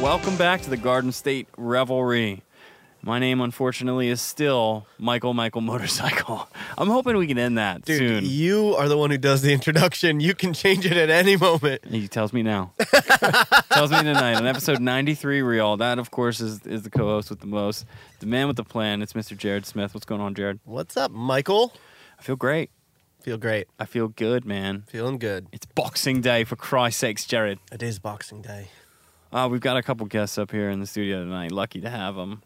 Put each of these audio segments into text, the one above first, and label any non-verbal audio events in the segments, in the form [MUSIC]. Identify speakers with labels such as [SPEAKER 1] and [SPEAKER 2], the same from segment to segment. [SPEAKER 1] Welcome back to the Garden State Revelry. My name, unfortunately, is still Michael Michael Motorcycle. [LAUGHS] I'm hoping we can end that
[SPEAKER 2] Dude,
[SPEAKER 1] soon.
[SPEAKER 2] you are the one who does the introduction. You can change it at any moment.
[SPEAKER 1] He tells me now. [LAUGHS] tells me tonight on episode 93 Real. That, of course, is, is the co host with the most, the man with the plan. It's Mr. Jared Smith. What's going on, Jared?
[SPEAKER 2] What's up, Michael?
[SPEAKER 1] I feel great.
[SPEAKER 2] Feel great.
[SPEAKER 1] I feel good, man.
[SPEAKER 2] Feeling good.
[SPEAKER 1] It's Boxing Day, for Christ's sakes, Jared.
[SPEAKER 2] It is Boxing Day.
[SPEAKER 1] Uh, we've got a couple guests up here in the studio tonight. Lucky to have them.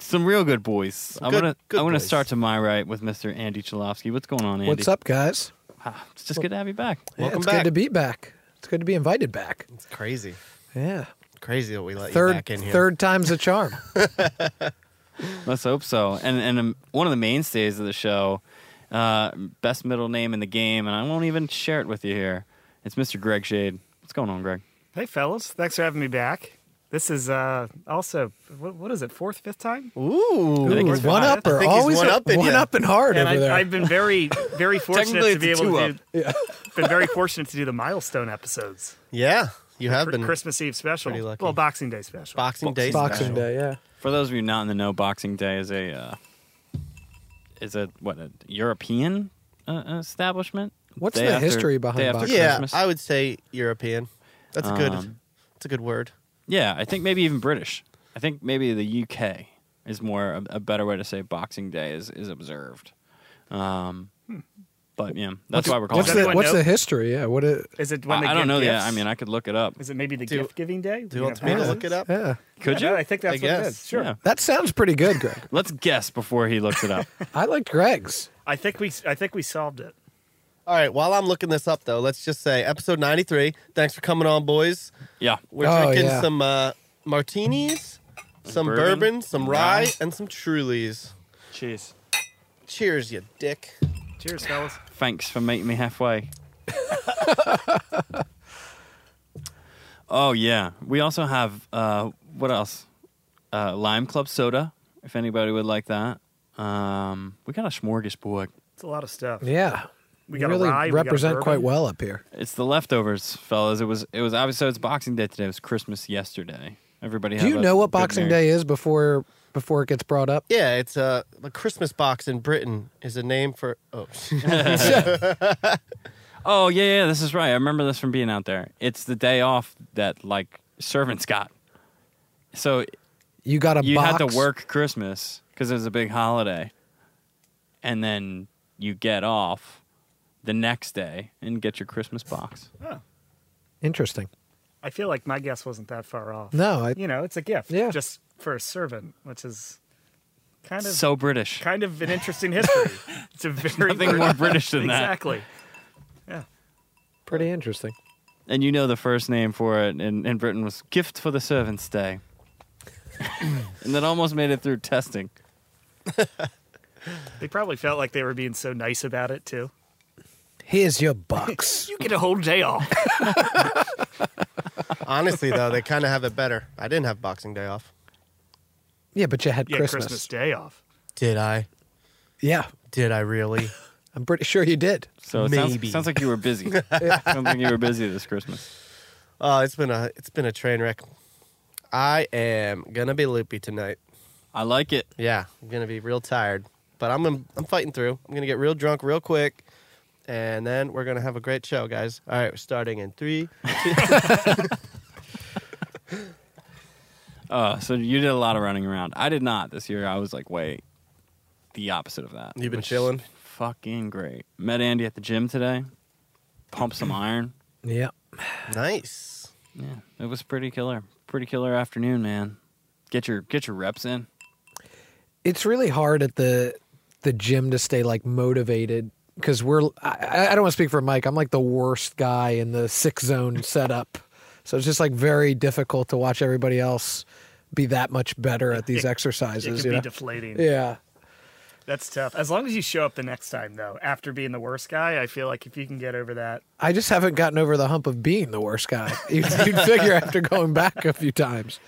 [SPEAKER 1] Some real good boys. I
[SPEAKER 2] good-
[SPEAKER 1] want to.
[SPEAKER 2] good
[SPEAKER 1] I want to
[SPEAKER 2] boys.
[SPEAKER 1] start to my right with Mr. Andy Chalofsky. What's going on, Andy?
[SPEAKER 3] What's up, guys?
[SPEAKER 1] Ah, it's just good to have you back.
[SPEAKER 2] Yeah,
[SPEAKER 3] it's
[SPEAKER 2] Welcome back.
[SPEAKER 3] good to be back. It's good to be invited back.
[SPEAKER 2] It's crazy.
[SPEAKER 3] Yeah.
[SPEAKER 2] Crazy that we let you
[SPEAKER 3] Third
[SPEAKER 2] back in here.
[SPEAKER 3] third time's a
[SPEAKER 2] [LAUGHS]
[SPEAKER 3] charm.
[SPEAKER 1] Let's hope so. And and um, one of the mainstays of the show, uh, best middle name in the game, and I won't even share it with you here. It's Mr. Greg Shade. What's going on, Greg?
[SPEAKER 4] Hey, fellas. Thanks for having me back. This is uh, also, what, what is it, fourth, fifth time?
[SPEAKER 2] Ooh.
[SPEAKER 1] think
[SPEAKER 3] Ooh,
[SPEAKER 1] he's
[SPEAKER 3] one
[SPEAKER 4] one-
[SPEAKER 2] I
[SPEAKER 3] upper.
[SPEAKER 2] think he's
[SPEAKER 3] Always
[SPEAKER 2] one
[SPEAKER 3] up,
[SPEAKER 2] upping
[SPEAKER 3] one
[SPEAKER 2] ya.
[SPEAKER 3] up and hard
[SPEAKER 4] and
[SPEAKER 3] over there.
[SPEAKER 4] I, I've been very,
[SPEAKER 2] [LAUGHS]
[SPEAKER 4] very fortunate to
[SPEAKER 1] Technically,
[SPEAKER 4] be
[SPEAKER 1] it's a
[SPEAKER 4] able to
[SPEAKER 1] two-up.
[SPEAKER 4] do, [LAUGHS] been very fortunate to do the milestone episodes.
[SPEAKER 2] Yeah, you have
[SPEAKER 4] Cr-
[SPEAKER 2] been.
[SPEAKER 4] Christmas Eve special.
[SPEAKER 2] pretty lucky.
[SPEAKER 4] Well, Boxing Day special.
[SPEAKER 2] Boxing Day.
[SPEAKER 3] Boxing
[SPEAKER 2] special.
[SPEAKER 3] Day, yeah.
[SPEAKER 1] For those of you not in the know, Boxing Day is a uh, is a what a European uh, establishment.
[SPEAKER 3] What's
[SPEAKER 1] Day
[SPEAKER 3] the
[SPEAKER 1] after-
[SPEAKER 3] history behind
[SPEAKER 1] day after
[SPEAKER 3] Boxing Day?
[SPEAKER 2] Yeah,
[SPEAKER 1] Christmas.
[SPEAKER 2] I would say European. That's a good.
[SPEAKER 1] Um,
[SPEAKER 2] That's a good word.
[SPEAKER 1] Yeah, I think maybe even British. I think maybe the UK is more a, a better way to say Boxing Day is is observed. Um,
[SPEAKER 4] Hmm.
[SPEAKER 1] but yeah, that's why we're calling
[SPEAKER 3] What's
[SPEAKER 1] it.
[SPEAKER 4] Does
[SPEAKER 3] the
[SPEAKER 4] anyone
[SPEAKER 3] what's
[SPEAKER 4] know?
[SPEAKER 3] the history? Yeah. What it,
[SPEAKER 4] Is it when
[SPEAKER 1] I,
[SPEAKER 4] they
[SPEAKER 1] I don't
[SPEAKER 4] give
[SPEAKER 1] know
[SPEAKER 4] gifts?
[SPEAKER 1] that. I mean, I could look it up.
[SPEAKER 4] Is it maybe the
[SPEAKER 2] Do-
[SPEAKER 4] gift giving day?
[SPEAKER 2] Do you want me to look it up?
[SPEAKER 3] yeah.
[SPEAKER 1] Could you?
[SPEAKER 4] I think that's
[SPEAKER 2] I
[SPEAKER 4] what it
[SPEAKER 2] guess.
[SPEAKER 4] is. Sure.
[SPEAKER 1] Yeah.
[SPEAKER 3] That sounds pretty good, Greg.
[SPEAKER 1] [LAUGHS] Let's guess before he looks it up.
[SPEAKER 3] [LAUGHS] I liked Greg's.
[SPEAKER 4] I think we I think we solved it.
[SPEAKER 2] All right. While I'm looking this up, though, let's just say episode 93. Thanks for coming on, boys.
[SPEAKER 1] yeah.
[SPEAKER 2] We're
[SPEAKER 3] Oh,
[SPEAKER 2] drinking
[SPEAKER 3] yeah.
[SPEAKER 2] some uh, martinis, some bourbon,
[SPEAKER 1] bourbon,
[SPEAKER 2] some
[SPEAKER 1] rye.
[SPEAKER 2] rye, and some Trulies.
[SPEAKER 4] Cheers.
[SPEAKER 2] Cheers, you dick.
[SPEAKER 4] Cheers, fellas.
[SPEAKER 1] Thanks for meeting
[SPEAKER 3] [LAUGHS]
[SPEAKER 1] me halfway. oh yeah. We also have uh, what else? Uh, Lime Club soda. If anybody would like that, um, we got a smorgasbord.
[SPEAKER 4] It's a lot of stuff.
[SPEAKER 3] Yeah.
[SPEAKER 4] We
[SPEAKER 3] You
[SPEAKER 4] got a
[SPEAKER 3] really
[SPEAKER 4] rye, we got a
[SPEAKER 3] represent quite
[SPEAKER 4] bourbon.
[SPEAKER 3] well up here.
[SPEAKER 1] It's the leftovers, fellas. It was it was obviously it's Boxing Day today. It was Christmas yesterday. Everybody.
[SPEAKER 3] Do you know what Boxing Day is before before it gets brought up?
[SPEAKER 2] Yeah, it's uh, a Christmas box in Britain is a name for. Oh, [LAUGHS]
[SPEAKER 1] Oh yeah, yeah. This is right. I remember this from being out there. It's the day off that like servants got. So
[SPEAKER 3] You got a
[SPEAKER 1] you
[SPEAKER 3] box.
[SPEAKER 1] had to work Christmas because it was a big holiday, and then you get off the next day and get your Christmas box.
[SPEAKER 3] Interesting.
[SPEAKER 4] I feel like my guess wasn't that far off.
[SPEAKER 3] No, I,
[SPEAKER 4] You know, it's a gift.
[SPEAKER 3] Yeah.
[SPEAKER 4] Just for a servant, which is kind of
[SPEAKER 1] So British.
[SPEAKER 4] kind of an interesting
[SPEAKER 1] [LAUGHS]
[SPEAKER 4] history. It's a very
[SPEAKER 1] Nothing more British than that.
[SPEAKER 4] exactly.
[SPEAKER 3] pretty interesting.
[SPEAKER 1] And you know the first name for it in, in Britain was Gift for the
[SPEAKER 3] [COUGHS]
[SPEAKER 1] Servants' Day. and that almost made it through testing.
[SPEAKER 4] They probably felt like they were being so nice about it too.
[SPEAKER 3] Here's your box.
[SPEAKER 4] [LAUGHS] You get a
[SPEAKER 3] [LAUGHS]
[SPEAKER 4] whole day off.
[SPEAKER 2] [LAUGHS] honestly, though, they kind of have it better. I didn't have Boxing Day off.
[SPEAKER 3] yeah, but you had
[SPEAKER 4] yeah, Christmas.
[SPEAKER 3] Christmas.
[SPEAKER 4] day off.
[SPEAKER 2] Did I?
[SPEAKER 3] Yeah,
[SPEAKER 2] Did
[SPEAKER 5] [LAUGHS]
[SPEAKER 2] I really?
[SPEAKER 3] I'm pretty sure you did.
[SPEAKER 1] So it
[SPEAKER 2] Maybe.
[SPEAKER 1] sounds, sounds like you
[SPEAKER 3] [LAUGHS]
[SPEAKER 1] were busy. sounds like you were busy this Christmas.
[SPEAKER 2] Oh, it's been a it's been a train wreck. I am gonna be loopy tonight.
[SPEAKER 1] I like it.
[SPEAKER 2] Yeah, I'm gonna be real tired, but I'm gonna, I'm fighting through. I'm gonna get real drunk real quick, and then we're gonna have a great show, guys. All right, we're starting in three.
[SPEAKER 1] Uh, so you did a lot of running around. I did not this year. I was like, wait, the opposite of that.
[SPEAKER 2] You've been
[SPEAKER 1] which is
[SPEAKER 2] chilling?
[SPEAKER 1] Fucking great. Met Andy at the gym today. Pumped some iron.
[SPEAKER 3] Yeah.
[SPEAKER 2] [CLEARS THROAT] Nice.
[SPEAKER 1] Yeah, it was pretty killer. Pretty killer afternoon, man. Get your get your reps in.
[SPEAKER 3] It's really hard at the the gym to stay like motivated because we're I, I- I don't want to speak for Mike. I'm like the worst guy in the six zone setup. So it's just like very difficult to watch everybody else be that much better at these
[SPEAKER 4] [LAUGHS] It- It
[SPEAKER 3] exercises.
[SPEAKER 4] could
[SPEAKER 3] you
[SPEAKER 4] be
[SPEAKER 3] know?
[SPEAKER 4] deflating.
[SPEAKER 3] yeah.
[SPEAKER 4] That's tough. As long as you show up the next time though, after being the worst guy, I feel like if you can get over that,
[SPEAKER 3] I just haven't gotten over the hump of being the worst guy. [LAUGHS] You'd, you'd figure after going back a few times,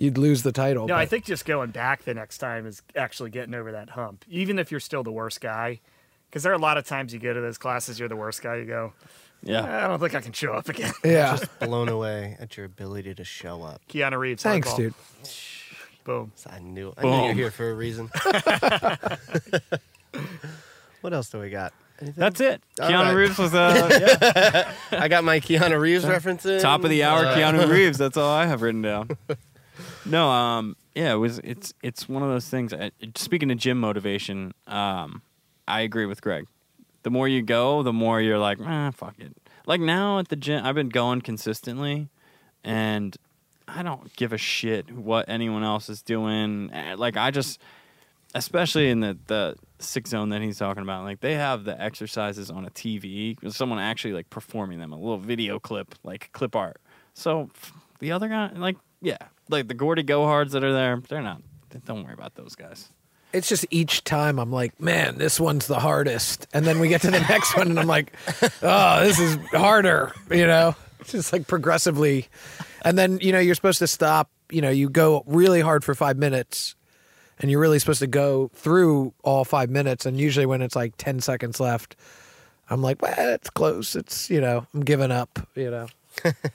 [SPEAKER 3] you'd lose the title.
[SPEAKER 4] No, I
[SPEAKER 3] but-
[SPEAKER 4] think just going back the next time is actually getting over that hump, even if you're still the worst guy. Because there are a lot of times you go to those classes, you're the worst guy. You go,
[SPEAKER 1] Yeah.
[SPEAKER 4] I don't think I can show up again.
[SPEAKER 3] [LAUGHS] [LAUGHS] Yeah.
[SPEAKER 2] Blown away at your ability to show up.
[SPEAKER 4] Keanu Reeves.
[SPEAKER 3] Thanks,
[SPEAKER 4] hardball.
[SPEAKER 3] dude.
[SPEAKER 4] Boom.
[SPEAKER 2] So I knew. I knew you're
[SPEAKER 1] Boom.
[SPEAKER 2] here for a
[SPEAKER 1] [LAUGHS]
[SPEAKER 2] reason. [LAUGHS] what else do we got? Anything?
[SPEAKER 1] That's it.
[SPEAKER 2] All
[SPEAKER 1] Keanu
[SPEAKER 2] right.
[SPEAKER 1] Reeves
[SPEAKER 2] [LAUGHS]
[SPEAKER 1] was uh,
[SPEAKER 2] I got my Keanu Reeves references.
[SPEAKER 1] top of the
[SPEAKER 2] [LAUGHS]
[SPEAKER 1] hour. Keanu Reeves. That's all I have written down. [LAUGHS] No, um, yeah, it was. It's it's one of those things. I, speaking to gym motivation, um, I agree with Greg. The more you go, the more you're like, ah, fuck it. Like now at the gym, I've been going consistently, and I don't give a shit what anyone else is doing. Eh, Like I just, especially in the the six zone that he's talking about, like they have the exercises on a TV, with someone actually like performing them, a little video clip, like clip art. So f- the other guy, like yeah, like the Gordy Gohards that are there, they're not. Don't worry about those guys.
[SPEAKER 3] It's just each time I'm like, man, this one's the hardest. And then we get to the [LAUGHS] next one and I'm like, oh, this is harder, you know? It's just like progressively. And then, you know, you're supposed to stop, you know, you go really hard for five minutes and you're really supposed to go through all five minutes. And usually when it's like 10 seconds left, I'm like, well, it's close. It's, you know, I'm giving up, you know?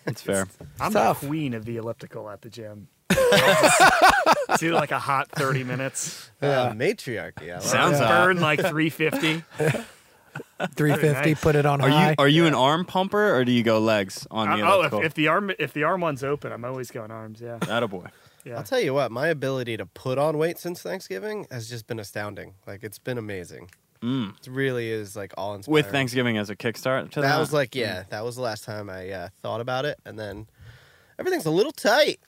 [SPEAKER 1] It's fair.
[SPEAKER 4] I'm
[SPEAKER 3] Tough.
[SPEAKER 4] the queen of the elliptical at
[SPEAKER 3] [LAUGHS]
[SPEAKER 4] the gym. it's either like a hot 30 minutes.
[SPEAKER 2] uh, matriarchy. I like
[SPEAKER 1] Sounds hot.
[SPEAKER 4] burn like
[SPEAKER 3] [LAUGHS]
[SPEAKER 4] 350.
[SPEAKER 3] 350,
[SPEAKER 4] nice.
[SPEAKER 3] put it on
[SPEAKER 1] Are
[SPEAKER 3] high.
[SPEAKER 1] you are you an arm pumper or do you go legs on
[SPEAKER 4] I'm-
[SPEAKER 1] the
[SPEAKER 4] oh, if,
[SPEAKER 1] elliptical?
[SPEAKER 4] if the arm if the arm one's open, I'm always going arms. Yeah,
[SPEAKER 3] [LAUGHS]
[SPEAKER 1] Attaboy.
[SPEAKER 4] yeah.
[SPEAKER 2] [LAUGHS] I'll tell you what, my ability to put on weight since Thanksgiving has just been astounding. Like it's been amazing.
[SPEAKER 1] Mm.
[SPEAKER 2] It really is like all inspiring.
[SPEAKER 1] With Thanksgiving as a kickstart. [LAUGHS] To Mm.
[SPEAKER 2] That was like yeah, that was the last time I uh, thought about it, and then everything's a little tight.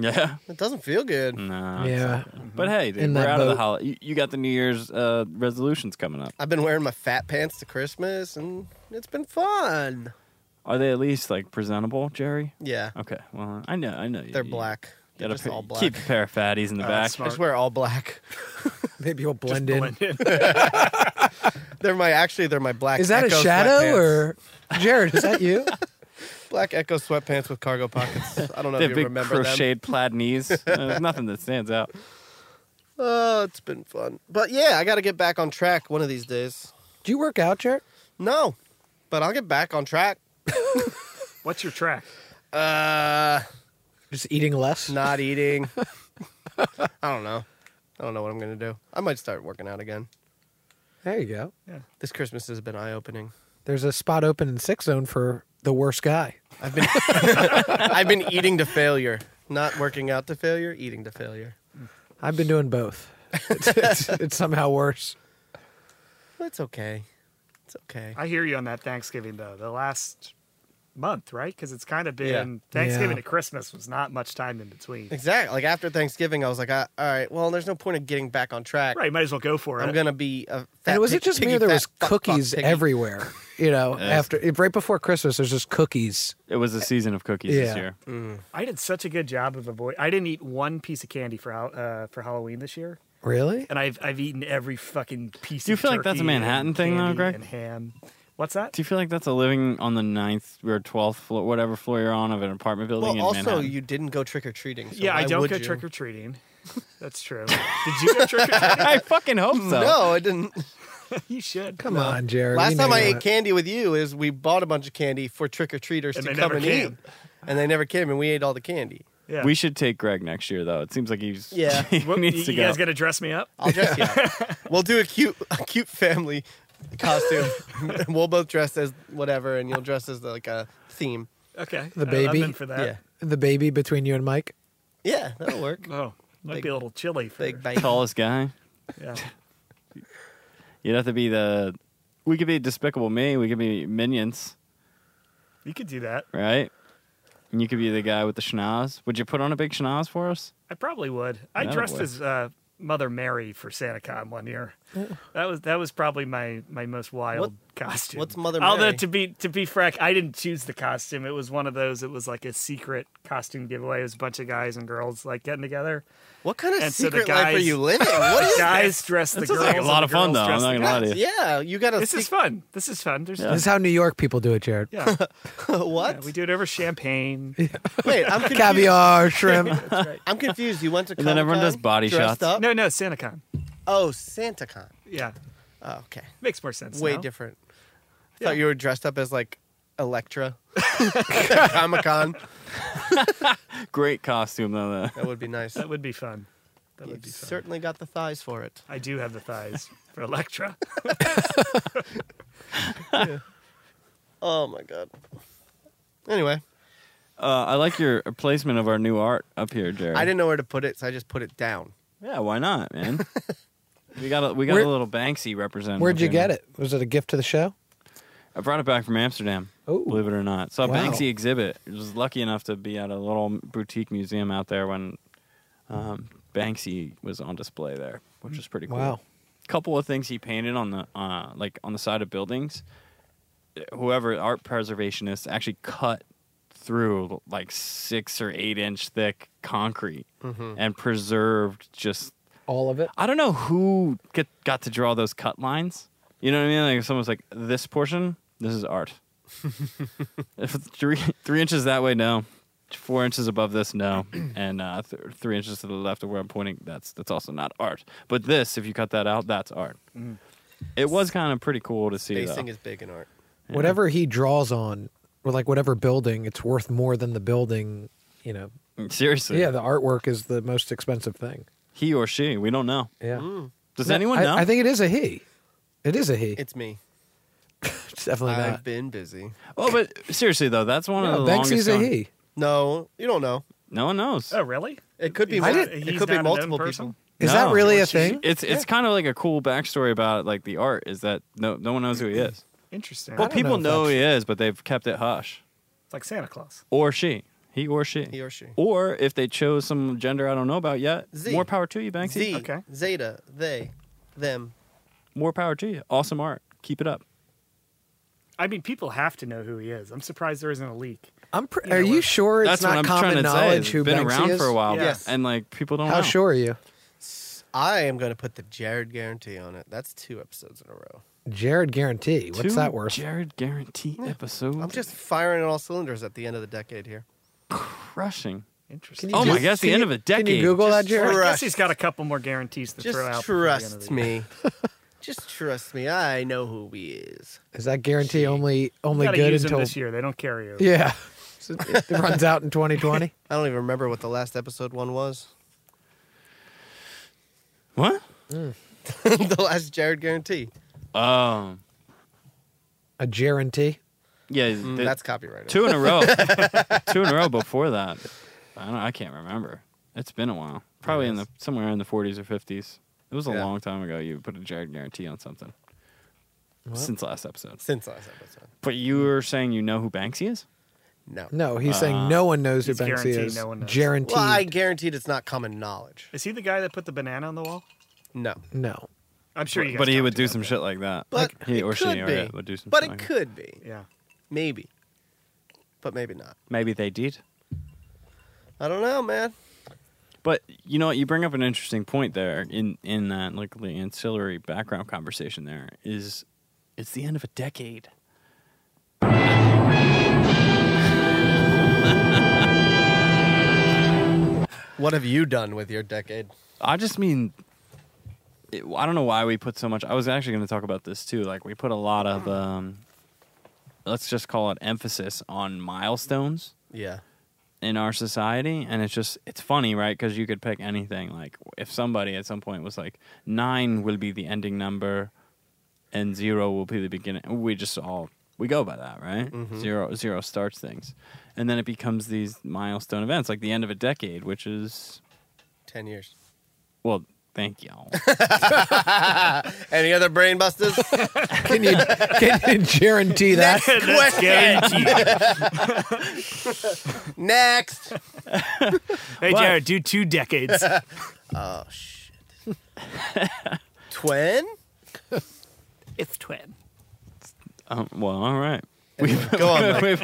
[SPEAKER 1] yeah.
[SPEAKER 2] It doesn't feel good.
[SPEAKER 1] No. it's
[SPEAKER 3] yeah.
[SPEAKER 1] But hey, dude,
[SPEAKER 3] In
[SPEAKER 1] we're
[SPEAKER 3] that
[SPEAKER 1] out of the
[SPEAKER 3] boat.
[SPEAKER 1] holiday. You, you got the New Year's uh, resolutions coming up.
[SPEAKER 2] I've been wearing my fat pants to Christmas, and it's been fun.
[SPEAKER 1] Are they at least like presentable, Jerry?
[SPEAKER 2] Yeah,
[SPEAKER 1] Okay. Well, I know, I know. you-
[SPEAKER 2] they're
[SPEAKER 1] you
[SPEAKER 2] black. They're
[SPEAKER 1] Gotta
[SPEAKER 2] just
[SPEAKER 1] pa-
[SPEAKER 2] all black. Uh,
[SPEAKER 1] keep a pair of fatties in the
[SPEAKER 4] Oh,
[SPEAKER 1] back.
[SPEAKER 4] that's
[SPEAKER 2] I
[SPEAKER 4] smart.
[SPEAKER 2] just wear all black.
[SPEAKER 3] [LAUGHS] Maybe
[SPEAKER 2] [LAUGHS]
[SPEAKER 3] you'll
[SPEAKER 4] Just
[SPEAKER 3] blend in. [LAUGHS]
[SPEAKER 4] blend
[SPEAKER 2] They're my actually they're my black.
[SPEAKER 3] Is that a
[SPEAKER 2] Echo
[SPEAKER 3] shadow
[SPEAKER 2] sweatpants.
[SPEAKER 3] or Jared? Is that you?
[SPEAKER 2] black Echo sweatpants with cargo pockets? I don't know
[SPEAKER 1] They
[SPEAKER 2] if
[SPEAKER 1] have
[SPEAKER 2] you
[SPEAKER 1] big
[SPEAKER 2] remember them.
[SPEAKER 1] crocheted
[SPEAKER 2] [LAUGHS]
[SPEAKER 1] plaid knees. Uh, There's nothing that stands out.
[SPEAKER 2] Oh, it's been fun. But yeah, I got to get back on track one of these days.
[SPEAKER 3] Do you work out, Jared?
[SPEAKER 2] No, but I'll get back
[SPEAKER 3] [LAUGHS]
[SPEAKER 2] on track.
[SPEAKER 4] What's your track?
[SPEAKER 2] Uh,
[SPEAKER 3] Just eating less? [LAUGHS]
[SPEAKER 2] not eating. I don't know. I don't know what I'm going to do. I might start working out again.
[SPEAKER 3] There you go.
[SPEAKER 2] This Christmas has been eye opening.
[SPEAKER 3] There's a spot open in six zone for the worst guy.
[SPEAKER 2] I've been I've been [LAUGHS] eating to failure, not working out to failure, eating to failure.
[SPEAKER 4] Mm.
[SPEAKER 3] I've been doing both. It's, it's, it's somehow worse.
[SPEAKER 2] That's okay. It's okay.
[SPEAKER 4] I hear you on that Thanksgiving though. The last month, right? Because it's kind of been
[SPEAKER 2] Yeah.
[SPEAKER 4] Thanksgiving
[SPEAKER 3] Yeah.
[SPEAKER 4] to Christmas was not much time in between.
[SPEAKER 2] Exactly. Like after Thanksgiving, I was like, I, all right, well, there's no point in getting back on track.
[SPEAKER 4] Right, might as well go for it.
[SPEAKER 2] I'm gonna be a fat.
[SPEAKER 3] And was
[SPEAKER 2] pig-
[SPEAKER 3] it just me
[SPEAKER 2] piggy
[SPEAKER 3] or there
[SPEAKER 2] fat
[SPEAKER 3] was
[SPEAKER 2] fuck, fuck
[SPEAKER 3] cookies
[SPEAKER 2] piggy.
[SPEAKER 3] everywhere? You know,
[SPEAKER 1] Yes.
[SPEAKER 3] after if- right before Christmas, there's just cookies.
[SPEAKER 1] It was a season of cookies
[SPEAKER 3] Yeah.
[SPEAKER 1] this year.
[SPEAKER 4] I did such a good job of avoiding. I didn't eat one piece of candy for Hal- uh, for Halloween this year,
[SPEAKER 3] Really?
[SPEAKER 4] and I've I've eaten every fucking piece.
[SPEAKER 1] Do you
[SPEAKER 4] of
[SPEAKER 1] feel like that's a
[SPEAKER 4] turkey
[SPEAKER 1] Manhattan
[SPEAKER 4] and
[SPEAKER 1] thing, though,
[SPEAKER 4] candy
[SPEAKER 1] Greg?
[SPEAKER 4] And ham. What's that?
[SPEAKER 1] Do you feel like that's a living on the ninth or twelfth floor, whatever floor you're on of an apartment building
[SPEAKER 2] Well,
[SPEAKER 1] in
[SPEAKER 2] also
[SPEAKER 1] Manhattan?
[SPEAKER 2] you didn't go trick or treating. So
[SPEAKER 4] yeah, I
[SPEAKER 2] why
[SPEAKER 4] don't
[SPEAKER 2] would
[SPEAKER 4] go
[SPEAKER 2] you?
[SPEAKER 4] trick [LAUGHS] or treating.
[SPEAKER 2] [LAUGHS]
[SPEAKER 4] That's true. Did you go trick or treating?
[SPEAKER 1] I fucking hope so.
[SPEAKER 2] No, I didn't.
[SPEAKER 4] You should.
[SPEAKER 3] Come on, Jared.
[SPEAKER 2] Last
[SPEAKER 3] you
[SPEAKER 2] time
[SPEAKER 3] know
[SPEAKER 2] I
[SPEAKER 3] you
[SPEAKER 2] ate
[SPEAKER 3] want-
[SPEAKER 2] candy with you is we bought a bunch of candy for trick or treaters
[SPEAKER 4] And they
[SPEAKER 2] to come
[SPEAKER 4] never
[SPEAKER 2] and eat,
[SPEAKER 4] came.
[SPEAKER 2] and they never came, and we ate all the candy.
[SPEAKER 4] Yeah.
[SPEAKER 1] We should take Greg next year, though. It seems like he's [LAUGHS]
[SPEAKER 2] Yeah.
[SPEAKER 1] he
[SPEAKER 4] What-
[SPEAKER 1] needs
[SPEAKER 4] you
[SPEAKER 1] to
[SPEAKER 4] you guys
[SPEAKER 1] go.
[SPEAKER 4] gonna dress me up?
[SPEAKER 2] I'll dress
[SPEAKER 4] [LAUGHS]
[SPEAKER 2] you up. We'll do a cute, a cute family costume. [LAUGHS] we'll both dress as whatever, and you'll dress as like a theme.
[SPEAKER 4] Okay.
[SPEAKER 3] The
[SPEAKER 4] I-
[SPEAKER 3] baby?
[SPEAKER 4] I'm in for that.
[SPEAKER 3] the baby between you and Mike.
[SPEAKER 2] yeah, yeah, that'll work.
[SPEAKER 4] Oh, might
[SPEAKER 2] Big-
[SPEAKER 4] be a little chilly for.
[SPEAKER 2] Big bite.
[SPEAKER 1] Tallest guy.
[SPEAKER 2] [LAUGHS]
[SPEAKER 4] Yeah.
[SPEAKER 1] You'd have to be the. We could be Despicable Me. We could be Minions,
[SPEAKER 4] You could do that.
[SPEAKER 1] right? And you could be the guy with the schnoz. Would you put on a big schnoz for us?
[SPEAKER 4] I probably would. I
[SPEAKER 1] That
[SPEAKER 4] dressed
[SPEAKER 1] would.
[SPEAKER 4] as uh, Mother Mary for SantaCon one year. that was that was probably my my most wild
[SPEAKER 2] What-
[SPEAKER 4] costume.
[SPEAKER 2] what's Mother
[SPEAKER 4] Although
[SPEAKER 2] Mary?
[SPEAKER 4] to be to be frank, I didn't choose the costume. It was one of those. It was like a secret costume giveaway. It was a bunch of guys and girls like getting together.
[SPEAKER 2] What kind of
[SPEAKER 4] And so the
[SPEAKER 2] secret life are
[SPEAKER 4] guys-
[SPEAKER 2] you living? What is
[SPEAKER 4] [LAUGHS] guys dressed the girls.
[SPEAKER 1] sounds like a
[SPEAKER 4] and
[SPEAKER 1] lot
[SPEAKER 4] the
[SPEAKER 1] of fun,
[SPEAKER 4] girls
[SPEAKER 1] though.
[SPEAKER 4] dressed
[SPEAKER 1] I'm
[SPEAKER 4] the
[SPEAKER 1] not gonna
[SPEAKER 4] guys.
[SPEAKER 1] lie to you.
[SPEAKER 2] Yeah, you got a
[SPEAKER 4] This
[SPEAKER 2] secret.
[SPEAKER 4] is fun. This is fun. There's
[SPEAKER 1] Yeah.
[SPEAKER 3] This is how New York people do it, Jared.
[SPEAKER 4] yeah.
[SPEAKER 2] [LAUGHS] what?
[SPEAKER 4] Yeah, we do it over
[SPEAKER 3] [LAUGHS]
[SPEAKER 4] champagne.
[SPEAKER 2] Wait, I'm confused.
[SPEAKER 3] Caviar,
[SPEAKER 2] [LAUGHS]
[SPEAKER 3] shrimp.
[SPEAKER 4] That's right.
[SPEAKER 2] I'm confused. You went to
[SPEAKER 1] And then everyone does
[SPEAKER 2] Comic-Con
[SPEAKER 1] body
[SPEAKER 2] dressed
[SPEAKER 1] shots.
[SPEAKER 2] Up?
[SPEAKER 4] No, no, SantaCon.
[SPEAKER 2] Oh, SantaCon.
[SPEAKER 4] Yeah,
[SPEAKER 2] Oh, okay.
[SPEAKER 4] makes more sense.
[SPEAKER 2] Way
[SPEAKER 4] now.
[SPEAKER 2] different. I
[SPEAKER 4] Yeah.
[SPEAKER 2] thought you were dressed up as like
[SPEAKER 4] [LAUGHS]
[SPEAKER 2] [LAUGHS] Electra, Comic Con.
[SPEAKER 1] Great costume though. that-
[SPEAKER 2] That would be nice.
[SPEAKER 4] That would be fun. That would
[SPEAKER 2] You've
[SPEAKER 4] be fun.
[SPEAKER 2] certainly got the thighs for it.
[SPEAKER 4] I do have the
[SPEAKER 2] [LAUGHS]
[SPEAKER 4] thighs for Electra.
[SPEAKER 2] Oh my god. Anyway,
[SPEAKER 1] Uh, I like your placement of our new art up here, Jared.
[SPEAKER 2] I didn't know where to put it, so I just put it down.
[SPEAKER 1] Yeah, why
[SPEAKER 2] [LAUGHS]
[SPEAKER 1] not, man? we got a we got
[SPEAKER 3] Where-
[SPEAKER 1] a little Banksy representative.
[SPEAKER 3] Where'd you
[SPEAKER 1] here.
[SPEAKER 3] get it? Was it a gift to the show?
[SPEAKER 1] I brought it back from Amsterdam.
[SPEAKER 3] Oh.
[SPEAKER 1] believe it or not, saw a
[SPEAKER 3] Wow.
[SPEAKER 1] Banksy exhibit. I was lucky enough to be at a little boutique museum out there when um, Banksy was on display there, which was pretty cool.
[SPEAKER 3] Wow.
[SPEAKER 1] couple of things he painted on the uh, like on the side of buildings. Whoever art preservationists actually cut through like six or eight inch thick concrete
[SPEAKER 2] Mm-hmm.
[SPEAKER 1] and preserved just
[SPEAKER 3] All of it?
[SPEAKER 1] I don't know who get, got to draw those cut lines. You know what I mean? Like someone's like, this portion, this
[SPEAKER 2] [LAUGHS]
[SPEAKER 1] is art. if it's three three inches that way, no. Four inches above
[SPEAKER 2] [CLEARS THROAT]
[SPEAKER 1] this, no. And uh, th- three inches to the left of where I'm pointing, that's that's also not art. But this, if you cut that out, that's art. It was kind of pretty cool to see.
[SPEAKER 2] Spacing
[SPEAKER 1] though.
[SPEAKER 2] is big in art.
[SPEAKER 3] Whatever he draws on, or like whatever building, it's worth more than the building, you know.
[SPEAKER 1] Seriously,
[SPEAKER 3] yeah, the artwork is the most expensive thing.
[SPEAKER 1] he or she, we don't know.
[SPEAKER 3] Yeah.
[SPEAKER 1] Does
[SPEAKER 3] No,
[SPEAKER 1] anyone
[SPEAKER 3] I-
[SPEAKER 1] know?
[SPEAKER 3] I, think it is a he. It is a he.
[SPEAKER 2] It's me.
[SPEAKER 3] It's definitely
[SPEAKER 2] I've
[SPEAKER 3] not.
[SPEAKER 2] been busy.
[SPEAKER 1] oh, but seriously though, that's one
[SPEAKER 3] No,
[SPEAKER 1] of the
[SPEAKER 3] Banksy's
[SPEAKER 1] longest.
[SPEAKER 3] a
[SPEAKER 1] going-
[SPEAKER 3] he.
[SPEAKER 2] No, you don't know.
[SPEAKER 1] No one knows.
[SPEAKER 4] oh, really?
[SPEAKER 2] It could be.
[SPEAKER 4] He's
[SPEAKER 2] mul-
[SPEAKER 4] not-
[SPEAKER 2] it
[SPEAKER 4] he's
[SPEAKER 2] could be
[SPEAKER 4] not a known
[SPEAKER 2] multiple
[SPEAKER 4] person?
[SPEAKER 2] people.
[SPEAKER 3] Is
[SPEAKER 1] No.
[SPEAKER 3] that really a thing?
[SPEAKER 1] It's it's kind of like a cool backstory about like the art is that no no one knows who he is.
[SPEAKER 4] Interesting.
[SPEAKER 1] Well,
[SPEAKER 3] don't
[SPEAKER 1] people know,
[SPEAKER 3] know if
[SPEAKER 1] who he is, but they've kept it hush.
[SPEAKER 4] It's like Santa Claus.
[SPEAKER 1] Or she, he or she,
[SPEAKER 2] He or she.
[SPEAKER 1] or if they chose some gender I don't know about yet,
[SPEAKER 2] Z.
[SPEAKER 1] more power to you, Banksy.
[SPEAKER 2] Z,
[SPEAKER 4] Okay.
[SPEAKER 2] Zeta, they, them.
[SPEAKER 1] More power to you. Awesome art. Keep it up.
[SPEAKER 4] I mean, people have to know who he is. I'm surprised there isn't a leak.
[SPEAKER 3] I'm. Pr-
[SPEAKER 4] Yeah,
[SPEAKER 3] are you
[SPEAKER 4] we're-
[SPEAKER 3] sure it's
[SPEAKER 1] That's
[SPEAKER 3] not
[SPEAKER 1] what I'm
[SPEAKER 3] common
[SPEAKER 1] trying to
[SPEAKER 3] knowledge
[SPEAKER 1] say.
[SPEAKER 3] who
[SPEAKER 1] It's been
[SPEAKER 3] Banksy
[SPEAKER 1] around
[SPEAKER 3] is?
[SPEAKER 1] for a while,
[SPEAKER 4] Yes.
[SPEAKER 1] and like people don't
[SPEAKER 3] How
[SPEAKER 1] know.
[SPEAKER 3] sure are you?
[SPEAKER 2] I am going to put the Jared guarantee on it. That's two episodes in a row.
[SPEAKER 3] Jared Guarantee. What's
[SPEAKER 1] Two
[SPEAKER 3] that worth?
[SPEAKER 1] Jared Guarantee episode.
[SPEAKER 2] I'm just firing on all cylinders at the end of the decade here.
[SPEAKER 1] crushing.
[SPEAKER 4] Interesting.
[SPEAKER 1] Oh
[SPEAKER 3] do-
[SPEAKER 1] my God, it's the
[SPEAKER 3] can
[SPEAKER 1] end
[SPEAKER 3] you-
[SPEAKER 1] of a
[SPEAKER 3] Can
[SPEAKER 1] decade.
[SPEAKER 3] you Google that,
[SPEAKER 4] Well,
[SPEAKER 3] Jared?
[SPEAKER 4] I guess
[SPEAKER 2] Trust.
[SPEAKER 4] he's got a couple more guarantees to throw
[SPEAKER 2] Just
[SPEAKER 4] out. before the end of
[SPEAKER 2] trust
[SPEAKER 4] the year.
[SPEAKER 2] me. Just trust me. I know who he is.
[SPEAKER 3] Is that guarantee only
[SPEAKER 4] You
[SPEAKER 3] only
[SPEAKER 4] gotta
[SPEAKER 3] good
[SPEAKER 4] use
[SPEAKER 3] until
[SPEAKER 4] them this year. They don't carry over.
[SPEAKER 3] Yeah. [LAUGHS] So it runs out in 2020.
[SPEAKER 2] [LAUGHS] I don't even remember what the last episode one was.
[SPEAKER 1] What?
[SPEAKER 3] Hmm.
[SPEAKER 2] [LAUGHS] the last Jared guarantee.
[SPEAKER 1] Um.
[SPEAKER 3] A guarantee.
[SPEAKER 1] Yeah.
[SPEAKER 2] Mm,
[SPEAKER 1] the-
[SPEAKER 2] that's copyrighted.
[SPEAKER 1] Two in
[SPEAKER 2] [LAUGHS]
[SPEAKER 1] a row. Two in a row before that. I don't. I can't remember. It's been a while. Probably in the somewhere in the 40s or 50s. It was a
[SPEAKER 2] Yeah.
[SPEAKER 1] long time ago. You put a Jared guarantee on something since last episode.
[SPEAKER 2] Since last episode.
[SPEAKER 1] But you were saying you know who Banksy is?
[SPEAKER 2] No.
[SPEAKER 3] No, he's
[SPEAKER 1] Uh,
[SPEAKER 3] saying no one knows who
[SPEAKER 4] he's
[SPEAKER 3] Banksy
[SPEAKER 4] guaranteed
[SPEAKER 3] is.
[SPEAKER 4] no one knows.
[SPEAKER 3] Guaranteed.
[SPEAKER 2] Well, I guaranteed it's not common knowledge.
[SPEAKER 4] Is he the guy that put the banana on the wall?
[SPEAKER 2] No.
[SPEAKER 3] no.
[SPEAKER 4] I'm sure you. Guys
[SPEAKER 1] but he
[SPEAKER 4] talked
[SPEAKER 1] would do
[SPEAKER 4] about
[SPEAKER 1] some
[SPEAKER 4] that.
[SPEAKER 1] shit like that.
[SPEAKER 2] But
[SPEAKER 1] Like, he
[SPEAKER 2] it
[SPEAKER 1] or
[SPEAKER 2] could
[SPEAKER 1] she or
[SPEAKER 2] be.
[SPEAKER 1] it would do some.
[SPEAKER 2] But
[SPEAKER 1] shit
[SPEAKER 2] it
[SPEAKER 1] like that.
[SPEAKER 2] could be.
[SPEAKER 4] Yeah.
[SPEAKER 2] Maybe. But maybe not.
[SPEAKER 1] Maybe they did.
[SPEAKER 2] I don't know, man.
[SPEAKER 1] But you know what? You bring up an interesting point there in in that like the ancillary background conversation. There is, it's the end of a decade.
[SPEAKER 2] What have you done with your decade?
[SPEAKER 1] I just mean, it, I don't know why we put so much. I was actually going to talk about this too. Like we put a lot of, um, let's just call it emphasis on milestones
[SPEAKER 2] Yeah.
[SPEAKER 1] in our society, and it's just it's funny, right? Because you could pick anything. Like if somebody at some point was like nine will be the ending number, and zero will be the beginning. We just all we go by that, right? Zero zero starts things, and then it becomes these milestone events, like the end of a decade, which is
[SPEAKER 2] Ten years.
[SPEAKER 1] well, thank y'all.
[SPEAKER 2] [LAUGHS] Any other brain
[SPEAKER 1] [LAUGHS]
[SPEAKER 2] busters?
[SPEAKER 3] Can you [LAUGHS] can you guarantee that?
[SPEAKER 4] That's guaranteed.
[SPEAKER 2] [LAUGHS]
[SPEAKER 1] [LAUGHS]
[SPEAKER 2] Next.
[SPEAKER 4] hey
[SPEAKER 1] What?
[SPEAKER 4] Jared, do two decades.
[SPEAKER 2] [LAUGHS] Oh shit. Twin?
[SPEAKER 4] it's twin.
[SPEAKER 1] Um, well, all
[SPEAKER 2] [LAUGHS]
[SPEAKER 1] right.
[SPEAKER 2] Go
[SPEAKER 1] [LAUGHS]
[SPEAKER 2] on. Mike.
[SPEAKER 1] We've-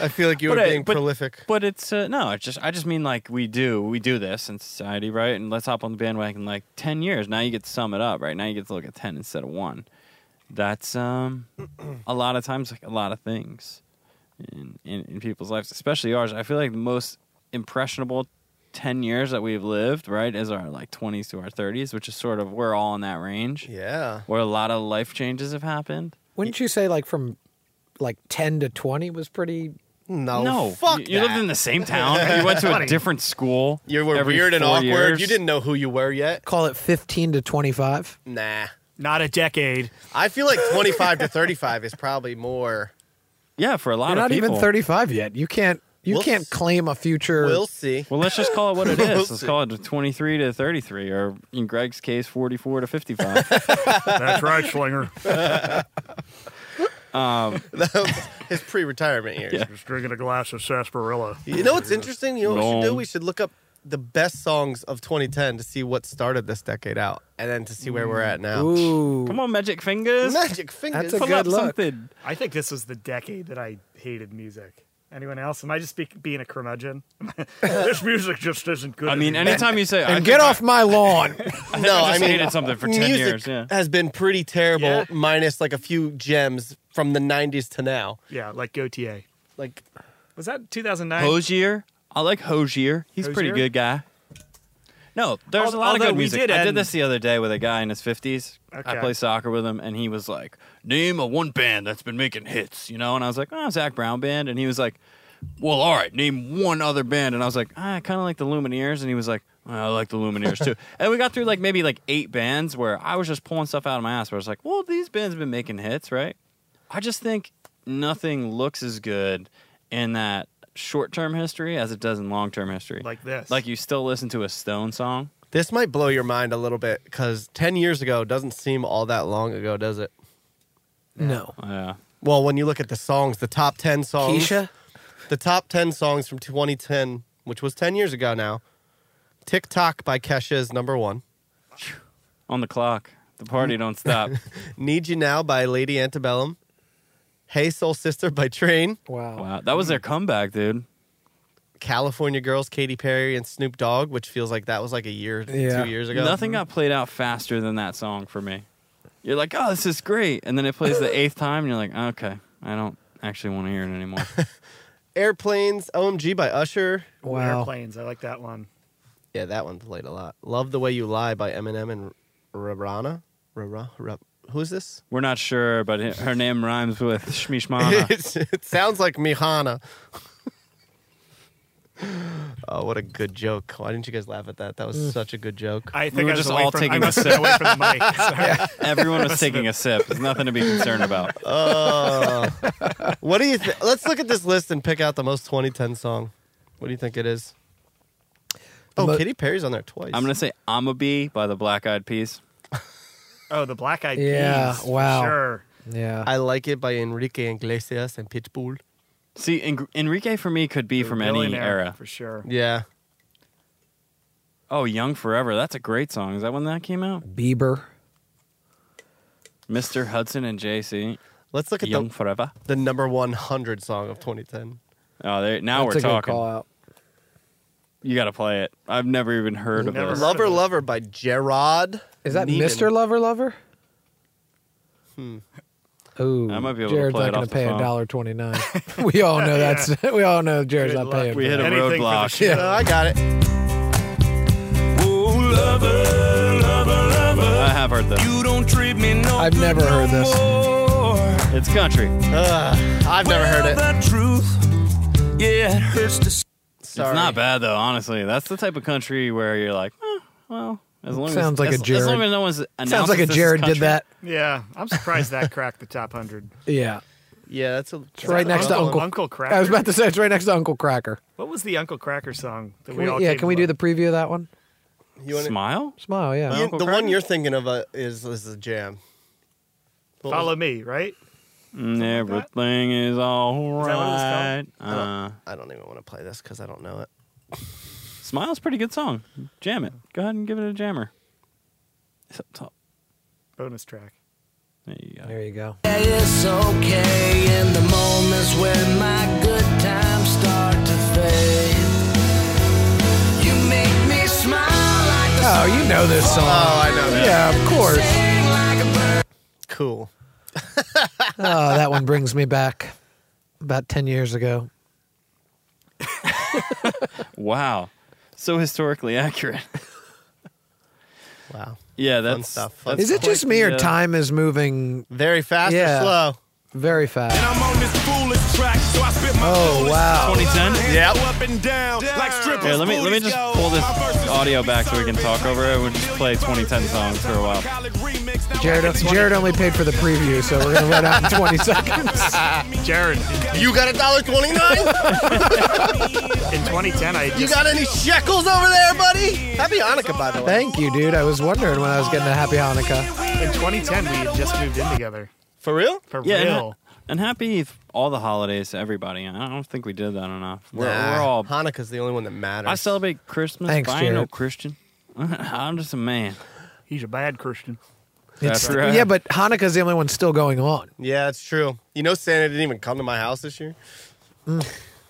[SPEAKER 2] I feel like you were
[SPEAKER 1] But I-
[SPEAKER 2] being
[SPEAKER 1] but-
[SPEAKER 2] prolific.
[SPEAKER 1] but it's uh, no, it's just I just mean like we do we do this in society, right? And let's hop on the bandwagon. Like ten years now, you get to sum it up, right? Now you get to look at ten instead of one. That's um [CLEARS THROAT] a lot of times like a lot of things in, in in people's lives, especially ours. I feel like the most impressionable ten years that we've lived, right, is our like twenties to our thirties, which is sort of we're all in that range
[SPEAKER 2] Yeah.
[SPEAKER 1] where a lot of life changes have happened.
[SPEAKER 3] Wouldn't you say like from like 10 to 20 was pretty
[SPEAKER 2] No,
[SPEAKER 1] no,
[SPEAKER 2] fuck
[SPEAKER 1] you, you
[SPEAKER 2] that.
[SPEAKER 1] lived in the same town. You went to a
[SPEAKER 4] Funny.
[SPEAKER 1] different school.
[SPEAKER 2] You were
[SPEAKER 1] every
[SPEAKER 2] weird and
[SPEAKER 1] four
[SPEAKER 2] awkward.
[SPEAKER 1] years.
[SPEAKER 2] You didn't know who you were yet.
[SPEAKER 3] call it 15 to 25.
[SPEAKER 2] Nah.
[SPEAKER 4] Not a decade.
[SPEAKER 2] I feel like 25 to 35 is probably more.
[SPEAKER 1] Yeah, for a lot
[SPEAKER 3] You're
[SPEAKER 1] of
[SPEAKER 3] not
[SPEAKER 1] people.
[SPEAKER 3] even 35 yet. You can't you
[SPEAKER 2] We'll
[SPEAKER 3] can't
[SPEAKER 2] s-
[SPEAKER 3] claim a future
[SPEAKER 2] We'll see.
[SPEAKER 1] Well, let's just call it
[SPEAKER 2] [LAUGHS]
[SPEAKER 1] what it
[SPEAKER 2] We'll
[SPEAKER 1] is. Let's
[SPEAKER 2] see.
[SPEAKER 1] call it 23 to 33, or in Greg's case, 44 to
[SPEAKER 2] [LAUGHS]
[SPEAKER 4] [LAUGHS]
[SPEAKER 1] 55.
[SPEAKER 4] That's right, Schlinger.
[SPEAKER 1] [LAUGHS] um,
[SPEAKER 2] [LAUGHS] That was his pre-retirement years.
[SPEAKER 1] Yeah.
[SPEAKER 4] Just drinking a glass of sarsaparilla.
[SPEAKER 2] You know what's interesting? You know what we should do?
[SPEAKER 1] Wrong.
[SPEAKER 2] We should look up the best songs of 2010 to see what started this decade out, and then to see where we're at now.
[SPEAKER 3] Ooh.
[SPEAKER 1] come on, Magic Fingers.
[SPEAKER 2] Magic fingers.
[SPEAKER 3] That's a
[SPEAKER 1] Pull
[SPEAKER 3] good
[SPEAKER 1] up
[SPEAKER 3] look.
[SPEAKER 1] something.
[SPEAKER 4] I think this was the decade that I hated music. Anyone else? Am I just speak, being a curmudgeon? [LAUGHS] this music just isn't good.
[SPEAKER 1] I mean,
[SPEAKER 4] anymore.
[SPEAKER 1] anytime you say, I
[SPEAKER 3] And get off my lawn.
[SPEAKER 2] no,
[SPEAKER 1] [LAUGHS] I
[SPEAKER 2] I,
[SPEAKER 1] just
[SPEAKER 2] mean
[SPEAKER 1] hated something for 10
[SPEAKER 2] music
[SPEAKER 1] years, yeah.
[SPEAKER 2] has been pretty terrible,
[SPEAKER 4] Yeah.
[SPEAKER 2] minus like a few gems from the 90s to now.
[SPEAKER 4] yeah, like Gautier.
[SPEAKER 2] Like
[SPEAKER 4] Was that 2009?
[SPEAKER 1] Hosier. I like Hosier. He's a pretty
[SPEAKER 4] Hozier?
[SPEAKER 1] good guy. No, there's
[SPEAKER 4] Al-
[SPEAKER 1] Oh, a lot of
[SPEAKER 4] although
[SPEAKER 1] good
[SPEAKER 4] we
[SPEAKER 1] music.
[SPEAKER 4] did
[SPEAKER 1] I did
[SPEAKER 4] end-
[SPEAKER 1] this the other day with a guy in his 50s. I
[SPEAKER 4] Okay.
[SPEAKER 1] played soccer with him, and he was like, Name a one band that's been making hits, you know? And I was like, Oh, Zach Brown Band. And he was like, Well, all right, name one other band. And I was like, ah, I kind of like the Lumineers. And he was like, "Oh, I like the Lumineers
[SPEAKER 4] [LAUGHS]
[SPEAKER 1] too. and we got through like maybe like eight bands where I was just pulling stuff out of my ass where I was like, Well, these bands have been making hits, right? I just think nothing looks as good in that short term history as it does in long term history.
[SPEAKER 4] Like this.
[SPEAKER 1] Like you still listen to a Stone song.
[SPEAKER 2] this might blow your mind a little bit because 10 years ago doesn't seem all that long ago, does it?
[SPEAKER 3] no.
[SPEAKER 1] Yeah.
[SPEAKER 2] Well, when you look at the songs, the top 10 songs,
[SPEAKER 3] Keisha?
[SPEAKER 2] the top 10 songs from 2010, which was 10 years ago now. TikTok by Kesha is number one.
[SPEAKER 1] On the clock. The party don't stop.
[SPEAKER 2] [LAUGHS] Need You Now by Lady Antebellum. Hey Soul Sister by Train.
[SPEAKER 3] Wow.
[SPEAKER 1] wow. That was their comeback, dude.
[SPEAKER 2] California Girls, Katy Perry, and Snoop Dogg, which feels like that was like a year,
[SPEAKER 3] Yeah.
[SPEAKER 2] two years ago. Mm-hmm.
[SPEAKER 1] Nothing got played out faster than that song for me. You're like, oh, this is great. And then it plays the
[SPEAKER 2] [LAUGHS]
[SPEAKER 1] eighth time, and you're like, okay, I don't actually want to hear it anymore.
[SPEAKER 2] Airplanes, OMG by Usher.
[SPEAKER 3] Wow.
[SPEAKER 4] Airplanes. I like that one.
[SPEAKER 2] Yeah, that one played a lot. Love the Way You Lie by Eminem and Rarana. Rara, Ra- who is this?
[SPEAKER 1] We're not sure, but it- her name rhymes with
[SPEAKER 2] [LAUGHS]
[SPEAKER 1] Shmishmana.
[SPEAKER 2] It's- it sounds like Mihana. [LAUGHS] oh, what a good joke. Why didn't you guys laugh at that? That was such a good joke.
[SPEAKER 4] I think
[SPEAKER 1] were
[SPEAKER 4] I was
[SPEAKER 1] just
[SPEAKER 4] away
[SPEAKER 1] all
[SPEAKER 4] from,
[SPEAKER 1] taking
[SPEAKER 4] I
[SPEAKER 1] a
[SPEAKER 4] must have
[SPEAKER 1] sip.
[SPEAKER 4] been away from
[SPEAKER 1] [LAUGHS]
[SPEAKER 4] the
[SPEAKER 2] [LAUGHS]
[SPEAKER 4] mic. Sorry.
[SPEAKER 1] Everyone was taking a sip. There's nothing to be
[SPEAKER 4] [LAUGHS]
[SPEAKER 2] [LAUGHS]
[SPEAKER 1] concerned about.
[SPEAKER 2] Oh. what do you think? Let's look at this list and pick out the most 2010 song. What do you think it is? Oh,
[SPEAKER 3] Mo-
[SPEAKER 2] Katy Perry's on there twice.
[SPEAKER 1] I'm going to say I'm a Bee by the Black Eyed Peas.
[SPEAKER 4] Oh, the Black Eyed
[SPEAKER 3] Yeah,
[SPEAKER 4] Peas. for
[SPEAKER 3] wow.
[SPEAKER 4] Sure.
[SPEAKER 3] Yeah.
[SPEAKER 2] I like it by Enrique Iglesias and Pitbull.
[SPEAKER 1] See, En- Enrique for me could be
[SPEAKER 4] The
[SPEAKER 1] from any
[SPEAKER 4] Billionaire,
[SPEAKER 1] era.
[SPEAKER 4] For sure.
[SPEAKER 2] Yeah.
[SPEAKER 1] Oh, Young Forever. That's a great song. Is that when that came out?
[SPEAKER 3] Bieber.
[SPEAKER 1] Mr. Hudson and JC.
[SPEAKER 2] Let's look at
[SPEAKER 1] Young
[SPEAKER 2] the,
[SPEAKER 1] Forever.
[SPEAKER 2] the number 100 song of 2010.
[SPEAKER 1] Oh, there, now
[SPEAKER 3] That's
[SPEAKER 1] we're
[SPEAKER 3] a good call
[SPEAKER 1] talking.
[SPEAKER 3] out.
[SPEAKER 1] You got to play it. I've never even heard of
[SPEAKER 4] Never
[SPEAKER 1] this.
[SPEAKER 4] heard.
[SPEAKER 2] Lover Lover by Gerard.
[SPEAKER 3] Is that
[SPEAKER 2] Neiman.
[SPEAKER 3] Mr. Lover Lover? Hmm. Ooh,
[SPEAKER 1] I might be able to
[SPEAKER 3] Jared's
[SPEAKER 1] play
[SPEAKER 3] not
[SPEAKER 1] it
[SPEAKER 3] going to
[SPEAKER 1] off the
[SPEAKER 3] pay a
[SPEAKER 1] phone.
[SPEAKER 3] dollar twenty
[SPEAKER 1] [LAUGHS]
[SPEAKER 3] nine. we all know that's. We all know Jared's
[SPEAKER 4] Good
[SPEAKER 3] not
[SPEAKER 4] luck.
[SPEAKER 3] paying.
[SPEAKER 1] We
[SPEAKER 3] for
[SPEAKER 1] hit a
[SPEAKER 3] that.
[SPEAKER 4] Anything for the
[SPEAKER 1] roadblock.
[SPEAKER 4] show.
[SPEAKER 2] Oh, I got it.
[SPEAKER 1] I have heard this.
[SPEAKER 5] You don't treat me no
[SPEAKER 3] I've never
[SPEAKER 5] good
[SPEAKER 3] heard
[SPEAKER 5] no
[SPEAKER 3] this.
[SPEAKER 5] More.
[SPEAKER 1] It's country.
[SPEAKER 2] Ugh, I've never heard it.
[SPEAKER 5] The truth, yeah, it hurts to s-
[SPEAKER 2] Sorry.
[SPEAKER 1] It's not bad though, honestly. That's the type of country where you're like, eh, well, as long
[SPEAKER 3] Sounds
[SPEAKER 1] as
[SPEAKER 3] like a
[SPEAKER 1] as, as long
[SPEAKER 3] Jared.
[SPEAKER 1] as no one's
[SPEAKER 3] Sounds like a
[SPEAKER 1] announces this is
[SPEAKER 3] Jared did
[SPEAKER 1] country.
[SPEAKER 3] that.
[SPEAKER 4] Yeah. I'm surprised that [LAUGHS] cracked the top 100.
[SPEAKER 3] Yeah,
[SPEAKER 2] Yeah, that's a,
[SPEAKER 3] it's right next to
[SPEAKER 4] Uncle-
[SPEAKER 3] Uncle
[SPEAKER 4] Uncle Cracker?
[SPEAKER 3] I was about to say it's right next to Uncle Cracker.
[SPEAKER 4] What was the Uncle Cracker song that
[SPEAKER 3] Can
[SPEAKER 4] we,
[SPEAKER 3] we-
[SPEAKER 4] all
[SPEAKER 3] yeah,
[SPEAKER 4] came
[SPEAKER 3] can we do
[SPEAKER 4] up
[SPEAKER 3] the preview of that one?
[SPEAKER 2] You wanna,
[SPEAKER 1] Smile.
[SPEAKER 3] Smile. Oh, Yeah.
[SPEAKER 2] you- [LAUGHS]
[SPEAKER 1] Uncle
[SPEAKER 2] the
[SPEAKER 1] Cracker?
[SPEAKER 2] one you're thinking of uh, is is the jam. What was-
[SPEAKER 4] Follow Me, right?
[SPEAKER 1] Mm, Everything is all
[SPEAKER 4] Is that what it was
[SPEAKER 1] right.
[SPEAKER 2] I don't,
[SPEAKER 1] Uh,
[SPEAKER 2] I don't even want to play this because I don't know it.
[SPEAKER 1] Smile's a pretty good song. Jam it. Go ahead and give it a jammer. It's up top.
[SPEAKER 4] Bonus track.
[SPEAKER 1] There you go.
[SPEAKER 3] There you go.
[SPEAKER 5] Yeah, it's okay in the moments when my good times start to fade. You make me smile like the
[SPEAKER 3] Oh, you know this song.
[SPEAKER 2] I know
[SPEAKER 3] yeah, of course.
[SPEAKER 5] sing like a bird.
[SPEAKER 4] [LAUGHS]
[SPEAKER 2] Cool.
[SPEAKER 3] [LAUGHS] Oh, that one brings me back about ten years ago.
[SPEAKER 1] Wow. So historically accurate.
[SPEAKER 2] Wow.
[SPEAKER 1] yeah, that's
[SPEAKER 2] stuff, fun
[SPEAKER 3] Is
[SPEAKER 1] that's
[SPEAKER 3] it just me or
[SPEAKER 1] quite the, uh,
[SPEAKER 3] time is moving?
[SPEAKER 2] Very fast
[SPEAKER 3] Yeah.
[SPEAKER 2] or slow?
[SPEAKER 3] Very fast.
[SPEAKER 6] I'm on
[SPEAKER 2] Oh.
[SPEAKER 6] this foolish track, so I spit my
[SPEAKER 3] Oh, wow.
[SPEAKER 1] 2010.
[SPEAKER 6] Yeah. Up and down, like strippers.
[SPEAKER 1] Here, let me let me
[SPEAKER 6] booties
[SPEAKER 1] just
[SPEAKER 6] go.
[SPEAKER 1] pull this
[SPEAKER 6] My verses
[SPEAKER 1] audio
[SPEAKER 6] be
[SPEAKER 1] back so we can
[SPEAKER 6] serving
[SPEAKER 1] talk over it. We'll just play 2010 songs for a while.
[SPEAKER 3] Jared, Jared only paid for the preview, so we're gonna run out in
[SPEAKER 1] [LAUGHS]
[SPEAKER 3] 20 seconds.
[SPEAKER 4] [LAUGHS] Jared,
[SPEAKER 2] You got a dollar twenty nine?
[SPEAKER 4] [LAUGHS] in 2010, I
[SPEAKER 2] You
[SPEAKER 4] just
[SPEAKER 2] got any shekels over there, buddy? Happy Hanukkah, by the way.
[SPEAKER 3] Thank you, dude. I was wondering when I was getting a happy Hanukkah.
[SPEAKER 4] in 2010 we had just moved in together
[SPEAKER 2] For real?
[SPEAKER 4] for
[SPEAKER 1] Yeah, and,
[SPEAKER 4] real.
[SPEAKER 1] and happy f- all the holidays to everybody. I don't think we did that enough. We're,
[SPEAKER 2] Nah,
[SPEAKER 1] we're all.
[SPEAKER 2] Hanukkah's the only one that matters.
[SPEAKER 1] I celebrate Christmas.
[SPEAKER 3] Thanks,
[SPEAKER 1] but I ain't no
[SPEAKER 3] Jared.
[SPEAKER 1] Christian. [LAUGHS] I'm just a man.
[SPEAKER 4] He's a bad Christian.
[SPEAKER 1] That's right.
[SPEAKER 3] Yeah, but Hanukkah's the only one still going on.
[SPEAKER 2] Yeah, it's true. You know, Santa didn't even come to my house this year.
[SPEAKER 3] Mm,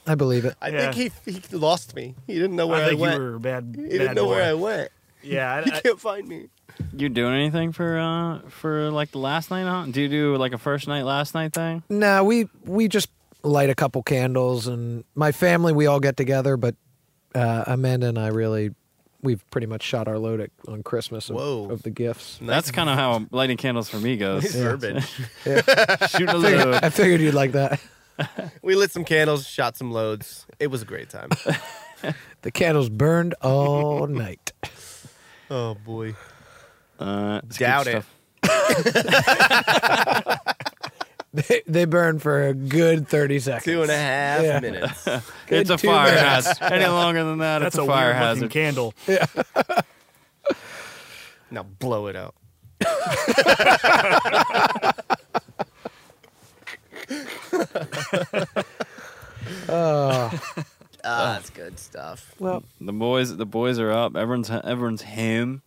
[SPEAKER 3] I believe it.
[SPEAKER 2] I
[SPEAKER 4] Yeah.
[SPEAKER 2] think he, he lost me. He didn't know where
[SPEAKER 4] I
[SPEAKER 2] I,
[SPEAKER 4] think
[SPEAKER 2] went.
[SPEAKER 4] you were a bad,
[SPEAKER 2] he didn't
[SPEAKER 4] bad
[SPEAKER 2] know
[SPEAKER 4] boy.
[SPEAKER 2] where I went.
[SPEAKER 4] yeah,
[SPEAKER 2] [LAUGHS] He
[SPEAKER 4] I, I,
[SPEAKER 2] can't find me.
[SPEAKER 1] You doing anything for uh for like the last night? Huh? Do you do like a first night, last night thing?
[SPEAKER 3] Nah, we we just light a couple candles, and my family we all get together. But uh, Amanda and I really, we've pretty much shot our load at, on Christmas of,
[SPEAKER 2] Whoa.
[SPEAKER 3] of the gifts.
[SPEAKER 1] That's kind of how lighting candles for
[SPEAKER 2] [LAUGHS]
[SPEAKER 1] me goes. [LAUGHS]
[SPEAKER 2] Urban.
[SPEAKER 1] Shoot a little.
[SPEAKER 3] I figured you'd like that.
[SPEAKER 2] we lit some candles, shot some loads. It was a great
[SPEAKER 1] [LAUGHS]
[SPEAKER 2] time.
[SPEAKER 3] The candles burned all [LAUGHS] night.
[SPEAKER 2] oh boy.
[SPEAKER 1] Uh, it's good
[SPEAKER 2] Doubt it.
[SPEAKER 1] stuff.
[SPEAKER 3] [LAUGHS] They, they burned for a good thirty seconds.
[SPEAKER 2] Two and a half
[SPEAKER 3] Yeah. [LAUGHS]
[SPEAKER 2] minutes.
[SPEAKER 3] Good
[SPEAKER 1] it's a
[SPEAKER 3] two
[SPEAKER 1] fire
[SPEAKER 3] minutes.
[SPEAKER 1] hazard. Any longer than that,
[SPEAKER 4] that's
[SPEAKER 1] it's
[SPEAKER 4] a
[SPEAKER 1] a fire
[SPEAKER 4] weird looking
[SPEAKER 1] hazard.
[SPEAKER 2] [LAUGHS]
[SPEAKER 4] candle.
[SPEAKER 2] Now blow it
[SPEAKER 4] [LAUGHS]
[SPEAKER 2] out. Ah, that's good stuff.
[SPEAKER 3] Well,
[SPEAKER 1] The boys, the boys are up. Everyone's everyone's him.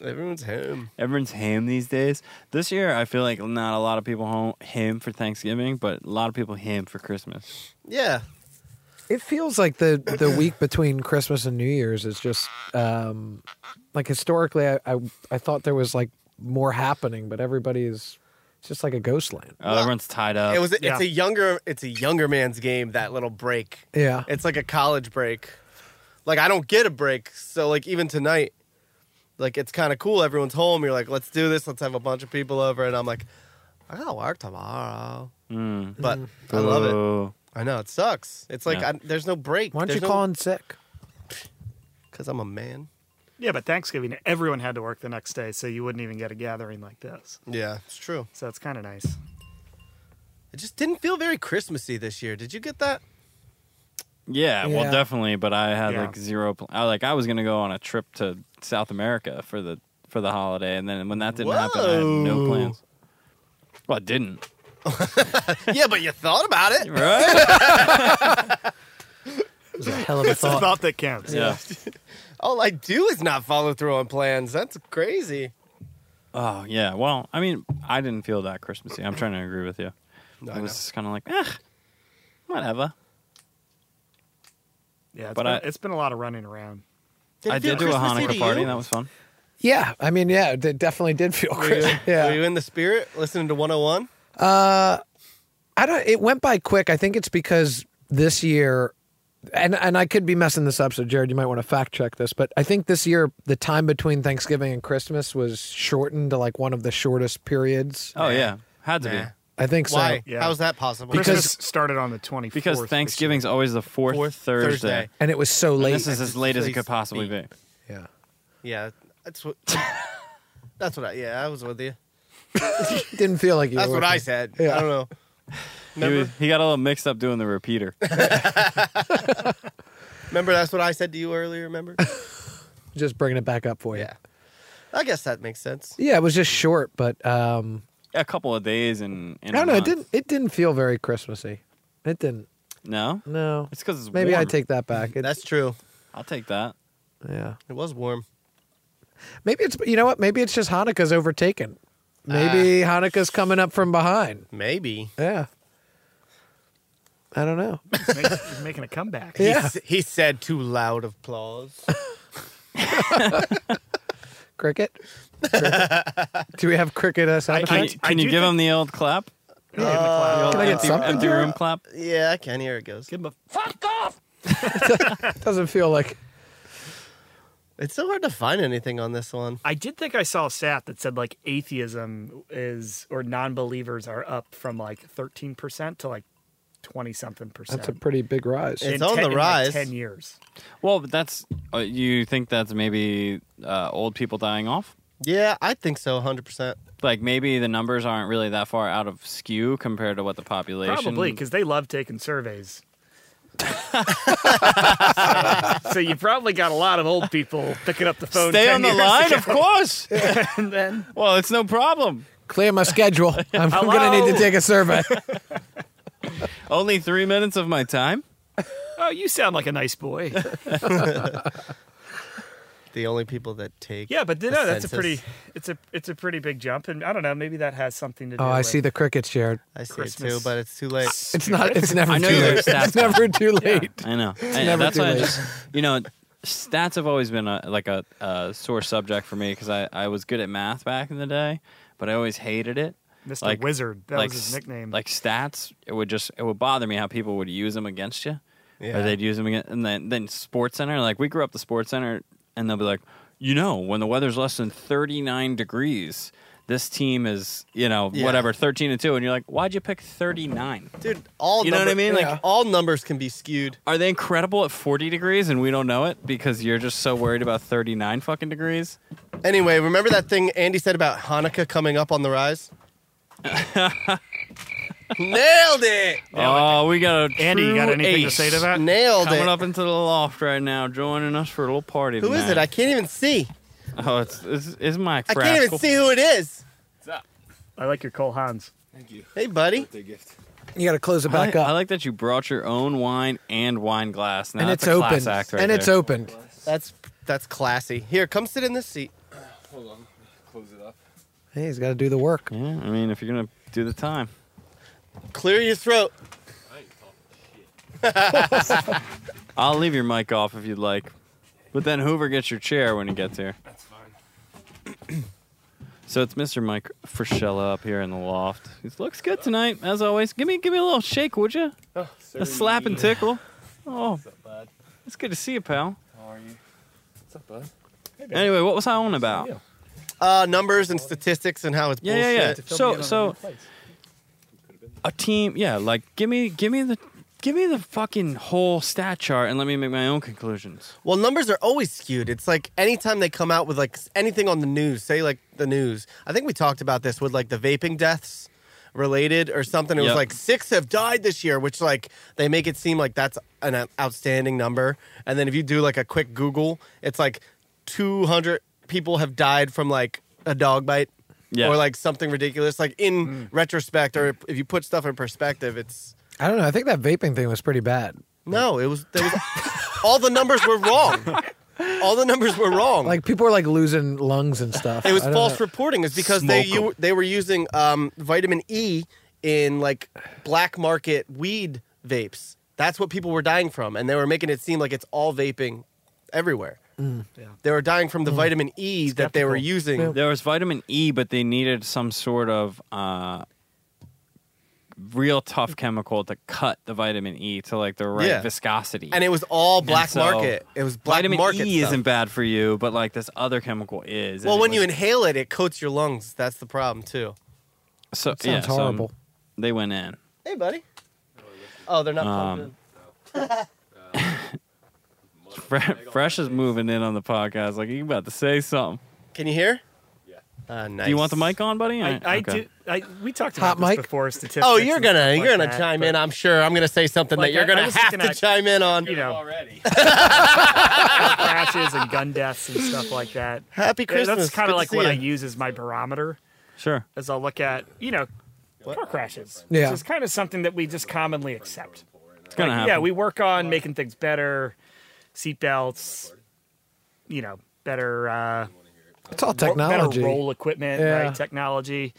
[SPEAKER 2] Everyone's home.
[SPEAKER 1] Everyone's him these days. This year, I feel like not a lot of people home him for Thanksgiving, but a lot of people him for Christmas.
[SPEAKER 2] Yeah.
[SPEAKER 3] It feels like the the week between Christmas and New Year's is just um, like historically, I, I I thought there was like more happening, but everybody's it's just like a ghost land.
[SPEAKER 1] Uh, everyone's tied up.
[SPEAKER 2] It was
[SPEAKER 4] yeah.
[SPEAKER 2] it's a younger it's a younger man's game, that little break.
[SPEAKER 3] Yeah,
[SPEAKER 2] It's like a college break. Like I don't get a break, so like even tonight, like it's kind of cool. Everyone's home. You're like, let's do this. Let's have a bunch of people over, and I'm like, I gotta work tomorrow.
[SPEAKER 1] Mm.
[SPEAKER 2] But I love it.
[SPEAKER 1] Boo.
[SPEAKER 2] I know it sucks. It's like
[SPEAKER 1] Yeah.
[SPEAKER 2] I, there's no break.
[SPEAKER 3] why don't you call in sick?
[SPEAKER 2] Because I'm a man.
[SPEAKER 4] Yeah, but Thanksgiving, everyone had to work the next day, so you wouldn't even get a gathering like this.
[SPEAKER 2] Yeah, it's true.
[SPEAKER 4] So it's kind of nice.
[SPEAKER 2] It just didn't feel very Christmassy this year. Did you get that?
[SPEAKER 1] Yeah,
[SPEAKER 3] Yeah.
[SPEAKER 1] well, definitely. But I had
[SPEAKER 4] Yeah.
[SPEAKER 1] like zero. Pl- I like I was gonna go on a trip to South America for the for the holiday, and then when that didn't happen, I had no
[SPEAKER 2] Whoa.
[SPEAKER 1] plans. Well, I didn't.
[SPEAKER 2] yeah, but you thought about it.
[SPEAKER 1] Right? [LAUGHS]
[SPEAKER 3] Hell of a
[SPEAKER 4] It's the
[SPEAKER 3] thought.
[SPEAKER 4] thought that counts.
[SPEAKER 1] yeah.
[SPEAKER 2] All I do is not follow through on plans. That's crazy.
[SPEAKER 1] Oh yeah. Well, I mean, I didn't feel that Christmassy. I'm trying to agree with you.
[SPEAKER 2] No,
[SPEAKER 1] I
[SPEAKER 2] I
[SPEAKER 1] was
[SPEAKER 2] know.
[SPEAKER 1] just kind of like, eh, whatever.
[SPEAKER 4] yeah. It's
[SPEAKER 1] But
[SPEAKER 4] been,
[SPEAKER 1] I-
[SPEAKER 4] it's been a lot of running around.
[SPEAKER 2] it
[SPEAKER 1] I
[SPEAKER 2] feel
[SPEAKER 1] did do a
[SPEAKER 2] Christmassy to
[SPEAKER 1] Hanukkah
[SPEAKER 2] you?
[SPEAKER 1] party. That was fun.
[SPEAKER 3] Yeah, I mean, yeah, it definitely did feel
[SPEAKER 2] Were
[SPEAKER 3] [LAUGHS]
[SPEAKER 2] you,
[SPEAKER 3] Christmas. Yeah, Uh,
[SPEAKER 2] were you in the spirit listening to 101?
[SPEAKER 3] I don't. It went by quick. I think it's because this year, and and I could be messing this up. So Jared, you might want to fact check this. But I think this year the time between Thanksgiving and Christmas was shortened to like one of the shortest periods.
[SPEAKER 1] Oh yeah, had to
[SPEAKER 2] Nah.
[SPEAKER 1] be
[SPEAKER 3] I think so.
[SPEAKER 2] Why?
[SPEAKER 4] Yeah.
[SPEAKER 2] How's that possible?
[SPEAKER 4] Christmas started on the 24th.
[SPEAKER 1] because
[SPEAKER 4] which-
[SPEAKER 1] Thanksgiving's always the fourth,
[SPEAKER 2] Fourth
[SPEAKER 1] Thursday.
[SPEAKER 2] Thursday.
[SPEAKER 3] And it was so
[SPEAKER 1] And
[SPEAKER 3] late.
[SPEAKER 1] this is as late as it could
[SPEAKER 2] Thursday.
[SPEAKER 1] possibly be.
[SPEAKER 3] yeah.
[SPEAKER 2] Yeah, that's what. that's what I. Yeah, I was with you.
[SPEAKER 3] Didn't feel like you.
[SPEAKER 2] That's
[SPEAKER 3] were
[SPEAKER 2] what I
[SPEAKER 3] working.
[SPEAKER 2] said.
[SPEAKER 3] Yeah.
[SPEAKER 2] I don't know.
[SPEAKER 1] He, was,
[SPEAKER 2] Remember,
[SPEAKER 1] he got a little mixed up doing the repeater.
[SPEAKER 2] remember that's what I said to you earlier. Remember?
[SPEAKER 3] Just bringing it back up for you.
[SPEAKER 2] yeah. I guess that makes sense.
[SPEAKER 3] Yeah, it was just short, but um,
[SPEAKER 1] a couple of days and,
[SPEAKER 3] I
[SPEAKER 1] and
[SPEAKER 3] don't know. It didn't. It didn't feel very Christmassy. It didn't.
[SPEAKER 1] No,
[SPEAKER 3] No.
[SPEAKER 1] it's because it's
[SPEAKER 3] Maybe I
[SPEAKER 1] warm.
[SPEAKER 3] take that back. It,
[SPEAKER 2] That's true.
[SPEAKER 1] I'll take that.
[SPEAKER 3] yeah.
[SPEAKER 2] It was warm.
[SPEAKER 3] Maybe it's you know what? Maybe it's just Hanukkah's overtaken. Maybe Hanukkah's coming up from behind.
[SPEAKER 2] Maybe.
[SPEAKER 3] Yeah. I don't
[SPEAKER 1] [LAUGHS]
[SPEAKER 3] know.
[SPEAKER 4] he's making, he's making a comeback.
[SPEAKER 3] Yeah.
[SPEAKER 2] He, s- he said too loud applause.
[SPEAKER 3] [LAUGHS] Cricket. Do we have cricket as sound
[SPEAKER 1] Can,
[SPEAKER 4] I-
[SPEAKER 3] effect?
[SPEAKER 1] can
[SPEAKER 4] I
[SPEAKER 1] you
[SPEAKER 4] do
[SPEAKER 1] give
[SPEAKER 4] think-
[SPEAKER 1] him the old clap?
[SPEAKER 4] Yeah, in the cloud.
[SPEAKER 3] I
[SPEAKER 1] The old
[SPEAKER 3] get
[SPEAKER 1] empty,
[SPEAKER 3] something?
[SPEAKER 1] empty room clap?
[SPEAKER 2] yeah, I can. Here it goes.
[SPEAKER 4] Give him a
[SPEAKER 3] Doesn't feel like
[SPEAKER 2] It's so hard to find anything on this one.
[SPEAKER 4] I did think I saw a stat that said like atheism is or non-believers are up from like 13% to like 20 something percent.
[SPEAKER 3] That's a pretty big rise.
[SPEAKER 2] It's
[SPEAKER 4] in
[SPEAKER 2] on
[SPEAKER 4] ten-
[SPEAKER 2] the
[SPEAKER 4] in, like,
[SPEAKER 2] rise.
[SPEAKER 4] 10 years.
[SPEAKER 1] Well, but that's uh, you think that's maybe uh, old people dying off.
[SPEAKER 2] Yeah, I think so, 100%.
[SPEAKER 1] Like maybe the numbers aren't really that far out of skew compared to what the population.
[SPEAKER 4] Probably because they love taking
[SPEAKER 1] [LAUGHS]
[SPEAKER 4] surveys. so, so you probably got a lot of old people picking up the phone.
[SPEAKER 1] Stay
[SPEAKER 4] 10
[SPEAKER 1] on the
[SPEAKER 4] years
[SPEAKER 1] line,
[SPEAKER 4] ago,
[SPEAKER 1] of course.
[SPEAKER 4] and then
[SPEAKER 1] well, it's no problem.
[SPEAKER 3] Clear my
[SPEAKER 1] [LAUGHS]
[SPEAKER 3] schedule. I'm, I'm going to need
[SPEAKER 4] Hello?
[SPEAKER 3] to take a survey.
[SPEAKER 1] Only three minutes of my time.
[SPEAKER 4] oh, you sound like a [LAUGHS] nice
[SPEAKER 2] [LAUGHS]
[SPEAKER 4] boy. [LAUGHS]
[SPEAKER 2] The only people that take.
[SPEAKER 4] Yeah, but
[SPEAKER 2] the
[SPEAKER 4] no, that's a pretty
[SPEAKER 2] census.
[SPEAKER 4] it's a it's a pretty big jump, and I don't know, maybe that has something to do.
[SPEAKER 3] Oh, I
[SPEAKER 4] with-
[SPEAKER 3] see the crickets, Jared.
[SPEAKER 2] I see it too,
[SPEAKER 4] Christmas.
[SPEAKER 2] but it's too late.
[SPEAKER 3] [LAUGHS] It's not. It's never
[SPEAKER 1] I
[SPEAKER 3] too
[SPEAKER 1] know there's
[SPEAKER 3] late. [LAUGHS]
[SPEAKER 1] stats.
[SPEAKER 3] It's never too late.
[SPEAKER 1] I know. I-
[SPEAKER 3] never
[SPEAKER 1] that's
[SPEAKER 3] too
[SPEAKER 1] why I
[SPEAKER 3] late.
[SPEAKER 1] just, you know, stats have always been a, like a, a sore subject for me because I, I was good at math back in the day, but I always hated it.
[SPEAKER 4] Mr.
[SPEAKER 1] like-
[SPEAKER 4] Wizard. That
[SPEAKER 1] like
[SPEAKER 4] was his
[SPEAKER 1] s-
[SPEAKER 4] nickname.
[SPEAKER 1] Like stats, it would just it would bother me how people would use them against you, or
[SPEAKER 2] Yeah.
[SPEAKER 1] they'd use them again. And then then Sports Center, like we grew up the Sports Center, and they'll be like, you know, when the weather's less than thirty nine degrees. This team is, you know,
[SPEAKER 2] Yeah.
[SPEAKER 1] whatever, thirteen and two, and you're like, why'd you pick thirty nine?
[SPEAKER 2] Dude, all
[SPEAKER 1] You know what I
[SPEAKER 2] number-
[SPEAKER 1] mean? Like-
[SPEAKER 2] yeah. all numbers can be skewed.
[SPEAKER 1] Are they incredible at forty degrees and we don't know it because you're just so worried about thirty nine fucking degrees?
[SPEAKER 2] Anyway, remember that thing Andy said about Hanukkah coming up on the rise?
[SPEAKER 6] [LAUGHS]
[SPEAKER 2] Nailed it!
[SPEAKER 1] Oh, we got a
[SPEAKER 4] Andy, you got
[SPEAKER 1] true
[SPEAKER 4] anything to
[SPEAKER 1] ace
[SPEAKER 4] say to that?
[SPEAKER 2] Nailed
[SPEAKER 1] Coming
[SPEAKER 2] it.
[SPEAKER 1] up into the loft right now, joining us for a little party.
[SPEAKER 2] Who is it? I can't even see.
[SPEAKER 1] Oh, it's it's, it's Mike.
[SPEAKER 2] I can't even
[SPEAKER 1] Fraskel.
[SPEAKER 2] see who it is.
[SPEAKER 4] I like
[SPEAKER 2] [LAUGHS]
[SPEAKER 4] your [LAUGHS] Cole Hans.
[SPEAKER 6] Thank you.
[SPEAKER 2] Hey, buddy.
[SPEAKER 6] Birthday gift.
[SPEAKER 3] You got to close it
[SPEAKER 1] I
[SPEAKER 3] back
[SPEAKER 1] like,
[SPEAKER 3] up.
[SPEAKER 1] I like that you brought your own wine and wine glass. Now
[SPEAKER 3] and
[SPEAKER 1] that's
[SPEAKER 3] it's
[SPEAKER 1] a
[SPEAKER 3] open.
[SPEAKER 1] class act right
[SPEAKER 3] and it's
[SPEAKER 1] there.
[SPEAKER 3] opened.
[SPEAKER 2] That's that's classy. Here, come sit in this seat.
[SPEAKER 6] Hold on. Close it up.
[SPEAKER 3] Hey, he's got to do the work.
[SPEAKER 1] Yeah, I mean, if you're gonna do the time,
[SPEAKER 2] Clear your throat.
[SPEAKER 1] I'll leave your mic off if you'd like. But then Hoover gets your chair when he gets here.
[SPEAKER 6] That's fine.
[SPEAKER 1] So it's Mr. Mike Frischella up here in the loft. He looks good tonight, as always. Give me give me a little shake, would you?
[SPEAKER 6] Oh,
[SPEAKER 1] A slap and tickle. Oh,
[SPEAKER 6] What's up, bud?
[SPEAKER 1] it's good to see you, pal.
[SPEAKER 6] How are you? What's up, bud?
[SPEAKER 1] Anyway, what was I on about?
[SPEAKER 6] Yeah.
[SPEAKER 2] Uh, numbers and statistics and how it's
[SPEAKER 1] Yeah, yeah,
[SPEAKER 2] bullshit.
[SPEAKER 1] yeah. So, so a team yeah like give me give me the give me the fucking whole stat chart and let me make my own conclusions
[SPEAKER 2] Well, numbers are always skewed. It's like anytime they come out with like s- anything on the news, say like the news. I think we talked about this with like the vaping deaths related or something. It was
[SPEAKER 1] Yep.
[SPEAKER 2] like six have died this year, which like they make it seem like that's an out- outstanding number. And then if you do like a quick Google, it's like 200 people have died from like a dog bite.
[SPEAKER 1] Yeah.
[SPEAKER 2] Or like something ridiculous. Like in retrospect, or if you put stuff in perspective, it's
[SPEAKER 3] I don't know. I think that vaping thing was pretty bad.
[SPEAKER 2] no. It was, there was all the numbers were wrong. All the numbers were wrong.
[SPEAKER 3] Like people were like losing lungs and stuff.
[SPEAKER 2] It was
[SPEAKER 3] I don't
[SPEAKER 2] false
[SPEAKER 3] know.
[SPEAKER 2] reporting. It's because they
[SPEAKER 1] Smoke 'em.
[SPEAKER 2] you, they were using um, vitamin E in like black market weed vapes. That's what people were dying from, and they were making it seem like it's all vaping everywhere.
[SPEAKER 3] Mm.
[SPEAKER 4] Yeah.
[SPEAKER 2] They were dying from the vitamin E that they were
[SPEAKER 4] Skeptical.
[SPEAKER 2] using.
[SPEAKER 1] there was vitamin e but they needed some sort of uh real tough chemical to cut the vitamin e to like the right
[SPEAKER 2] Yeah.
[SPEAKER 1] viscosity
[SPEAKER 2] And it was all black
[SPEAKER 1] so,
[SPEAKER 2] market. It was black
[SPEAKER 1] vitamin
[SPEAKER 2] market.
[SPEAKER 1] e
[SPEAKER 2] stuff.
[SPEAKER 1] isn't bad for you but like this other chemical is
[SPEAKER 2] well,
[SPEAKER 1] and it
[SPEAKER 2] when you
[SPEAKER 1] was-
[SPEAKER 2] inhale it, it coats your lungs. That's the problem too.
[SPEAKER 1] so,
[SPEAKER 3] That sounds
[SPEAKER 1] yeah, so
[SPEAKER 3] horrible.
[SPEAKER 1] they went in
[SPEAKER 2] Hey, buddy. Oh, they're not plugged
[SPEAKER 1] Um,
[SPEAKER 2] in. [LAUGHS]
[SPEAKER 1] Fre- fresh is moving in on the podcast like you about to say something
[SPEAKER 2] Can you hear? Yeah. Uh, nice.
[SPEAKER 1] do you want the mic on buddy
[SPEAKER 4] I, I
[SPEAKER 1] Okay.
[SPEAKER 4] do. I, we talked
[SPEAKER 3] Hot
[SPEAKER 4] about this
[SPEAKER 3] mic?
[SPEAKER 4] before statistics.
[SPEAKER 2] Oh, you're
[SPEAKER 4] and
[SPEAKER 2] gonna
[SPEAKER 4] stuff
[SPEAKER 2] you're
[SPEAKER 4] like
[SPEAKER 2] gonna
[SPEAKER 4] that,
[SPEAKER 2] chime
[SPEAKER 4] but,
[SPEAKER 2] in. I'm sure. I'm gonna say something
[SPEAKER 4] Like,
[SPEAKER 2] that you're
[SPEAKER 4] I- I
[SPEAKER 2] gonna
[SPEAKER 4] was
[SPEAKER 2] have
[SPEAKER 4] looking
[SPEAKER 2] to
[SPEAKER 4] at-
[SPEAKER 2] chime in on.
[SPEAKER 4] You know, [LAUGHS]
[SPEAKER 1] already
[SPEAKER 4] crashes and gun deaths and stuff like that.
[SPEAKER 2] Happy
[SPEAKER 4] Yeah,
[SPEAKER 2] Christmas.
[SPEAKER 4] That's kind
[SPEAKER 2] Good
[SPEAKER 4] of
[SPEAKER 2] to
[SPEAKER 4] like
[SPEAKER 2] see
[SPEAKER 4] what
[SPEAKER 2] ya.
[SPEAKER 4] I use as my barometer,
[SPEAKER 1] sure
[SPEAKER 4] as I'll look at you know car crashes.
[SPEAKER 3] Yeah.
[SPEAKER 4] which is kind of something that we just commonly accept.
[SPEAKER 1] it's gonna happen
[SPEAKER 4] Yeah, we work on making things better, seatbelts, you know, better uh,
[SPEAKER 3] It's all
[SPEAKER 4] ro-
[SPEAKER 3] technology.
[SPEAKER 4] better roll equipment,
[SPEAKER 3] Yeah.
[SPEAKER 4] right? Technology,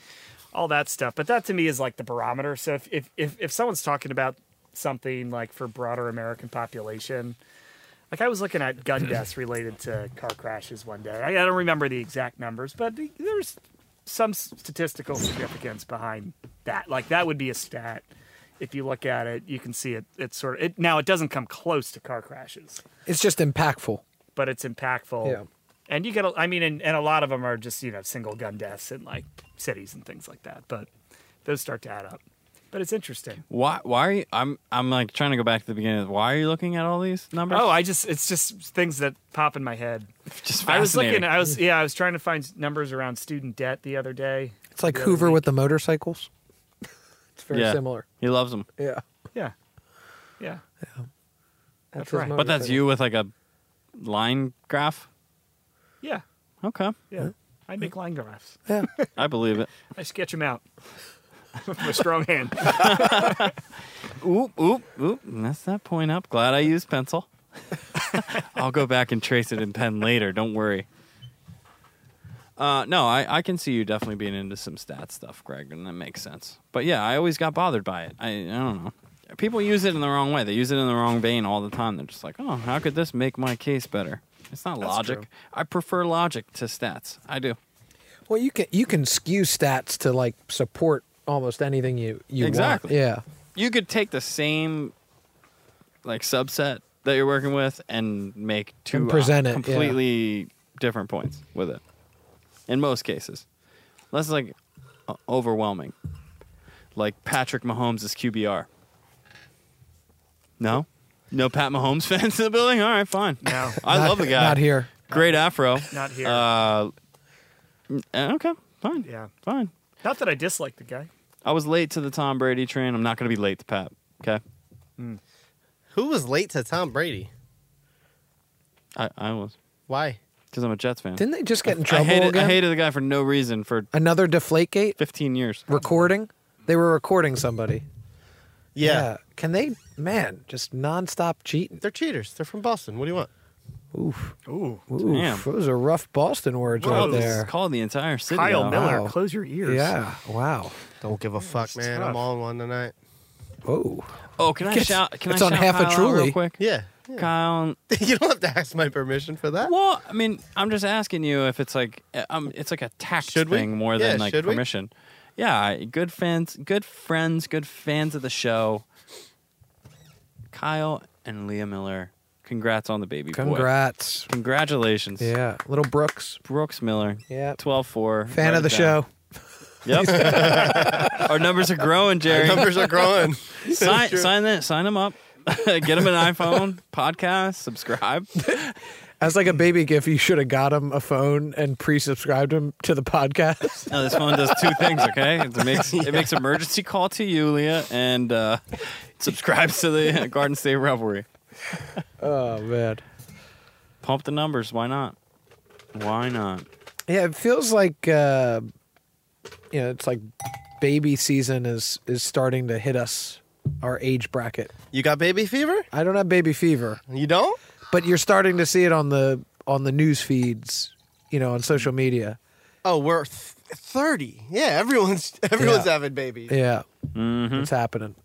[SPEAKER 4] all that stuff. But that to me is like the barometer. So if if if, if someone's talking about something like for broader American population. Like I was looking at gun deaths related to car crashes one day. I I don't remember the exact numbers, but there's some statistical significance behind that. Like that would be a stat. If you look at it, you can see it. It's sort of it, now. It doesn't come close to car crashes,
[SPEAKER 3] It's just impactful.
[SPEAKER 4] but but it's impactful.
[SPEAKER 3] Yeah.
[SPEAKER 4] And you get, a- I mean, and, and a lot of them are just, you know, single gun deaths in like cities and things like that. But those start to add up. But it's interesting.
[SPEAKER 1] Why? Why are you? I'm. I'm like trying to go back to the beginning. Why are you looking at all these numbers?
[SPEAKER 4] Oh, I just, it's just things that pop in my head.
[SPEAKER 1] [LAUGHS] just
[SPEAKER 4] I was looking,
[SPEAKER 1] fascinating.
[SPEAKER 4] I was, yeah, I was trying to find numbers around student debt the other day.
[SPEAKER 3] It's like
[SPEAKER 4] The other
[SPEAKER 3] Hoover
[SPEAKER 4] week.
[SPEAKER 3] with the motorcycles. [LAUGHS] It's very
[SPEAKER 1] Yeah.
[SPEAKER 3] similar.
[SPEAKER 1] He loves them,
[SPEAKER 3] Yeah.
[SPEAKER 4] Yeah. Yeah. That's
[SPEAKER 3] his
[SPEAKER 4] right.
[SPEAKER 1] but that's
[SPEAKER 3] motorcycle.
[SPEAKER 1] you with like a line graph.
[SPEAKER 4] Yeah.
[SPEAKER 1] Okay,
[SPEAKER 4] Yeah. I make line graphs.
[SPEAKER 3] Yeah.
[SPEAKER 1] I believe it.
[SPEAKER 4] I sketch them out [LAUGHS] with my strong hand.
[SPEAKER 1] Oop, oop, oop. And that's that point up. Glad I used pencil. I'll go back and trace it in pen later. Don't worry. Uh, no, I, I can see you definitely being into some stat stuff, Greg, and that makes sense. But yeah, I always got bothered by it. I, I don't know. People use it in the wrong way. They use it in the wrong vein all the time. They're just like, oh, how could this make my case better? It's not logic.
[SPEAKER 4] true.
[SPEAKER 1] I prefer logic to stats. I do.
[SPEAKER 3] Well, you can you can skew stats to like support almost anything you you want.
[SPEAKER 1] Exactly.
[SPEAKER 3] Yeah.
[SPEAKER 1] you could take the same like subset that you're working with and make two
[SPEAKER 3] And present it,
[SPEAKER 1] completely different points with it. In most cases, unless it's like o- overwhelming, like Patrick Mahomes is QBR. No, no Pat Mahomes [LAUGHS] fans in the building. All right, fine.
[SPEAKER 4] No,
[SPEAKER 1] I
[SPEAKER 3] Not-
[SPEAKER 1] love the guy.
[SPEAKER 3] Not here.
[SPEAKER 1] Great afro.
[SPEAKER 4] not here.
[SPEAKER 1] Uh, n- okay, [LAUGHS] fine.
[SPEAKER 4] yeah.
[SPEAKER 1] fine.
[SPEAKER 4] Not that I dislike the guy.
[SPEAKER 1] I was late to the Tom Brady train. I'm not going to be late to Pat. Okay.
[SPEAKER 4] Hmm.
[SPEAKER 2] Who was late to Tom Brady?
[SPEAKER 1] I, I was
[SPEAKER 2] Why?
[SPEAKER 1] because I'm a Jets fan.
[SPEAKER 3] Didn't they just get in
[SPEAKER 1] I
[SPEAKER 3] trouble
[SPEAKER 1] hated,
[SPEAKER 3] again?
[SPEAKER 1] I hated the guy for no reason for
[SPEAKER 3] Another Deflategate
[SPEAKER 1] 15 years.
[SPEAKER 3] recording. They were recording somebody.
[SPEAKER 2] Yeah.
[SPEAKER 3] Can they, man, just nonstop cheating?
[SPEAKER 2] They're cheaters. They're from Boston. What do you want?
[SPEAKER 3] Oof.
[SPEAKER 4] Ooh.
[SPEAKER 3] Oof.
[SPEAKER 1] Damn.
[SPEAKER 3] Those are rough Boston words
[SPEAKER 1] Oh,
[SPEAKER 3] right
[SPEAKER 1] this is
[SPEAKER 3] there.
[SPEAKER 1] called the entire city.
[SPEAKER 4] Kyle
[SPEAKER 1] out.
[SPEAKER 4] Miller,
[SPEAKER 3] Wow.
[SPEAKER 4] close your ears.
[SPEAKER 3] Yeah. Wow.
[SPEAKER 2] Don't give a fuck, man.
[SPEAKER 4] tough.
[SPEAKER 2] I'm all in one tonight.
[SPEAKER 3] Whoa.
[SPEAKER 1] Oh, can I
[SPEAKER 3] It's-
[SPEAKER 1] shout? Can
[SPEAKER 3] it's
[SPEAKER 1] I
[SPEAKER 3] on
[SPEAKER 1] shout
[SPEAKER 3] half a
[SPEAKER 1] Kyle out real
[SPEAKER 3] Truly.
[SPEAKER 1] quick?
[SPEAKER 2] Yeah. yeah.
[SPEAKER 1] Kyle.
[SPEAKER 2] [LAUGHS] you don't have to ask my permission for that.
[SPEAKER 1] Well, I mean, I'm just asking you if it's like uh, um, it's like a tact
[SPEAKER 2] Should we?
[SPEAKER 1] thing more than
[SPEAKER 2] Yeah,
[SPEAKER 1] like
[SPEAKER 2] should we?
[SPEAKER 1] permission. Yeah, I- good fans, good friends, good fans of the show. Kyle and Leah Miller, congrats on the baby boy.
[SPEAKER 3] Congrats.
[SPEAKER 1] Congratulations.
[SPEAKER 3] Yeah. Little Brooks.
[SPEAKER 1] Brooks Miller.
[SPEAKER 3] Yeah.
[SPEAKER 1] 12 4.
[SPEAKER 3] Fan of the show.
[SPEAKER 1] Yep. [LAUGHS] Our numbers are growing, Jerry.
[SPEAKER 2] Numbers are
[SPEAKER 1] [LAUGHS]
[SPEAKER 2] growing.
[SPEAKER 1] sign, sign, that, sign them up. [LAUGHS] Get them an iPhone, [LAUGHS] podcast, subscribe.
[SPEAKER 3] As like a baby gift, you should have got him a phone and pre-subscribed him to the podcast.
[SPEAKER 1] No, this phone does two things, okay? It [LAUGHS] makes, it makes emergency call to you, Leah, and uh, subscribes to the [LAUGHS] Garden State Revelry.
[SPEAKER 3] oh man.
[SPEAKER 1] Pump the numbers. Why not? Why not?
[SPEAKER 3] Yeah, it feels like uh, you know, it's like baby season is is starting to hit us our age bracket.
[SPEAKER 2] You got baby fever?
[SPEAKER 3] I don't have baby fever,
[SPEAKER 2] You don't?
[SPEAKER 3] but you're starting to see it on the on the news feeds, you know, on social media.
[SPEAKER 2] Oh, we're th- 30. Yeah, everyone's everyone's
[SPEAKER 3] Yeah.
[SPEAKER 2] having babies.
[SPEAKER 3] Yeah, it's happening.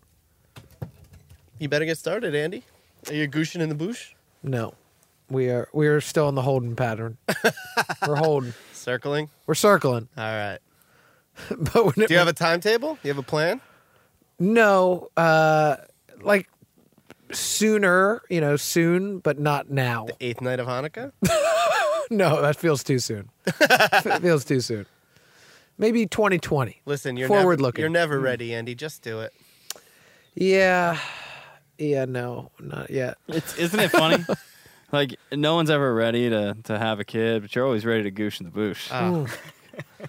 [SPEAKER 2] You better get started, Andy. Are you gooshing in the bush?
[SPEAKER 3] No, we are we are still in the holding pattern. We're holding.
[SPEAKER 2] [LAUGHS] Circling.
[SPEAKER 3] We're circling.
[SPEAKER 2] All right.
[SPEAKER 3] [LAUGHS] But when it,
[SPEAKER 2] Do you have a timetable? You have a plan?
[SPEAKER 3] no, uh, like sooner, you know, soon, but not now.
[SPEAKER 2] Eighth night of Hanukkah?
[SPEAKER 3] [LAUGHS] No, that feels too
[SPEAKER 2] [LAUGHS]
[SPEAKER 3] soon. It feels too soon. Maybe 2020.
[SPEAKER 2] Listen, you're
[SPEAKER 3] Forward
[SPEAKER 2] never,
[SPEAKER 3] looking.
[SPEAKER 2] You're never ready, Andy. Just do it.
[SPEAKER 3] Yeah. Yeah, no, not yet.
[SPEAKER 1] It's, isn't it
[SPEAKER 3] [LAUGHS]
[SPEAKER 1] funny? like, no one's ever ready to, to have a kid, but you're always ready to goosh in the boosh.
[SPEAKER 2] Oh.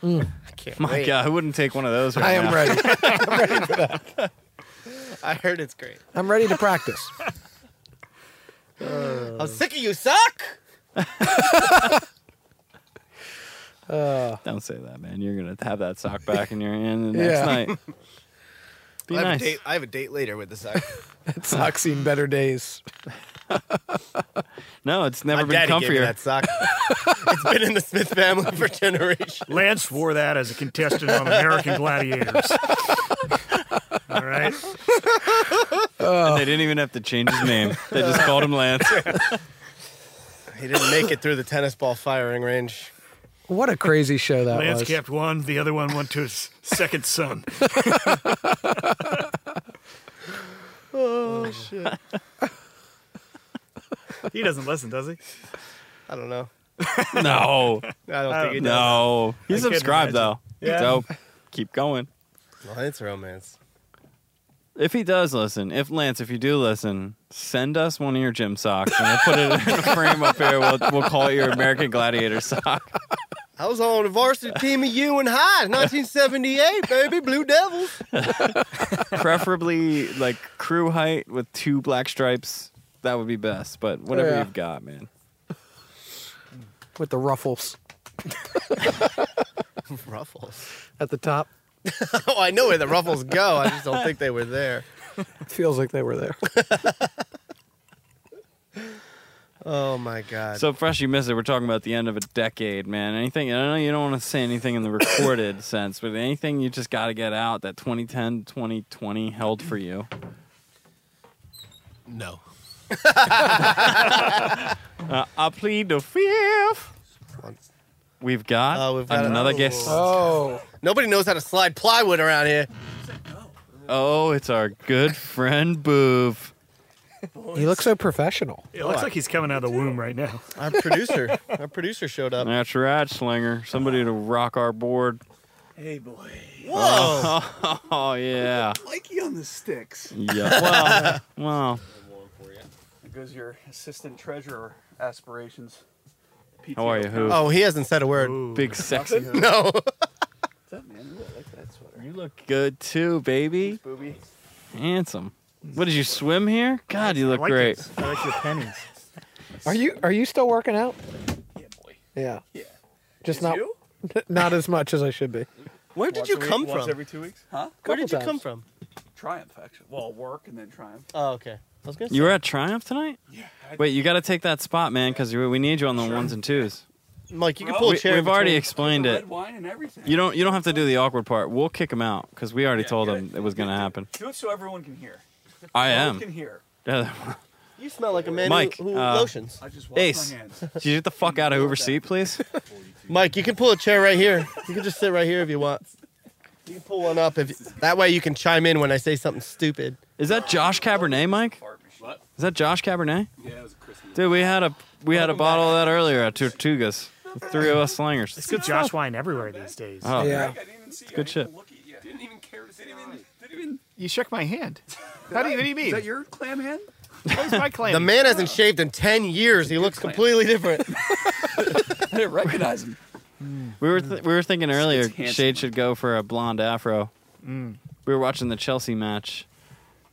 [SPEAKER 3] Mm.
[SPEAKER 2] I can't
[SPEAKER 1] My
[SPEAKER 2] wait.
[SPEAKER 1] God, who wouldn't take one of those right
[SPEAKER 3] I am
[SPEAKER 1] now? [LAUGHS]
[SPEAKER 3] ready.
[SPEAKER 2] [LAUGHS] I heard it's great.
[SPEAKER 3] I'm ready to
[SPEAKER 2] [LAUGHS]
[SPEAKER 3] practice. Uh.
[SPEAKER 2] I'm sick of you,
[SPEAKER 3] [LAUGHS]
[SPEAKER 2] suck!
[SPEAKER 1] Don't say that, man. You're gonna have that sock back in your hand the next
[SPEAKER 3] Yeah. [LAUGHS]
[SPEAKER 1] night. Be
[SPEAKER 2] I, have
[SPEAKER 1] nice.
[SPEAKER 2] a date, I have a date later with the suck.
[SPEAKER 3] Sock's seen better days.
[SPEAKER 1] No, it's never
[SPEAKER 2] My
[SPEAKER 1] been
[SPEAKER 2] daddy gave me
[SPEAKER 1] comfier.
[SPEAKER 2] that sock. it's been in the Smith family for generations.
[SPEAKER 4] Lance wore that as a contestant on American Gladiators. All right.
[SPEAKER 1] And they didn't even have to change his name. They just called him Lance.
[SPEAKER 2] [LAUGHS] He didn't make it through the tennis ball firing range.
[SPEAKER 3] What a crazy show [LAUGHS] that
[SPEAKER 4] Lance
[SPEAKER 3] was.
[SPEAKER 4] kept one, the other one went to his second son.
[SPEAKER 2] Oh shit!
[SPEAKER 6] [LAUGHS] Oh,
[SPEAKER 4] He doesn't listen, does he?
[SPEAKER 2] I don't know. Uh,
[SPEAKER 1] No,
[SPEAKER 2] I don't
[SPEAKER 4] I
[SPEAKER 2] think he does.
[SPEAKER 1] no. He's
[SPEAKER 4] couldn't
[SPEAKER 1] subscribed though.
[SPEAKER 4] Yeah.
[SPEAKER 1] Dope. Keep going.
[SPEAKER 2] Well, it's romance.
[SPEAKER 1] If he does listen, if Lance, if you do listen, send us one of your gym socks and we'll put it in a frame up here. We'll, we'll call it your American Gladiator sock.
[SPEAKER 2] I was on the varsity team of you
[SPEAKER 3] [LAUGHS]
[SPEAKER 2] and Hyde, 1978, baby, Blue Devils.
[SPEAKER 1] Preferably like crew height with two black stripes. That would be best. But whatever
[SPEAKER 3] Yeah.
[SPEAKER 1] you've got, man.
[SPEAKER 3] with the ruffles
[SPEAKER 2] [LAUGHS] Ruffles.
[SPEAKER 3] at the top.
[SPEAKER 2] [LAUGHS] Oh, I know where the ruffles go. I just don't think they were there.
[SPEAKER 3] It [LAUGHS] feels like they were there.
[SPEAKER 2] [LAUGHS] Oh my God.
[SPEAKER 1] So fresh, you missed it. We're talking about the end of a decade, man. Anything? I know you don't want to say anything in the recorded [COUGHS] sense, but anything you just got to get out that 2010, 2020 held for you.
[SPEAKER 2] [LAUGHS]
[SPEAKER 7] No.
[SPEAKER 6] [LAUGHS]
[SPEAKER 2] [LAUGHS]
[SPEAKER 1] Uh, I plead the fifth. We've got,
[SPEAKER 2] Uh, we've got
[SPEAKER 1] another
[SPEAKER 2] another
[SPEAKER 1] guest. Oh.
[SPEAKER 3] Oh,
[SPEAKER 2] Nobody knows how to slide plywood around here.
[SPEAKER 1] Oh, it's our good friend Boov.
[SPEAKER 3] he looks so professional.
[SPEAKER 4] It looks like he's coming out of the womb right now.
[SPEAKER 2] Our producer, our producer showed up.
[SPEAKER 1] That's right, Slinger. Somebody to rock our board.
[SPEAKER 6] Hey, boy.
[SPEAKER 2] Whoa!
[SPEAKER 1] [LAUGHS] Oh yeah.
[SPEAKER 6] [LAUGHS] Mikey on the sticks.
[SPEAKER 2] [LAUGHS]
[SPEAKER 1] Yeah.
[SPEAKER 6] [LAUGHS]
[SPEAKER 1] Well, well.
[SPEAKER 6] There goes your assistant treasurer aspirations.
[SPEAKER 1] How are you, Who?
[SPEAKER 2] Oh, he hasn't said a word. [LAUGHS]
[SPEAKER 1] Big sexy.
[SPEAKER 2] No.
[SPEAKER 6] What's up,
[SPEAKER 2] [LAUGHS]
[SPEAKER 6] man? Ooh, I like that sweater.
[SPEAKER 1] You look good too, baby.
[SPEAKER 6] Booby.
[SPEAKER 1] Handsome. What did you swim here? God, you look
[SPEAKER 4] I like
[SPEAKER 1] great.
[SPEAKER 4] it. I like your pennies.
[SPEAKER 3] Are you are you still working out?
[SPEAKER 6] Yeah, boy.
[SPEAKER 3] Yeah.
[SPEAKER 6] Yeah.
[SPEAKER 3] Just not
[SPEAKER 6] you?
[SPEAKER 3] [LAUGHS] not as much as I should be.
[SPEAKER 2] Where did
[SPEAKER 6] Once
[SPEAKER 2] you
[SPEAKER 6] a week-
[SPEAKER 2] come
[SPEAKER 6] once
[SPEAKER 2] from?
[SPEAKER 6] every two weeks? Huh?
[SPEAKER 2] Where did you
[SPEAKER 3] Couple
[SPEAKER 2] come
[SPEAKER 3] times.
[SPEAKER 2] from?
[SPEAKER 6] Triumph, actually. Well, work and then Triumph.
[SPEAKER 2] Oh, okay. I was gonna say.
[SPEAKER 1] You were at Triumph tonight.
[SPEAKER 6] Yeah. I,
[SPEAKER 1] Wait, you got to take that spot, man, because we need you on the ones and twos.
[SPEAKER 2] Mike, you can
[SPEAKER 6] Bro,
[SPEAKER 2] pull
[SPEAKER 1] We,
[SPEAKER 2] a
[SPEAKER 1] have
[SPEAKER 2] chair.
[SPEAKER 1] already
[SPEAKER 2] between-
[SPEAKER 1] explained
[SPEAKER 6] red
[SPEAKER 1] it.
[SPEAKER 6] wine and everything.
[SPEAKER 1] You don't. You don't have to do the awkward part. We'll kick him out because we already
[SPEAKER 6] Yeah,
[SPEAKER 1] told
[SPEAKER 6] get
[SPEAKER 1] him
[SPEAKER 6] it.
[SPEAKER 1] it was going to
[SPEAKER 6] Do-
[SPEAKER 1] happen.
[SPEAKER 6] Do it so everyone can hear.
[SPEAKER 1] I
[SPEAKER 6] Everyone
[SPEAKER 1] am.
[SPEAKER 6] can hear.
[SPEAKER 2] You smell like a
[SPEAKER 1] [LAUGHS]
[SPEAKER 2] man
[SPEAKER 1] Mike,
[SPEAKER 2] who, who
[SPEAKER 1] uh,
[SPEAKER 2] lotions.
[SPEAKER 6] I just washed
[SPEAKER 1] Ace.
[SPEAKER 6] my hands.
[SPEAKER 1] Did you get the fuck out of Hoover's seat, please?
[SPEAKER 2] [LAUGHS] Mike, you can pull a chair right here. You can just sit right here if you want. You can pull one up if that way you can chime in when I say something stupid.
[SPEAKER 1] Is that Josh Cabernet, Mike?
[SPEAKER 6] What?
[SPEAKER 1] Is that Josh Cabernet?
[SPEAKER 6] Yeah, it was a Christmas.
[SPEAKER 1] Dude, we had a we had a bottle of that earlier
[SPEAKER 2] [LAUGHS]
[SPEAKER 1] at Tortugas. Three of us
[SPEAKER 4] It's
[SPEAKER 1] slingers.
[SPEAKER 4] good Josh wine [LAUGHS] everywhere these days.
[SPEAKER 1] Oh,
[SPEAKER 3] Yeah.
[SPEAKER 6] I didn't even see you.
[SPEAKER 1] good
[SPEAKER 6] I didn't
[SPEAKER 1] shit.
[SPEAKER 6] even Look at you. I Didn't even care. Didn't even. Didn't even.
[SPEAKER 8] You shook my hand. How do you, what do you mean?
[SPEAKER 6] Is that your clam hand? [LAUGHS]
[SPEAKER 8] Where's my claim?
[SPEAKER 2] The man hasn't shaved in ten years. He looks completely different.
[SPEAKER 6] [LAUGHS] I didn't recognize him.
[SPEAKER 1] we were th- we were thinking earlier
[SPEAKER 6] handsome.
[SPEAKER 1] Shade should go for a blonde afro.
[SPEAKER 4] Mm.
[SPEAKER 1] We were watching the Chelsea match,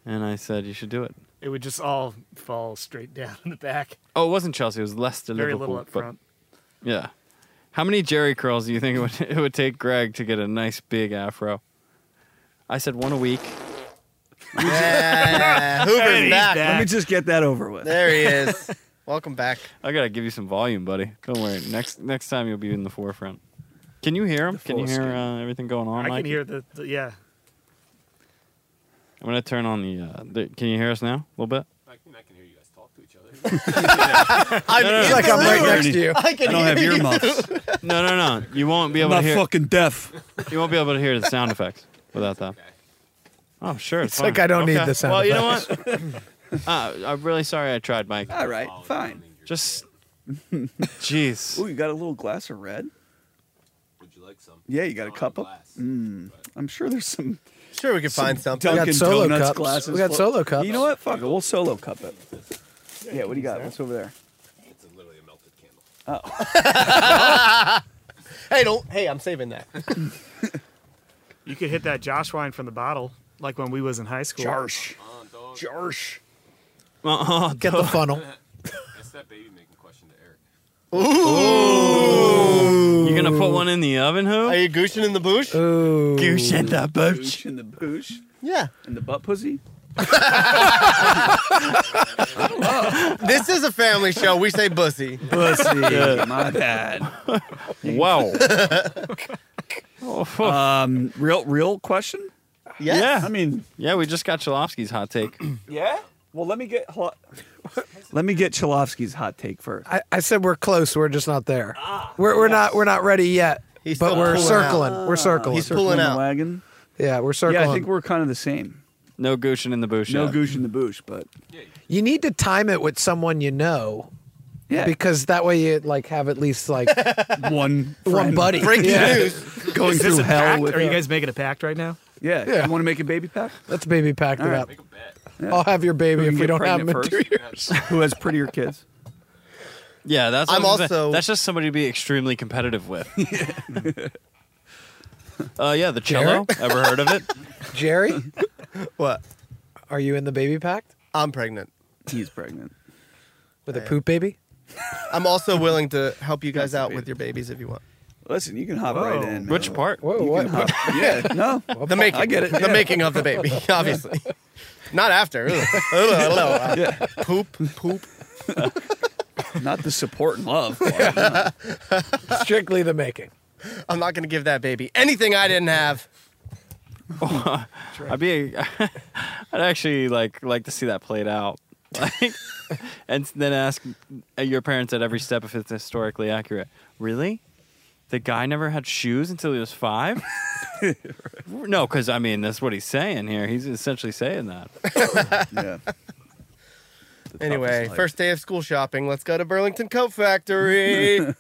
[SPEAKER 1] and I said you should do it.
[SPEAKER 4] It would just all fall straight down in the back.
[SPEAKER 1] Oh, it wasn't Chelsea. It was Leicester
[SPEAKER 4] Very
[SPEAKER 1] Liverpool.
[SPEAKER 4] little up
[SPEAKER 1] but-
[SPEAKER 4] front.
[SPEAKER 1] Yeah. How many Jerry curls do you think it would, [LAUGHS] it would take Greg to get a nice big afro? I said one a week.
[SPEAKER 2] [LAUGHS] yeah, Hoover's back.
[SPEAKER 4] back. Let me
[SPEAKER 6] just get that over with.
[SPEAKER 2] There he is. Welcome back.
[SPEAKER 1] I gotta give you some volume, buddy. Don't worry. Next next time you'll be in the forefront. Can you hear him? Can you hear uh, everything going on?
[SPEAKER 4] I can
[SPEAKER 1] Mikey?
[SPEAKER 4] hear the, the yeah.
[SPEAKER 1] I'm gonna turn on the, uh, the. Can you hear us now? A little bit.
[SPEAKER 6] I can, I can hear you guys talk to each other.
[SPEAKER 9] [LAUGHS]
[SPEAKER 2] I'm in
[SPEAKER 3] Like
[SPEAKER 2] the
[SPEAKER 3] I'm right
[SPEAKER 2] room.
[SPEAKER 3] next to you.
[SPEAKER 2] I can hear you.
[SPEAKER 10] earmuffs.
[SPEAKER 1] [LAUGHS] No, no, no. You won't be able to hear.
[SPEAKER 10] fucking deaf.
[SPEAKER 1] You won't be able to hear the sound effects without that. Oh, sure. It's,
[SPEAKER 3] It's like
[SPEAKER 1] fine.
[SPEAKER 3] I don't need
[SPEAKER 1] Okay.
[SPEAKER 3] the sound
[SPEAKER 1] Well, you
[SPEAKER 9] [LAUGHS]
[SPEAKER 1] know what? uh, I'm really sorry I tried, Mike.
[SPEAKER 10] All right, fine.
[SPEAKER 1] Just.
[SPEAKER 10] [LAUGHS]
[SPEAKER 1] Jeez.
[SPEAKER 10] Ooh, you got a little glass of red?
[SPEAKER 6] Would you like some?
[SPEAKER 10] Yeah, you got a cup of. Mm, I'm sure there's some
[SPEAKER 2] Sure, we can find something.
[SPEAKER 3] We
[SPEAKER 10] Dunkin'
[SPEAKER 3] got solo
[SPEAKER 10] Donuts
[SPEAKER 3] cups.
[SPEAKER 10] glasses.
[SPEAKER 3] We got
[SPEAKER 10] full-
[SPEAKER 3] solo cups.
[SPEAKER 10] You know what? Fuck it. We'll solo cup it. Yeah, what do you got? What's over there?
[SPEAKER 6] It's a, literally a melted candle.
[SPEAKER 2] Oh. [LAUGHS] Hey, don't. Hey, I'm saving that.
[SPEAKER 4] [LAUGHS] You could hit that Josh wine from the bottle, like when we was in high school.
[SPEAKER 10] Jarsh.
[SPEAKER 6] On, dog.
[SPEAKER 10] Jarsh.
[SPEAKER 1] Uh-uh.
[SPEAKER 3] Get the funnel.
[SPEAKER 6] That's that baby making question to Eric.
[SPEAKER 1] You gonna put one in the oven,
[SPEAKER 2] Are
[SPEAKER 1] who?
[SPEAKER 2] you gooching in the bush?
[SPEAKER 3] Ooh.
[SPEAKER 1] shut the
[SPEAKER 10] Boosh and the boosh
[SPEAKER 2] Yeah.
[SPEAKER 10] and the butt pussy.
[SPEAKER 2] This is a family show. We say bussy. [LAUGHS]
[SPEAKER 10] Pussy. My bad. [LAUGHS]
[SPEAKER 1] Wow.
[SPEAKER 10] Um, real, real question.
[SPEAKER 2] Yes.
[SPEAKER 1] Oh, Yeah.
[SPEAKER 10] I mean,
[SPEAKER 1] yeah, we just got Chalofsky's hot take. [CLEARS THROAT]
[SPEAKER 10] yeah. Well, let me get hol- let me get Chalofsky's hot take first.
[SPEAKER 3] I, I said we're close. We're just not there. we're we're not we're not ready yet.
[SPEAKER 2] Ah, He's
[SPEAKER 3] but
[SPEAKER 2] still
[SPEAKER 3] we're
[SPEAKER 2] pulling out.
[SPEAKER 3] circling. We're circling.
[SPEAKER 2] He's pulling
[SPEAKER 10] Circling the
[SPEAKER 2] out.
[SPEAKER 10] wagon.
[SPEAKER 3] yeah, we're circling.
[SPEAKER 10] Yeah, I think we're kind of the same.
[SPEAKER 1] No gooching in the bush.
[SPEAKER 10] No
[SPEAKER 1] yet.
[SPEAKER 10] goosh in the boosh, but
[SPEAKER 3] you need to time it with someone you know
[SPEAKER 10] Yeah.
[SPEAKER 3] because that way you like have at least like
[SPEAKER 10] [LAUGHS] one
[SPEAKER 3] one
[SPEAKER 10] friend [LAUGHS]
[SPEAKER 3] buddy.
[SPEAKER 2] Breaking
[SPEAKER 3] Yeah.
[SPEAKER 2] news.
[SPEAKER 10] going through hell
[SPEAKER 4] Pact?
[SPEAKER 10] with
[SPEAKER 4] Are you guys making a pact right now?
[SPEAKER 10] yeah.
[SPEAKER 3] Yeah.
[SPEAKER 10] You want to make a baby pack?
[SPEAKER 3] Let's baby pack it
[SPEAKER 10] All right.
[SPEAKER 3] up. I'll have your baby
[SPEAKER 10] Who
[SPEAKER 3] if
[SPEAKER 10] can
[SPEAKER 3] we
[SPEAKER 10] get
[SPEAKER 3] don't have him in
[SPEAKER 10] pregnant
[SPEAKER 3] two
[SPEAKER 2] [LAUGHS]
[SPEAKER 10] first?
[SPEAKER 3] years.
[SPEAKER 10] Who has prettier kids?
[SPEAKER 1] Yeah, that's. what
[SPEAKER 2] I'm
[SPEAKER 1] I was gonna say.
[SPEAKER 2] also-
[SPEAKER 1] That's just somebody to be extremely competitive
[SPEAKER 2] [LAUGHS]
[SPEAKER 1] with. [LAUGHS] uh, yeah, the cello. [LAUGHS] Ever heard of it?
[SPEAKER 10] [LAUGHS]
[SPEAKER 3] Jerry,
[SPEAKER 2] What?
[SPEAKER 3] are you in the baby pack
[SPEAKER 2] I'm pregnant.
[SPEAKER 10] He's pregnant.
[SPEAKER 3] with a
[SPEAKER 2] I am.
[SPEAKER 3] poop baby?
[SPEAKER 2] I'm also willing to help you guys out with your babies if you want.
[SPEAKER 10] [LAUGHS] Listen, you can hop
[SPEAKER 4] Whoa.
[SPEAKER 10] right in. Man.
[SPEAKER 1] Which part?
[SPEAKER 3] Whoa,
[SPEAKER 10] You
[SPEAKER 3] what?
[SPEAKER 10] can [LAUGHS] hop- yeah, no.
[SPEAKER 2] [LAUGHS] The making.
[SPEAKER 10] I get it,
[SPEAKER 2] The
[SPEAKER 10] [LAUGHS] yeah.
[SPEAKER 2] making of the baby, obviously. Not after. Ugh. Ugh, ugh, ugh.
[SPEAKER 10] Yeah,
[SPEAKER 2] Poop, poop.
[SPEAKER 10] not the support and love. Part, no.
[SPEAKER 3] Strictly the making.
[SPEAKER 2] I'm not going to give that baby anything I didn't have.
[SPEAKER 1] I'd be. I'd actually like like to see that played out. [LAUGHS] Like, and then ask uh, your parents at every step if it's historically accurate. Really? The guy never had shoes until he
[SPEAKER 2] [LAUGHS]
[SPEAKER 1] was five? [LAUGHS] No, because I mean that's what he's saying here. He's essentially
[SPEAKER 2] [LAUGHS]
[SPEAKER 1] saying that.
[SPEAKER 10] Yeah.
[SPEAKER 2] [LAUGHS] Anyway, first day of school shopping. Let's go to Burlington Coat Factory. [LAUGHS]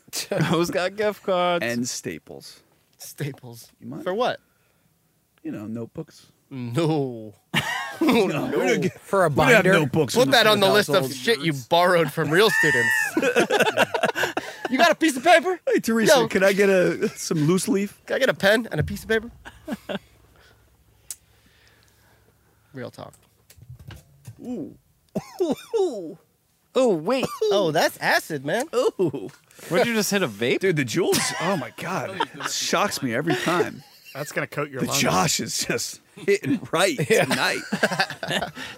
[SPEAKER 1] Who's got gift cards?
[SPEAKER 10] And staples.
[SPEAKER 2] Staples.
[SPEAKER 10] You might-
[SPEAKER 2] For what?
[SPEAKER 10] You know, notebooks.
[SPEAKER 2] No. [LAUGHS]
[SPEAKER 10] no, we don't get-
[SPEAKER 3] For a
[SPEAKER 10] we don't have
[SPEAKER 3] binder.
[SPEAKER 10] notebooks. in
[SPEAKER 2] Put that on the
[SPEAKER 10] Ford
[SPEAKER 2] list of
[SPEAKER 10] household.
[SPEAKER 2] shit you borrowed from real students. you got a piece of paper?
[SPEAKER 10] Hey Teresa,
[SPEAKER 2] Yo.
[SPEAKER 10] can I get a some loose leaf?
[SPEAKER 2] Can I get a pen and a piece of paper? Real talk.
[SPEAKER 10] Ooh,
[SPEAKER 1] oh wait,
[SPEAKER 2] Oh, that's acid, man.
[SPEAKER 10] ooh,
[SPEAKER 1] would you just hit a vape?
[SPEAKER 10] dude, the jewels. Oh my
[SPEAKER 4] [LAUGHS]
[SPEAKER 10] god, it shocks me every time.
[SPEAKER 4] That's gonna coat [LAUGHS] your
[SPEAKER 10] The
[SPEAKER 4] lungs.
[SPEAKER 10] Josh is just hitting
[SPEAKER 1] [LAUGHS]
[SPEAKER 10] right tonight.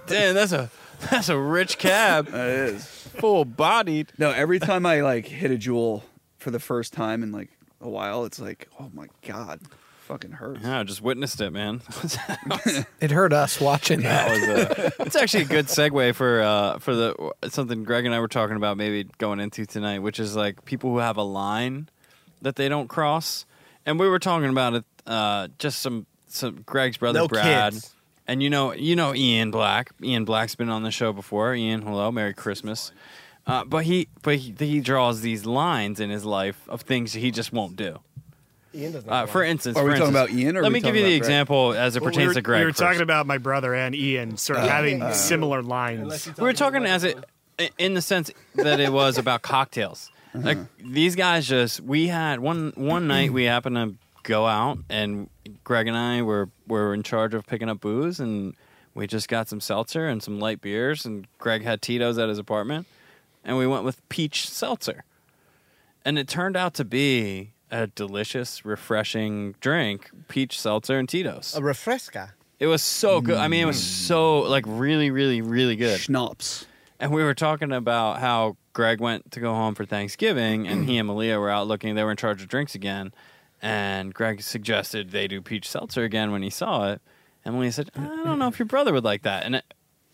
[SPEAKER 1] Damn, that's a that's a rich cab,
[SPEAKER 10] That is.
[SPEAKER 1] full bodied.
[SPEAKER 10] No, every time I like hit a jewel for the first time in like a while, it's like, oh my god, fucking hurts.
[SPEAKER 1] Yeah, I just witnessed it, man. [LAUGHS]
[SPEAKER 2] [LAUGHS]
[SPEAKER 3] It hurt us watching that. [LAUGHS]
[SPEAKER 1] it's actually a good segue for uh, for the something Greg and I were talking about maybe going into tonight, which is like people who have a line that they don't cross, and we were talking about it. Uh, just some some Greg's brother
[SPEAKER 2] No
[SPEAKER 1] Brad,
[SPEAKER 2] kids.
[SPEAKER 1] and you know you know Ian Black. Ian Black's been on the show before. Ian, hello, Merry Christmas. Uh, but he but he, he draws these lines in his life of things he just won't do.
[SPEAKER 2] Ian does not
[SPEAKER 1] Uh, for instance,
[SPEAKER 10] Are we
[SPEAKER 1] for
[SPEAKER 10] talking
[SPEAKER 1] instance-
[SPEAKER 10] about Ian or are
[SPEAKER 1] let
[SPEAKER 10] we
[SPEAKER 1] me give
[SPEAKER 10] talking
[SPEAKER 1] you the
[SPEAKER 10] about Greg?
[SPEAKER 1] example as it
[SPEAKER 4] Well,
[SPEAKER 1] pertains
[SPEAKER 4] we were,
[SPEAKER 1] to Greg.
[SPEAKER 4] we were
[SPEAKER 1] first.
[SPEAKER 4] talking about my brother and Ian sort of
[SPEAKER 10] Uh,
[SPEAKER 4] having similar lines.
[SPEAKER 1] we were talking as it in the sense that it was about cocktails.
[SPEAKER 10] Uh-huh.
[SPEAKER 1] Like these guys just we had one one night we happened to go out and Greg and I were were in charge of picking up booze and we just got some seltzer and some light beers and Greg had Tito's at his apartment and we went with peach seltzer. And it turned out to be a delicious, refreshing drink, peach seltzer and Tito's.
[SPEAKER 2] A refresca.
[SPEAKER 1] It was so good. I mean, it was so like really, really, really good.
[SPEAKER 10] Schnapps.
[SPEAKER 1] And we were talking about how Greg went to go home for Thanksgiving, and he and Malia were out looking. They were in charge of drinks again, and Greg suggested they do peach seltzer again when he saw it. And Malia said, "I don't know if your brother would like that." And it,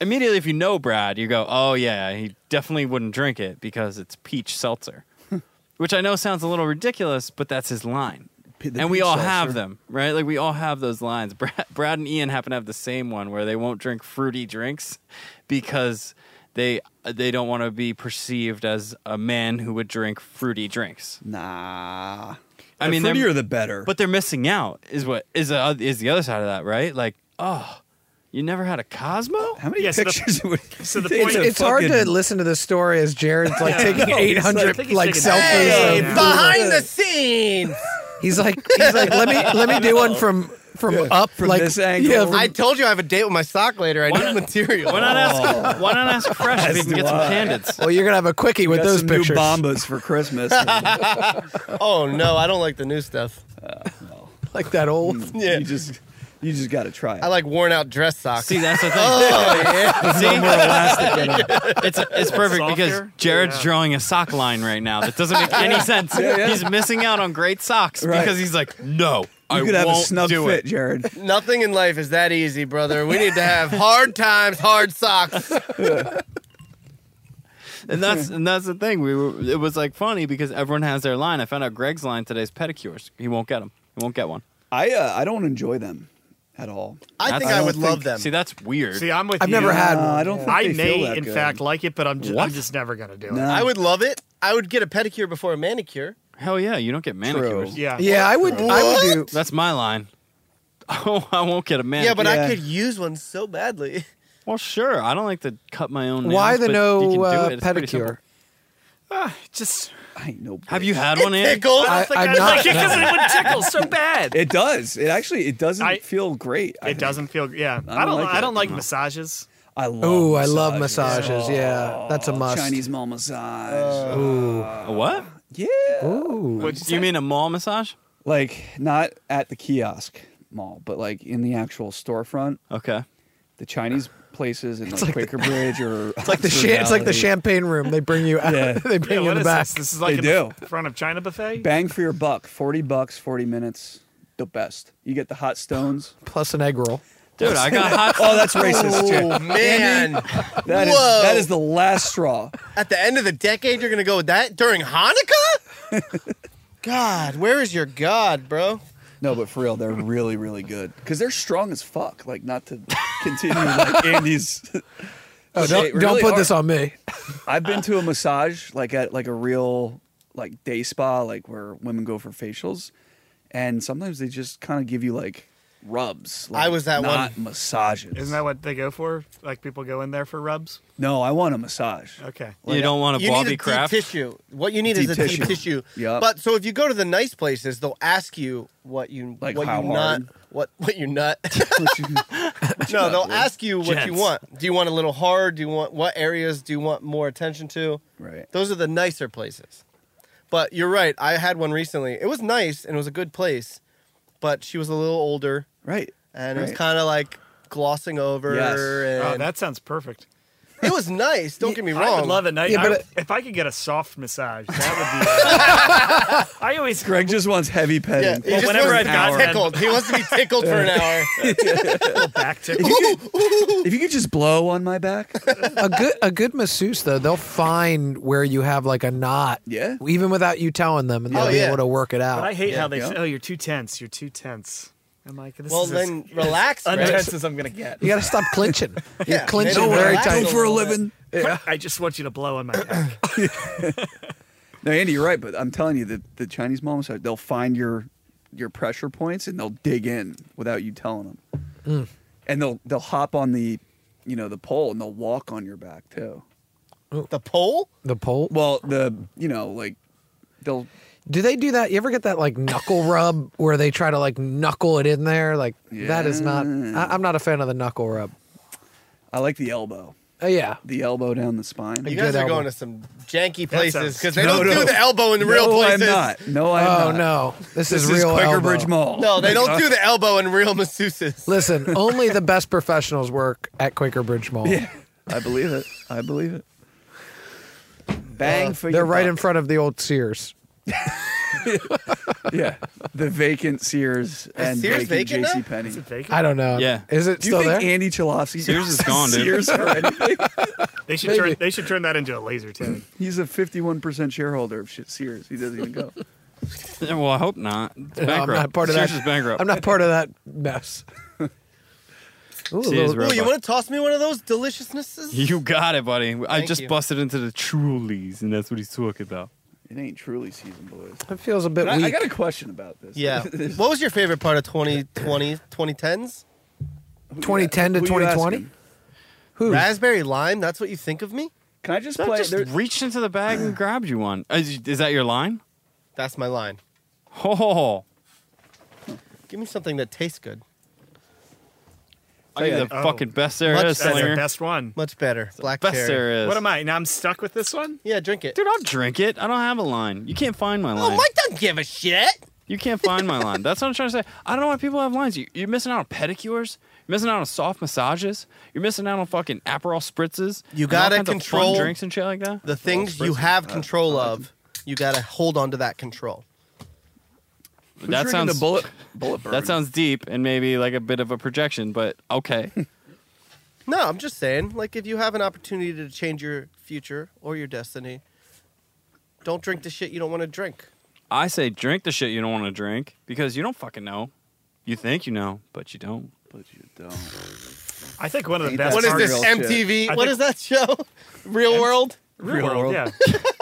[SPEAKER 1] immediately, if you know Brad, you go, "Oh yeah, he definitely wouldn't drink it because it's peach seltzer," [LAUGHS] which I know sounds a little ridiculous, but that's his line
[SPEAKER 10] P- the
[SPEAKER 1] and we
[SPEAKER 10] peach
[SPEAKER 1] all
[SPEAKER 10] seltzer.
[SPEAKER 1] have them, right? Like we all have those lines. Brad, Brad and Ian happen to have the same one where they won't drink fruity drinks because they they don't want to be perceived as a man who would drink fruity drinks.
[SPEAKER 10] Nah.
[SPEAKER 1] I
[SPEAKER 10] the
[SPEAKER 1] mean, they're-
[SPEAKER 10] prettier the better.
[SPEAKER 1] But they're missing out. Is what is the, is the other side of that, right? Like, oh, you never had a Cosmo?
[SPEAKER 10] how many
[SPEAKER 4] Yeah, so the-
[SPEAKER 10] pictures [LAUGHS] would
[SPEAKER 4] so the
[SPEAKER 10] take
[SPEAKER 4] point-
[SPEAKER 10] to
[SPEAKER 3] It's
[SPEAKER 4] [LAUGHS]
[SPEAKER 3] hard to
[SPEAKER 10] fucking-
[SPEAKER 3] listen to this story as Jared's like taking
[SPEAKER 10] No,
[SPEAKER 3] eight
[SPEAKER 10] it's like-
[SPEAKER 4] I
[SPEAKER 3] hundred
[SPEAKER 4] think
[SPEAKER 3] like,
[SPEAKER 4] he's taking-
[SPEAKER 3] selfies.
[SPEAKER 4] Hey,
[SPEAKER 3] of-
[SPEAKER 4] Yeah.
[SPEAKER 2] Behind the scenes.
[SPEAKER 3] He's like he's like let me let me do [LAUGHS] one from from up
[SPEAKER 10] From
[SPEAKER 3] like
[SPEAKER 10] this angle.
[SPEAKER 3] Yeah,
[SPEAKER 2] I
[SPEAKER 3] from,
[SPEAKER 2] told you I have a date with my sock later. I
[SPEAKER 1] Why
[SPEAKER 2] need
[SPEAKER 1] not-
[SPEAKER 2] material.
[SPEAKER 1] Why not ask? Why not ask Fresh if you
[SPEAKER 10] As
[SPEAKER 1] can get
[SPEAKER 10] do
[SPEAKER 1] some
[SPEAKER 10] I.
[SPEAKER 1] candids?
[SPEAKER 3] well, you're gonna have a quickie with
[SPEAKER 10] Got
[SPEAKER 3] those
[SPEAKER 10] some
[SPEAKER 3] pictures.
[SPEAKER 10] new bombas for
[SPEAKER 3] [LAUGHS]
[SPEAKER 10] Christmas. And
[SPEAKER 2] [LAUGHS] Oh no, I don't like the new stuff.
[SPEAKER 1] Uh,
[SPEAKER 3] Like that
[SPEAKER 1] Mm,
[SPEAKER 3] old.
[SPEAKER 2] Yeah.
[SPEAKER 10] You just you just got to try it.
[SPEAKER 2] I like worn out dress socks.
[SPEAKER 1] See, that's the thing.
[SPEAKER 2] [LAUGHS] oh yeah.
[SPEAKER 1] [LAUGHS] See, it's it's perfect because
[SPEAKER 4] Softer?
[SPEAKER 1] Jared's
[SPEAKER 4] Yeah.
[SPEAKER 1] drawing a sock line right now that doesn't [LAUGHS]
[SPEAKER 4] [LAUGHS]
[SPEAKER 1] make any sense. He's missing out on great socks
[SPEAKER 10] Right.
[SPEAKER 1] because he's like, no,
[SPEAKER 9] Oh.
[SPEAKER 1] I
[SPEAKER 10] you could have
[SPEAKER 1] won't
[SPEAKER 10] a snug
[SPEAKER 1] do
[SPEAKER 10] fit,
[SPEAKER 1] it.
[SPEAKER 10] Jared.
[SPEAKER 2] [LAUGHS] Nothing in life is that easy, brother. We need to have hard times, hard
[SPEAKER 10] [LAUGHS]
[SPEAKER 2] socks.
[SPEAKER 1] And that's and that's the thing. We were it was like funny because everyone has their line. I found out Greg's line today's pedicures. He won't get them. He won't get one.
[SPEAKER 10] I uh, I don't enjoy them. at all.
[SPEAKER 2] I think
[SPEAKER 1] That's-
[SPEAKER 2] I would
[SPEAKER 10] think-
[SPEAKER 2] love them.
[SPEAKER 1] See, that's weird.
[SPEAKER 8] See, I'm with
[SPEAKER 3] I've
[SPEAKER 8] you.
[SPEAKER 3] never had
[SPEAKER 10] No,
[SPEAKER 3] one.
[SPEAKER 10] I don't think
[SPEAKER 4] I
[SPEAKER 10] they feel
[SPEAKER 4] may,
[SPEAKER 10] that
[SPEAKER 4] in
[SPEAKER 10] good.
[SPEAKER 4] fact, like it, but I'm just,
[SPEAKER 1] What?
[SPEAKER 4] I'm just never gonna do
[SPEAKER 10] No.
[SPEAKER 4] it.
[SPEAKER 2] I would love it. I would get a pedicure before a manicure.
[SPEAKER 1] Hell yeah, you don't get manicures.
[SPEAKER 4] Yeah,
[SPEAKER 3] Yeah, I would. I would do.
[SPEAKER 1] That's my line. [LAUGHS] Oh, I won't get a manicure.
[SPEAKER 2] yeah, but
[SPEAKER 10] yeah.
[SPEAKER 2] I could use one so badly. [LAUGHS]
[SPEAKER 1] well, sure. I don't like to cut my own. Nails,
[SPEAKER 3] Why the
[SPEAKER 1] but you can
[SPEAKER 3] no
[SPEAKER 1] do
[SPEAKER 3] uh,
[SPEAKER 1] it. It's pretty simple.
[SPEAKER 3] pedicure?
[SPEAKER 4] Ah, just
[SPEAKER 10] I ain't no.
[SPEAKER 1] Have
[SPEAKER 10] bitch.
[SPEAKER 1] you had one? Andy?
[SPEAKER 2] Tickles.
[SPEAKER 3] I,
[SPEAKER 4] I
[SPEAKER 3] I'm
[SPEAKER 4] was
[SPEAKER 3] not.
[SPEAKER 1] [LAUGHS]
[SPEAKER 4] like it because it would tickle so bad.
[SPEAKER 10] It does. It actually. It doesn't
[SPEAKER 4] I-
[SPEAKER 10] feel great.
[SPEAKER 4] It
[SPEAKER 10] I think.
[SPEAKER 4] doesn't feel. Yeah,
[SPEAKER 10] don't
[SPEAKER 4] I don't.
[SPEAKER 10] like
[SPEAKER 4] I
[SPEAKER 10] it.
[SPEAKER 4] don't like massages.
[SPEAKER 10] I love.
[SPEAKER 3] Ooh, I love
[SPEAKER 10] massages.
[SPEAKER 3] massages. Yeah, that's a must. Uh,
[SPEAKER 10] Chinese mall massage.
[SPEAKER 1] A what?
[SPEAKER 10] yeah.
[SPEAKER 3] Ooh.
[SPEAKER 4] What'd you
[SPEAKER 1] You
[SPEAKER 4] mean?
[SPEAKER 1] mean a mall massage?
[SPEAKER 10] Like not at the kiosk mall, but like in the actual storefront,
[SPEAKER 1] Okay.
[SPEAKER 10] the Chinese places in like,
[SPEAKER 3] like
[SPEAKER 10] Quaker Bridge or
[SPEAKER 3] [LAUGHS] It's like the cha- it's like the champagne room. They bring you [LAUGHS] out.
[SPEAKER 10] Yeah.
[SPEAKER 3] they bring
[SPEAKER 4] Yeah,
[SPEAKER 3] you
[SPEAKER 4] what
[SPEAKER 3] in the
[SPEAKER 4] is
[SPEAKER 3] back.
[SPEAKER 4] this? This is like
[SPEAKER 10] They
[SPEAKER 4] in
[SPEAKER 10] do.
[SPEAKER 4] the front of China buffet.
[SPEAKER 10] Bang for your buck, forty bucks, forty minutes, the best. You get the hot stones.
[SPEAKER 3] [LAUGHS] Plus an egg roll.
[SPEAKER 1] Dude,
[SPEAKER 10] [LAUGHS]
[SPEAKER 1] I got hot.
[SPEAKER 10] Oh, that's racist. Jay.
[SPEAKER 2] Oh man!
[SPEAKER 10] That is
[SPEAKER 2] Whoa.
[SPEAKER 10] that is the last straw.
[SPEAKER 2] At the end of the decade, you're gonna go with that during Hanukkah? God, where is your God, bro?
[SPEAKER 10] No, but for real, they're really, really good because they're strong as fuck. Like not to
[SPEAKER 3] [LAUGHS]
[SPEAKER 10] continue like Andy's.
[SPEAKER 3] Oh,
[SPEAKER 10] But
[SPEAKER 3] don't,
[SPEAKER 10] they
[SPEAKER 3] don't
[SPEAKER 10] really
[SPEAKER 3] put this
[SPEAKER 10] are.
[SPEAKER 3] on me.
[SPEAKER 10] I've been to a massage like at like a real like day spa, like where women go for facials, and sometimes they just kind of give you like rubs. Like,
[SPEAKER 2] I was that
[SPEAKER 10] not massages.
[SPEAKER 4] Isn't that what they go for? Like people go in there for rubs.
[SPEAKER 10] No, I want a massage.
[SPEAKER 4] Okay.
[SPEAKER 1] you don't want a
[SPEAKER 2] You need
[SPEAKER 1] Bobby
[SPEAKER 2] a
[SPEAKER 1] Kraft.
[SPEAKER 2] deep tissue. What you need
[SPEAKER 10] Deep
[SPEAKER 2] is a
[SPEAKER 10] tissue.
[SPEAKER 2] deep tissue.
[SPEAKER 10] Yup.
[SPEAKER 2] But so if you go to the nice places, they'll ask you what you
[SPEAKER 10] Like
[SPEAKER 2] what
[SPEAKER 10] how
[SPEAKER 2] you
[SPEAKER 10] hard?
[SPEAKER 2] nut what what you nut. [LAUGHS]
[SPEAKER 9] [LAUGHS]
[SPEAKER 10] What you- [LAUGHS]
[SPEAKER 2] no, they'll ask you what you
[SPEAKER 1] Gents.
[SPEAKER 2] want. Do you want a little hard? Do you want what areas do you want more attention to?
[SPEAKER 10] right.
[SPEAKER 2] Those are the nicer places. But you're right. I had one recently. It was nice and it was a good place, but she was a little older
[SPEAKER 10] Right.
[SPEAKER 2] and it was
[SPEAKER 10] Right.
[SPEAKER 2] kind of like glossing over.
[SPEAKER 10] Yes.
[SPEAKER 4] Oh,
[SPEAKER 2] And
[SPEAKER 4] that sounds perfect.
[SPEAKER 2] it was nice. Don't get me
[SPEAKER 4] [LAUGHS]
[SPEAKER 2] wrong.
[SPEAKER 4] I would love it. I,
[SPEAKER 3] Yeah,
[SPEAKER 4] I
[SPEAKER 3] but
[SPEAKER 4] would-
[SPEAKER 3] it-
[SPEAKER 4] if I could get a soft massage, that would be. I always.
[SPEAKER 10] Greg just wants heavy
[SPEAKER 2] Yeah,
[SPEAKER 10] petting.
[SPEAKER 2] he just
[SPEAKER 4] whenever
[SPEAKER 2] wants
[SPEAKER 4] I've
[SPEAKER 2] to
[SPEAKER 4] gotten-
[SPEAKER 2] be tickled. He wants to be tickled for an
[SPEAKER 1] [LAUGHS]
[SPEAKER 2] hour.
[SPEAKER 4] back to
[SPEAKER 10] If you could just blow on my back,
[SPEAKER 3] A good a good masseuse though, they'll find where you have like a knot.
[SPEAKER 10] Yeah.
[SPEAKER 3] Even without you telling them, and they'll
[SPEAKER 2] Oh,
[SPEAKER 3] be
[SPEAKER 2] yeah.
[SPEAKER 3] able to work it out.
[SPEAKER 4] But I hate
[SPEAKER 2] Yeah,
[SPEAKER 4] how they
[SPEAKER 10] yeah.
[SPEAKER 4] say, "Oh, you're too tense. You're too tense." I'm like, this
[SPEAKER 2] Well,
[SPEAKER 4] is
[SPEAKER 2] then relax.
[SPEAKER 4] as [LAUGHS]
[SPEAKER 2] Rex.
[SPEAKER 4] untense as I'm gonna get.
[SPEAKER 3] you got to stop
[SPEAKER 10] [LAUGHS]
[SPEAKER 3] clinching. You're
[SPEAKER 2] Yeah,
[SPEAKER 3] clinching
[SPEAKER 2] they don't
[SPEAKER 3] very
[SPEAKER 2] relax.
[SPEAKER 3] tight.
[SPEAKER 10] go for a
[SPEAKER 2] little bit.
[SPEAKER 4] [LAUGHS]
[SPEAKER 10] living.
[SPEAKER 4] I just want you to blow on my back.
[SPEAKER 3] [LAUGHS]
[SPEAKER 10] No, Andy, you're right, but I'm telling you that the Chinese mall massage, they'll find your your pressure points and they'll dig in without you telling them,
[SPEAKER 3] Mm.
[SPEAKER 10] and they'll they'll hop on the you know the pole and they'll walk on your back too.
[SPEAKER 2] The pole?
[SPEAKER 3] The pole.
[SPEAKER 10] Well, the you know like they'll
[SPEAKER 3] Do they do that? You ever get that like knuckle rub where they try to like knuckle it in there? Like that is not.
[SPEAKER 10] Yeah.
[SPEAKER 3] I, I'm not a fan of the knuckle rub.
[SPEAKER 10] I like the elbow,
[SPEAKER 3] Uh, yeah.
[SPEAKER 10] the elbow down the spine.
[SPEAKER 2] You
[SPEAKER 3] good
[SPEAKER 2] guys are
[SPEAKER 3] elbow.
[SPEAKER 2] going to some janky places
[SPEAKER 4] sounds-
[SPEAKER 2] because they
[SPEAKER 10] No,
[SPEAKER 2] don't
[SPEAKER 10] no.
[SPEAKER 2] do the elbow in the
[SPEAKER 10] no,
[SPEAKER 2] real places.
[SPEAKER 10] I'm not. No, I'm
[SPEAKER 3] Oh
[SPEAKER 10] not.
[SPEAKER 3] no, this,
[SPEAKER 10] This
[SPEAKER 3] is
[SPEAKER 10] is,
[SPEAKER 3] real.
[SPEAKER 10] Quaker
[SPEAKER 3] elbow.
[SPEAKER 10] Bridge Mall.
[SPEAKER 2] No, they don't
[SPEAKER 10] [LAUGHS]
[SPEAKER 2] do the elbow in real masseuses.
[SPEAKER 3] Listen, only the best professionals work at Quaker Bridge Mall.
[SPEAKER 10] Yeah, I believe it. I believe it. Bang for
[SPEAKER 3] They're
[SPEAKER 10] your
[SPEAKER 3] right
[SPEAKER 10] buck.
[SPEAKER 3] in front of the old Sears.
[SPEAKER 10] [LAUGHS] Yeah, the vacant Sears and
[SPEAKER 2] Sears
[SPEAKER 10] vacant
[SPEAKER 2] vacant now?
[SPEAKER 10] JC Penney.
[SPEAKER 4] Is it vacant?
[SPEAKER 3] I don't know.
[SPEAKER 1] Yeah.
[SPEAKER 3] Is it
[SPEAKER 10] Do you
[SPEAKER 3] still
[SPEAKER 10] think
[SPEAKER 3] there?
[SPEAKER 10] Andy Chalofsky
[SPEAKER 2] [LAUGHS]
[SPEAKER 10] [LAUGHS]
[SPEAKER 1] Sears is gone, dude.
[SPEAKER 10] Sears
[SPEAKER 3] [LAUGHS]
[SPEAKER 10] for anything?
[SPEAKER 4] They should turn. They should turn that into a laser tag.
[SPEAKER 10] He's a 51% shareholder of shit Sears. He doesn't even go.
[SPEAKER 2] [LAUGHS]
[SPEAKER 1] Yeah, [LAUGHS] well, I hope not. It's
[SPEAKER 3] No,
[SPEAKER 1] bankrupt.
[SPEAKER 3] [LAUGHS] I'm not part of
[SPEAKER 1] Sears
[SPEAKER 3] that.
[SPEAKER 1] is bankrupt.
[SPEAKER 3] I'm not part of that mess. Ooh, a
[SPEAKER 1] Sears
[SPEAKER 3] little-
[SPEAKER 1] Roebuck.
[SPEAKER 2] Ooh, you want to toss me one of those deliciousnesses?
[SPEAKER 1] [LAUGHS] You got it, buddy. I
[SPEAKER 2] Thank
[SPEAKER 1] just
[SPEAKER 2] you.
[SPEAKER 1] busted into the Trulies, and that's what he's talking about.
[SPEAKER 10] It ain't truly season, boys.
[SPEAKER 3] that feels a bit
[SPEAKER 10] But I, I
[SPEAKER 3] weak.
[SPEAKER 10] got a question about [LAUGHS] this.
[SPEAKER 2] Yeah.
[SPEAKER 10] Who
[SPEAKER 2] [LAUGHS] what was your favorite part of 2020, 2010s?
[SPEAKER 10] you
[SPEAKER 3] 2010 to
[SPEAKER 10] who you
[SPEAKER 3] 2020?
[SPEAKER 10] asking?
[SPEAKER 3] Who?
[SPEAKER 2] Raspberry lime? That's what you think of me?
[SPEAKER 10] Can I just
[SPEAKER 1] I
[SPEAKER 10] play?
[SPEAKER 1] just
[SPEAKER 10] there-
[SPEAKER 1] reached into the bag and grabbed you one. Is, is that your line?
[SPEAKER 2] That's my line.
[SPEAKER 1] Oh,
[SPEAKER 2] Give me something that tastes good.
[SPEAKER 1] I the
[SPEAKER 4] Oh.
[SPEAKER 1] fucking best there
[SPEAKER 2] Much
[SPEAKER 1] is,
[SPEAKER 4] That's
[SPEAKER 1] Slinger.
[SPEAKER 4] the best one.
[SPEAKER 2] Much better. Black
[SPEAKER 1] Best
[SPEAKER 2] cherry.
[SPEAKER 1] there is.
[SPEAKER 4] What am I? Now I'm stuck with this one.
[SPEAKER 2] Yeah, drink it.
[SPEAKER 1] Dude, I'll drink it. I don't have a line. You can't find my
[SPEAKER 2] oh,
[SPEAKER 1] line.
[SPEAKER 2] Mike doesn't give a shit.
[SPEAKER 1] You can't find my line. That's what I'm trying to say. I don't know why people have lines. You, you're missing out on pedicures. You're missing out on soft massages. You're missing out on fucking Aperol spritzes.
[SPEAKER 2] You
[SPEAKER 1] and all
[SPEAKER 2] gotta
[SPEAKER 1] kinds of fun
[SPEAKER 2] control
[SPEAKER 1] drinks and shit like that.
[SPEAKER 2] The things you uh, have control of, you got to hold on to that control.
[SPEAKER 10] who's
[SPEAKER 1] that
[SPEAKER 10] drinking
[SPEAKER 1] sounds
[SPEAKER 10] the bullet. Bullet bourbon?
[SPEAKER 1] that sounds deep and maybe like a bit of a projection, but
[SPEAKER 2] [LAUGHS]
[SPEAKER 1] okay.
[SPEAKER 2] No, I'm just saying, like, if you have an opportunity to change your future or your destiny, don't drink the shit you don't want to drink.
[SPEAKER 1] I say drink the shit you don't want to drink because you don't fucking know. You think you know, but you don't.
[SPEAKER 10] but you don't.
[SPEAKER 4] I think one of the
[SPEAKER 10] Ain't
[SPEAKER 4] best.
[SPEAKER 10] that
[SPEAKER 2] What is
[SPEAKER 10] some
[SPEAKER 4] artists-
[SPEAKER 2] this
[SPEAKER 10] real shit.
[SPEAKER 2] MTV?
[SPEAKER 4] I
[SPEAKER 2] What
[SPEAKER 4] think-
[SPEAKER 2] is that show? [LAUGHS] Real World.
[SPEAKER 4] Real world, yeah.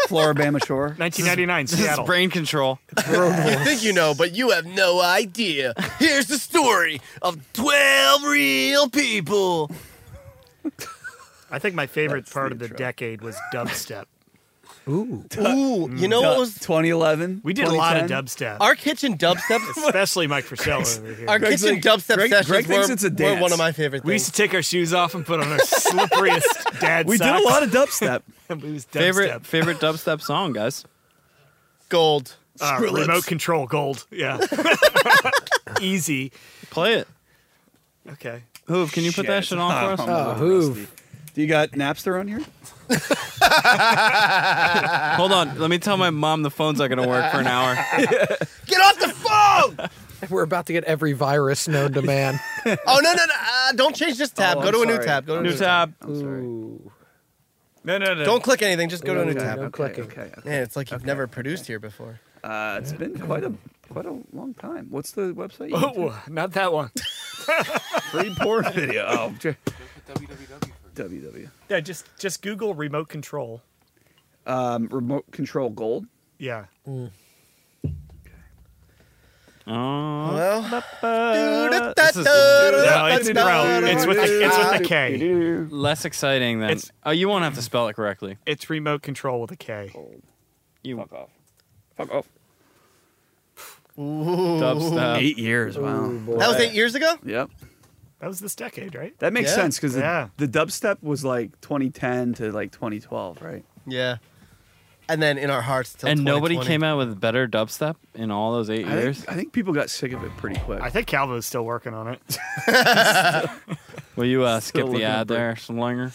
[SPEAKER 10] Floribama Shore.
[SPEAKER 4] 1999
[SPEAKER 1] This is
[SPEAKER 4] Seattle.
[SPEAKER 2] [LAUGHS]
[SPEAKER 1] brain control.
[SPEAKER 2] You think you know, but you have no idea. Here's the story of 12 real people.
[SPEAKER 4] I think my favorite
[SPEAKER 10] That's
[SPEAKER 4] part
[SPEAKER 10] the
[SPEAKER 4] of the
[SPEAKER 10] intro.
[SPEAKER 4] decade was dubstep.
[SPEAKER 3] Ooh.
[SPEAKER 2] Ooh, you
[SPEAKER 10] Mm.
[SPEAKER 2] know what was
[SPEAKER 10] 2011.
[SPEAKER 4] We did a lot of dubstep,
[SPEAKER 10] 2010.
[SPEAKER 2] our kitchen dubstep?
[SPEAKER 4] [LAUGHS] especially Mike Frisella over here.
[SPEAKER 2] Our
[SPEAKER 10] Greg's
[SPEAKER 2] kitchen
[SPEAKER 10] like-
[SPEAKER 2] dubstep
[SPEAKER 10] Greg-
[SPEAKER 2] sessions
[SPEAKER 10] Greg thinks
[SPEAKER 2] were,
[SPEAKER 10] it's a
[SPEAKER 2] were
[SPEAKER 10] dance.
[SPEAKER 2] one of my favorite
[SPEAKER 4] we used to
[SPEAKER 2] things.
[SPEAKER 4] take our shoes off and put
[SPEAKER 2] [LAUGHS]
[SPEAKER 4] on our slipperiest dad
[SPEAKER 10] We did a
[SPEAKER 4] socks.
[SPEAKER 10] lot of dubstep.
[SPEAKER 4] [LAUGHS] and we was dubstep.
[SPEAKER 1] Favorite favorite dubstep song, guys.
[SPEAKER 2] Gold.
[SPEAKER 4] Uh,
[SPEAKER 10] Skrillex.
[SPEAKER 4] remote control gold.
[SPEAKER 2] [LAUGHS]
[SPEAKER 4] Yeah. Easy.
[SPEAKER 1] Play it.
[SPEAKER 4] Okay.
[SPEAKER 1] Hoove, can you put that shit on for us?
[SPEAKER 3] Oh, who?
[SPEAKER 10] Do you got Napster on here?
[SPEAKER 1] Hold on. Let me tell my mom the phone's not gonna work for
[SPEAKER 3] [LAUGHS]
[SPEAKER 10] [LAUGHS]
[SPEAKER 1] an hour.
[SPEAKER 2] Get off the phone!
[SPEAKER 3] We're about to get every virus known to
[SPEAKER 1] [LAUGHS]
[SPEAKER 3] man.
[SPEAKER 2] oh, no, no, no. Uh, don't change this tab.
[SPEAKER 10] Oh,
[SPEAKER 2] go
[SPEAKER 10] I'm
[SPEAKER 2] to a new
[SPEAKER 10] sorry.
[SPEAKER 2] tab. Go to a
[SPEAKER 1] New tab.
[SPEAKER 10] I'm sorry.
[SPEAKER 4] No, no, no.
[SPEAKER 2] Don't click anything. Just go to a new
[SPEAKER 3] Ooh,
[SPEAKER 2] tab.
[SPEAKER 3] no
[SPEAKER 10] Okay,
[SPEAKER 3] clicking.
[SPEAKER 10] okay. okay.
[SPEAKER 2] Man, it's like you've never produced here before.
[SPEAKER 10] Uh, it's been quite a quite a long time. What's the website? you went to?
[SPEAKER 4] Oh, not that [LAUGHS] one.
[SPEAKER 10] Free porn video.
[SPEAKER 4] [LAUGHS]
[SPEAKER 10] Oh, j- www.
[SPEAKER 4] Yeah, just just Google remote control.
[SPEAKER 10] Um, remote control gold.
[SPEAKER 4] Yeah.
[SPEAKER 1] Oh,
[SPEAKER 2] Well,
[SPEAKER 1] this is
[SPEAKER 4] No, it's pro. It's with the, it's with the K.
[SPEAKER 10] Doo-doo.
[SPEAKER 1] less exciting than.
[SPEAKER 4] It's-
[SPEAKER 1] oh, you won't have to spell it correctly.
[SPEAKER 4] It's remote control with a K.
[SPEAKER 1] You
[SPEAKER 10] Fuck off. Fuck off.
[SPEAKER 1] dubstep.
[SPEAKER 10] Eight years. Wow.
[SPEAKER 2] that was eight years ago?
[SPEAKER 10] Yep.
[SPEAKER 4] That was this decade, right?
[SPEAKER 10] That makes
[SPEAKER 2] Yeah.
[SPEAKER 10] sense because
[SPEAKER 4] Yeah.
[SPEAKER 10] the, the dubstep was like 2010 to like 2012, right?
[SPEAKER 2] Yeah. And then in our hearts till
[SPEAKER 1] And nobody
[SPEAKER 2] 2020.
[SPEAKER 1] came out with better dubstep in all those eight
[SPEAKER 10] I think-
[SPEAKER 1] years.
[SPEAKER 10] I think people got sick of it pretty quick.
[SPEAKER 4] I think Calvo's still working on it.
[SPEAKER 2] [LAUGHS]
[SPEAKER 1] Will you uh,
[SPEAKER 10] Still
[SPEAKER 1] skip the
[SPEAKER 10] looking
[SPEAKER 1] ad
[SPEAKER 10] for-
[SPEAKER 1] there, Slinger?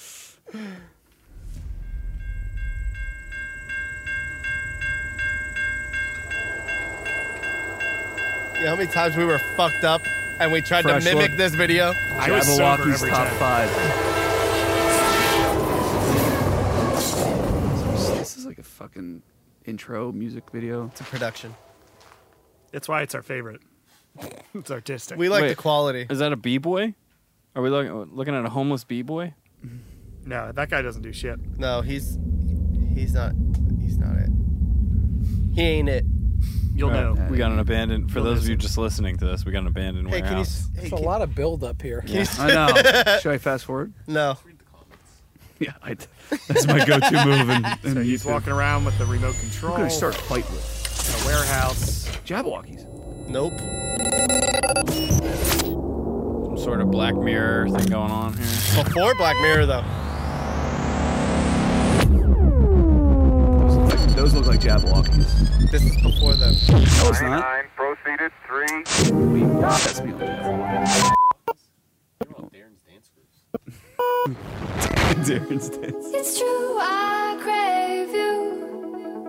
[SPEAKER 2] Yeah, how many times we were fucked up and we tried
[SPEAKER 10] Fresh
[SPEAKER 2] to mimic
[SPEAKER 10] look.
[SPEAKER 2] this video?
[SPEAKER 4] I was sober
[SPEAKER 10] Jabberwocky's
[SPEAKER 4] every
[SPEAKER 10] top
[SPEAKER 4] time.
[SPEAKER 10] five. This is like a fucking intro music video.
[SPEAKER 2] It's a production.
[SPEAKER 4] That's why it's our favorite. It's artistic.
[SPEAKER 2] We like
[SPEAKER 1] Wait.
[SPEAKER 2] the
[SPEAKER 1] [LAUGHS]
[SPEAKER 2] quality.
[SPEAKER 1] Is that a b boy? Are we looking looking at a homeless b boy?
[SPEAKER 4] no, that guy doesn't do shit.
[SPEAKER 2] No, he's he's not he's not it. He ain't it. Uh,
[SPEAKER 4] You'll
[SPEAKER 1] Right.
[SPEAKER 4] know.
[SPEAKER 1] We got
[SPEAKER 2] [LAUGHS]
[SPEAKER 1] an abandoned. For
[SPEAKER 4] Well,
[SPEAKER 1] those of you
[SPEAKER 4] listen.
[SPEAKER 1] just listening to this, we got an abandoned
[SPEAKER 2] Hey, can you
[SPEAKER 1] warehouse.
[SPEAKER 2] s- hey,
[SPEAKER 3] It's a
[SPEAKER 2] can-
[SPEAKER 3] lot of build up here.
[SPEAKER 10] I
[SPEAKER 2] [LAUGHS]
[SPEAKER 10] know. Should I fast forward?
[SPEAKER 2] No.
[SPEAKER 10] Yeah, I, that's my go-to move. In, in
[SPEAKER 4] [LAUGHS] So he's
[SPEAKER 10] YouTube.
[SPEAKER 4] walking around with the remote control.
[SPEAKER 10] I'm gonna start a fight
[SPEAKER 4] in
[SPEAKER 10] with
[SPEAKER 4] a warehouse.
[SPEAKER 10] Jabberwockies.
[SPEAKER 2] Nope.
[SPEAKER 1] Some sort of Black Mirror thing going on here.
[SPEAKER 2] Before Black Mirror though.
[SPEAKER 10] Those look like, those look like Jabberwockies.
[SPEAKER 2] This is before them.
[SPEAKER 10] No, it's not.
[SPEAKER 7] proceeded, three.
[SPEAKER 10] Wait, that's me on Jabberwockies. Darren's dance.
[SPEAKER 11] It's true, I crave you.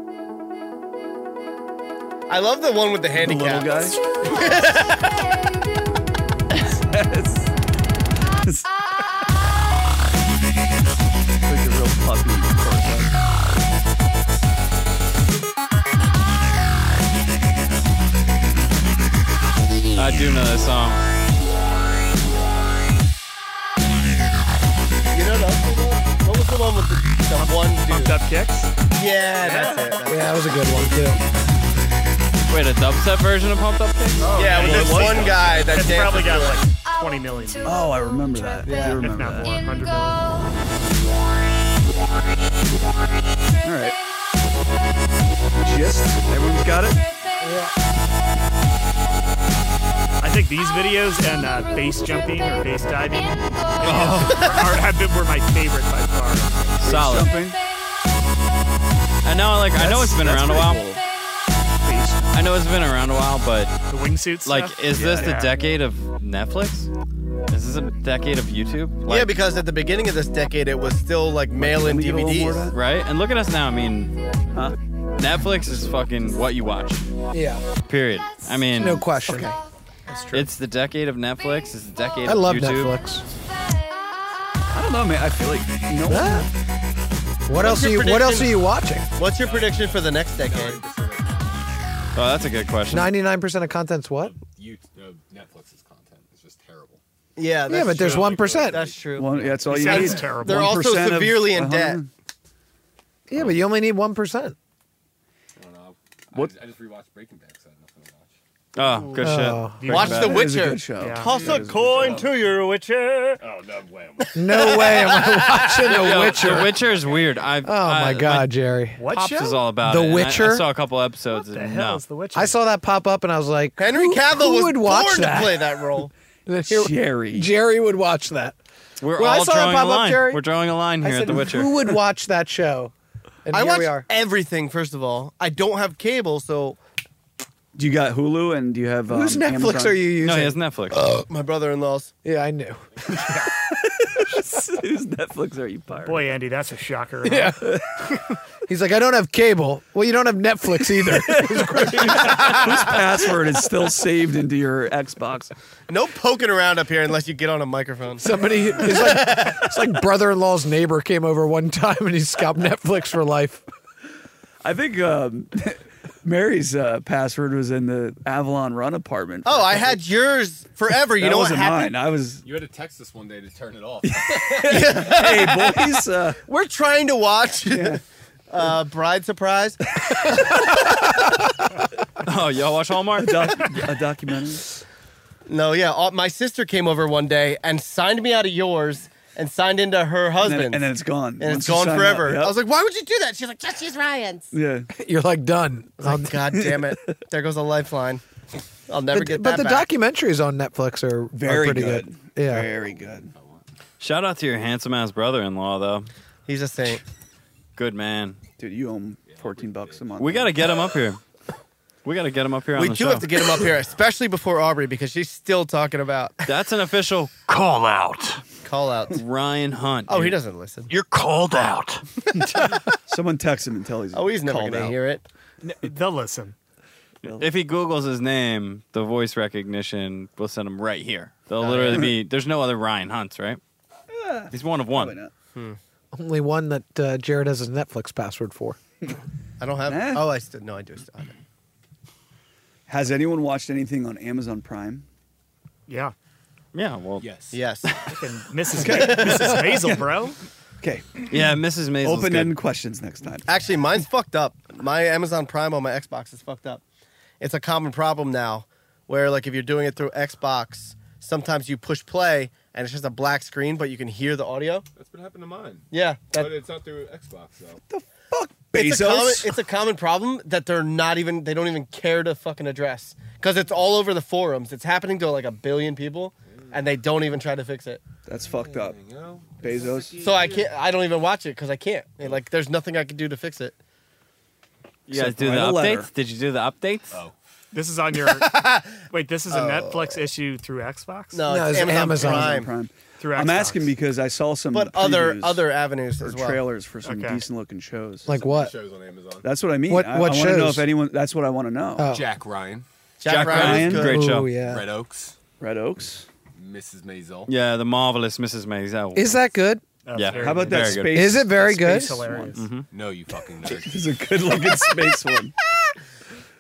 [SPEAKER 2] I love the one with the
[SPEAKER 10] The little
[SPEAKER 2] handicap.
[SPEAKER 10] guy.
[SPEAKER 11] It's
[SPEAKER 9] [LAUGHS]
[SPEAKER 11] true, I crave you.
[SPEAKER 10] Yes. It's like a real puppy. person.
[SPEAKER 1] I do know this song.
[SPEAKER 2] You know that one? What was the one with the, the one
[SPEAKER 4] Pumped
[SPEAKER 2] dude?
[SPEAKER 4] up kicks.
[SPEAKER 2] Yeah, that's it. that's it.
[SPEAKER 3] Yeah, that was a good one too.
[SPEAKER 1] Wait, a dubstep version of Pumped Up Kicks?
[SPEAKER 2] yeah, with this one guy that
[SPEAKER 4] It's
[SPEAKER 2] dances
[SPEAKER 4] probably got
[SPEAKER 2] to it.
[SPEAKER 4] like 20 million.
[SPEAKER 10] Oh, I remember that. I do
[SPEAKER 2] Yeah.
[SPEAKER 4] If
[SPEAKER 10] remember
[SPEAKER 4] not
[SPEAKER 10] that.
[SPEAKER 4] more, 100 million.
[SPEAKER 11] Go,
[SPEAKER 10] All right. Just everyone's got it.
[SPEAKER 4] I think these videos and uh, base jumping or base diving are, have been were my favorite by far.
[SPEAKER 1] Solid.
[SPEAKER 10] Jumping.
[SPEAKER 1] I know, like, I know it's been around a while.
[SPEAKER 4] Base,
[SPEAKER 1] I know it's been around a while, but
[SPEAKER 4] the wingsuits.
[SPEAKER 1] like,
[SPEAKER 4] stuff.
[SPEAKER 1] is this the
[SPEAKER 4] Yeah.
[SPEAKER 1] decade of Netflix? Is this a decade of YouTube? Like,
[SPEAKER 2] yeah, because at the beginning of this decade, it was still like
[SPEAKER 10] Let
[SPEAKER 2] mail-in
[SPEAKER 10] me get a little more of
[SPEAKER 2] DVDs.
[SPEAKER 10] that.
[SPEAKER 1] right? And look at us now. I mean,
[SPEAKER 10] Huh?
[SPEAKER 1] Netflix is fucking what you watch.
[SPEAKER 3] Yeah,
[SPEAKER 1] Period. I mean,
[SPEAKER 3] no question.
[SPEAKER 1] it's the decade of Netflix. It's the decade
[SPEAKER 3] I
[SPEAKER 1] of
[SPEAKER 3] love
[SPEAKER 1] YouTube.
[SPEAKER 3] Netflix.
[SPEAKER 10] I don't know, man. I feel like no. one-
[SPEAKER 3] What else are
[SPEAKER 2] your
[SPEAKER 3] you? What else are you
[SPEAKER 2] prediction?
[SPEAKER 3] watching?
[SPEAKER 2] What's your prediction for the next decade?
[SPEAKER 1] Oh, that's a good question.
[SPEAKER 3] Ninety nine percent of content's what?
[SPEAKER 12] You, uh, Netflix's content is just terrible.
[SPEAKER 2] Yeah,
[SPEAKER 3] yeah,
[SPEAKER 2] that's
[SPEAKER 3] but there's
[SPEAKER 2] true.
[SPEAKER 3] one percent.
[SPEAKER 2] That's true.
[SPEAKER 10] One, that's all you
[SPEAKER 4] Sounds
[SPEAKER 10] need.
[SPEAKER 4] terrible.
[SPEAKER 2] They're also
[SPEAKER 10] 1% of
[SPEAKER 2] severely in
[SPEAKER 10] 100.
[SPEAKER 2] debt.
[SPEAKER 3] Yeah, but you only need one percent.
[SPEAKER 10] What?
[SPEAKER 7] I just rewatched Breaking Bad because I had nothing to watch.
[SPEAKER 1] Oh, good
[SPEAKER 3] Oh.
[SPEAKER 1] shit.
[SPEAKER 2] Watch The
[SPEAKER 1] Breaking Bad.
[SPEAKER 10] That is a
[SPEAKER 2] Witcher.
[SPEAKER 10] good show.
[SPEAKER 4] Yeah.
[SPEAKER 2] Toss
[SPEAKER 10] That
[SPEAKER 2] a
[SPEAKER 10] is
[SPEAKER 2] coin to your witcher.
[SPEAKER 7] Oh no, way.
[SPEAKER 9] [LAUGHS]
[SPEAKER 3] No way am [LAUGHS] I watching
[SPEAKER 10] [LAUGHS]
[SPEAKER 3] The
[SPEAKER 1] Yo,
[SPEAKER 3] Witcher.
[SPEAKER 1] The Witcher is weird. I've,
[SPEAKER 3] Oh my God, Jerry!
[SPEAKER 1] My
[SPEAKER 4] What
[SPEAKER 1] Pops
[SPEAKER 4] show?
[SPEAKER 1] is all about
[SPEAKER 3] The
[SPEAKER 1] it, and I- I,
[SPEAKER 3] Witcher?
[SPEAKER 1] saw a couple episodes.
[SPEAKER 4] what the
[SPEAKER 1] and
[SPEAKER 4] hell
[SPEAKER 1] no.
[SPEAKER 4] is the Witcher?
[SPEAKER 3] I saw that pop up and I was like,
[SPEAKER 2] Henry
[SPEAKER 3] who-
[SPEAKER 2] Cavill
[SPEAKER 3] who
[SPEAKER 2] was
[SPEAKER 3] would watch
[SPEAKER 2] born
[SPEAKER 3] that?
[SPEAKER 2] to
[SPEAKER 3] [LAUGHS]
[SPEAKER 2] play that role.
[SPEAKER 3] And here-
[SPEAKER 10] Jerry.
[SPEAKER 3] Jerry would watch that.
[SPEAKER 1] We're
[SPEAKER 3] Well, I
[SPEAKER 1] all
[SPEAKER 3] saw that
[SPEAKER 1] drawing a
[SPEAKER 3] pop up,
[SPEAKER 1] line.
[SPEAKER 3] Jerry.
[SPEAKER 1] We're drawing a line here
[SPEAKER 3] I
[SPEAKER 1] at
[SPEAKER 3] said,
[SPEAKER 1] The Witcher.
[SPEAKER 3] who would
[SPEAKER 2] [LAUGHS]
[SPEAKER 3] watch that show? And
[SPEAKER 2] I
[SPEAKER 3] here
[SPEAKER 2] watch
[SPEAKER 3] we are.
[SPEAKER 2] everything. First of all, I don't have cable, so
[SPEAKER 10] Do you got Hulu and do you have um,
[SPEAKER 3] Whose Netflix
[SPEAKER 10] Amazon?
[SPEAKER 3] are you using?
[SPEAKER 1] no, he has Netflix.
[SPEAKER 2] my brother-in-law's.
[SPEAKER 3] [LAUGHS] yeah, I
[SPEAKER 2] [LAUGHS]
[SPEAKER 3] knew.
[SPEAKER 10] [LAUGHS] Whose Netflix are you pirating?
[SPEAKER 4] Boy, Andy, that's a shocker. Yeah.
[SPEAKER 3] He's like, I don't have cable. Well, you don't have Netflix either.
[SPEAKER 10] Whose password is still saved into your Xbox?
[SPEAKER 2] No poking around up here unless you get on a microphone.
[SPEAKER 3] Somebody, it's like, it's like brother-in-law's neighbor came over one time and he scalped Netflix for life.
[SPEAKER 10] I think um, [LAUGHS] Mary's uh, password was in the Avalon Run apartment.
[SPEAKER 2] Oh, I
[SPEAKER 10] [LAUGHS]
[SPEAKER 2] had yours forever. You
[SPEAKER 10] that
[SPEAKER 2] know what
[SPEAKER 10] wasn't
[SPEAKER 2] happened?
[SPEAKER 10] mine. I was.
[SPEAKER 1] [LAUGHS]
[SPEAKER 7] You had to text us one day to turn it off.
[SPEAKER 10] [LAUGHS] Hey boys, uh,
[SPEAKER 2] [LAUGHS] We're trying to watch uh, Bride
[SPEAKER 10] [LAUGHS]
[SPEAKER 2] Surprise.
[SPEAKER 1] oh, y'all watch Hallmark?
[SPEAKER 10] doc- a documentary.
[SPEAKER 2] No, yeah. all- my sister came over one day and signed me out of yours and signed into her
[SPEAKER 10] And
[SPEAKER 2] husband.
[SPEAKER 10] then, and then it's gone.
[SPEAKER 2] And it's
[SPEAKER 10] Once you
[SPEAKER 2] gone
[SPEAKER 10] sign up,
[SPEAKER 2] forever.
[SPEAKER 10] yep.
[SPEAKER 2] I was like, why would you do that? She's like, just use Ryan's.
[SPEAKER 10] yeah.
[SPEAKER 3] [LAUGHS] You're like done.
[SPEAKER 2] I was like, God damn
[SPEAKER 10] [LAUGHS]
[SPEAKER 2] it. There goes a lifeline. I'll never
[SPEAKER 3] But,
[SPEAKER 2] get
[SPEAKER 3] but
[SPEAKER 2] that
[SPEAKER 3] the
[SPEAKER 2] back.
[SPEAKER 3] documentaries on Netflix are are
[SPEAKER 10] Very
[SPEAKER 3] pretty
[SPEAKER 10] good.
[SPEAKER 3] good. Yeah,
[SPEAKER 10] Very good.
[SPEAKER 1] Shout out to your handsome ass brother in law, though.
[SPEAKER 2] He's a saint.
[SPEAKER 1] Good man.
[SPEAKER 10] Dude, you owe him 14 bucks a month.
[SPEAKER 1] We got to get him up here. We got to get him up here on
[SPEAKER 2] We
[SPEAKER 1] the
[SPEAKER 2] do
[SPEAKER 1] show.
[SPEAKER 2] have to get him up here, especially before Aubrey, because she's still talking about
[SPEAKER 1] [LAUGHS] That's an official call out.
[SPEAKER 2] call outs.
[SPEAKER 1] Ryan Hunt.
[SPEAKER 2] Oh, he
[SPEAKER 1] dude.
[SPEAKER 2] doesn't listen.
[SPEAKER 1] You're called out.
[SPEAKER 10] [LAUGHS] Someone text him and tell he's.
[SPEAKER 2] Oh, he's never going to hear it.
[SPEAKER 4] They'll listen.
[SPEAKER 1] If he Googles his name, the voice recognition will send him right here. They'll
[SPEAKER 2] Oh, [LAUGHS]
[SPEAKER 1] literally be. There's no other Ryan Hunts, right? He's one of
[SPEAKER 10] Why
[SPEAKER 1] one.
[SPEAKER 10] not?
[SPEAKER 9] Hmm.
[SPEAKER 3] only one that uh, Jared has his Netflix password for.
[SPEAKER 2] I don't have
[SPEAKER 10] Nah.
[SPEAKER 2] Oh, I still, no, I do still have it.
[SPEAKER 10] Eh. Has anyone watched anything on Amazon Prime?
[SPEAKER 4] Yeah.
[SPEAKER 1] Yeah, well,
[SPEAKER 7] yes.
[SPEAKER 2] Yes.
[SPEAKER 4] Fucking Mrs. Mrs. Hazel, bro.
[SPEAKER 10] Okay.
[SPEAKER 1] yeah, Mrs. Maisel's
[SPEAKER 10] Open
[SPEAKER 1] good.
[SPEAKER 10] end questions next time.
[SPEAKER 2] Actually, mine's fucked up. My Amazon Prime on my Xbox is fucked up. It's a common problem now where, like, if you're doing it through Xbox, sometimes you push play and it's just a black screen, but you can hear the audio.
[SPEAKER 7] That's what happened to mine.
[SPEAKER 2] Yeah.
[SPEAKER 7] but it's not through Xbox though.
[SPEAKER 10] Fuck
[SPEAKER 2] it's, a common,
[SPEAKER 10] Bezos.
[SPEAKER 2] it's a common problem that they're not even, they don't even care to fucking address because it's all over the forums. It's happening to like a billion people and they don't even try to fix it.
[SPEAKER 10] That's fucked up.
[SPEAKER 7] You know?
[SPEAKER 10] Bezos.
[SPEAKER 2] So I can't, I don't even watch it because I can't. And, like, there's nothing I can do to fix it.
[SPEAKER 1] You guys
[SPEAKER 10] Except
[SPEAKER 1] do the
[SPEAKER 10] write a
[SPEAKER 1] updates?
[SPEAKER 10] letter.
[SPEAKER 1] Did you do the updates?
[SPEAKER 7] Oh.
[SPEAKER 4] This is on your. Wait, this is
[SPEAKER 10] Oh.
[SPEAKER 4] a Netflix issue through Xbox?
[SPEAKER 2] No,
[SPEAKER 3] No,
[SPEAKER 2] it's,
[SPEAKER 3] it's
[SPEAKER 2] uh, Amazon,
[SPEAKER 3] Amazon
[SPEAKER 2] Prime.
[SPEAKER 10] Prime.
[SPEAKER 4] Through Xbox.
[SPEAKER 10] I'm asking because I saw some
[SPEAKER 2] But other
[SPEAKER 10] previews
[SPEAKER 2] other avenues
[SPEAKER 10] or
[SPEAKER 2] as well.
[SPEAKER 10] trailers for some
[SPEAKER 4] Okay.
[SPEAKER 10] decent looking shows.
[SPEAKER 3] Like what?
[SPEAKER 7] Shows on Amazon.
[SPEAKER 10] that's what I mean.
[SPEAKER 3] What-
[SPEAKER 10] I,
[SPEAKER 3] what
[SPEAKER 10] I want to know
[SPEAKER 3] shows?
[SPEAKER 10] if anyone. That's what I want to know.
[SPEAKER 3] Oh.
[SPEAKER 7] Jack Ryan,
[SPEAKER 2] Jack,
[SPEAKER 1] Jack
[SPEAKER 2] Ryan's
[SPEAKER 10] Ryan.
[SPEAKER 2] good.
[SPEAKER 1] Great
[SPEAKER 3] Ooh,
[SPEAKER 1] show.
[SPEAKER 3] yeah.
[SPEAKER 7] Red Oaks,
[SPEAKER 10] Red Oaks.
[SPEAKER 7] Mrs. Maisel.
[SPEAKER 1] Yeah, the marvelous Mrs. Maisel.
[SPEAKER 3] Is that good?
[SPEAKER 4] That's
[SPEAKER 1] Yeah.
[SPEAKER 4] very
[SPEAKER 10] How about
[SPEAKER 4] good.
[SPEAKER 10] that
[SPEAKER 1] Very good.
[SPEAKER 10] space?
[SPEAKER 3] Is it very good?
[SPEAKER 4] Space hilarious.
[SPEAKER 7] No, you
[SPEAKER 10] [LAUGHS]
[SPEAKER 7] fucking nerd.
[SPEAKER 10] It's a good looking space one.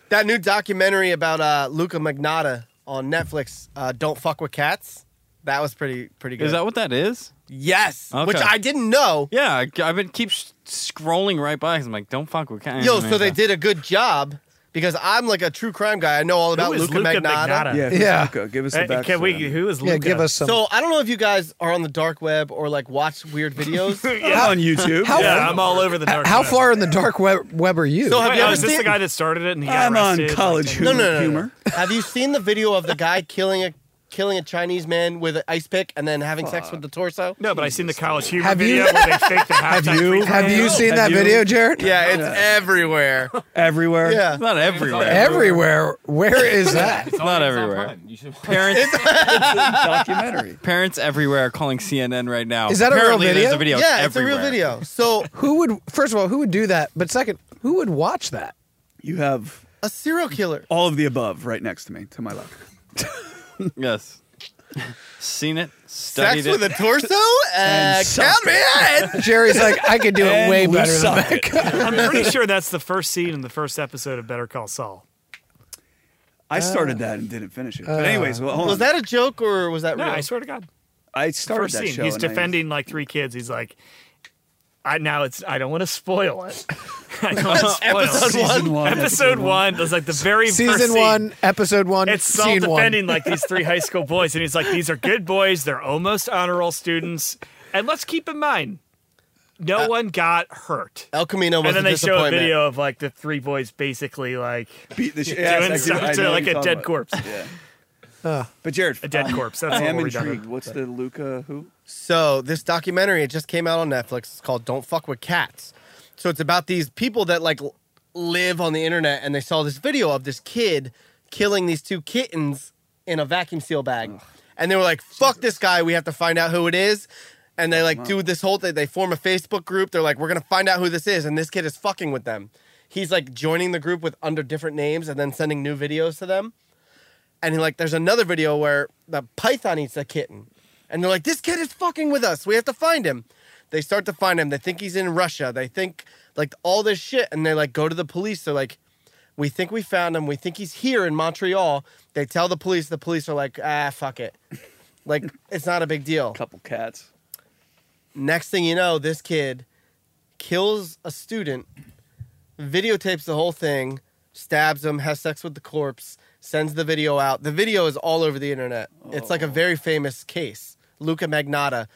[SPEAKER 2] That new documentary about uh, Luca Magnotta on Netflix, uh, "Don't Fuck with Cats," that was pretty pretty good.
[SPEAKER 1] Is that what that is?
[SPEAKER 2] yes,
[SPEAKER 1] Okay.
[SPEAKER 2] which I didn't know.
[SPEAKER 1] Yeah, I- I've been keep s- scrolling right by. 'cause I'm like, don't fuck with cats.
[SPEAKER 2] Yo, so they did a good job because I'm like a true crime guy. I know all
[SPEAKER 4] Who
[SPEAKER 2] about
[SPEAKER 4] is
[SPEAKER 2] Luca, Magnotta.
[SPEAKER 10] Yeah. who's
[SPEAKER 3] Yeah.
[SPEAKER 10] Luca? Give us the
[SPEAKER 4] Hey,
[SPEAKER 10] back.
[SPEAKER 4] can we, who is Luca?
[SPEAKER 3] Yeah, give us some.
[SPEAKER 2] So I don't know if you guys are on the dark web or like watch
[SPEAKER 4] [LAUGHS]
[SPEAKER 2] weird videos.
[SPEAKER 10] How on YouTube?
[SPEAKER 3] How-
[SPEAKER 4] Yeah, I'm all over the dark.
[SPEAKER 3] How
[SPEAKER 4] web.
[SPEAKER 3] far in the dark web, web are you?
[SPEAKER 2] So have
[SPEAKER 4] Wait,
[SPEAKER 2] you
[SPEAKER 4] oh,
[SPEAKER 2] ever
[SPEAKER 4] is this
[SPEAKER 2] seen?
[SPEAKER 4] the guy that started it and he got
[SPEAKER 10] I'm on
[SPEAKER 4] arrested?
[SPEAKER 10] college
[SPEAKER 4] Like,
[SPEAKER 10] humor.
[SPEAKER 2] no, no, no, no.
[SPEAKER 10] humor.
[SPEAKER 2] [LAUGHS] have you seen the video of the guy killing a killing a Chinese man with an ice pick and then having sex with the torso?
[SPEAKER 4] No, but I seen the college humor
[SPEAKER 3] Have you-
[SPEAKER 4] video where
[SPEAKER 3] [LAUGHS]
[SPEAKER 4] they fake the halftime. Have
[SPEAKER 10] you-
[SPEAKER 3] have you seen
[SPEAKER 10] Have
[SPEAKER 3] that
[SPEAKER 10] you-
[SPEAKER 3] video, Jared?
[SPEAKER 2] Yeah, it's everywhere.
[SPEAKER 10] Everywhere.
[SPEAKER 2] Yeah.
[SPEAKER 1] It's not everywhere.
[SPEAKER 3] Everywhere. [LAUGHS] Where is that?
[SPEAKER 1] it's not everywhere.
[SPEAKER 7] Prime. You should.
[SPEAKER 1] Parents,
[SPEAKER 2] [LAUGHS]
[SPEAKER 10] Documentary.
[SPEAKER 1] parents everywhere are calling CNN right now.
[SPEAKER 3] Is that a real
[SPEAKER 1] Apparently,
[SPEAKER 3] video?
[SPEAKER 1] There's a video
[SPEAKER 2] yeah,
[SPEAKER 1] everywhere.
[SPEAKER 2] it's a real video. So
[SPEAKER 3] Who would first of all, who would do that? But second, who would watch that?
[SPEAKER 10] You have
[SPEAKER 2] a serial killer.
[SPEAKER 10] all of the above right next to me, to my left.
[SPEAKER 1] [LAUGHS] Yes. Seen it, studied
[SPEAKER 2] Sex with a
[SPEAKER 1] it.
[SPEAKER 2] torso? Uh,
[SPEAKER 10] [LAUGHS] And
[SPEAKER 2] count me in.
[SPEAKER 3] Jerry's like, I could do it
[SPEAKER 10] And
[SPEAKER 3] way
[SPEAKER 10] we
[SPEAKER 3] better than
[SPEAKER 10] suck
[SPEAKER 3] that.
[SPEAKER 4] I'm pretty sure that's the first scene in the first episode of Better Call Saul.
[SPEAKER 10] I started
[SPEAKER 4] Uh.
[SPEAKER 10] that and didn't finish it. But anyways, well, hold
[SPEAKER 2] Uh, Was
[SPEAKER 10] on.
[SPEAKER 2] that a joke or was that
[SPEAKER 4] No,
[SPEAKER 2] real?
[SPEAKER 4] I swear to God.
[SPEAKER 10] I started
[SPEAKER 4] First
[SPEAKER 10] that
[SPEAKER 4] scene,
[SPEAKER 10] show.
[SPEAKER 4] he's
[SPEAKER 10] and I-
[SPEAKER 4] defending like three kids. He's like, I now it's I don't want to spoil it. [LAUGHS] I don't want to spoil
[SPEAKER 2] episode
[SPEAKER 4] it.
[SPEAKER 10] Season one,
[SPEAKER 4] Episode one was like the very first
[SPEAKER 3] Season
[SPEAKER 4] scene.
[SPEAKER 3] one, episode one,
[SPEAKER 4] It's Saul
[SPEAKER 3] scene one. [LAUGHS]
[SPEAKER 4] defending like these three high school boys, and he's like, "These are good boys. They're almost honor roll students." And let's keep in mind, no one got hurt.
[SPEAKER 2] Uh, El Camino
[SPEAKER 4] And
[SPEAKER 2] was
[SPEAKER 4] then they
[SPEAKER 2] a
[SPEAKER 4] show a
[SPEAKER 2] disappointment.
[SPEAKER 4] video of like the three boys basically like
[SPEAKER 10] [LAUGHS] Beat the shit.
[SPEAKER 4] doing stuff to like a dead corpse,
[SPEAKER 10] Yeah.
[SPEAKER 3] Uh.
[SPEAKER 10] but Jared, um,
[SPEAKER 4] a dead corpse. That's
[SPEAKER 10] I
[SPEAKER 4] what
[SPEAKER 10] am
[SPEAKER 4] we're done
[SPEAKER 10] intrigued.
[SPEAKER 4] with.
[SPEAKER 10] What's the Luca who?
[SPEAKER 2] So this documentary it just came out on Netflix. It's called "Don't Fuck with Cats." So it's about these people that like l- live on the internet, and they saw this video of this kid killing these two kittens in a vacuum seal bag, and they were like, "Fuck this guy! We have to find out who it is." And they like do this whole thing. They form a Facebook group. They're like, "We're gonna find out who this is," and this kid is fucking with them. He's like joining the group with under different names and then sending new videos to them and he, like there's another video where the python eats a kitten and they're like this kid is fucking with us we have to find him they start to find him they think he's in russia they think like all this shit and they like go to the police they're like we think we found him we think he's here in montreal they tell the police the police are like ah fuck it like it's not a big deal
[SPEAKER 10] Couple cats.
[SPEAKER 2] next thing you know, this kid kills a student, videotapes the whole thing, stabs him, has sex with the corpse, sends the video out. The video is all over the internet. It's
[SPEAKER 10] Oh.
[SPEAKER 2] like a very famous case, Luca Magnotta.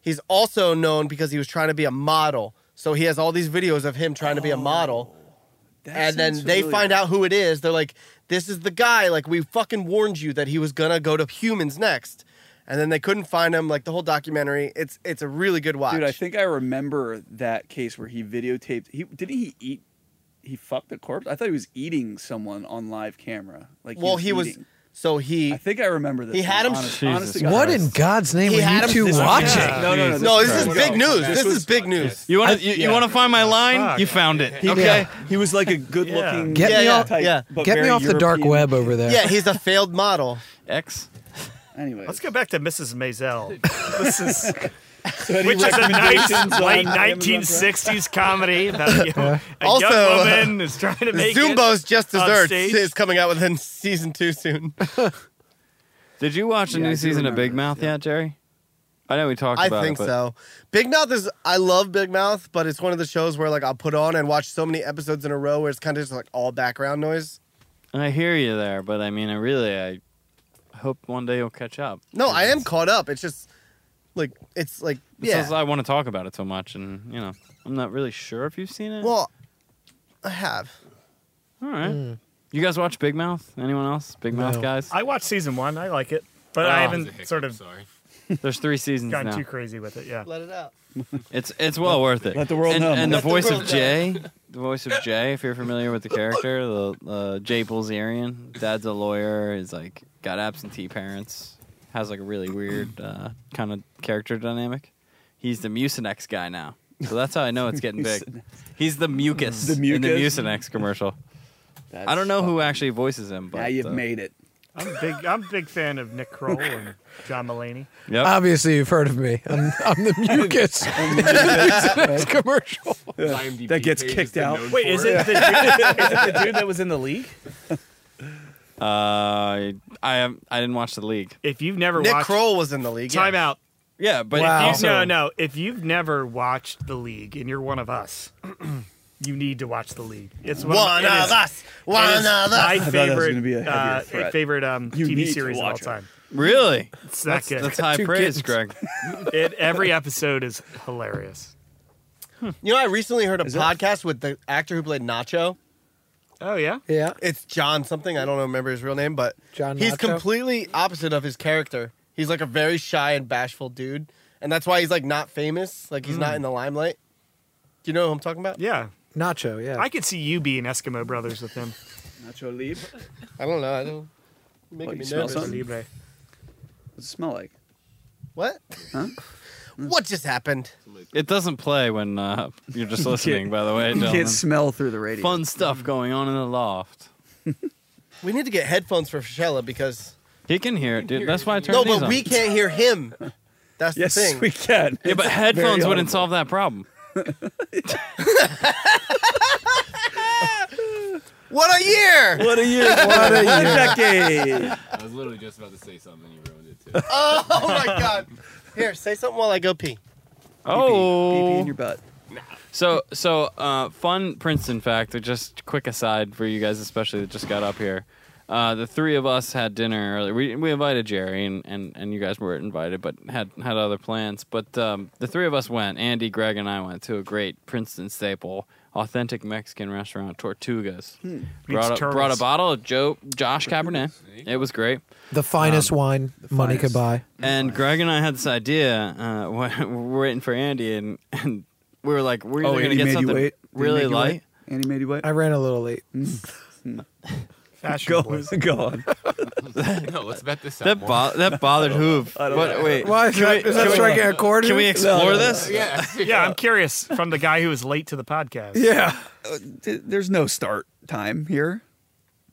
[SPEAKER 2] He's also known because he was trying to be a model. So he has all these videos of him trying to be a model
[SPEAKER 10] Oh.
[SPEAKER 2] [LAUGHS]
[SPEAKER 10] That
[SPEAKER 2] and then
[SPEAKER 10] sounds
[SPEAKER 2] they
[SPEAKER 10] familiar.
[SPEAKER 2] find out who it is. They're like, "This is the guy. Like we fucking warned you that he was gonna go to humans next." And then they couldn't find him. Like the whole documentary, it's it's a really good watch.
[SPEAKER 10] Dude, I think I remember that case where he videotaped. He didn't he eat? He fucked a corpse. I thought he was eating someone on live camera. Like,
[SPEAKER 2] well, he was.
[SPEAKER 10] eating.
[SPEAKER 2] So he.
[SPEAKER 10] I think I remember this.
[SPEAKER 2] He
[SPEAKER 10] one,
[SPEAKER 2] had him-
[SPEAKER 10] honest-
[SPEAKER 1] Jesus
[SPEAKER 10] honestly,
[SPEAKER 1] Christ.
[SPEAKER 3] What in God's name
[SPEAKER 2] He
[SPEAKER 3] were
[SPEAKER 2] had
[SPEAKER 3] you
[SPEAKER 2] him-
[SPEAKER 3] two
[SPEAKER 2] this-
[SPEAKER 3] watching?
[SPEAKER 2] Yeah.
[SPEAKER 10] No, no, no.
[SPEAKER 2] no, this is
[SPEAKER 10] Christ.
[SPEAKER 2] big news. This,
[SPEAKER 10] was-
[SPEAKER 2] is big news.
[SPEAKER 1] You want to you, you
[SPEAKER 2] yeah.
[SPEAKER 1] want to find my line?
[SPEAKER 4] Fuck.
[SPEAKER 1] You found it.
[SPEAKER 10] He-
[SPEAKER 1] okay.
[SPEAKER 10] yeah, he was like
[SPEAKER 2] [LAUGHS]
[SPEAKER 10] a good-looking.
[SPEAKER 3] Get
[SPEAKER 2] Yeah,
[SPEAKER 3] me
[SPEAKER 2] yeah,
[SPEAKER 3] off,
[SPEAKER 2] yeah.
[SPEAKER 10] but
[SPEAKER 3] get me
[SPEAKER 10] very
[SPEAKER 3] off the dark
[SPEAKER 10] European-
[SPEAKER 3] web over there.
[SPEAKER 2] Yeah, he's a failed [LAUGHS] model.
[SPEAKER 1] X.
[SPEAKER 10] Anyway,
[SPEAKER 4] Let's go back to Mrs. Maisel.
[SPEAKER 2] [LAUGHS]
[SPEAKER 4] This is
[SPEAKER 10] So any
[SPEAKER 4] which is a nice
[SPEAKER 10] recommendations on
[SPEAKER 4] late
[SPEAKER 10] Amazon Prime?
[SPEAKER 4] 1960s comedy about a, young- a
[SPEAKER 2] Also,
[SPEAKER 4] young
[SPEAKER 2] uh,
[SPEAKER 4] woman who's trying to make
[SPEAKER 2] Zumbo's just
[SPEAKER 4] on
[SPEAKER 2] desserts
[SPEAKER 4] stage.
[SPEAKER 2] is coming out within season two soon.
[SPEAKER 1] Did you watch the
[SPEAKER 10] Yeah, I
[SPEAKER 1] new
[SPEAKER 10] do
[SPEAKER 1] season of
[SPEAKER 10] remember
[SPEAKER 1] Big
[SPEAKER 10] this,
[SPEAKER 1] Mouth
[SPEAKER 10] yeah.
[SPEAKER 1] yet, Jerry? I know we talked
[SPEAKER 2] I
[SPEAKER 1] about
[SPEAKER 2] think
[SPEAKER 1] it. but-
[SPEAKER 2] so. Big Mouth is I love Big Mouth, but it's one of the shows where like I'll put on and watch so many episodes in a row where it's kind of just like all background noise.
[SPEAKER 1] I hear you there, but I mean, I really, I hope one day you'll catch up.
[SPEAKER 2] No, I am caught up. It's just like it's like
[SPEAKER 1] It's
[SPEAKER 2] yeah.
[SPEAKER 1] just I want to talk about it so much, and you know, I'm not really sure if you've seen it.
[SPEAKER 2] well, mm. I have.
[SPEAKER 1] all right. You guys watch Big Mouth? Anyone else? Big Mouth
[SPEAKER 3] No.
[SPEAKER 4] [LAUGHS]
[SPEAKER 1] guys?
[SPEAKER 4] I watched season one. I like it, but I
[SPEAKER 1] Oh.
[SPEAKER 4] haven't sort of
[SPEAKER 7] Sorry.
[SPEAKER 1] There's three seasons
[SPEAKER 4] gone
[SPEAKER 1] now.
[SPEAKER 4] too crazy with it. Yeah.
[SPEAKER 2] Let it out.
[SPEAKER 1] [LAUGHS] It's it's well worth it.
[SPEAKER 10] let the world
[SPEAKER 1] and,
[SPEAKER 10] know, man.
[SPEAKER 1] And the
[SPEAKER 10] Let
[SPEAKER 2] the
[SPEAKER 1] voice
[SPEAKER 2] world
[SPEAKER 1] of
[SPEAKER 2] know.
[SPEAKER 1] Jay, the voice of Jay, if you're familiar with the character, the uh, Jay Bulzerian. Dad's a lawyer. Is like got absentee parents. Has like a really weird uh, kind of character dynamic. He's the Mucinex guy now, so that's how I know it's
[SPEAKER 10] [LAUGHS]
[SPEAKER 1] getting big. He's the mucus,
[SPEAKER 10] The
[SPEAKER 1] in the
[SPEAKER 10] mucus?
[SPEAKER 1] Mucinex commercial.
[SPEAKER 10] That's
[SPEAKER 1] I don't know who
[SPEAKER 10] fucking-
[SPEAKER 1] actually voices him, but
[SPEAKER 10] Now you've
[SPEAKER 1] uh,
[SPEAKER 10] made it.
[SPEAKER 4] I'm a big. I'm a big fan of Nick Kroll and John
[SPEAKER 10] [LAUGHS]
[SPEAKER 4] Mulaney.
[SPEAKER 1] Yep.
[SPEAKER 3] Obviously, you've heard of me. I'm, I'm
[SPEAKER 1] [LAUGHS]
[SPEAKER 3] the mucus. [LAUGHS] It's
[SPEAKER 10] [LAUGHS]
[SPEAKER 3] commercial.
[SPEAKER 7] IMDb
[SPEAKER 10] That gets
[SPEAKER 7] page is
[SPEAKER 10] kicked
[SPEAKER 7] the
[SPEAKER 10] out.
[SPEAKER 7] known
[SPEAKER 4] Wait,
[SPEAKER 7] for [LAUGHS]
[SPEAKER 4] is it, the dude, is it the dude that was in the league?
[SPEAKER 1] uh, I I am- I didn't watch the league.
[SPEAKER 4] If you've never
[SPEAKER 2] Nick
[SPEAKER 4] watched
[SPEAKER 2] Kroll was in the league.
[SPEAKER 4] Time out.
[SPEAKER 1] Yeah, but
[SPEAKER 3] Wow.
[SPEAKER 1] if you-
[SPEAKER 4] No, no. If you've never watched the league and you're one of us, [CLEARS THROAT] you need to watch the league. It's one,
[SPEAKER 2] One
[SPEAKER 4] it
[SPEAKER 2] of
[SPEAKER 4] is-
[SPEAKER 2] us. One
[SPEAKER 4] it
[SPEAKER 2] of
[SPEAKER 4] is My
[SPEAKER 2] us.
[SPEAKER 10] thought that was
[SPEAKER 4] favorite,
[SPEAKER 10] gonna be a heavier
[SPEAKER 4] uh,
[SPEAKER 10] threat.
[SPEAKER 4] favorite um,
[SPEAKER 10] You need
[SPEAKER 4] TV
[SPEAKER 10] to
[SPEAKER 4] series of all
[SPEAKER 10] watch it.
[SPEAKER 4] time.
[SPEAKER 1] really,
[SPEAKER 4] It's that good.
[SPEAKER 1] that's high
[SPEAKER 3] Two
[SPEAKER 1] praise,
[SPEAKER 3] kittens.
[SPEAKER 1] Greg.
[SPEAKER 4] [LAUGHS] it, every episode is hilarious.
[SPEAKER 2] Hmm. You know, I recently heard a
[SPEAKER 10] Is it-
[SPEAKER 2] podcast with the actor who played Nacho.
[SPEAKER 4] Oh yeah.
[SPEAKER 3] Yeah.
[SPEAKER 2] It's John something. I don't remember his real name, but
[SPEAKER 3] John
[SPEAKER 2] he's
[SPEAKER 3] Nacho?
[SPEAKER 2] completely opposite of his character. He's like a very shy and bashful dude, and that's why he's like not famous. Like he's not in the limelight. Do you know who I'm talking about?
[SPEAKER 4] Hmm. Yeah.
[SPEAKER 3] Nacho, yeah.
[SPEAKER 4] I could see you being Eskimo brothers with him.
[SPEAKER 10] Nacho Libre.
[SPEAKER 2] I don't know. I don't. You're Making
[SPEAKER 10] What, Oh, you
[SPEAKER 2] me
[SPEAKER 10] smell
[SPEAKER 2] nervous.
[SPEAKER 10] something?
[SPEAKER 4] Libre.
[SPEAKER 10] What's it smell like?
[SPEAKER 2] What?
[SPEAKER 10] Huh?
[SPEAKER 2] what just happened?
[SPEAKER 1] It doesn't play when uh,
[SPEAKER 10] [LAUGHS]
[SPEAKER 1] you're just listening, by the way.
[SPEAKER 10] You
[SPEAKER 1] gentlemen.
[SPEAKER 10] can't smell through the radio.
[SPEAKER 1] Fun stuff going on in the loft.
[SPEAKER 2] We need to get headphones for Shella because
[SPEAKER 1] He can hear it, dude. That's why I turned
[SPEAKER 2] no,
[SPEAKER 1] these
[SPEAKER 2] but
[SPEAKER 1] on.
[SPEAKER 2] we can't hear him. That's
[SPEAKER 10] Yes,
[SPEAKER 2] the thing.
[SPEAKER 10] we can.
[SPEAKER 1] Yeah, but headphones
[SPEAKER 10] Very
[SPEAKER 1] wouldn't
[SPEAKER 10] audible.
[SPEAKER 1] solve that problem.
[SPEAKER 2] What a year!
[SPEAKER 10] What a year!
[SPEAKER 2] [LAUGHS]
[SPEAKER 10] What a
[SPEAKER 9] [LAUGHS]
[SPEAKER 10] decade!
[SPEAKER 7] I was literally just about to say something, and you ruined it too.
[SPEAKER 2] Oh, oh my god. Here, say something while I go pee.
[SPEAKER 10] PP in
[SPEAKER 1] Oh,
[SPEAKER 10] your butt.
[SPEAKER 1] so so uh, fun Princeton fact. Just quick aside for you guys, especially that just got up here. Uh, the three of us had dinner earlier. We we invited Jerry and, and, and you guys were invited, but had had other plans. But um, the three of us went. Andy, Greg, and I went to a great Princeton staple, authentic Mexican restaurant, Tortugas. Brought a,
[SPEAKER 4] turtles.
[SPEAKER 1] brought a bottle of Joe Josh Cabernet. It was great.
[SPEAKER 3] The finest
[SPEAKER 1] Um,
[SPEAKER 3] wine money could
[SPEAKER 10] finest.
[SPEAKER 3] buy.
[SPEAKER 1] And Greg and I had this idea. Uh, [LAUGHS] we we're waiting for Andy, and, and we were like, we're either going to
[SPEAKER 10] Andy
[SPEAKER 1] get
[SPEAKER 10] made you
[SPEAKER 1] something
[SPEAKER 10] wait. Did Oh, he
[SPEAKER 1] really
[SPEAKER 10] make you
[SPEAKER 1] light.
[SPEAKER 10] wait? Andy made you wait. Mm.
[SPEAKER 3] I ran a little late. [LAUGHS]
[SPEAKER 10] Go,
[SPEAKER 4] Fashionably.
[SPEAKER 10] go on. [LAUGHS]
[SPEAKER 7] [LAUGHS] no, let's bet this out.
[SPEAKER 1] [LAUGHS] That,
[SPEAKER 7] more.
[SPEAKER 1] bo-
[SPEAKER 7] [LAUGHS]
[SPEAKER 10] [LAUGHS]
[SPEAKER 1] that bothered Hoove. What, wait,
[SPEAKER 3] Why is that,
[SPEAKER 1] we-
[SPEAKER 3] is that
[SPEAKER 1] can we-
[SPEAKER 3] striking a chord?
[SPEAKER 1] can we explore this?
[SPEAKER 7] yeah,
[SPEAKER 4] [LAUGHS] Yeah, I'm curious from the guy who was late to the podcast.
[SPEAKER 3] Yeah.
[SPEAKER 10] Uh, Th- There's no start time here.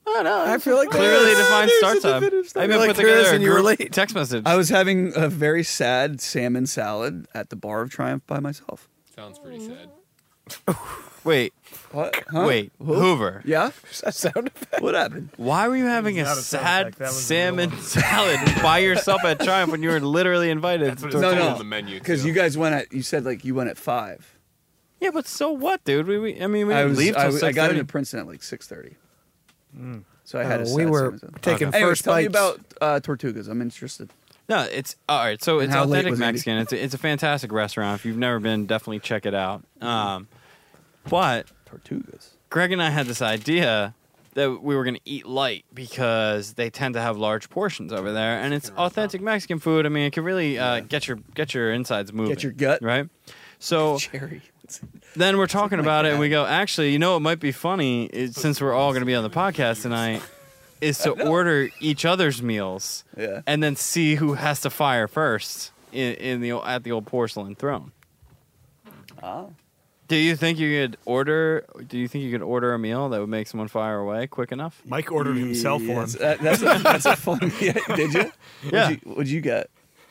[SPEAKER 3] I feel like
[SPEAKER 1] Clearly defined start time. I even
[SPEAKER 3] Like
[SPEAKER 1] put
[SPEAKER 3] there is,
[SPEAKER 1] together a
[SPEAKER 3] and you were
[SPEAKER 1] group
[SPEAKER 3] late.
[SPEAKER 1] text message.
[SPEAKER 10] I was having a very sad salmon salad at the Bar of Triumph by myself.
[SPEAKER 7] sounds pretty sad.
[SPEAKER 1] wait,
[SPEAKER 10] What? Huh?
[SPEAKER 1] wait, Hoover.
[SPEAKER 10] Yeah?
[SPEAKER 3] that sound effect.
[SPEAKER 10] What happened?
[SPEAKER 1] Why were you having a
[SPEAKER 4] not a sound
[SPEAKER 1] sad
[SPEAKER 4] effect. That was a real
[SPEAKER 1] salmon [LAUGHS] salad by yourself at Triumph when you were literally invited? to
[SPEAKER 7] That's what it
[SPEAKER 1] Tortugas?
[SPEAKER 7] said
[SPEAKER 10] no.
[SPEAKER 7] on the menu.
[SPEAKER 10] Because
[SPEAKER 7] too.
[SPEAKER 10] you guys went at, you said like you went at 5.
[SPEAKER 1] Yeah, but so what, dude? We, we I mean, we
[SPEAKER 10] I
[SPEAKER 1] didn't
[SPEAKER 10] was,
[SPEAKER 1] leave
[SPEAKER 10] I,
[SPEAKER 1] till
[SPEAKER 10] was- I got
[SPEAKER 1] 6:30.
[SPEAKER 10] into Princeton at like 6.30.
[SPEAKER 4] Mm.
[SPEAKER 10] So I had a
[SPEAKER 3] Oh,
[SPEAKER 10] sad
[SPEAKER 3] we were
[SPEAKER 10] salmon salad.
[SPEAKER 3] taking
[SPEAKER 10] Anyways,
[SPEAKER 3] first
[SPEAKER 10] tell
[SPEAKER 3] bites.
[SPEAKER 10] me about uh, Tortugas. I'm interested.
[SPEAKER 1] No, it's all right. So it's
[SPEAKER 10] how late
[SPEAKER 1] authentic
[SPEAKER 10] was Andy?
[SPEAKER 1] Mexican. It's a, it's a fantastic restaurant. If you've never been, definitely check it out. Um, but
[SPEAKER 10] Tortugas.
[SPEAKER 1] Greg and I had this idea that we were going to eat light because they tend to have large portions over there, and it's authentic Mexican food. I mean, it can really uh, get your get your insides moving,
[SPEAKER 10] your gut.
[SPEAKER 1] right. So
[SPEAKER 10] Cherry.
[SPEAKER 1] then we're talking about it, and
[SPEAKER 10] that.
[SPEAKER 1] we go, actually, you know what might be funny is since we're all going to be on the podcast tonight, is
[SPEAKER 10] [LAUGHS]
[SPEAKER 1] to order each other's meals
[SPEAKER 10] Yeah.
[SPEAKER 1] and then see who has to fire first in, in the o- at the old porcelain throne.
[SPEAKER 10] Oh.
[SPEAKER 1] Do you think you could order? Do you think you could order a meal that would make someone fire away quick enough?
[SPEAKER 4] Mike ordered himself one.
[SPEAKER 10] Yes, that- that's, a, that's a fun. [LAUGHS] Yeah, did you?
[SPEAKER 1] Yeah.
[SPEAKER 10] What'd you, what'd you get?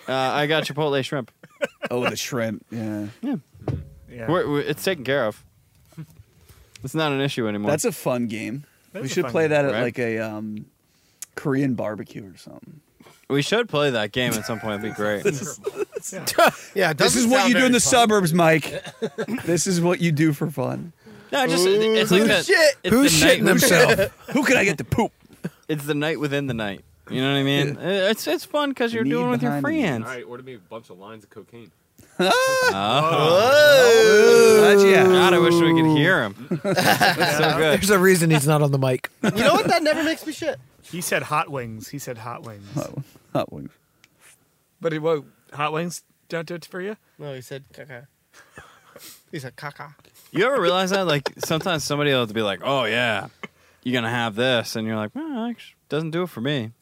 [SPEAKER 1] Uh, I got Chipotle shrimp.
[SPEAKER 10] Oh, the shrimp. Yeah.
[SPEAKER 4] Yeah.
[SPEAKER 1] We're, we're- it's taken
[SPEAKER 4] [LAUGHS]
[SPEAKER 1] care of. It's not an issue anymore.
[SPEAKER 10] That's a fun game.
[SPEAKER 4] That's
[SPEAKER 10] we
[SPEAKER 4] a
[SPEAKER 10] should
[SPEAKER 4] fun
[SPEAKER 10] play
[SPEAKER 4] game.
[SPEAKER 10] that at
[SPEAKER 1] Right.
[SPEAKER 10] like a um, Korean barbecue or something.
[SPEAKER 1] we should play that game at some point. It'd
[SPEAKER 10] [LAUGHS]
[SPEAKER 1] be great.
[SPEAKER 2] Yeah, it
[SPEAKER 10] This
[SPEAKER 2] doesn't
[SPEAKER 10] is what
[SPEAKER 2] sound
[SPEAKER 10] you do
[SPEAKER 2] very
[SPEAKER 10] in the
[SPEAKER 2] fun.
[SPEAKER 10] suburbs, Mike.
[SPEAKER 3] [LAUGHS]
[SPEAKER 10] this is what you do for fun.
[SPEAKER 1] No, just it's like that.
[SPEAKER 2] shit?
[SPEAKER 1] It's
[SPEAKER 3] Who's
[SPEAKER 1] the night-
[SPEAKER 3] shitting himself?
[SPEAKER 1] [LAUGHS]
[SPEAKER 10] Who can I get to poop?
[SPEAKER 1] It's the night within the night. You know what I mean? Uh, It's it's fun because you're
[SPEAKER 10] need
[SPEAKER 1] doing it with your
[SPEAKER 10] behind the need.
[SPEAKER 1] friends.
[SPEAKER 7] All right, order me a bunch of lines of cocaine.
[SPEAKER 1] [LAUGHS] Oh.
[SPEAKER 3] Oh.
[SPEAKER 10] How'd you-
[SPEAKER 1] God, I wish we could hear
[SPEAKER 3] [LAUGHS]
[SPEAKER 1] him. so good.
[SPEAKER 3] There's a reason he's not on the mic.
[SPEAKER 2] You know what? That never makes me shit.
[SPEAKER 4] He said hot wings. He said hot wings. Oh,
[SPEAKER 10] Hot wings.
[SPEAKER 4] But it won't. Hot wings don't do it for you?
[SPEAKER 2] No, he said caca. He said caca.
[SPEAKER 1] You ever realize that? Like sometimes somebody will be like, "Oh yeah, you're gonna have this," and you're like, "Well, actually, doesn't do it for me."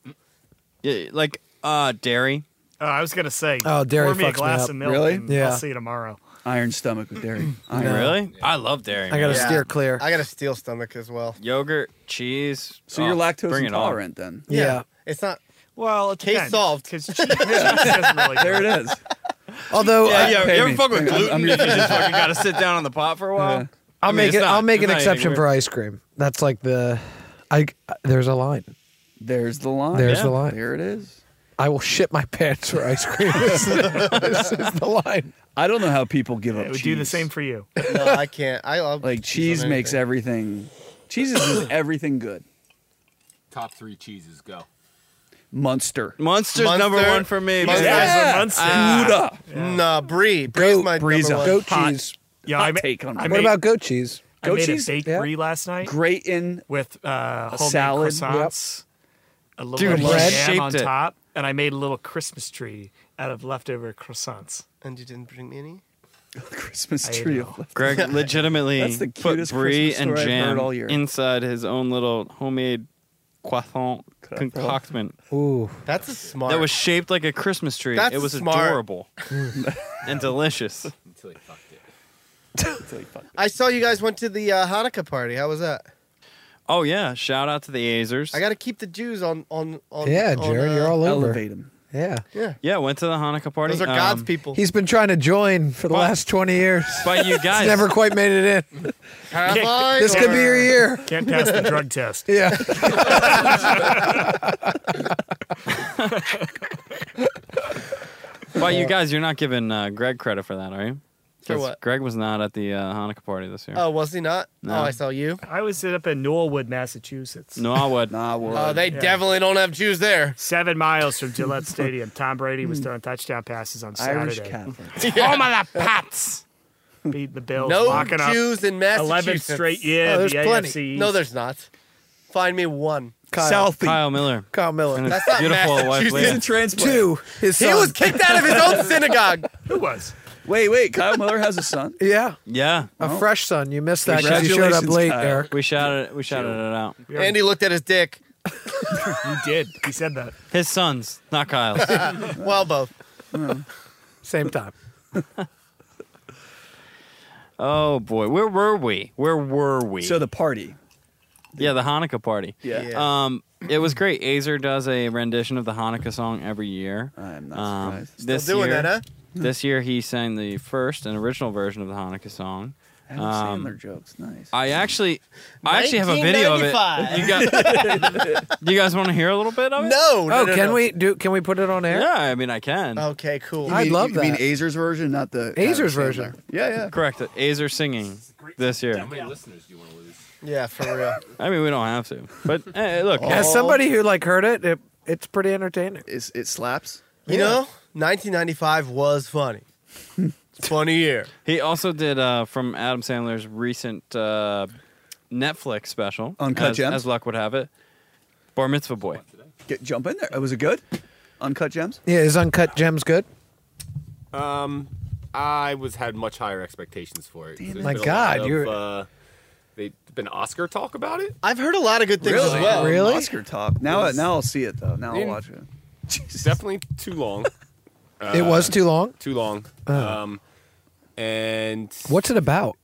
[SPEAKER 1] Yeah, like uh, dairy.
[SPEAKER 4] Oh, I was going to say.
[SPEAKER 3] Oh, dairy
[SPEAKER 4] Pour me a
[SPEAKER 3] fucks me
[SPEAKER 4] glass
[SPEAKER 3] up.
[SPEAKER 4] of milk.
[SPEAKER 10] Really?
[SPEAKER 4] and
[SPEAKER 3] Yeah.
[SPEAKER 4] I'll see you tomorrow.
[SPEAKER 10] [LAUGHS] Iron stomach with
[SPEAKER 3] [LAUGHS]
[SPEAKER 10] dairy. Iron.
[SPEAKER 1] Really? I love dairy.
[SPEAKER 3] I got to
[SPEAKER 1] man.
[SPEAKER 2] Yeah.
[SPEAKER 3] steer clear.
[SPEAKER 2] I got a steel stomach as well.
[SPEAKER 1] yogurt, cheese.
[SPEAKER 10] So
[SPEAKER 1] Oh,
[SPEAKER 10] you're lactose
[SPEAKER 1] bring it on.
[SPEAKER 10] intolerant then?
[SPEAKER 3] yeah.
[SPEAKER 1] [LAUGHS]
[SPEAKER 2] It's not.
[SPEAKER 4] Well, it
[SPEAKER 2] Case
[SPEAKER 4] depends,
[SPEAKER 2] solved.
[SPEAKER 4] 'cause cheese, cheese doesn't
[SPEAKER 2] [LAUGHS]
[SPEAKER 4] really
[SPEAKER 10] There it is.
[SPEAKER 3] Although
[SPEAKER 1] Yeah,
[SPEAKER 3] I,
[SPEAKER 1] yeah.
[SPEAKER 10] pay
[SPEAKER 1] You ever
[SPEAKER 10] me.
[SPEAKER 1] fuck with
[SPEAKER 10] Pay me. I'm-
[SPEAKER 1] gluten?
[SPEAKER 10] I'm [LAUGHS]
[SPEAKER 1] if [LAUGHS] you just fucking gotta sit down on the pot for a while.
[SPEAKER 10] Yeah.
[SPEAKER 1] Oh. I
[SPEAKER 3] I'll
[SPEAKER 1] mean,
[SPEAKER 3] make
[SPEAKER 1] it's
[SPEAKER 3] it.
[SPEAKER 1] not-
[SPEAKER 3] I'll make
[SPEAKER 1] it's
[SPEAKER 3] an
[SPEAKER 1] not
[SPEAKER 3] exception for
[SPEAKER 1] anywhere.
[SPEAKER 3] ice cream. That's like the. I there's a line.
[SPEAKER 10] There's the
[SPEAKER 4] Oh,
[SPEAKER 10] line.
[SPEAKER 3] There's
[SPEAKER 1] Yeah.
[SPEAKER 3] the line.
[SPEAKER 10] There
[SPEAKER 3] [LAUGHS]
[SPEAKER 10] it is. [LAUGHS]
[SPEAKER 3] I will shit my pants for ice
[SPEAKER 1] [LAUGHS]
[SPEAKER 3] cream. [LAUGHS] this, this is the
[SPEAKER 4] [LAUGHS]
[SPEAKER 3] line.
[SPEAKER 10] I don't know how people give up
[SPEAKER 4] It would
[SPEAKER 10] cheese.
[SPEAKER 4] do the same for you.
[SPEAKER 2] No, I can't. I love
[SPEAKER 10] Like cheese
[SPEAKER 2] on
[SPEAKER 10] makes
[SPEAKER 2] anything.
[SPEAKER 10] everything. Cheese is [COUGHS] everything good.
[SPEAKER 7] Top three cheeses, go.
[SPEAKER 10] Munster.
[SPEAKER 1] Monster's
[SPEAKER 2] Monster-
[SPEAKER 1] number one for me.
[SPEAKER 2] Monster-
[SPEAKER 1] man.
[SPEAKER 4] Yeah.
[SPEAKER 10] Gouda.
[SPEAKER 2] Nah, brie. Brie's
[SPEAKER 10] Goat
[SPEAKER 2] my
[SPEAKER 10] brie's
[SPEAKER 2] number
[SPEAKER 10] a
[SPEAKER 2] one.
[SPEAKER 3] Goat
[SPEAKER 4] Hot.
[SPEAKER 3] cheese.
[SPEAKER 4] Yeah,
[SPEAKER 10] Hot
[SPEAKER 4] I ma-
[SPEAKER 10] take on
[SPEAKER 4] I
[SPEAKER 10] that.
[SPEAKER 3] What
[SPEAKER 4] made,
[SPEAKER 3] about goat cheese?
[SPEAKER 4] I
[SPEAKER 10] goat
[SPEAKER 4] made
[SPEAKER 10] cheese?
[SPEAKER 4] a baked
[SPEAKER 3] Yeah.
[SPEAKER 4] brie last night
[SPEAKER 10] Great in
[SPEAKER 4] with uh, homemade
[SPEAKER 10] salad?
[SPEAKER 4] croissants, a little
[SPEAKER 1] Dude,
[SPEAKER 4] bit of
[SPEAKER 3] you
[SPEAKER 4] jam
[SPEAKER 1] shaped
[SPEAKER 4] on
[SPEAKER 1] it.
[SPEAKER 4] top, and I made a little Christmas tree out of leftover croissants.
[SPEAKER 2] And you didn't bring me
[SPEAKER 10] [LAUGHS]
[SPEAKER 2] any?
[SPEAKER 10] Christmas
[SPEAKER 4] I
[SPEAKER 10] tree.
[SPEAKER 4] know.
[SPEAKER 1] Greg legitimately
[SPEAKER 10] That's the
[SPEAKER 1] put
[SPEAKER 10] cutest
[SPEAKER 1] brie
[SPEAKER 10] Christmas
[SPEAKER 1] and
[SPEAKER 10] story I've heard
[SPEAKER 1] jam
[SPEAKER 10] all year.
[SPEAKER 1] inside his own little homemade croissant
[SPEAKER 10] Croissant.
[SPEAKER 1] concoction
[SPEAKER 3] Ooh,
[SPEAKER 2] That's a smart.
[SPEAKER 1] that was shaped like a Christmas tree.
[SPEAKER 2] That's
[SPEAKER 1] it was
[SPEAKER 2] smart.
[SPEAKER 1] [LAUGHS] adorable and delicious.
[SPEAKER 7] Until he fucked it.
[SPEAKER 10] It's like, fuck.
[SPEAKER 2] I saw you guys went to the uh, Hanukkah party. How was that?
[SPEAKER 1] Oh yeah! Shout out to the Azers.
[SPEAKER 2] I got to keep the Jews on on on.
[SPEAKER 3] yeah,
[SPEAKER 2] on,
[SPEAKER 3] Jerry,
[SPEAKER 2] uh,
[SPEAKER 3] you're all over.
[SPEAKER 10] Elevate him.
[SPEAKER 3] Yeah.
[SPEAKER 2] Yeah.
[SPEAKER 1] Yeah, went to the Hanukkah party.
[SPEAKER 2] Those are God's
[SPEAKER 1] Um,
[SPEAKER 2] people.
[SPEAKER 3] He's been trying to join for the
[SPEAKER 1] But-
[SPEAKER 3] last 20 years.
[SPEAKER 1] [LAUGHS] But you guys
[SPEAKER 3] He's never quite made it in.
[SPEAKER 2] Have
[SPEAKER 4] Kicked.
[SPEAKER 2] I
[SPEAKER 3] This could be your
[SPEAKER 2] or-
[SPEAKER 3] year.
[SPEAKER 4] Can't pass the drug test.
[SPEAKER 3] [LAUGHS] Yeah. [LAUGHS]
[SPEAKER 1] But you guys, you're not giving uh, Greg credit for that, are you?
[SPEAKER 2] For
[SPEAKER 1] 'Cause
[SPEAKER 2] what?
[SPEAKER 1] Greg was not at the uh, Hanukkah party this year.
[SPEAKER 2] Oh, was he not?
[SPEAKER 1] No.
[SPEAKER 2] Oh, I saw you.
[SPEAKER 4] I was up in Norwood, Massachusetts.
[SPEAKER 1] No,
[SPEAKER 3] [LAUGHS]
[SPEAKER 1] I would.
[SPEAKER 10] Nah, we're
[SPEAKER 2] Oh, they
[SPEAKER 4] Yeah.
[SPEAKER 2] definitely don't have Jews there.
[SPEAKER 4] Seven miles from
[SPEAKER 1] [LAUGHS]
[SPEAKER 4] Gillette Stadium, Tom Brady
[SPEAKER 1] Hmm.
[SPEAKER 4] was throwing touchdown passes on [LAUGHS] Saturday.
[SPEAKER 10] Irish Catholics.
[SPEAKER 4] [LAUGHS] Oh my the Pats beat the Bills,
[SPEAKER 2] No
[SPEAKER 4] locking up
[SPEAKER 2] Jews in Massachusetts.
[SPEAKER 4] 11 straight year
[SPEAKER 3] Oh,
[SPEAKER 4] of
[SPEAKER 3] there's
[SPEAKER 4] the
[SPEAKER 3] plenty.
[SPEAKER 4] AFC.
[SPEAKER 2] No, there's not. Find me one.
[SPEAKER 3] Kyle,
[SPEAKER 1] Kyle Miller.
[SPEAKER 3] Kyle Miller.
[SPEAKER 1] And his
[SPEAKER 2] That's not
[SPEAKER 1] beautiful wife,
[SPEAKER 2] Massachusetts.
[SPEAKER 1] Leah.
[SPEAKER 3] Two. His
[SPEAKER 2] He
[SPEAKER 3] son.
[SPEAKER 2] was kicked out of his
[SPEAKER 3] [LAUGHS]
[SPEAKER 2] own [LAUGHS] synagogue.
[SPEAKER 4] who was.
[SPEAKER 10] Wait, wait. Kyle Miller has a son.
[SPEAKER 3] Yeah.
[SPEAKER 1] Yeah,
[SPEAKER 3] A
[SPEAKER 10] Oh.
[SPEAKER 3] fresh son. You missed that because you showed up
[SPEAKER 10] Congratulations,
[SPEAKER 3] late,
[SPEAKER 10] Kyle.
[SPEAKER 3] Eric.
[SPEAKER 1] we shouted, we shouted it out.
[SPEAKER 2] Andy looked at his dick.
[SPEAKER 4] You did. He said that.
[SPEAKER 1] His sons, not Kyle's.
[SPEAKER 2] [LAUGHS] Well, both.
[SPEAKER 3] Same time.
[SPEAKER 1] oh boy, where were we? Where were we?
[SPEAKER 10] So the party.
[SPEAKER 1] yeah, the Hanukkah party.
[SPEAKER 10] Yeah.
[SPEAKER 1] Um, it was great. Azer does a rendition of the Hanukkah song every year.
[SPEAKER 10] I'm not
[SPEAKER 1] Um,
[SPEAKER 10] surprised.
[SPEAKER 1] this
[SPEAKER 2] Still doing
[SPEAKER 1] year,
[SPEAKER 2] that, huh?
[SPEAKER 1] this year he sang the first and original version of the Hanukkah song.
[SPEAKER 10] Adam
[SPEAKER 1] um,
[SPEAKER 10] Sandler jokes. Nice.
[SPEAKER 1] I actually, I actually have a video of it.
[SPEAKER 2] 1995.
[SPEAKER 1] You guys, you guys want to hear a little bit of it?
[SPEAKER 2] No. no
[SPEAKER 3] Oh,
[SPEAKER 2] no,
[SPEAKER 3] can
[SPEAKER 2] no.
[SPEAKER 3] we do? Can we put it on air?
[SPEAKER 1] Yeah, I mean I can.
[SPEAKER 10] Oh,
[SPEAKER 2] Okay, cool.
[SPEAKER 10] You
[SPEAKER 3] I'd
[SPEAKER 10] mean-
[SPEAKER 3] love
[SPEAKER 10] you mean
[SPEAKER 3] that.
[SPEAKER 10] Azer's version, not the Adam
[SPEAKER 3] Azer's
[SPEAKER 10] Sandler.
[SPEAKER 3] version.
[SPEAKER 10] Yeah, yeah.
[SPEAKER 1] Correct. Azer singing this year.
[SPEAKER 7] How many listeners do you want to lose?
[SPEAKER 2] Yeah, for real.
[SPEAKER 1] I mean, we don't have to, but [LAUGHS] eh, look,
[SPEAKER 3] As somebody who like heard it, it it's pretty entertaining.
[SPEAKER 10] It's, it slaps.
[SPEAKER 2] You know, 1995 was funny. It's a funny year.
[SPEAKER 1] he also did uh, from Adam Sandler's recent uh, Netflix special,
[SPEAKER 10] Uncut
[SPEAKER 1] as,
[SPEAKER 10] Gems?
[SPEAKER 1] as luck would have it, Bar Mitzvah Boy.
[SPEAKER 10] Get, jump in there. Uh, Was it good? Uncut gems.
[SPEAKER 3] Yeah, is Uncut Gems good?
[SPEAKER 7] Um, I was had much higher expectations for it. There's
[SPEAKER 3] My
[SPEAKER 7] been a
[SPEAKER 3] God,
[SPEAKER 7] lot of,
[SPEAKER 3] you're-
[SPEAKER 7] Uh, they've been Oscar talk about it.
[SPEAKER 2] I've heard a lot of good things as well.
[SPEAKER 3] Really?
[SPEAKER 10] Oscar talk. Now,
[SPEAKER 7] Yes.
[SPEAKER 10] now I'll see it though. Now I'll
[SPEAKER 7] Didn't-
[SPEAKER 10] watch it. [LAUGHS]
[SPEAKER 7] Definitely too long.
[SPEAKER 3] [LAUGHS] it was too long. Oh.
[SPEAKER 7] Too long. Um, and
[SPEAKER 3] What's it about?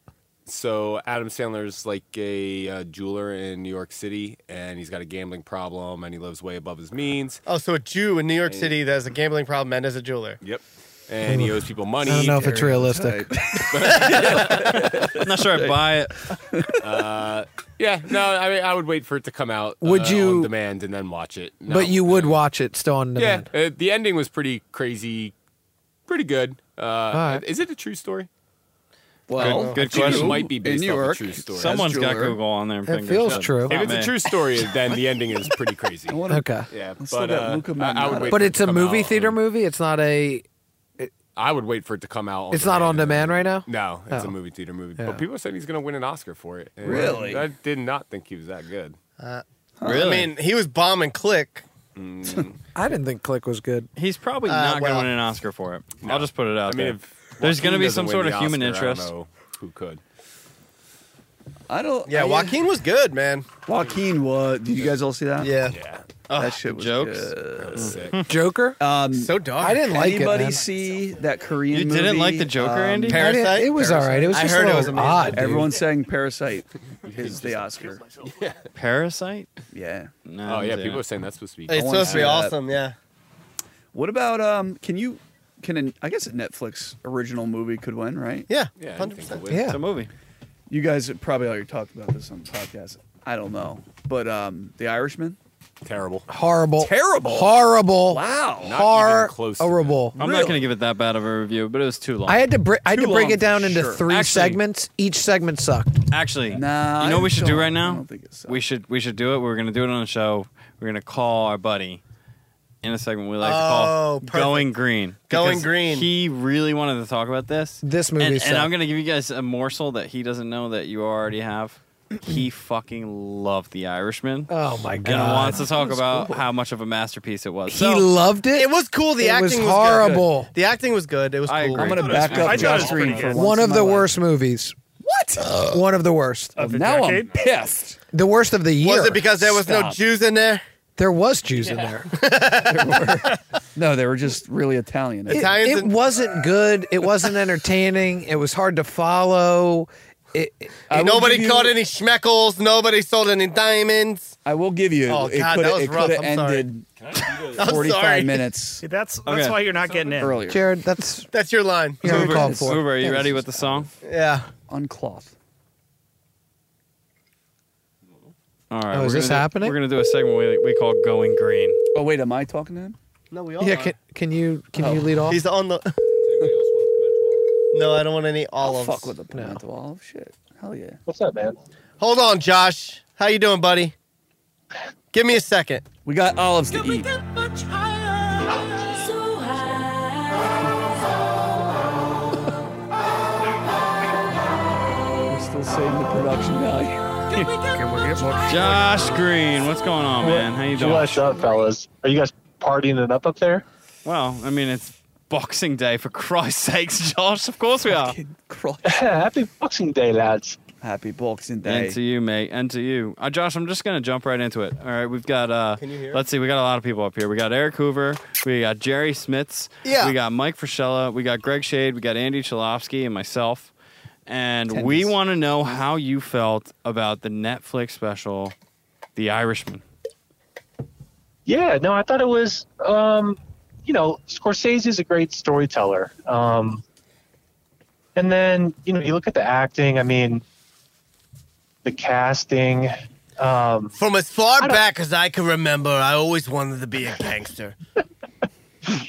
[SPEAKER 7] so Adam Sandler's like a uh, jeweler in New York City, and he's got a gambling problem, and he lives way above his means.
[SPEAKER 2] Oh, so a Jew in New York City that has a gambling problem and is a jeweler.
[SPEAKER 7] Yep. And he owes people money.
[SPEAKER 3] I don't know if it's realistic. [LAUGHS]
[SPEAKER 1] I'm not sure I buy it.
[SPEAKER 7] [LAUGHS] Uh, Yeah, no, I mean, I would wait for it to come out.
[SPEAKER 3] Would
[SPEAKER 7] uh,
[SPEAKER 3] you-
[SPEAKER 7] on demand and then watch it? No.
[SPEAKER 3] But you would watch it still on
[SPEAKER 7] Yeah,
[SPEAKER 3] demand.
[SPEAKER 7] uh, the ending was pretty crazy, pretty good. Uh,
[SPEAKER 3] right.
[SPEAKER 7] Is it a true story?
[SPEAKER 10] Well,
[SPEAKER 1] good
[SPEAKER 7] I think
[SPEAKER 1] question.
[SPEAKER 7] It might be
[SPEAKER 10] In
[SPEAKER 7] based
[SPEAKER 10] New
[SPEAKER 7] on a
[SPEAKER 10] York,
[SPEAKER 7] true story.
[SPEAKER 1] Someone's got
[SPEAKER 10] jeweler.
[SPEAKER 1] Google on their fingers.
[SPEAKER 3] feels
[SPEAKER 1] but
[SPEAKER 3] true.
[SPEAKER 7] if it's
[SPEAKER 1] not
[SPEAKER 7] a
[SPEAKER 1] me.
[SPEAKER 3] [LAUGHS]
[SPEAKER 7] true story, then the ending is pretty crazy.
[SPEAKER 10] I wanna-
[SPEAKER 3] Okay.
[SPEAKER 7] Yeah,
[SPEAKER 10] Let's
[SPEAKER 7] but
[SPEAKER 10] look at
[SPEAKER 7] uh,
[SPEAKER 10] Luca
[SPEAKER 7] I, I would
[SPEAKER 10] Magnotta.
[SPEAKER 7] wait
[SPEAKER 3] But
[SPEAKER 7] for it
[SPEAKER 3] it's
[SPEAKER 7] to
[SPEAKER 3] a
[SPEAKER 7] come
[SPEAKER 3] movie
[SPEAKER 7] out
[SPEAKER 3] theater
[SPEAKER 7] on-
[SPEAKER 3] movie. It's not
[SPEAKER 10] [LAUGHS]
[SPEAKER 3] a.
[SPEAKER 7] I would wait for it to come out. On
[SPEAKER 3] It's not on demand right now.
[SPEAKER 7] No, it's
[SPEAKER 3] Oh.
[SPEAKER 7] a movie theater movie.
[SPEAKER 3] Yeah.
[SPEAKER 7] But people said he's going to win an Oscar for it. And
[SPEAKER 10] Really?
[SPEAKER 7] I did not think he was that good.
[SPEAKER 1] Really?
[SPEAKER 2] I mean, [LAUGHS] he was bombing click.
[SPEAKER 3] I didn't think Click was good.
[SPEAKER 1] He's probably
[SPEAKER 2] Uh,
[SPEAKER 1] not
[SPEAKER 2] well.
[SPEAKER 1] going to win an Oscar for it. I'll just put it out
[SPEAKER 7] I mean,
[SPEAKER 1] there.
[SPEAKER 7] if
[SPEAKER 1] There's going to
[SPEAKER 7] Joaquin
[SPEAKER 1] be some
[SPEAKER 7] doesn't
[SPEAKER 1] sort
[SPEAKER 7] win
[SPEAKER 1] of
[SPEAKER 7] the
[SPEAKER 1] human
[SPEAKER 7] Oscar, I don't
[SPEAKER 1] interest.
[SPEAKER 7] know who could?
[SPEAKER 10] I don't.
[SPEAKER 2] Yeah,
[SPEAKER 10] I,
[SPEAKER 2] Joaquin was good, man.
[SPEAKER 10] Joaquin. What? Did you guys all see that?
[SPEAKER 2] Yeah.
[SPEAKER 7] Yeah,
[SPEAKER 10] That shit was
[SPEAKER 1] jokes?
[SPEAKER 10] good.
[SPEAKER 7] that was sick.
[SPEAKER 3] Joker.
[SPEAKER 10] Um,
[SPEAKER 2] So dark.
[SPEAKER 3] I didn't like
[SPEAKER 10] anybody
[SPEAKER 3] it. man.
[SPEAKER 10] see that Korean?
[SPEAKER 1] You didn't like
[SPEAKER 10] movie?
[SPEAKER 1] the Joker,
[SPEAKER 10] Um,
[SPEAKER 1] Andy?
[SPEAKER 3] I didn't-
[SPEAKER 2] Parasite?
[SPEAKER 3] It was all right. It was
[SPEAKER 2] I
[SPEAKER 3] just
[SPEAKER 2] heard
[SPEAKER 3] a
[SPEAKER 2] it
[SPEAKER 3] little
[SPEAKER 2] was amazing.
[SPEAKER 3] odd. dude.
[SPEAKER 10] Everyone's saying Parasite is the Oscar.
[SPEAKER 1] Parasite?
[SPEAKER 10] Yeah.
[SPEAKER 1] No.
[SPEAKER 7] Oh yeah,
[SPEAKER 1] dude.
[SPEAKER 7] people are saying that's supposed to be.
[SPEAKER 2] It's
[SPEAKER 10] wanna
[SPEAKER 2] supposed to
[SPEAKER 10] see
[SPEAKER 2] be
[SPEAKER 10] that.
[SPEAKER 2] awesome, yeah.
[SPEAKER 10] What about um? Can you? Can an, I guess a Netflix original movie could win, right?
[SPEAKER 2] Yeah,
[SPEAKER 7] Yeah, I didn't think
[SPEAKER 2] 100%.
[SPEAKER 7] it would.
[SPEAKER 3] Yeah.
[SPEAKER 1] It's a movie.
[SPEAKER 10] You guys have probably already talked about this on the podcast. I don't know, but um, The Irishman.
[SPEAKER 7] Terrible.
[SPEAKER 3] Horrible.
[SPEAKER 10] Terrible.
[SPEAKER 3] Horrible.
[SPEAKER 10] Wow.
[SPEAKER 7] Not even close to that.
[SPEAKER 3] Horrible.
[SPEAKER 1] I'm not
[SPEAKER 10] Really?
[SPEAKER 1] going to give it that bad of a review, but it was too long.
[SPEAKER 3] I had to break. I had
[SPEAKER 10] Too
[SPEAKER 3] to break
[SPEAKER 10] long
[SPEAKER 3] it down
[SPEAKER 10] for
[SPEAKER 3] into
[SPEAKER 10] sure.
[SPEAKER 3] three
[SPEAKER 1] Actually-
[SPEAKER 3] segments. Each segment sucked.
[SPEAKER 1] Actually,
[SPEAKER 10] Nah,
[SPEAKER 1] you
[SPEAKER 10] I
[SPEAKER 1] know what we should do
[SPEAKER 10] don't-
[SPEAKER 1] right now?
[SPEAKER 10] I don't think it
[SPEAKER 2] uh,
[SPEAKER 10] sucks.
[SPEAKER 1] we should we should do it. We're going to do it on the show. We're going to call our buddy in a segment we like
[SPEAKER 2] Oh,
[SPEAKER 1] to
[SPEAKER 2] perfect.
[SPEAKER 1] call Going Green.
[SPEAKER 2] Going
[SPEAKER 1] because
[SPEAKER 2] Green.
[SPEAKER 1] He really wanted to talk about this.
[SPEAKER 3] This movie
[SPEAKER 1] And,
[SPEAKER 3] sucked.
[SPEAKER 1] and I'm going to give you guys a morsel that he doesn't know that you already have. [CLEARS THROAT] He fucking loved The Irishman.
[SPEAKER 3] Oh my
[SPEAKER 1] and
[SPEAKER 3] god.
[SPEAKER 1] wants to talk about how much of a masterpiece it was.
[SPEAKER 3] He
[SPEAKER 1] So-
[SPEAKER 3] loved it.
[SPEAKER 2] It was cool. The
[SPEAKER 3] It
[SPEAKER 2] acting
[SPEAKER 3] was
[SPEAKER 2] was good.
[SPEAKER 3] horrible.
[SPEAKER 2] The acting was good. It was
[SPEAKER 1] I
[SPEAKER 2] cool.
[SPEAKER 1] agree.
[SPEAKER 10] I'm gonna
[SPEAKER 1] I
[SPEAKER 10] back
[SPEAKER 4] I
[SPEAKER 10] up
[SPEAKER 4] thought it was
[SPEAKER 10] Josh Green
[SPEAKER 4] pretty
[SPEAKER 10] for
[SPEAKER 4] good.
[SPEAKER 10] once
[SPEAKER 3] one
[SPEAKER 10] in
[SPEAKER 3] of
[SPEAKER 10] my
[SPEAKER 3] the
[SPEAKER 10] life.
[SPEAKER 3] worst movies. What?
[SPEAKER 2] Uh,
[SPEAKER 3] one of the worst.
[SPEAKER 4] Of the
[SPEAKER 10] now I'm
[SPEAKER 4] decade?
[SPEAKER 10] pissed.
[SPEAKER 3] The worst of the year.
[SPEAKER 2] Was it because there was no
[SPEAKER 10] Stop.
[SPEAKER 2] Jews in there?
[SPEAKER 3] there was Jews in there?
[SPEAKER 2] [LAUGHS]
[SPEAKER 10] No, they were just really Italian.
[SPEAKER 3] It,
[SPEAKER 2] Italians
[SPEAKER 3] it
[SPEAKER 2] and-
[SPEAKER 3] wasn't good. It wasn't entertaining. It was hard to follow. It, it-
[SPEAKER 10] I will
[SPEAKER 2] Nobody
[SPEAKER 10] give you-
[SPEAKER 2] caught any schmeckles. Nobody sold any diamonds.
[SPEAKER 10] I will give you.
[SPEAKER 2] Oh,
[SPEAKER 10] it
[SPEAKER 2] God,
[SPEAKER 10] coulda-
[SPEAKER 2] that was
[SPEAKER 10] it
[SPEAKER 2] rough.
[SPEAKER 10] coulda
[SPEAKER 2] I'm sorry.
[SPEAKER 10] ended
[SPEAKER 2] [LAUGHS] I'm
[SPEAKER 10] 45
[SPEAKER 2] sorry.
[SPEAKER 10] minutes
[SPEAKER 4] See, that's that's
[SPEAKER 1] Okay.
[SPEAKER 4] why you're not getting in.
[SPEAKER 10] earlier.
[SPEAKER 3] Jared, that's
[SPEAKER 2] [LAUGHS] That's your line.
[SPEAKER 3] you know,
[SPEAKER 1] Hoover,
[SPEAKER 3] you're called for.
[SPEAKER 1] Hoover, are you
[SPEAKER 10] Yeah,
[SPEAKER 1] ready
[SPEAKER 10] this
[SPEAKER 1] with the song?
[SPEAKER 2] Yeah.
[SPEAKER 10] Uncloth.
[SPEAKER 1] All right.
[SPEAKER 3] Oh, is
[SPEAKER 1] we're
[SPEAKER 3] this
[SPEAKER 1] gonna do-
[SPEAKER 3] happening?
[SPEAKER 1] We're going to do a segment we, we call Going Green.
[SPEAKER 10] Oh wait, am I talking to him?
[SPEAKER 2] No, we all.
[SPEAKER 3] Yeah,
[SPEAKER 2] are.
[SPEAKER 3] can, can you can
[SPEAKER 10] Oh.
[SPEAKER 3] you [LAUGHS] lead off?
[SPEAKER 2] He's on the. [LAUGHS] No, I don't want any
[SPEAKER 10] I'll
[SPEAKER 2] olives.
[SPEAKER 10] fuck with the pimento olive shit. Hell yeah.
[SPEAKER 12] What's up, man?
[SPEAKER 2] Hold on, Josh. How you doing, buddy? Give me a second.
[SPEAKER 10] We got olives to eat. We're still saving the production value.
[SPEAKER 1] Josh Green, what's going on, man? How you doing?
[SPEAKER 12] What's up, fellas? Are you guys partying it up up there?
[SPEAKER 1] Well, I mean, it's Boxing Day for Christ's sakes, [LAUGHS] Josh. Of course we are.
[SPEAKER 10] Kid
[SPEAKER 12] [LAUGHS]
[SPEAKER 10] Christ.
[SPEAKER 12] Happy Boxing Day, lads.
[SPEAKER 10] Happy Boxing Day.
[SPEAKER 1] And to you, mate, and to you, uh, Josh. I'm just gonna jump right into it. All right, we've got. Uh,
[SPEAKER 2] Can you hear?
[SPEAKER 1] Let's see, we got a lot of people up here. We got Eric Hoover, we got Jerry Smits,
[SPEAKER 2] Yeah.
[SPEAKER 1] we got Mike Frischella, we got Greg Shade, we got Andy Chalofsky, and myself. And we
[SPEAKER 10] Tennis.
[SPEAKER 1] want to know how you felt about the Netflix special, The Irishman.
[SPEAKER 12] Yeah, no, I thought it was, um, you know, Scorsese is a great storyteller. Um, and then, you know, you look at the acting, I mean, the casting. Um,
[SPEAKER 2] From as far
[SPEAKER 12] I don't-
[SPEAKER 2] back as I can remember, I always wanted to be a gangster.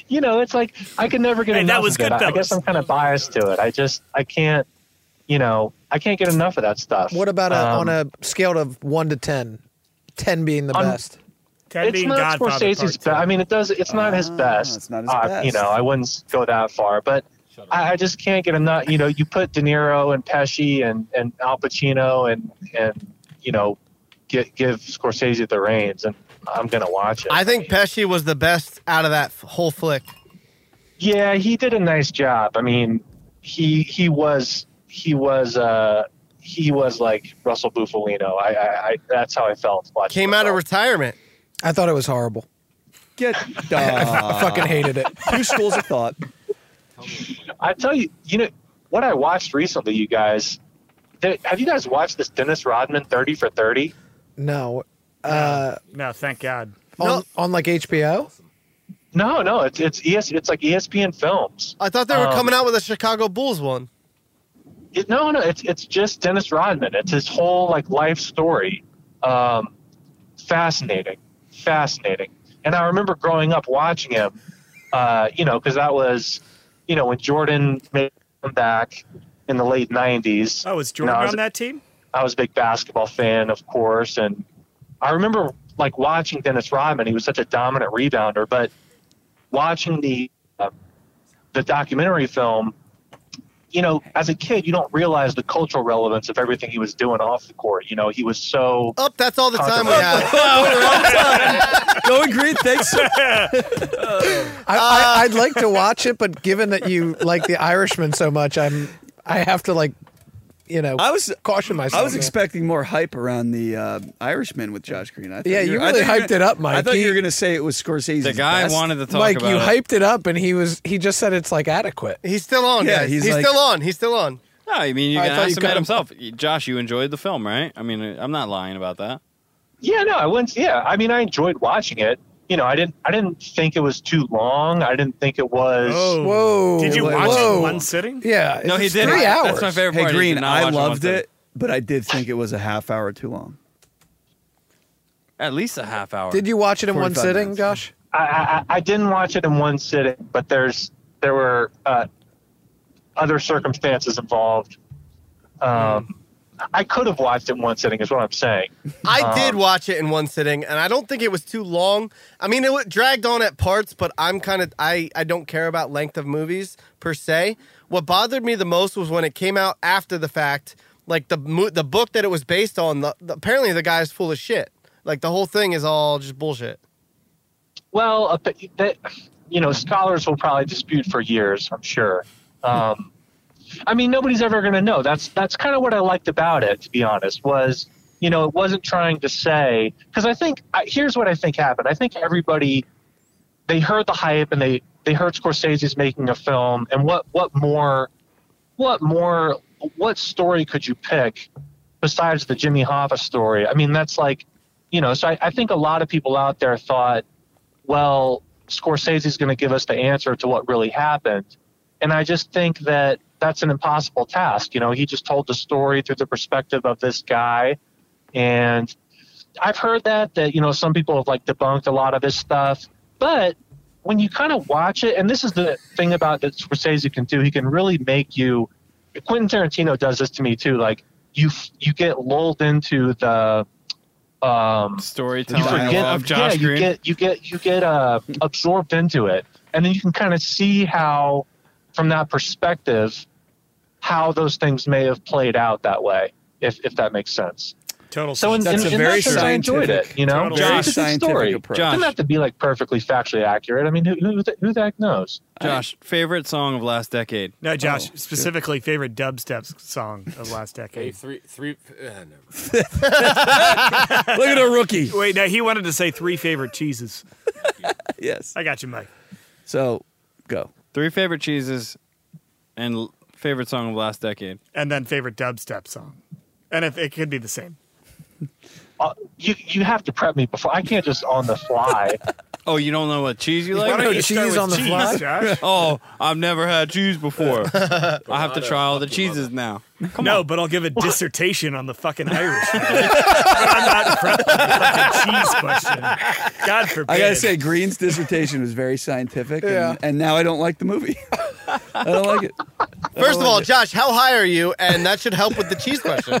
[SPEAKER 12] you know, it's like I can never get
[SPEAKER 4] Hey, that
[SPEAKER 12] enough
[SPEAKER 4] was
[SPEAKER 12] of it. I- I
[SPEAKER 4] Goodfellas.
[SPEAKER 12] guess I'm kind of biased to it. I just, I can't, you know, I can't get enough of that stuff.
[SPEAKER 3] What about a,
[SPEAKER 12] Um,
[SPEAKER 3] on a scale of one to 10? 10 being the
[SPEAKER 12] On-
[SPEAKER 3] best.
[SPEAKER 4] Ted
[SPEAKER 12] it's
[SPEAKER 4] being
[SPEAKER 12] not
[SPEAKER 4] Godfather
[SPEAKER 12] Scorsese's
[SPEAKER 4] Part
[SPEAKER 12] best. I mean, it does. It's not his
[SPEAKER 10] Ah,
[SPEAKER 12] best. Uh,
[SPEAKER 10] it's not his best.
[SPEAKER 12] You know, I wouldn't s- go that far, but I, I just can't get enough. You know, you put De Niro and Pesci and and Al Pacino and and you know, get, give Scorsese the reins, and I'm gonna watch it.
[SPEAKER 2] I think Pesci was the best out of that f- whole flick.
[SPEAKER 12] yeah, he did a nice job. I mean, he he was he was uh he was like Russell Bufalino. I I, I that's how I felt watching.
[SPEAKER 2] Came
[SPEAKER 12] the
[SPEAKER 2] out of
[SPEAKER 12] film.
[SPEAKER 2] retirement.
[SPEAKER 3] I thought it was horrible.
[SPEAKER 10] Get
[SPEAKER 3] [LAUGHS] I fucking hated it.
[SPEAKER 10] two schools of thought.
[SPEAKER 12] I tell you, you know what I watched recently, you guys. Th- Have you guys watched this Dennis Rodman Thirty for Thirty?
[SPEAKER 3] No. Uh,
[SPEAKER 4] Two. No, thank God.
[SPEAKER 3] on, on like HBO?
[SPEAKER 12] No, no, it's it's ES, it's like E ESPN Films.
[SPEAKER 2] I thought they were
[SPEAKER 12] Um,
[SPEAKER 3] [LAUGHS]
[SPEAKER 2] coming out with a Chicago Bulls one.
[SPEAKER 12] It, no, no, it's it's just Dennis Rodman. It's his whole like life story. Um, fascinating, fascinating. And I remember growing up watching him. Uh, you know, because that was, you know, when Jordan made him back in the late '90s.
[SPEAKER 4] Oh, was
[SPEAKER 12] you know,
[SPEAKER 4] Jordan
[SPEAKER 12] I was-
[SPEAKER 4] on that team?
[SPEAKER 12] I was a big basketball fan, of course, and I remember like watching Dennis Rodman. He was such a dominant rebounder, but watching the uh, the documentary film, you know, as a kid, you don't realize the cultural relevance of everything he was doing off the court. You know, he was so
[SPEAKER 3] Oh.
[SPEAKER 2] Up, that's all the time we have.
[SPEAKER 3] [LAUGHS]
[SPEAKER 10] Going green,
[SPEAKER 4] [LAUGHS]
[SPEAKER 10] thanks.
[SPEAKER 3] I, I, I'd like to watch it, but given that you like The Irishman so much, I'm I have to like, you know,
[SPEAKER 10] I was
[SPEAKER 3] caution myself.
[SPEAKER 10] I was expecting more hype around the uh, Irishman with Josh Green. I thought
[SPEAKER 3] Yeah, you
[SPEAKER 10] were- I
[SPEAKER 3] really
[SPEAKER 10] thought you were
[SPEAKER 3] hyped
[SPEAKER 10] gonna-
[SPEAKER 3] it up, Mike.
[SPEAKER 10] I thought
[SPEAKER 3] He-
[SPEAKER 10] you were going to say it was Scorsese's
[SPEAKER 1] The guy
[SPEAKER 10] best.
[SPEAKER 1] wanted to talk
[SPEAKER 3] Mike,
[SPEAKER 1] about
[SPEAKER 3] you
[SPEAKER 1] it.
[SPEAKER 3] hyped it up, and he was he just said it's like adequate.
[SPEAKER 2] He's still on.
[SPEAKER 10] Yeah,
[SPEAKER 2] guys.
[SPEAKER 10] he's
[SPEAKER 2] He's,
[SPEAKER 10] like-
[SPEAKER 2] still on. He's still on.
[SPEAKER 1] No, I mean you
[SPEAKER 3] I
[SPEAKER 1] can
[SPEAKER 3] thought
[SPEAKER 1] ask
[SPEAKER 3] you
[SPEAKER 1] him
[SPEAKER 3] cut
[SPEAKER 1] that
[SPEAKER 3] him
[SPEAKER 1] himself. Josh, you enjoyed the film, right? I mean, I'm not lying about that.
[SPEAKER 12] Yeah, no, I wouldn't. Yeah, I mean, I enjoyed watching it. You know, I didn't. I didn't think it was too long. I didn't think it was.
[SPEAKER 3] Whoa!
[SPEAKER 4] Did you
[SPEAKER 10] wait,
[SPEAKER 4] watch it
[SPEAKER 3] whoa.
[SPEAKER 4] in one sitting?
[SPEAKER 3] Yeah.
[SPEAKER 1] No,
[SPEAKER 3] it's
[SPEAKER 1] he did.
[SPEAKER 3] Three hours.
[SPEAKER 1] That's my favorite
[SPEAKER 10] Hey
[SPEAKER 1] part. He did
[SPEAKER 10] Green,
[SPEAKER 1] not
[SPEAKER 10] I
[SPEAKER 1] watch one
[SPEAKER 10] loved
[SPEAKER 1] thing.
[SPEAKER 10] it, but I did think it was a half hour too long.
[SPEAKER 1] At least a half hour.
[SPEAKER 3] Did you watch it in one
[SPEAKER 10] 45
[SPEAKER 3] sitting,
[SPEAKER 10] minutes.
[SPEAKER 3] Josh? [LAUGHS]
[SPEAKER 12] I, I, I didn't watch it in one sitting, but there's there were uh, other circumstances involved. Um, I could have watched it in one sitting, is what I'm saying.
[SPEAKER 2] I did
[SPEAKER 12] Um,
[SPEAKER 2] watch it in one sitting, and I don't think it was too long. I mean, it wa- dragged on at parts, but I'm kind of I I don't care about length of movies per se. What bothered me the most was when it came out after the fact, like the mo- the book that it was based on. The, the, apparently, the guy's full of shit. Like the whole thing is all just bullshit.
[SPEAKER 12] Well, uh, but that, you know, scholars will probably dispute for years, I'm sure. Um, I mean, nobody's ever going to know. That's that's kind of what I liked about it, to be honest. Was you know, it wasn't trying to say because I think I, here's what I think happened. I think everybody they heard the hype and they they heard Scorsese's making a film, and what what more what more what story could you pick besides the Jimmy Hoffa story? I mean, that's like you know, so I, I think a lot of people out there thought, well, Scorsese's going to give us the answer to what really happened. And I just think that that's an impossible task. You know, he just told the story through the perspective of this guy. And I've heard that, that, you know, some people have like debunked a lot of his stuff. But when you kind of watch it, and this is the thing about that Scorsese can do, he can really make you. Quentin Tarantino does this to me too. Like you, f- you get lulled into the um,
[SPEAKER 1] storytelling
[SPEAKER 12] You forget,
[SPEAKER 1] of Josh
[SPEAKER 12] yeah, you
[SPEAKER 1] Green.
[SPEAKER 12] get you get you get
[SPEAKER 1] [LAUGHS]
[SPEAKER 12] uh, absorbed into it, and then you can kind of see how, from that perspective, how those things may have played out that way, if if that makes sense.
[SPEAKER 9] Total.
[SPEAKER 12] So in,
[SPEAKER 10] That's
[SPEAKER 12] in,
[SPEAKER 10] a
[SPEAKER 12] in
[SPEAKER 10] very
[SPEAKER 12] that sense, I enjoyed it.
[SPEAKER 10] scientific-
[SPEAKER 12] You know,
[SPEAKER 10] Total Very
[SPEAKER 12] it's a good
[SPEAKER 10] scientific
[SPEAKER 12] story.
[SPEAKER 10] approach.
[SPEAKER 12] It doesn't have to be like perfectly factually accurate. I mean, who who, the, who the heck knows?
[SPEAKER 1] Josh, favorite song of last decade?
[SPEAKER 4] No,
[SPEAKER 10] Oh,
[SPEAKER 4] Josh, specifically favorite dubstep song of last
[SPEAKER 10] [LAUGHS]
[SPEAKER 4] decade.
[SPEAKER 7] three, three. Uh, no.
[SPEAKER 10] Look at a rookie.
[SPEAKER 4] Wait, no, he wanted to say three favorite cheeses.
[SPEAKER 10] [LAUGHS] yes.
[SPEAKER 4] I got you, Mike.
[SPEAKER 10] So, go.
[SPEAKER 1] Three favorite cheeses and l- favorite song of last decade.
[SPEAKER 4] And then favorite dubstep song. And if it could be the same.
[SPEAKER 12] Uh, you you have to prep me before I can't just on the fly.
[SPEAKER 1] [LAUGHS] Oh, you don't know what cheese you
[SPEAKER 12] Why
[SPEAKER 1] like?
[SPEAKER 12] don't you start with cheese, Josh?
[SPEAKER 1] [LAUGHS] oh, I've never had
[SPEAKER 12] [LAUGHS]
[SPEAKER 1] cheese before. I have to try all the cheeses now.
[SPEAKER 4] no, Oh, but I'll give
[SPEAKER 10] [LAUGHS]
[SPEAKER 4] a dissertation on the fucking Irish. I'm not prepped for the fucking cheese question. God forbid.
[SPEAKER 10] I gotta say, Green's dissertation was very scientific, and, and now I don't like the movie. I don't like it.
[SPEAKER 2] [LAUGHS] First of all, Josh, how high are you? And that should help with the cheese question.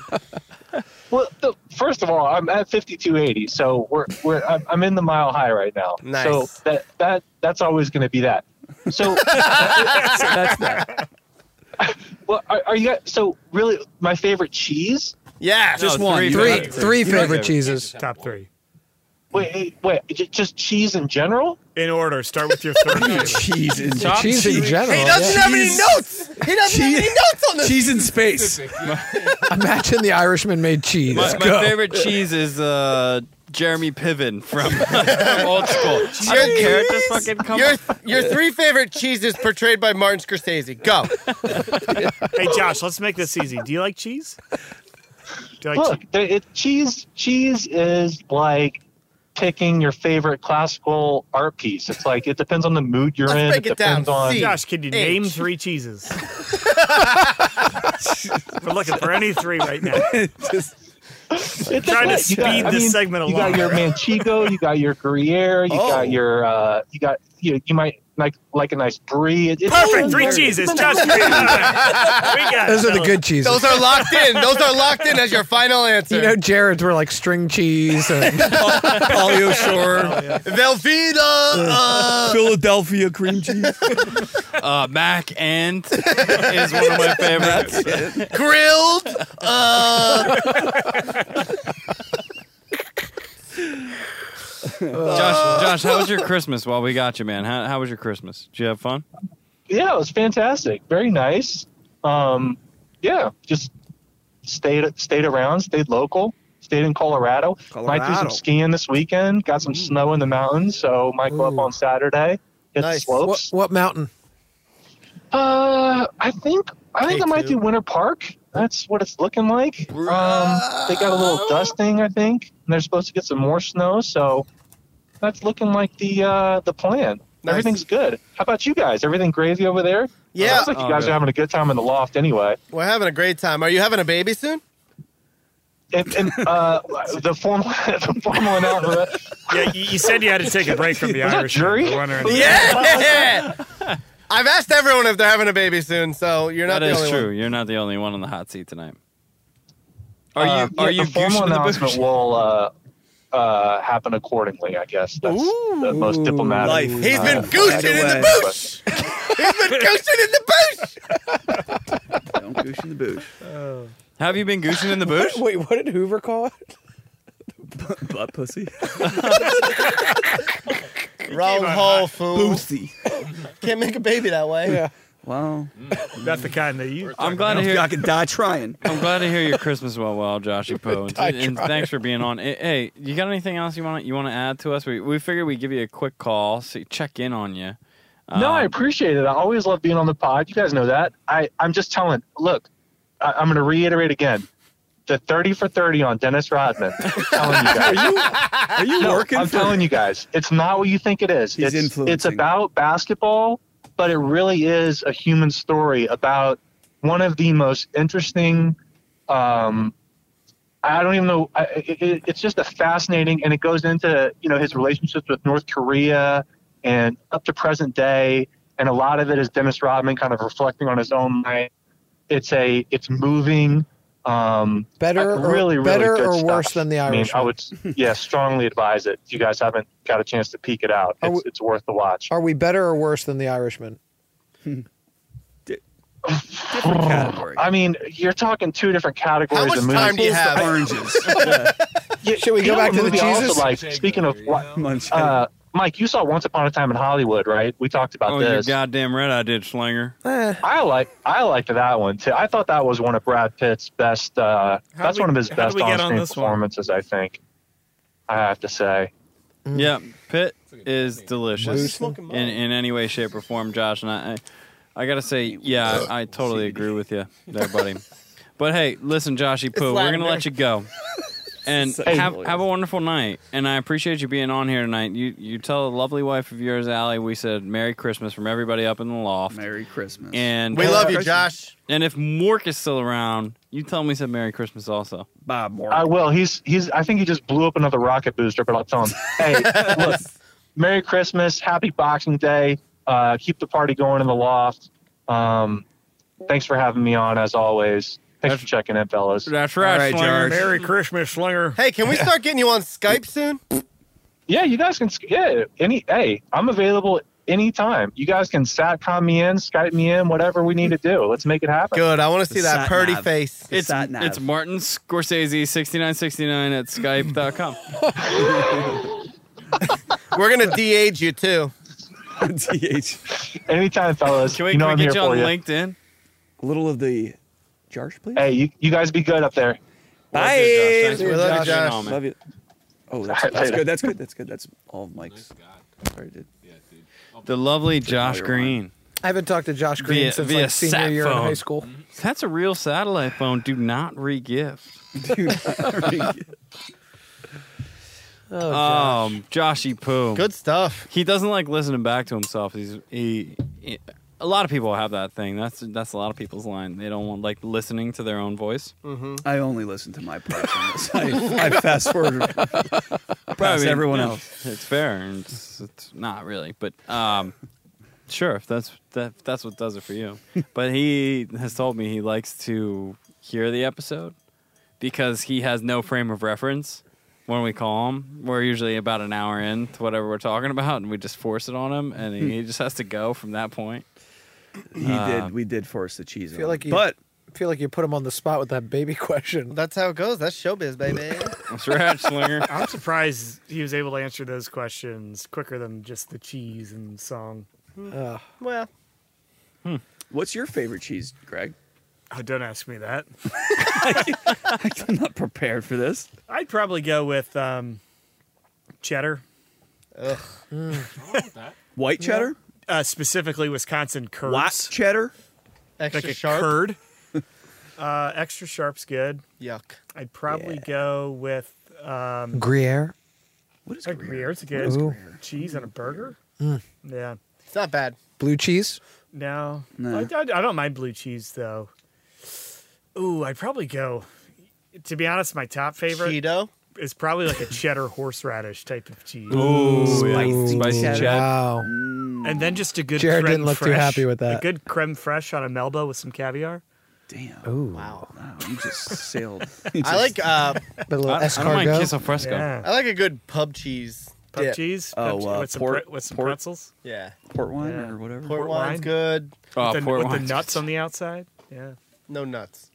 [SPEAKER 12] Well, the, first of all, I'm at 5280, so we're we're I'm, I'm in the mile high right now.
[SPEAKER 2] Nice.
[SPEAKER 12] So that that that's always going to be that. So, so that's that. [LAUGHS] Well, are, are you guys, so really my favorite cheese?
[SPEAKER 2] Yeah,
[SPEAKER 3] Just one. Three, three, favorite cheeses.
[SPEAKER 4] Top three.
[SPEAKER 12] Wait, hey, wait, j- just cheese in general?
[SPEAKER 4] In order, start with your
[SPEAKER 3] [LAUGHS]
[SPEAKER 4] third.
[SPEAKER 10] cheese in
[SPEAKER 4] Top
[SPEAKER 3] cheese in
[SPEAKER 4] cheese.
[SPEAKER 3] general.
[SPEAKER 4] He doesn't
[SPEAKER 3] yeah.
[SPEAKER 4] have any
[SPEAKER 3] Cheese-
[SPEAKER 2] notes. He doesn't have any notes on this.
[SPEAKER 10] Cheese in space.
[SPEAKER 3] Imagine the Irishman made cheese.
[SPEAKER 1] My, my favorite cheese is uh, Jeremy
[SPEAKER 10] [LAUGHS]
[SPEAKER 1] Piven from, [LAUGHS] from Old School. I don't care. Just fucking come
[SPEAKER 2] your,
[SPEAKER 1] on.
[SPEAKER 2] your three favorite cheeses portrayed by Martin Scorsese. Go.
[SPEAKER 4] [LAUGHS] hey, Josh, let's make this easy. Do you like cheese? Do you like
[SPEAKER 12] Look, there- it, cheese cheese is like picking your favorite classical art piece. It's like it depends on the mood you're in. depends on
[SPEAKER 4] Josh, can you name three cheeses? [LAUGHS] We're looking for any three
[SPEAKER 12] [LAUGHS]
[SPEAKER 4] right now.
[SPEAKER 12] It's
[SPEAKER 4] Trying to
[SPEAKER 12] like- you got-
[SPEAKER 4] speed
[SPEAKER 12] I
[SPEAKER 4] this
[SPEAKER 12] mean,
[SPEAKER 4] segment
[SPEAKER 12] You got
[SPEAKER 4] along.
[SPEAKER 12] your Manchego, you got your Gruyere, you
[SPEAKER 4] Oh.
[SPEAKER 12] got your uh, you got you, you might like like a nice brie. It- it's
[SPEAKER 4] Perfect, three
[SPEAKER 12] very-
[SPEAKER 4] cheeses. Josh, three.
[SPEAKER 12] [LAUGHS]
[SPEAKER 4] All right. We got it,
[SPEAKER 3] Those are the
[SPEAKER 4] fellas.
[SPEAKER 3] good cheeses.
[SPEAKER 2] Those are locked in. Those are locked in as your final answer.
[SPEAKER 3] You know, Jared's were like string cheese
[SPEAKER 2] [LAUGHS]
[SPEAKER 3] and
[SPEAKER 10] Polio Shore,
[SPEAKER 4] Oh,
[SPEAKER 2] Velveeta, uh,
[SPEAKER 10] [LAUGHS] Philadelphia cream cheese,
[SPEAKER 1] Uh, Mac and is
[SPEAKER 10] [LAUGHS]
[SPEAKER 1] one of my favorites.
[SPEAKER 2] grilled. Uh,
[SPEAKER 10] [LAUGHS]
[SPEAKER 1] Josh, Josh, how was your Christmas while we got you, man? How, how was your Christmas? Did you have fun?
[SPEAKER 12] Yeah, it was fantastic. Very nice. Um, yeah, just stayed stayed around, stayed local, stayed in Colorado. Might do
[SPEAKER 10] Colorado.
[SPEAKER 12] some skiing this weekend. Got some snow in the mountains, so might go up on Saturday. Hit the slopes.
[SPEAKER 3] What, what mountain?
[SPEAKER 12] Uh, I think I think it might
[SPEAKER 3] K2.
[SPEAKER 12] be Winter Park.
[SPEAKER 1] [LAUGHS]
[SPEAKER 12] That's what it's looking like. Um, they got a little dusting, I think, and they're supposed to get some more snow. So that's looking like the uh, the plan. Everything's good. How about you guys? Everything gravy over there?
[SPEAKER 2] Yeah.
[SPEAKER 12] sounds like you
[SPEAKER 2] Oh,
[SPEAKER 12] guys
[SPEAKER 2] yeah.
[SPEAKER 12] are having a good time in the loft anyway.
[SPEAKER 2] we're having a great time. Are you having a baby soon?
[SPEAKER 12] And, and uh, the formal [LAUGHS] the formal announcement.
[SPEAKER 4] Yeah, you, you said you had to take a break from the
[SPEAKER 12] Was that
[SPEAKER 4] Irish.
[SPEAKER 12] jury?
[SPEAKER 4] We're wondering-
[SPEAKER 2] Yeah. I've asked everyone if they're having a baby soon, so you're not
[SPEAKER 1] That
[SPEAKER 2] the
[SPEAKER 1] is
[SPEAKER 2] only
[SPEAKER 1] true.
[SPEAKER 2] one.
[SPEAKER 1] You're not the only one on the hot seat tonight. Are you
[SPEAKER 12] Uh,
[SPEAKER 1] are
[SPEAKER 12] yeah,
[SPEAKER 1] you
[SPEAKER 12] the
[SPEAKER 10] [LAUGHS]
[SPEAKER 12] formal
[SPEAKER 1] goosing in the bush?
[SPEAKER 12] announcement will uh, uh, happen accordingly? I guess that's the most diplomatic.
[SPEAKER 10] life.
[SPEAKER 2] He's
[SPEAKER 12] uh,
[SPEAKER 2] been goosing in the
[SPEAKER 10] way.
[SPEAKER 2] boosh. He's been goosing in the boosh.
[SPEAKER 10] Don't goosh in the boosh.
[SPEAKER 1] Have you
[SPEAKER 10] [LAUGHS]
[SPEAKER 1] been goosing in the bush?
[SPEAKER 3] Wait, what did Hoover call it?
[SPEAKER 10] Butt pussy.
[SPEAKER 2] Wrong hole, fool.
[SPEAKER 10] Pussy.
[SPEAKER 2] Can't make a baby that way.
[SPEAKER 3] Yeah.
[SPEAKER 10] Wow.
[SPEAKER 4] Mm, That's the kind that you.
[SPEAKER 1] I'm glad to hear.
[SPEAKER 10] I could
[SPEAKER 12] [LAUGHS]
[SPEAKER 10] die trying.
[SPEAKER 1] I'm glad to hear your Christmas went well, Joshy Poe,
[SPEAKER 10] [LAUGHS]
[SPEAKER 1] and, and thanks for being on. Eh, Hey, you got anything else you want you want to add to us? We we figured we'd give you a quick call, see, check in on you.
[SPEAKER 12] No, I
[SPEAKER 1] Um,
[SPEAKER 12] appreciate it. I always love being on the pod. You guys know that. I, I'm just telling. Look, I, I'm going to reiterate again. the 30 for 30 on Dennis Rodman. I'm telling
[SPEAKER 10] [LAUGHS]
[SPEAKER 12] you guys.
[SPEAKER 10] Are you
[SPEAKER 12] No,
[SPEAKER 10] working
[SPEAKER 12] I'm
[SPEAKER 10] for-
[SPEAKER 12] telling you guys, it's not what you think it is.
[SPEAKER 10] He's
[SPEAKER 12] it's, it's
[SPEAKER 10] influencing.
[SPEAKER 12] about basketball, but it really is a human story about one of the most interesting. Um, I don't even know. I, it, it- it's just a fascinating, and it goes into you know his relationships with North Korea and up to present day, and a lot of it is Dennis Rodman kind of reflecting on his own life. It's a it's moving. Um,
[SPEAKER 3] Better
[SPEAKER 12] uh,
[SPEAKER 3] or- better
[SPEAKER 12] good
[SPEAKER 3] or
[SPEAKER 12] stuff.
[SPEAKER 3] worse than The
[SPEAKER 12] I mean, I
[SPEAKER 3] Irishman?
[SPEAKER 12] would yeah strongly advise it. If you guys haven't got a chance to peek it out, it's, it's worth the watch.
[SPEAKER 3] Are we better or worse than the Irishman?
[SPEAKER 10] Different category.
[SPEAKER 12] I mean, you're talking two different categories.
[SPEAKER 10] How much
[SPEAKER 12] of movies.
[SPEAKER 10] time do you have? Oranges. [LAUGHS] Should we
[SPEAKER 12] You
[SPEAKER 10] go
[SPEAKER 12] know
[SPEAKER 10] back
[SPEAKER 12] a
[SPEAKER 10] to the
[SPEAKER 12] movie also,
[SPEAKER 10] Jesus?
[SPEAKER 12] Like speaking of, uh, Mike, you saw Once Upon a Time in Hollywood, right? We talked about
[SPEAKER 1] Oh, you're
[SPEAKER 12] this.
[SPEAKER 1] goddamn right, I did, Slinger.
[SPEAKER 10] Eh.
[SPEAKER 12] I like I liked that one too. I thought that was one of Brad Pitt's best. Uh,
[SPEAKER 1] How
[SPEAKER 12] that's
[SPEAKER 1] did we-
[SPEAKER 12] one of his
[SPEAKER 1] how
[SPEAKER 12] best
[SPEAKER 1] did we get on
[SPEAKER 12] on-screen
[SPEAKER 1] this one?
[SPEAKER 12] performances. I think. I have to say.
[SPEAKER 1] Yeah,
[SPEAKER 10] Mm.
[SPEAKER 1] Pitt is delicious
[SPEAKER 12] Boost.
[SPEAKER 1] in, in any way, shape, or form, Josh. And I, I, I gotta say, yeah, I, I totally agree with you
[SPEAKER 10] [LAUGHS]
[SPEAKER 1] there, buddy. But hey, listen, Joshy Poo, we're gonna
[SPEAKER 9] Lavender.
[SPEAKER 1] let you go. And
[SPEAKER 9] Such
[SPEAKER 1] have,
[SPEAKER 9] noise.
[SPEAKER 1] have a wonderful night. And I appreciate you being on here tonight. You you tell a lovely wife of yours, Allie, we said Merry Christmas from everybody up in the loft.
[SPEAKER 10] Merry Christmas.
[SPEAKER 1] And
[SPEAKER 2] We love you, Josh.
[SPEAKER 1] And if Mork is still around, you tell him we said Merry Christmas also.
[SPEAKER 10] Bye, Mork.
[SPEAKER 12] I will. Uh, He's he's. I think he just blew up another rocket booster, but I'll tell him.
[SPEAKER 2] [LAUGHS]
[SPEAKER 12] Hey, look. Merry Christmas. Happy Boxing Day. Uh, keep the party going in the loft. Um, thanks for having me on as always. Thanks for checking in, fellas.
[SPEAKER 1] That's
[SPEAKER 13] Merry Christmas, Slinger.
[SPEAKER 2] Hey, can we start getting you on
[SPEAKER 4] [LAUGHS]
[SPEAKER 2] Skype soon?
[SPEAKER 12] Yeah, you guys can. Yeah, any. Hey, I'm available anytime. You guys can satcom me in, Skype me in, whatever we need to do. Let's make it happen.
[SPEAKER 2] Good. I want to see that purdy
[SPEAKER 1] [LAUGHS]
[SPEAKER 2] face.
[SPEAKER 1] It's, it's Martin Scorsese 6969 at Skype.com.
[SPEAKER 2] We're gonna de-age you
[SPEAKER 1] [LAUGHS]
[SPEAKER 2] too.
[SPEAKER 10] de-age.
[SPEAKER 12] Anytime, fellas.
[SPEAKER 1] Can we,
[SPEAKER 12] You know
[SPEAKER 1] can
[SPEAKER 12] I'm
[SPEAKER 1] we
[SPEAKER 12] here
[SPEAKER 1] get you
[SPEAKER 12] for
[SPEAKER 1] on
[SPEAKER 12] you.
[SPEAKER 1] LinkedIn?
[SPEAKER 10] A little of the Josh, please.
[SPEAKER 12] Hey, you, you guys be good up there.
[SPEAKER 10] Bye.
[SPEAKER 12] Thanks
[SPEAKER 10] We
[SPEAKER 12] for
[SPEAKER 10] love you,
[SPEAKER 12] joining
[SPEAKER 10] Josh.
[SPEAKER 12] on, man.
[SPEAKER 10] Love you. Oh, that's,
[SPEAKER 12] All right,
[SPEAKER 10] that's
[SPEAKER 12] later.
[SPEAKER 10] good. That's good. That's good. That's all of Mike's. Sorry, dude.
[SPEAKER 1] The lovely Josh Green.
[SPEAKER 3] I haven't talked to Josh Green
[SPEAKER 1] Via-
[SPEAKER 3] since
[SPEAKER 1] via
[SPEAKER 3] like senior
[SPEAKER 1] sat
[SPEAKER 3] year in
[SPEAKER 1] phone.
[SPEAKER 3] high school.
[SPEAKER 1] That's a real satellite phone. Do not re gift.
[SPEAKER 3] Oh,
[SPEAKER 1] um, Joshy Poo.
[SPEAKER 2] Good stuff.
[SPEAKER 1] He doesn't like listening back to himself. He's he, he- a lot of people have that thing. That's that's a lot of people's line. They don't want like listening to their own voice.
[SPEAKER 2] Mm-hmm.
[SPEAKER 10] I only listen to my parts. on this. [LAUGHS] I, I fast forward
[SPEAKER 1] [LAUGHS]
[SPEAKER 10] past
[SPEAKER 1] Well, I mean,
[SPEAKER 10] everyone
[SPEAKER 1] yeah,
[SPEAKER 10] else.
[SPEAKER 1] It's fair, and it's, it's not really, but um, sure, if that's that, if that's what does it
[SPEAKER 10] [LAUGHS]
[SPEAKER 1] for you. but he has told me he likes to hear the episode because he has no frame of reference when we call him. We're usually about an hour in to whatever we're talking about, and we just force it on him, and he,
[SPEAKER 10] Hmm.
[SPEAKER 1] he just has to go from that point.
[SPEAKER 10] He
[SPEAKER 1] Uh,
[SPEAKER 10] did. We did force the cheese.
[SPEAKER 3] I feel
[SPEAKER 10] on
[SPEAKER 3] like
[SPEAKER 10] him.
[SPEAKER 3] you,
[SPEAKER 10] but
[SPEAKER 3] feel like you put him on the spot with that baby [LAUGHS] question.
[SPEAKER 2] That's how it goes. That's showbiz, baby.
[SPEAKER 1] That's right, Slinger.
[SPEAKER 4] [LAUGHS] I'm surprised he was able to answer those questions quicker than just the cheese and song.
[SPEAKER 10] Ugh.
[SPEAKER 2] well,
[SPEAKER 10] what's your favorite cheese, Greg?
[SPEAKER 4] oh, don't ask me
[SPEAKER 10] [LAUGHS]
[SPEAKER 4] that.
[SPEAKER 10] I'm not prepared for this.
[SPEAKER 4] I'd probably go with um, cheddar.
[SPEAKER 2] Ugh.
[SPEAKER 10] White cheddar?
[SPEAKER 4] Uh, specifically Wisconsin curds.
[SPEAKER 10] What cheddar?
[SPEAKER 2] Extra
[SPEAKER 4] like a
[SPEAKER 2] sharp?
[SPEAKER 4] curd. uh, extra sharp's good.
[SPEAKER 2] Yuck.
[SPEAKER 4] I'd probably go with um,
[SPEAKER 3] Gruyere.
[SPEAKER 10] What is
[SPEAKER 4] Gruyere? Gruyere's good.
[SPEAKER 3] Ooh.
[SPEAKER 4] Cheese on a burger.
[SPEAKER 3] Mm.
[SPEAKER 4] Yeah.
[SPEAKER 2] It's not bad.
[SPEAKER 3] Blue cheese.
[SPEAKER 4] No.
[SPEAKER 3] No.
[SPEAKER 4] I, I, I don't mind blue cheese though. Ooh, I'd probably go. To be honest, my top favorite
[SPEAKER 2] Cheeto
[SPEAKER 4] is probably like a cheddar horseradish type of cheese.
[SPEAKER 1] Ooh, yeah. Spicy Spicy cheddar. Mm. cheddar.
[SPEAKER 3] Wow.
[SPEAKER 4] And then just a good
[SPEAKER 3] Jared
[SPEAKER 4] creme
[SPEAKER 3] didn't look too
[SPEAKER 4] fraiche.
[SPEAKER 3] happy with
[SPEAKER 4] A
[SPEAKER 3] that.
[SPEAKER 4] good creme fraiche on a melba with some caviar.
[SPEAKER 10] Damn.
[SPEAKER 3] Oh
[SPEAKER 10] wow. Wow, you just
[SPEAKER 2] [LAUGHS]
[SPEAKER 10] sailed.
[SPEAKER 2] I like. Uh,
[SPEAKER 3] a little
[SPEAKER 1] I- I don't mind escargot. queso fresco.
[SPEAKER 4] Yeah.
[SPEAKER 2] I like a good pub cheese.
[SPEAKER 4] Pub
[SPEAKER 2] dip.
[SPEAKER 4] cheese.
[SPEAKER 10] Oh,
[SPEAKER 4] pub
[SPEAKER 10] uh,
[SPEAKER 4] with some,
[SPEAKER 10] port-
[SPEAKER 4] pre- with some
[SPEAKER 10] port-
[SPEAKER 4] pretzels.
[SPEAKER 2] Yeah.
[SPEAKER 10] port wine
[SPEAKER 4] Yeah.
[SPEAKER 10] or whatever.
[SPEAKER 2] Port,
[SPEAKER 4] Port
[SPEAKER 2] wine's
[SPEAKER 4] wine?
[SPEAKER 2] good.
[SPEAKER 1] Oh,
[SPEAKER 4] with the,
[SPEAKER 1] port
[SPEAKER 4] with the
[SPEAKER 1] wine's
[SPEAKER 4] nuts on the outside. Yeah.
[SPEAKER 2] No nuts.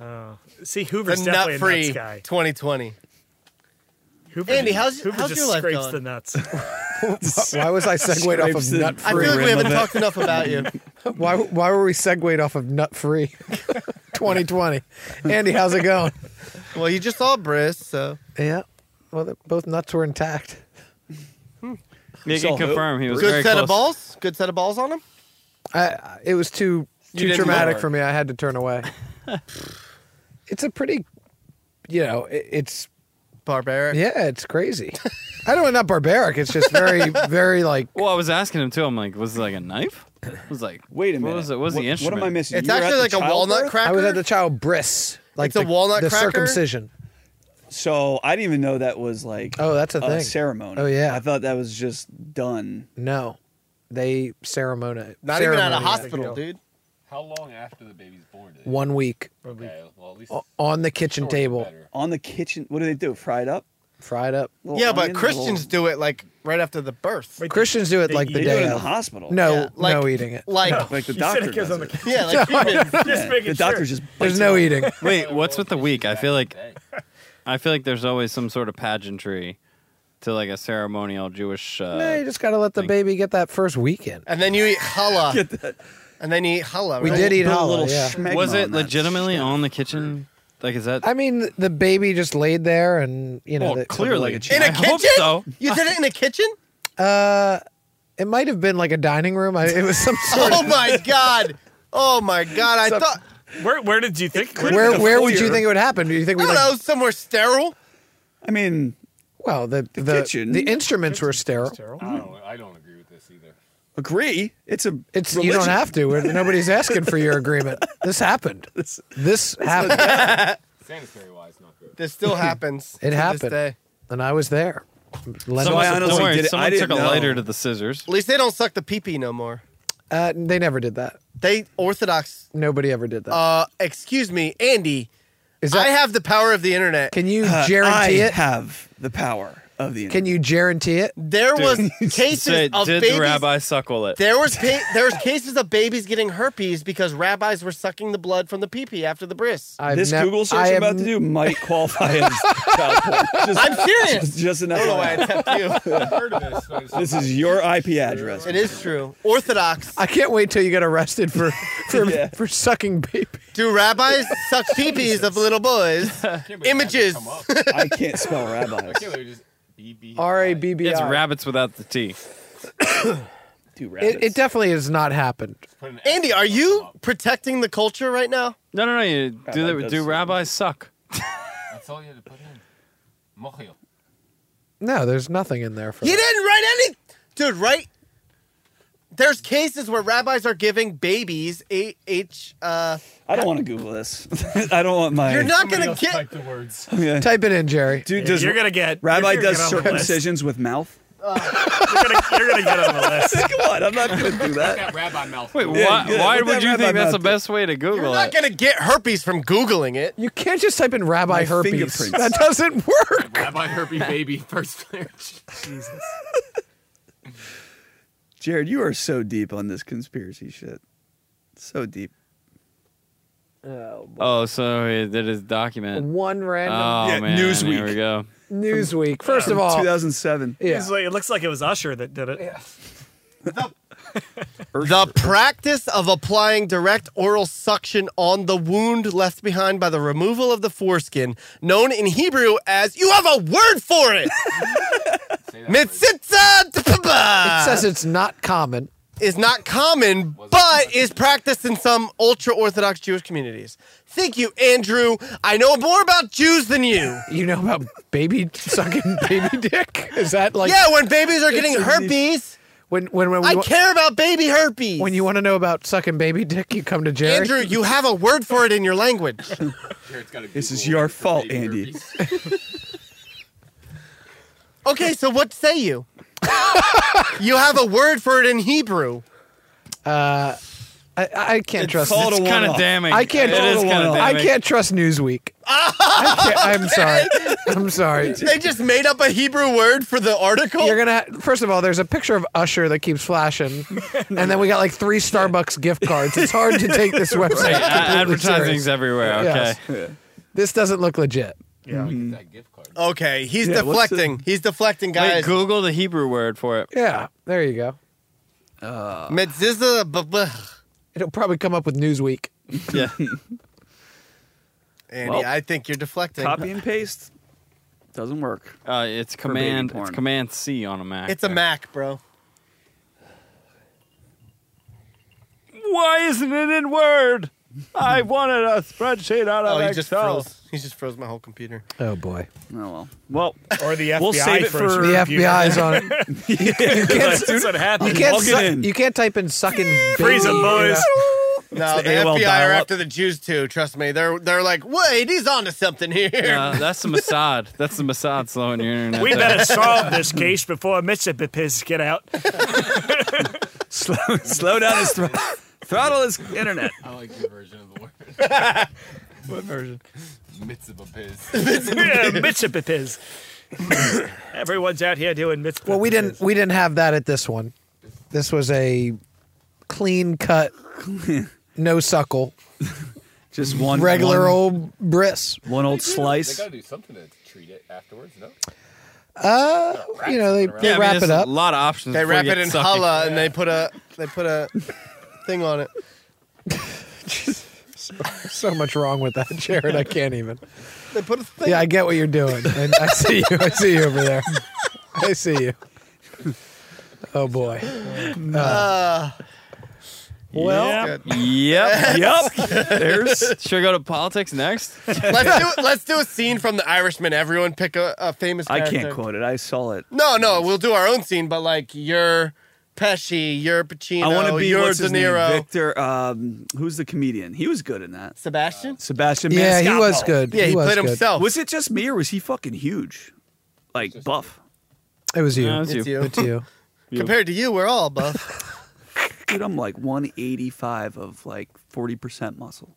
[SPEAKER 4] Oh. See, Hoover's
[SPEAKER 2] the
[SPEAKER 4] definitely a
[SPEAKER 2] nut-free
[SPEAKER 4] nuts guy.
[SPEAKER 2] 2020.
[SPEAKER 4] Hoover,
[SPEAKER 2] Andy, how's-
[SPEAKER 4] Hoover
[SPEAKER 2] how's
[SPEAKER 4] just
[SPEAKER 2] your life
[SPEAKER 4] scrapes
[SPEAKER 2] going?
[SPEAKER 4] the
[SPEAKER 10] [LAUGHS]
[SPEAKER 3] [LAUGHS]
[SPEAKER 4] nuts.
[SPEAKER 3] Why was I segued off of
[SPEAKER 10] Scrapes it.
[SPEAKER 3] nut
[SPEAKER 2] I
[SPEAKER 3] free?
[SPEAKER 2] feel like we haven't talked enough about you.
[SPEAKER 3] [LAUGHS] Why, why were we segued off of nut free [LAUGHS] 2020? Andy, how's it going?
[SPEAKER 2] Well, you just saw Briss, so
[SPEAKER 3] Yeah. Well, the- both nuts were intact.
[SPEAKER 1] You
[SPEAKER 3] So
[SPEAKER 1] can
[SPEAKER 3] who-
[SPEAKER 1] confirm he was
[SPEAKER 2] good
[SPEAKER 1] very
[SPEAKER 2] set
[SPEAKER 1] close.
[SPEAKER 2] of balls. Good set of balls on him.
[SPEAKER 3] I- I, it was too
[SPEAKER 1] You
[SPEAKER 3] too
[SPEAKER 1] didn't
[SPEAKER 3] traumatic
[SPEAKER 1] lower.
[SPEAKER 3] for me. I had to turn away. it's a pretty you know, it, it's
[SPEAKER 2] barbaric.
[SPEAKER 3] Yeah, it's crazy. I don't know, not barbaric. It's just
[SPEAKER 2] [LAUGHS]
[SPEAKER 3] very, very like.
[SPEAKER 1] Well, I was asking him too. I'm like, was it like a knife? I was like,
[SPEAKER 10] wait a
[SPEAKER 1] minute. What was, it? what was
[SPEAKER 10] What-
[SPEAKER 1] the
[SPEAKER 10] what
[SPEAKER 1] instrument?
[SPEAKER 10] am I missing?
[SPEAKER 3] It's You were actually
[SPEAKER 10] like a walnut cracker?
[SPEAKER 3] I was at the child bris, like
[SPEAKER 10] It's a
[SPEAKER 3] the-
[SPEAKER 10] walnut
[SPEAKER 3] the
[SPEAKER 10] cracker?
[SPEAKER 3] circumcision.
[SPEAKER 10] So I didn't even know that was like
[SPEAKER 3] Oh, that's a thing.
[SPEAKER 10] ceremony.
[SPEAKER 3] Oh, yeah.
[SPEAKER 10] I thought that was just done.
[SPEAKER 3] No, they ceremony.
[SPEAKER 10] Not even at a
[SPEAKER 3] ceremony it.
[SPEAKER 10] hospital,
[SPEAKER 2] dude.
[SPEAKER 7] How long after the baby's born? Do
[SPEAKER 3] One week.
[SPEAKER 7] Okay, well, at least
[SPEAKER 3] O- on the kitchen table.
[SPEAKER 10] On the kitchen. What do they do? Fry it up?
[SPEAKER 3] Fry it up.
[SPEAKER 2] yeah, but Christians do it like right after the birth.
[SPEAKER 3] Christians do it like the day of. No,
[SPEAKER 2] Yeah, like-
[SPEAKER 3] no eating it. [LAUGHS]
[SPEAKER 2] Like, Yeah,
[SPEAKER 4] [LAUGHS]
[SPEAKER 2] like [LAUGHS] humans.
[SPEAKER 3] There's no eating.
[SPEAKER 1] [LAUGHS] Wait, what's with the week? I feel like I feel like there's always some sort of pageantry to like a ceremonial Jewish. Uh,
[SPEAKER 3] no, you just gotta let the baby get that first weekend.
[SPEAKER 2] And then you eat challah. and then you eat challah.
[SPEAKER 3] We
[SPEAKER 2] right?
[SPEAKER 3] did eat Put a halal, little yeah. schmegma
[SPEAKER 1] Was it
[SPEAKER 3] on that
[SPEAKER 1] legitimately on the kitchen? Like, is that?
[SPEAKER 3] I mean, the baby just laid there, and you know,
[SPEAKER 1] Well,
[SPEAKER 3] the-
[SPEAKER 1] clearly.
[SPEAKER 2] in
[SPEAKER 1] I
[SPEAKER 2] a
[SPEAKER 1] hope
[SPEAKER 2] kitchen?
[SPEAKER 1] so.
[SPEAKER 2] You did it in a kitchen?
[SPEAKER 3] Uh, it might have been like a dining room. I, it was
[SPEAKER 2] [LAUGHS]
[SPEAKER 3] some sort.
[SPEAKER 2] oh
[SPEAKER 3] of,
[SPEAKER 2] my
[SPEAKER 3] [LAUGHS]
[SPEAKER 2] god! Oh my god! I
[SPEAKER 3] Some-
[SPEAKER 2] thought.
[SPEAKER 4] Where where did you think?
[SPEAKER 3] Where where would you think it would happen? Do you think we?
[SPEAKER 2] I don't
[SPEAKER 3] like,
[SPEAKER 2] know, somewhere sterile.
[SPEAKER 10] I mean,
[SPEAKER 3] well, the the the,
[SPEAKER 10] kitchen.
[SPEAKER 3] instruments were sterile.
[SPEAKER 7] I
[SPEAKER 1] Oh,
[SPEAKER 7] don't, I don't agree with this either.
[SPEAKER 10] Agree. It's a.
[SPEAKER 3] It's you don't
[SPEAKER 10] religion.
[SPEAKER 3] have to. We're- Nobody's asking for your agreement. This
[SPEAKER 10] [LAUGHS]
[SPEAKER 3] happened. This, [LAUGHS] happened.
[SPEAKER 7] Sanitary wise, not good.
[SPEAKER 2] This still happens.
[SPEAKER 3] it
[SPEAKER 2] to
[SPEAKER 3] happened,
[SPEAKER 2] This day.
[SPEAKER 3] and I was there. Len-
[SPEAKER 1] Someone, don't worry, someone took a lighter to the scissors.
[SPEAKER 2] At least they don't suck the pee pee no more.
[SPEAKER 3] Uh, they never did that.
[SPEAKER 2] They Orthodox.
[SPEAKER 3] Nobody ever did that.
[SPEAKER 2] Uh, excuse me, Andy.
[SPEAKER 3] Is that-
[SPEAKER 2] I have the power of the internet.
[SPEAKER 3] Can you Uh, guarantee
[SPEAKER 10] I
[SPEAKER 3] it?
[SPEAKER 10] have the power of the.
[SPEAKER 3] Can you guarantee it?
[SPEAKER 2] There
[SPEAKER 1] [LAUGHS]
[SPEAKER 2] was cases
[SPEAKER 1] Say,
[SPEAKER 2] of
[SPEAKER 1] did
[SPEAKER 2] babies.
[SPEAKER 1] the rabbi suckle it?
[SPEAKER 2] there was pa- there was cases of babies getting herpes because rabbis were sucking the blood from the pee pee after the bris.
[SPEAKER 3] [LAUGHS] I've
[SPEAKER 10] this
[SPEAKER 3] nev-
[SPEAKER 10] Google search
[SPEAKER 3] I
[SPEAKER 10] I'm
[SPEAKER 3] have
[SPEAKER 10] about to
[SPEAKER 3] n-
[SPEAKER 10] do might
[SPEAKER 3] [LAUGHS]
[SPEAKER 10] qualify as child porn. Just-
[SPEAKER 2] I'm serious.
[SPEAKER 10] Just, just enough.
[SPEAKER 2] I don't know why I tempt
[SPEAKER 7] Heard of this? but
[SPEAKER 10] you. This is your IP address.
[SPEAKER 2] you. It is true. Orthodox.
[SPEAKER 3] I can't wait till you get arrested
[SPEAKER 10] [LAUGHS]
[SPEAKER 3] for for, for sucking baby.
[SPEAKER 2] Do rabbis suck pee pees of little
[SPEAKER 10] [LAUGHS]
[SPEAKER 2] boys? Images. [LAUGHS]
[SPEAKER 10] I can't spell rabbis.
[SPEAKER 3] R a b b
[SPEAKER 1] It's
[SPEAKER 3] i.
[SPEAKER 1] rabbits without the T.
[SPEAKER 10] Two
[SPEAKER 3] It, it [LAUGHS] definitely has not happened.
[SPEAKER 2] Andy, are you protecting the culture right now?
[SPEAKER 1] No, no, no. You, do
[SPEAKER 2] does
[SPEAKER 1] they, do
[SPEAKER 2] suck.
[SPEAKER 1] rabbis suck?
[SPEAKER 7] [LAUGHS] That's all you had to put in. Mochil.
[SPEAKER 3] No, there's nothing in there for.
[SPEAKER 2] You didn't write any, dude. Right? There's cases where rabbis are giving babies a h. Uh,
[SPEAKER 10] I don't want to Google this. [LAUGHS] I don't want my. [LAUGHS]
[SPEAKER 2] You're not
[SPEAKER 7] Somebody
[SPEAKER 2] gonna
[SPEAKER 7] else
[SPEAKER 2] get.
[SPEAKER 7] typed the words.
[SPEAKER 10] Yeah.
[SPEAKER 3] Type it in, Jerry.
[SPEAKER 10] Dude, does
[SPEAKER 4] You're gonna get-
[SPEAKER 10] Rabbi
[SPEAKER 4] you're gonna
[SPEAKER 10] does
[SPEAKER 4] get on the list.
[SPEAKER 10] circumcisions with mouth.
[SPEAKER 4] You're gonna, you're gonna get on the list.
[SPEAKER 10] Come on, I'm not gonna do that.
[SPEAKER 7] That rabbi mouth.
[SPEAKER 1] Wait,
[SPEAKER 10] Yeah,
[SPEAKER 1] why,
[SPEAKER 10] yeah,
[SPEAKER 1] why
[SPEAKER 10] what
[SPEAKER 1] would
[SPEAKER 10] that
[SPEAKER 1] you
[SPEAKER 10] rabbi
[SPEAKER 1] think that's the
[SPEAKER 10] mouth
[SPEAKER 1] best way to
[SPEAKER 2] You're
[SPEAKER 1] Google
[SPEAKER 2] not
[SPEAKER 1] it?
[SPEAKER 2] gonna get herpes from googling it.
[SPEAKER 3] You can't just type in rabbi
[SPEAKER 10] My
[SPEAKER 3] herpes.
[SPEAKER 10] fingerprints.
[SPEAKER 3] That doesn't work.
[SPEAKER 7] rabbi [LAUGHS] Herbie baby first marriage.
[SPEAKER 4] Jesus.
[SPEAKER 10] Jared, you are so deep on this conspiracy shit. So deep.
[SPEAKER 1] Oh, so he did his document.
[SPEAKER 3] One
[SPEAKER 1] Oh
[SPEAKER 3] random
[SPEAKER 10] Yeah,
[SPEAKER 1] man,
[SPEAKER 10] Newsweek.
[SPEAKER 1] Here we go.
[SPEAKER 3] Newsweek. First of all,
[SPEAKER 10] 2007.
[SPEAKER 3] yeah.
[SPEAKER 4] It's like- it looks like it was Usher that did it.
[SPEAKER 2] The practice of applying direct oral suction on the wound left behind by the removal of the foreskin, known in Hebrew as you have a word for it. Mitzitza
[SPEAKER 3] It
[SPEAKER 2] tpba,
[SPEAKER 3] says it's not common.
[SPEAKER 2] is not common, but is practiced in some ultra orthodox Jewish communities. Thank you, Andrew. I know more about Jews than you.
[SPEAKER 3] [LAUGHS] You know about baby
[SPEAKER 2] [LAUGHS]
[SPEAKER 3] sucking baby dick? Is that like
[SPEAKER 2] yeah, when babies are getting
[SPEAKER 3] It's-
[SPEAKER 2] herpes,
[SPEAKER 3] when when when, we
[SPEAKER 2] I
[SPEAKER 3] wa-
[SPEAKER 2] care about baby herpes.
[SPEAKER 3] when you want to know about sucking baby dick, you come to Jerry.
[SPEAKER 2] Andrew, you have a word for it in
[SPEAKER 3] [LAUGHS]
[SPEAKER 2] your language.
[SPEAKER 7] Jared's got a
[SPEAKER 10] This is
[SPEAKER 7] Google
[SPEAKER 10] your
[SPEAKER 7] word for
[SPEAKER 10] fault,
[SPEAKER 7] baby
[SPEAKER 10] Andy.
[SPEAKER 7] herpes.
[SPEAKER 2] [LAUGHS] Okay, so what say you? [LAUGHS] you have a word for it in Hebrew.
[SPEAKER 3] Uh, I, I can't trust.
[SPEAKER 10] called
[SPEAKER 1] It's
[SPEAKER 10] a
[SPEAKER 1] kind of
[SPEAKER 10] one-off.
[SPEAKER 1] damning.
[SPEAKER 3] I can't.
[SPEAKER 1] It is kind of damning.
[SPEAKER 3] I can't trust
[SPEAKER 2] [LAUGHS]
[SPEAKER 3] Newsweek. I can't, I'm sorry. I'm sorry.
[SPEAKER 2] They just made up a Hebrew word for the article.
[SPEAKER 3] You're gonna. Ha- first of all, there's a picture of Usher that keeps
[SPEAKER 2] [LAUGHS]
[SPEAKER 3] flashing, and then we got like three Starbucks gift cards. It's hard to take
[SPEAKER 2] [LAUGHS]
[SPEAKER 3] this
[SPEAKER 1] Hey,
[SPEAKER 3] website.
[SPEAKER 1] a-
[SPEAKER 3] completely
[SPEAKER 1] advertising's
[SPEAKER 3] serious.
[SPEAKER 1] everywhere. Okay.
[SPEAKER 3] Yes. This doesn't look legit.
[SPEAKER 7] That gift card.
[SPEAKER 2] okay, he's
[SPEAKER 10] Yeah, what's the-
[SPEAKER 2] deflecting. He's deflecting,
[SPEAKER 1] Wait,
[SPEAKER 2] guys.
[SPEAKER 1] Google the Hebrew word for it.
[SPEAKER 3] Yeah, there you go.
[SPEAKER 1] Uh,
[SPEAKER 2] Mezuzah, buh, buh.
[SPEAKER 3] It'll probably come up with Newsweek.
[SPEAKER 2] [LAUGHS]
[SPEAKER 1] Yeah.
[SPEAKER 2] Andy, I think you're deflecting.
[SPEAKER 10] Copy and paste doesn't work.
[SPEAKER 1] Uh, it's
[SPEAKER 10] baby
[SPEAKER 1] command. It's
[SPEAKER 10] porn.
[SPEAKER 1] command C on a Mac.
[SPEAKER 2] It's a Mac, bro.
[SPEAKER 1] Why isn't it in Word? I wanted a spreadsheet out
[SPEAKER 2] Oh,
[SPEAKER 1] of
[SPEAKER 2] he just
[SPEAKER 1] Excel.
[SPEAKER 2] froze. He just froze my whole computer.
[SPEAKER 3] Oh boy.
[SPEAKER 10] Oh well. Well,
[SPEAKER 8] or the FBI
[SPEAKER 3] We'll save it
[SPEAKER 8] first
[SPEAKER 3] for- The
[SPEAKER 8] review.
[SPEAKER 3] FBI's [LAUGHS] on it.
[SPEAKER 2] [LAUGHS]
[SPEAKER 3] You
[SPEAKER 10] [LAUGHS]
[SPEAKER 3] can't-
[SPEAKER 8] That's what happened.
[SPEAKER 3] You can't,
[SPEAKER 8] Log it
[SPEAKER 3] su-
[SPEAKER 8] in.
[SPEAKER 3] you can't type in sucking
[SPEAKER 8] Freeze 'em, boys.
[SPEAKER 2] No, the, FBI are after the Jews too. Trust me, they're they're like, wait, he's onto something here. [LAUGHS]
[SPEAKER 1] Uh, that's the Mossad. That's the Mossad slowing your internet.
[SPEAKER 8] We
[SPEAKER 1] down.
[SPEAKER 8] better solve this case before Mr. Pepis get out.
[SPEAKER 10] slow, slow down his thr- throttle his internet.
[SPEAKER 7] I like your version of the word.
[SPEAKER 8] What version?
[SPEAKER 7] Mitzvah
[SPEAKER 3] [LAUGHS]
[SPEAKER 7] piz.
[SPEAKER 8] yeah, Mr. Pepis. Everyone's out here doing mitzvah.
[SPEAKER 3] Well, we didn't we didn't have that at this one. This was a clean
[SPEAKER 10] [LAUGHS]
[SPEAKER 3] cut, no suckle,
[SPEAKER 10] just one
[SPEAKER 3] regular
[SPEAKER 10] one-
[SPEAKER 3] old bris.
[SPEAKER 10] One old slice.
[SPEAKER 7] They gotta do something to treat it afterwards, no?
[SPEAKER 3] Uh, you know they, they
[SPEAKER 1] Yeah, I mean,
[SPEAKER 3] wrap
[SPEAKER 1] there's
[SPEAKER 3] it up.
[SPEAKER 1] A lot of options.
[SPEAKER 2] they
[SPEAKER 1] before you
[SPEAKER 2] wrap it
[SPEAKER 1] get
[SPEAKER 2] in
[SPEAKER 1] sucked
[SPEAKER 3] [LAUGHS]
[SPEAKER 2] challah and they put a they put a [LAUGHS] thing on it.
[SPEAKER 3] so much wrong with that, Jared. I can't even.
[SPEAKER 2] They [LAUGHS] put a thing.
[SPEAKER 3] Yeah, I get what you're
[SPEAKER 10] [LAUGHS]
[SPEAKER 3] doing, and I see you. I see you over there. I see you. Oh boy. Uh,
[SPEAKER 2] Uh,
[SPEAKER 3] well,
[SPEAKER 10] [LAUGHS]
[SPEAKER 1] Yep.
[SPEAKER 2] Yep.
[SPEAKER 1] There's. Should we go to politics next?
[SPEAKER 2] let's do let's do a scene from The Irishman. Everyone pick a, a famous.
[SPEAKER 10] I
[SPEAKER 2] Character.
[SPEAKER 10] can't quote it. I saw it.
[SPEAKER 2] No, no, we'll do our own scene, but like you're Pesci, you're Pacino,
[SPEAKER 10] I want to be
[SPEAKER 2] you're
[SPEAKER 10] what's
[SPEAKER 2] De
[SPEAKER 10] his name,
[SPEAKER 2] Niro,
[SPEAKER 10] Victor. Um, who's the comedian? He was good in that. Uh,
[SPEAKER 2] Sebastian.
[SPEAKER 10] Sebastian.
[SPEAKER 3] Yeah, he
[SPEAKER 10] Maniscalco.
[SPEAKER 3] was good. Yeah, He he was played good. himself.
[SPEAKER 10] Was it just me or was he fucking huge, like buff?
[SPEAKER 3] it was you.
[SPEAKER 1] No, it's
[SPEAKER 2] It's you. you.
[SPEAKER 3] It's you.
[SPEAKER 2] Compared to you, we're all buff.
[SPEAKER 10] [LAUGHS] Dude, I'm like 185 of like 40 percent muscle.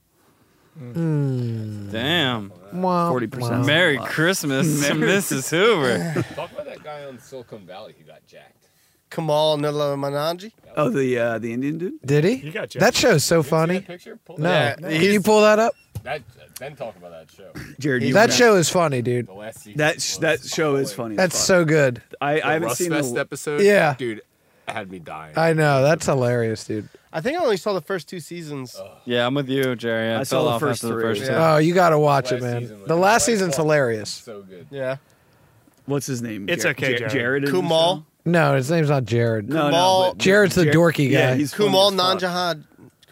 [SPEAKER 3] Hmm.
[SPEAKER 1] Damn.
[SPEAKER 10] 40%.
[SPEAKER 2] [LAUGHS]
[SPEAKER 1] Merry Christmas,
[SPEAKER 10] Merry-
[SPEAKER 1] Mrs. Hoover.
[SPEAKER 7] [LAUGHS] Talk about that guy on Silicon Valley who got jacked.
[SPEAKER 2] Kamal Nila Mananji.
[SPEAKER 10] Oh, the uh, the Indian dude.
[SPEAKER 3] Did he?
[SPEAKER 8] You got Jeff.
[SPEAKER 3] that show's so funny.
[SPEAKER 7] That picture? Pull
[SPEAKER 3] No,
[SPEAKER 7] that.
[SPEAKER 3] can you pull that up?
[SPEAKER 7] That, then talk about that show.
[SPEAKER 10] Jared, you
[SPEAKER 3] That
[SPEAKER 10] were-
[SPEAKER 3] show is funny, dude.
[SPEAKER 7] The last season.
[SPEAKER 10] That sh- that show is funny. as
[SPEAKER 3] That's
[SPEAKER 10] fuck.
[SPEAKER 3] so good.
[SPEAKER 10] I, I haven't
[SPEAKER 7] Rust
[SPEAKER 10] seen
[SPEAKER 7] Fest
[SPEAKER 10] the,
[SPEAKER 7] episode.
[SPEAKER 3] Yeah.
[SPEAKER 7] dude, had me dying.
[SPEAKER 3] I know. That's hilarious, dude.
[SPEAKER 2] I think I only saw the first two seasons.
[SPEAKER 8] Oh,
[SPEAKER 1] Yeah, I'm with you, Jerry. I,
[SPEAKER 10] I saw
[SPEAKER 1] fell
[SPEAKER 10] the
[SPEAKER 1] off
[SPEAKER 10] first
[SPEAKER 1] after the
[SPEAKER 10] three.
[SPEAKER 1] first
[SPEAKER 2] Yeah.
[SPEAKER 1] two.
[SPEAKER 3] Oh, you got to watch it,
[SPEAKER 7] Last
[SPEAKER 3] man.
[SPEAKER 7] season was-
[SPEAKER 3] the last season's
[SPEAKER 7] Last one.
[SPEAKER 3] hilarious.
[SPEAKER 7] so good.
[SPEAKER 2] yeah.
[SPEAKER 10] What's his name?
[SPEAKER 8] It's okay,
[SPEAKER 10] Ja-
[SPEAKER 8] Jared.
[SPEAKER 10] Jared. in the
[SPEAKER 2] Kumal.
[SPEAKER 10] show?
[SPEAKER 3] No, his name's not Jared.
[SPEAKER 10] No,
[SPEAKER 2] Kumal-
[SPEAKER 10] no. but-
[SPEAKER 3] Jared's the
[SPEAKER 10] Jar-
[SPEAKER 3] dorky guy.
[SPEAKER 10] Yeah, he's funny
[SPEAKER 2] Kumal
[SPEAKER 10] as fuck.
[SPEAKER 2] Nanjahad.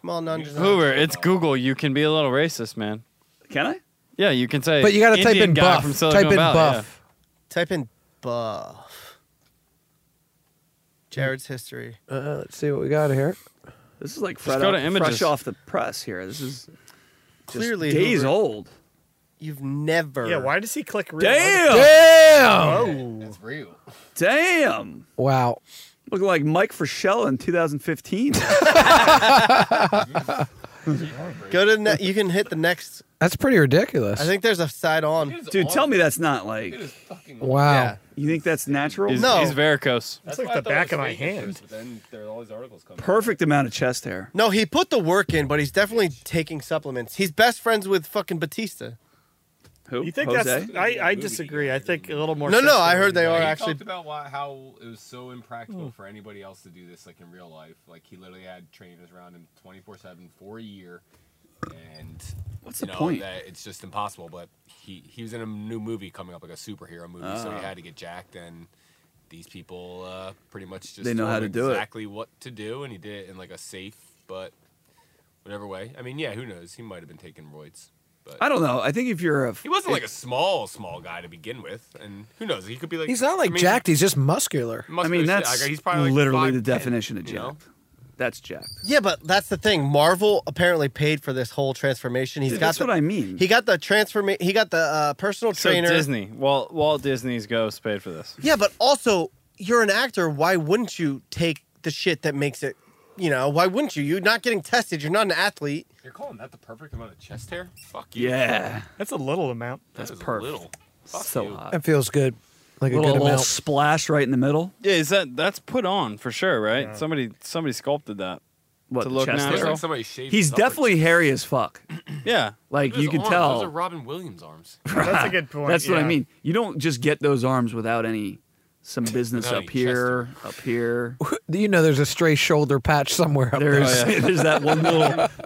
[SPEAKER 2] Kumal Nanjahad.
[SPEAKER 1] Hoover, it's Google. You can be a little racist, man.
[SPEAKER 10] Can I?
[SPEAKER 1] Yeah, you can say.
[SPEAKER 3] But you got to type
[SPEAKER 1] Indian
[SPEAKER 3] in
[SPEAKER 1] guy
[SPEAKER 3] buff.
[SPEAKER 1] From Silicon
[SPEAKER 3] Type in
[SPEAKER 1] Valley, yeah.
[SPEAKER 3] buff.
[SPEAKER 2] Type in buff. Jared's history.
[SPEAKER 3] Uh, let's see what we got here.
[SPEAKER 10] This is like fresh,
[SPEAKER 1] go to
[SPEAKER 10] off,
[SPEAKER 1] images.
[SPEAKER 10] fresh off the press here. This is just
[SPEAKER 2] Clearly,
[SPEAKER 10] days
[SPEAKER 2] Hoover,
[SPEAKER 10] old.
[SPEAKER 2] You've never.
[SPEAKER 4] Yeah, why does he click real?
[SPEAKER 10] Damn!
[SPEAKER 3] Damn!
[SPEAKER 7] That's real.
[SPEAKER 10] Damn!
[SPEAKER 3] Wow.
[SPEAKER 10] Looking like Mike Frischel
[SPEAKER 7] [LAUGHS]
[SPEAKER 10] in 2015.
[SPEAKER 2] Go to ne- you can hit the next.
[SPEAKER 3] That's pretty ridiculous.
[SPEAKER 2] I think there's a side on.
[SPEAKER 10] Dude, tell me that's not like.
[SPEAKER 3] wow.
[SPEAKER 10] You think that's natural?
[SPEAKER 1] He's,
[SPEAKER 2] No.
[SPEAKER 1] he's varicose.
[SPEAKER 4] It's like the back of my hand.
[SPEAKER 7] But then there are all these articles coming.
[SPEAKER 10] Perfect amount of chest hair.
[SPEAKER 2] No, he put the work in, but he's definitely taking supplements. He's best friends with fucking Batista.
[SPEAKER 10] Who?
[SPEAKER 4] You think
[SPEAKER 10] Jose?
[SPEAKER 4] that's? I, I disagree. I think a little more.
[SPEAKER 2] No, no,
[SPEAKER 4] sensitive
[SPEAKER 2] I
[SPEAKER 4] than
[SPEAKER 2] heard they
[SPEAKER 4] that.
[SPEAKER 2] are
[SPEAKER 7] he
[SPEAKER 2] actually.
[SPEAKER 7] talked about why, how it was so impractical for anybody else to do this, like in real life. Like he literally had trainers around him 24/7 for a year, and
[SPEAKER 10] What's
[SPEAKER 7] you
[SPEAKER 10] the
[SPEAKER 7] know,
[SPEAKER 10] point?
[SPEAKER 7] That it's just impossible. But he he was in a new movie coming up, like a superhero movie, so
[SPEAKER 10] Ah.
[SPEAKER 7] he had to get jacked. And these people uh, pretty much just
[SPEAKER 10] They know
[SPEAKER 7] told
[SPEAKER 10] how
[SPEAKER 7] him
[SPEAKER 10] to do it.
[SPEAKER 7] exactly what to do, and he did it in like a safe but whatever way. I mean, yeah, who knows? He might have been taking roids. But
[SPEAKER 10] I don't know. I think if you're a.
[SPEAKER 7] he wasn't like a small, small guy to begin with, and who knows? He could be like
[SPEAKER 3] He's not like
[SPEAKER 7] I mean,
[SPEAKER 3] jacked. He's just muscular.
[SPEAKER 7] must
[SPEAKER 10] I
[SPEAKER 7] be
[SPEAKER 10] mean,
[SPEAKER 7] a shit-
[SPEAKER 10] that's
[SPEAKER 7] like, he's probably like
[SPEAKER 10] literally
[SPEAKER 7] 5'10",
[SPEAKER 10] the definition of
[SPEAKER 7] you know?
[SPEAKER 10] jacked. That's jacked.
[SPEAKER 2] Yeah, but that's the thing. Marvel apparently paid for this whole transformation. Hehas
[SPEAKER 10] Dude,
[SPEAKER 2] got
[SPEAKER 10] that's
[SPEAKER 2] the,
[SPEAKER 10] what I mean.
[SPEAKER 2] He got the transformation. He got the uh, personal
[SPEAKER 1] So
[SPEAKER 2] trainer.
[SPEAKER 1] Disney, Walt, Walt Disney's ghost paid for this.
[SPEAKER 2] Yeah, but also you're an actor. Why wouldn't you take the shit that makes it? You know, why wouldn't you? You're not getting tested. You're not an athlete.
[SPEAKER 7] You're calling that the perfect amount of chest hair? Fuck you.
[SPEAKER 10] yeah.
[SPEAKER 4] That's a little amount.
[SPEAKER 7] that's
[SPEAKER 10] perfect.
[SPEAKER 7] Little. Fuck
[SPEAKER 10] So
[SPEAKER 7] you.
[SPEAKER 10] hot.
[SPEAKER 3] That feels good. Like a
[SPEAKER 10] Little,
[SPEAKER 3] good
[SPEAKER 10] little
[SPEAKER 3] amount.
[SPEAKER 10] splash right in the middle.
[SPEAKER 1] Yeah, is that that's put on for sure, right? Somebody somebody sculpted that.
[SPEAKER 10] What,
[SPEAKER 1] To
[SPEAKER 10] the
[SPEAKER 1] look
[SPEAKER 10] chest
[SPEAKER 1] natural.
[SPEAKER 7] Looks
[SPEAKER 10] hair?
[SPEAKER 7] like somebody shaved.
[SPEAKER 10] He's
[SPEAKER 7] his upper
[SPEAKER 10] definitely
[SPEAKER 7] chest.
[SPEAKER 10] hairy as fuck.
[SPEAKER 1] Yeah.
[SPEAKER 10] Like
[SPEAKER 7] Look at his
[SPEAKER 10] you can
[SPEAKER 7] arms.
[SPEAKER 10] tell.
[SPEAKER 7] Those are Robin Williams arms.
[SPEAKER 10] [LAUGHS]
[SPEAKER 4] That's a good point.
[SPEAKER 10] That's what I
[SPEAKER 4] yeah.
[SPEAKER 10] mean. You don't just get those arms without any some business
[SPEAKER 7] Without any
[SPEAKER 10] up here, up here.
[SPEAKER 3] You know, there's a stray shoulder patch somewhere up
[SPEAKER 10] There's
[SPEAKER 1] Oh,
[SPEAKER 10] [LAUGHS]
[SPEAKER 1] yeah.
[SPEAKER 10] there's that one little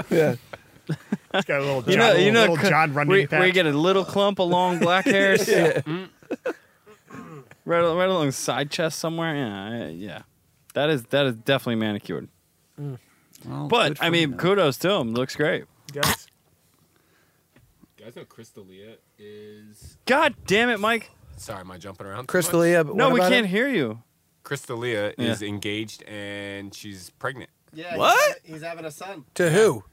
[SPEAKER 4] It's got a little John,
[SPEAKER 1] [LAUGHS] You know, you know,
[SPEAKER 4] little
[SPEAKER 1] cr- [LAUGHS]
[SPEAKER 4] John running
[SPEAKER 1] we,
[SPEAKER 4] patch.
[SPEAKER 1] we get a little clump of long
[SPEAKER 4] [LAUGHS]
[SPEAKER 2] [LAUGHS]
[SPEAKER 1] black hairs. yeah. Right, al- right along the side chest somewhere. Yeah, I- yeah. That is that is definitely manicured.
[SPEAKER 10] Well, good
[SPEAKER 1] But
[SPEAKER 10] for
[SPEAKER 1] I mean,
[SPEAKER 10] you.
[SPEAKER 1] kudos to him. Looks great.
[SPEAKER 4] Yes.
[SPEAKER 7] You guys know Crystalia is.
[SPEAKER 1] God damn it, Mike.
[SPEAKER 7] Sorry, am I jumping around? too
[SPEAKER 3] Crystalia,
[SPEAKER 7] much?
[SPEAKER 3] but No, what we about can't it?
[SPEAKER 1] hear you.
[SPEAKER 7] Crystalia
[SPEAKER 1] Yeah.
[SPEAKER 7] is engaged and she's pregnant.
[SPEAKER 2] Yeah. He's, he's having a son.
[SPEAKER 3] To who?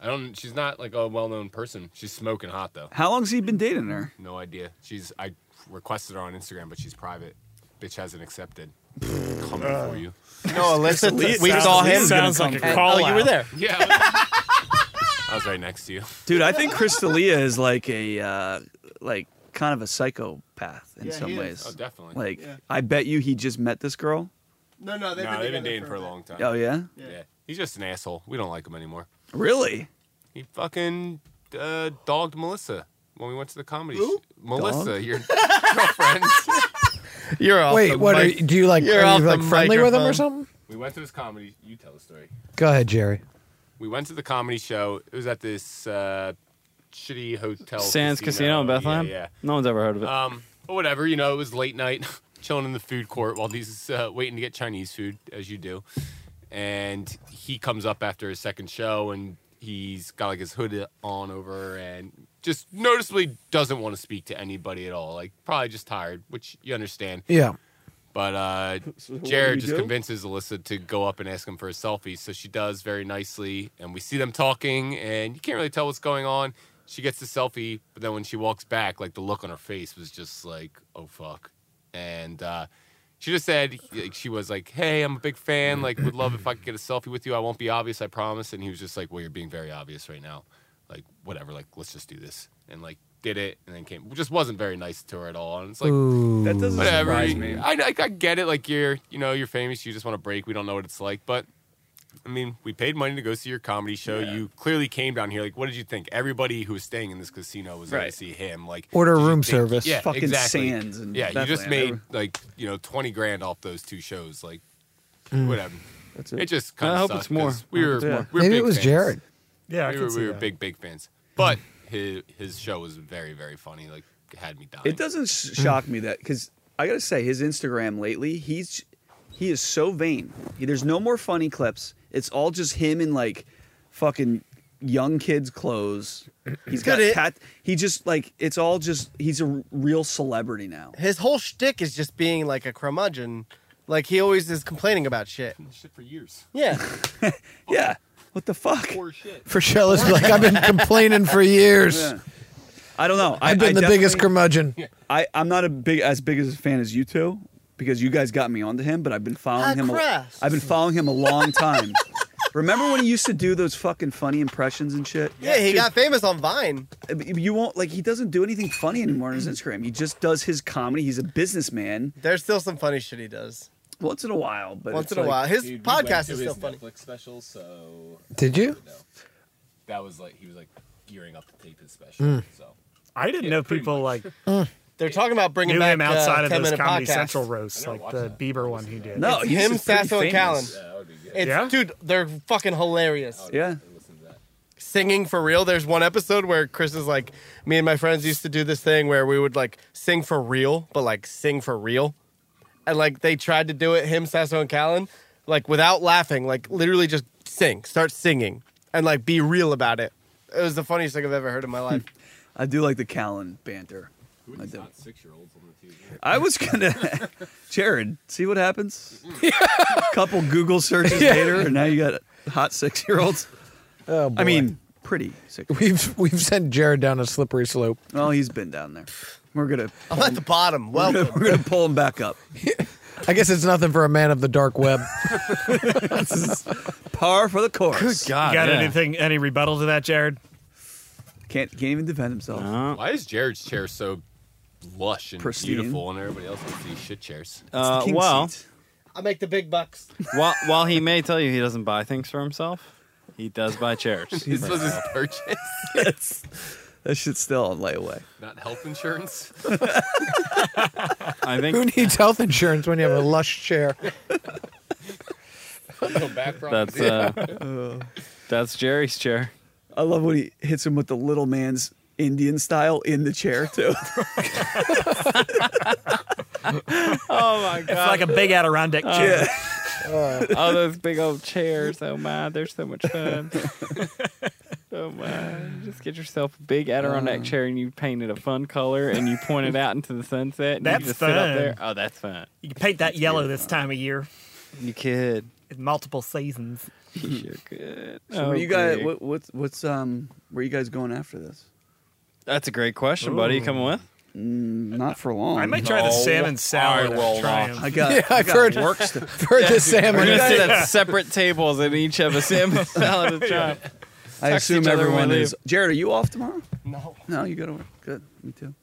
[SPEAKER 7] I don't. She's not like a well-known person. She's smoking hot though.
[SPEAKER 10] How long's he been dating her?
[SPEAKER 7] No idea. She's. I requested her on Instagram, but she's private. Bitch hasn't accepted. Coming for you.
[SPEAKER 2] No, Alyssa,
[SPEAKER 7] Crystalia
[SPEAKER 2] [LAUGHS] we
[SPEAKER 7] Uh, sounds-
[SPEAKER 2] saw him.
[SPEAKER 7] sounds like a
[SPEAKER 2] And-
[SPEAKER 7] call
[SPEAKER 2] Oh, you were
[SPEAKER 7] out.
[SPEAKER 2] there.
[SPEAKER 7] [LAUGHS] Yeah. I was right next to you.
[SPEAKER 10] Dude, I think Crystalia is like a uh, like kind of a psychopath in
[SPEAKER 2] Yeah,
[SPEAKER 10] some
[SPEAKER 2] he is.
[SPEAKER 10] ways.
[SPEAKER 2] Oh, definitely.
[SPEAKER 10] Like
[SPEAKER 2] Yeah.
[SPEAKER 10] I bet you he just met this girl.
[SPEAKER 2] No, no, they've
[SPEAKER 7] No,
[SPEAKER 2] been
[SPEAKER 7] they've been
[SPEAKER 2] together
[SPEAKER 7] dating for a
[SPEAKER 2] bit.
[SPEAKER 7] long time.
[SPEAKER 10] Oh, yeah?
[SPEAKER 7] Yeah. He's just an asshole. We don't like him anymore.
[SPEAKER 10] Really?
[SPEAKER 7] He fucking uh, dogged Melissa when we went to the comedy.
[SPEAKER 2] Who?
[SPEAKER 7] sh- Melissa,
[SPEAKER 10] Dogged?
[SPEAKER 7] your [LAUGHS] girlfriend.
[SPEAKER 2] You're off.
[SPEAKER 3] Wait,
[SPEAKER 2] the
[SPEAKER 3] what? Are,
[SPEAKER 2] mic.
[SPEAKER 3] do you like?
[SPEAKER 2] You're
[SPEAKER 3] are
[SPEAKER 2] off
[SPEAKER 3] you
[SPEAKER 2] the
[SPEAKER 3] like friendly with him or
[SPEAKER 2] microphone.
[SPEAKER 3] something?
[SPEAKER 7] We went to this comedy. You tell the story.
[SPEAKER 3] Go ahead, Jerry.
[SPEAKER 7] We went to the comedy show. It was at this uh, shitty hotel.
[SPEAKER 1] Sands Casino in Bethlehem?
[SPEAKER 7] Yeah, yeah.
[SPEAKER 1] No one's ever heard of it.
[SPEAKER 7] Um, but whatever, you know, it was late night, [LAUGHS] chilling in the food court while he's uh, waiting to get Chinese food, as you do. And he comes up after his second show, and he's got like his hood on over, and just noticeably doesn't want to speak to anybody at all. Like probably just tired, which you understand.
[SPEAKER 3] Yeah.
[SPEAKER 7] But
[SPEAKER 1] [LAUGHS]
[SPEAKER 7] uh,
[SPEAKER 10] what do
[SPEAKER 7] Jared
[SPEAKER 10] you
[SPEAKER 7] just
[SPEAKER 10] do?
[SPEAKER 7] convinces Alyssa to go up and ask him for a selfie. So she does very nicely, and we see them talking, and you can't really tell what's going on. She gets the selfie, but then when she walks back, like the look on her face was just like, "Oh fuck," and uh, she just said like, she was like, "Hey, I'm a big fan. Like, would love if I could get a selfie with you. I won't be obvious, I promise." And he was just like, "Well, you're being very obvious right now. Like, whatever. Like, let's just do this." And like did it, and then came. Just wasn't very nice to her at all. And it's like,
[SPEAKER 3] Ooh.
[SPEAKER 10] That doesn't
[SPEAKER 7] whatever.
[SPEAKER 10] surprise me.
[SPEAKER 7] I, I I get it. Like you're you know you're famous. You just want to break. We don't know what it's like, but. I mean, we paid money to go see your comedy show. You clearly came down here. Like, what did you think? Everybody who was staying in this casino was there
[SPEAKER 10] Right.
[SPEAKER 7] to see him. Like,
[SPEAKER 3] Order
[SPEAKER 7] did you
[SPEAKER 3] room
[SPEAKER 7] think-
[SPEAKER 3] service.
[SPEAKER 7] Yeah,
[SPEAKER 10] Fucking
[SPEAKER 7] exactly.
[SPEAKER 10] Sands and
[SPEAKER 7] yeah, you just
[SPEAKER 10] Bethlehem.
[SPEAKER 7] made like you know twenty grand off those two shows. Like,
[SPEAKER 3] Mm.
[SPEAKER 7] whatever.
[SPEAKER 10] That's
[SPEAKER 7] it.
[SPEAKER 10] it.
[SPEAKER 7] just kind
[SPEAKER 1] I
[SPEAKER 7] of
[SPEAKER 1] hope it's more.
[SPEAKER 7] We
[SPEAKER 1] I hope
[SPEAKER 7] were,
[SPEAKER 1] it's more.
[SPEAKER 7] we were
[SPEAKER 3] Maybe it
[SPEAKER 7] big
[SPEAKER 3] was
[SPEAKER 7] fans.
[SPEAKER 3] Jared.
[SPEAKER 4] Yeah, I
[SPEAKER 7] we
[SPEAKER 4] can
[SPEAKER 7] were,
[SPEAKER 4] see
[SPEAKER 7] we were
[SPEAKER 4] that.
[SPEAKER 7] big big fans. But his his show was very very funny. Like, had me dying.
[SPEAKER 10] It doesn't
[SPEAKER 2] Mm.
[SPEAKER 10] sh- shock me that because I gotta say his Instagram lately, he's he is so vain. He, there's no more funny clips. It's all just him in like fucking young kids clothes. He's got
[SPEAKER 2] Good hit.
[SPEAKER 10] tat. He just like it's all just he's a r- real celebrity now.
[SPEAKER 2] His whole shtick is just being like a curmudgeon. Like he always is complaining about shit.
[SPEAKER 7] shit for years.
[SPEAKER 10] [LAUGHS]
[SPEAKER 2] Yeah.
[SPEAKER 10] Yeah. What the fuck?
[SPEAKER 3] [LAUGHS]
[SPEAKER 7] Poor shit.
[SPEAKER 3] For Shellis, like I've
[SPEAKER 10] [LAUGHS]
[SPEAKER 3] been complaining for years.
[SPEAKER 10] Yeah. I don't know. I,
[SPEAKER 3] I've been
[SPEAKER 10] I
[SPEAKER 3] the biggest
[SPEAKER 10] definitely-
[SPEAKER 3] curmudgeon.
[SPEAKER 10] I I'm not a big as big as a fan as you two because you guys got me onto him, but I've been following
[SPEAKER 2] Ah,
[SPEAKER 10] him. A,
[SPEAKER 2] Christ.
[SPEAKER 10] I've been following him a long time. [LAUGHS] Remember when he used to do those fucking funny impressions and shit? Uh,
[SPEAKER 2] Yeah, he got famous on Vine.
[SPEAKER 10] You won't like he doesn't do anything funny anymore on his Instagram. He just does his comedy. He's a businessman
[SPEAKER 2] There's still some funny shit he does.
[SPEAKER 10] once in a while, but
[SPEAKER 2] Once
[SPEAKER 10] it's
[SPEAKER 2] in a
[SPEAKER 7] [LAUGHS]
[SPEAKER 10] like-
[SPEAKER 2] while. His
[SPEAKER 7] Dude, we went
[SPEAKER 2] podcast
[SPEAKER 7] to his
[SPEAKER 2] is still funny.
[SPEAKER 7] Netflix special, so
[SPEAKER 3] Did you?
[SPEAKER 7] no. That was like he was like gearing up to tape his special.
[SPEAKER 3] Mm.
[SPEAKER 7] So
[SPEAKER 4] I didn't
[SPEAKER 7] Yeah,
[SPEAKER 4] know
[SPEAKER 7] pretty
[SPEAKER 4] people like
[SPEAKER 2] They're talking about bringing
[SPEAKER 4] knew
[SPEAKER 2] back
[SPEAKER 4] him outside
[SPEAKER 2] uh,
[SPEAKER 4] of
[SPEAKER 2] 10
[SPEAKER 4] those
[SPEAKER 2] minute
[SPEAKER 4] Comedy
[SPEAKER 2] podcast.
[SPEAKER 4] Central roasts,
[SPEAKER 7] I never
[SPEAKER 4] like
[SPEAKER 7] watched
[SPEAKER 4] the
[SPEAKER 7] that.
[SPEAKER 4] Bieber one he did.
[SPEAKER 10] No,
[SPEAKER 2] It's
[SPEAKER 10] he's
[SPEAKER 2] him,
[SPEAKER 10] just pretty
[SPEAKER 2] Sasso, and Callen.
[SPEAKER 10] famous.
[SPEAKER 7] yeah, that would be good.
[SPEAKER 2] It's
[SPEAKER 4] Yeah?
[SPEAKER 2] dude, they're fucking hilarious.
[SPEAKER 10] Yeah,
[SPEAKER 7] Listen to that.
[SPEAKER 2] singing for real. There's one episode where Chris is like, me and my friends used to do this thing where we would like sing for real, but like sing for real. And like they tried to do it, him, Sasso, and Callan, like without laughing, like literally just sing, start singing, and like be real about it. It was the funniest thing I've ever heard in my life.
[SPEAKER 10] [LAUGHS] I do like the Callan banter.
[SPEAKER 7] Who
[SPEAKER 10] I
[SPEAKER 7] is
[SPEAKER 10] do.
[SPEAKER 7] not six year olds on the TV?
[SPEAKER 10] I was gonna, Jared. See what happens. [LAUGHS] Couple Google searches later, and now you got hot six year olds.
[SPEAKER 3] Oh, boy.
[SPEAKER 10] I mean, pretty six.
[SPEAKER 3] we've we've sent Jared down a slippery slope.
[SPEAKER 10] Well, he's been down there. We're gonna
[SPEAKER 2] I'm at the bottom.
[SPEAKER 10] we're
[SPEAKER 2] Well,
[SPEAKER 10] gonna, we're gonna pull him back up.
[SPEAKER 3] I guess it's nothing for a man of the dark web.
[SPEAKER 10] This is par for the course.
[SPEAKER 1] Good God.
[SPEAKER 4] You got
[SPEAKER 1] yeah.
[SPEAKER 4] anything? Any rebuttal to that, Jared?
[SPEAKER 10] Can't can't even defend himself.
[SPEAKER 1] No.
[SPEAKER 7] Why is Jared's chair so lush and
[SPEAKER 10] Pristine.
[SPEAKER 7] beautiful, and everybody else gets these shit chairs?
[SPEAKER 1] Uh,
[SPEAKER 10] King
[SPEAKER 1] well,
[SPEAKER 10] seat.
[SPEAKER 2] [LAUGHS] I make the big bucks.
[SPEAKER 1] while, while he may tell you he doesn't buy things for himself, he does buy chairs.
[SPEAKER 7] This was his
[SPEAKER 4] [LAUGHS]
[SPEAKER 7] purchase,
[SPEAKER 10] That's- that shit's still on layaway.
[SPEAKER 7] not health
[SPEAKER 10] [LAUGHS]
[SPEAKER 7] insurance.
[SPEAKER 1] I
[SPEAKER 3] Who
[SPEAKER 7] [LAUGHS]
[SPEAKER 1] think
[SPEAKER 3] needs health insurance when you have a lush chair?
[SPEAKER 7] No back problems.
[SPEAKER 1] that's uh,
[SPEAKER 4] [LAUGHS]
[SPEAKER 1] that's Jerry's chair.
[SPEAKER 10] I love when he hits him with the little man's Indian style in the chair too.
[SPEAKER 7] [LAUGHS]
[SPEAKER 1] Oh my
[SPEAKER 4] It's like a big Adirondack chair.
[SPEAKER 10] yeah.
[SPEAKER 4] [LAUGHS]
[SPEAKER 1] oh, those big old chairs. Oh my, they're so much fun. so much. Just get yourself a big
[SPEAKER 4] Uh.
[SPEAKER 1] Adirondack chair and you paint it a fun color and you point it out into the sunset. And
[SPEAKER 4] That's
[SPEAKER 1] you just Sit up
[SPEAKER 4] fun.
[SPEAKER 1] there. Oh, that's fun.
[SPEAKER 4] You can paint that yellow this time of year.
[SPEAKER 1] You could.
[SPEAKER 4] In multiple seasons.
[SPEAKER 1] You sure could. Oh,
[SPEAKER 10] So were you guys what, what's what's um where you guys going after this?
[SPEAKER 1] That's a great question, buddy. You coming with?
[SPEAKER 10] Mm, not for long.
[SPEAKER 1] I might try the No. salmon salad. I will Try not. 'em.
[SPEAKER 10] I got.
[SPEAKER 1] [LAUGHS] Yeah,
[SPEAKER 10] I
[SPEAKER 1] I've
[SPEAKER 10] got
[SPEAKER 1] heard-
[SPEAKER 10] work stuff.
[SPEAKER 1] I've heard the salmon. We're gonna sit at separate tables and each have
[SPEAKER 7] [LAUGHS]
[SPEAKER 10] [LAUGHS]
[SPEAKER 1] a salmon salad to try.
[SPEAKER 10] I
[SPEAKER 1] Text
[SPEAKER 10] assume
[SPEAKER 1] each other when
[SPEAKER 10] everyone
[SPEAKER 1] we
[SPEAKER 10] is.
[SPEAKER 1] leave.
[SPEAKER 10] Jared, are you off tomorrow? No. No, you go to work. Good. Me too.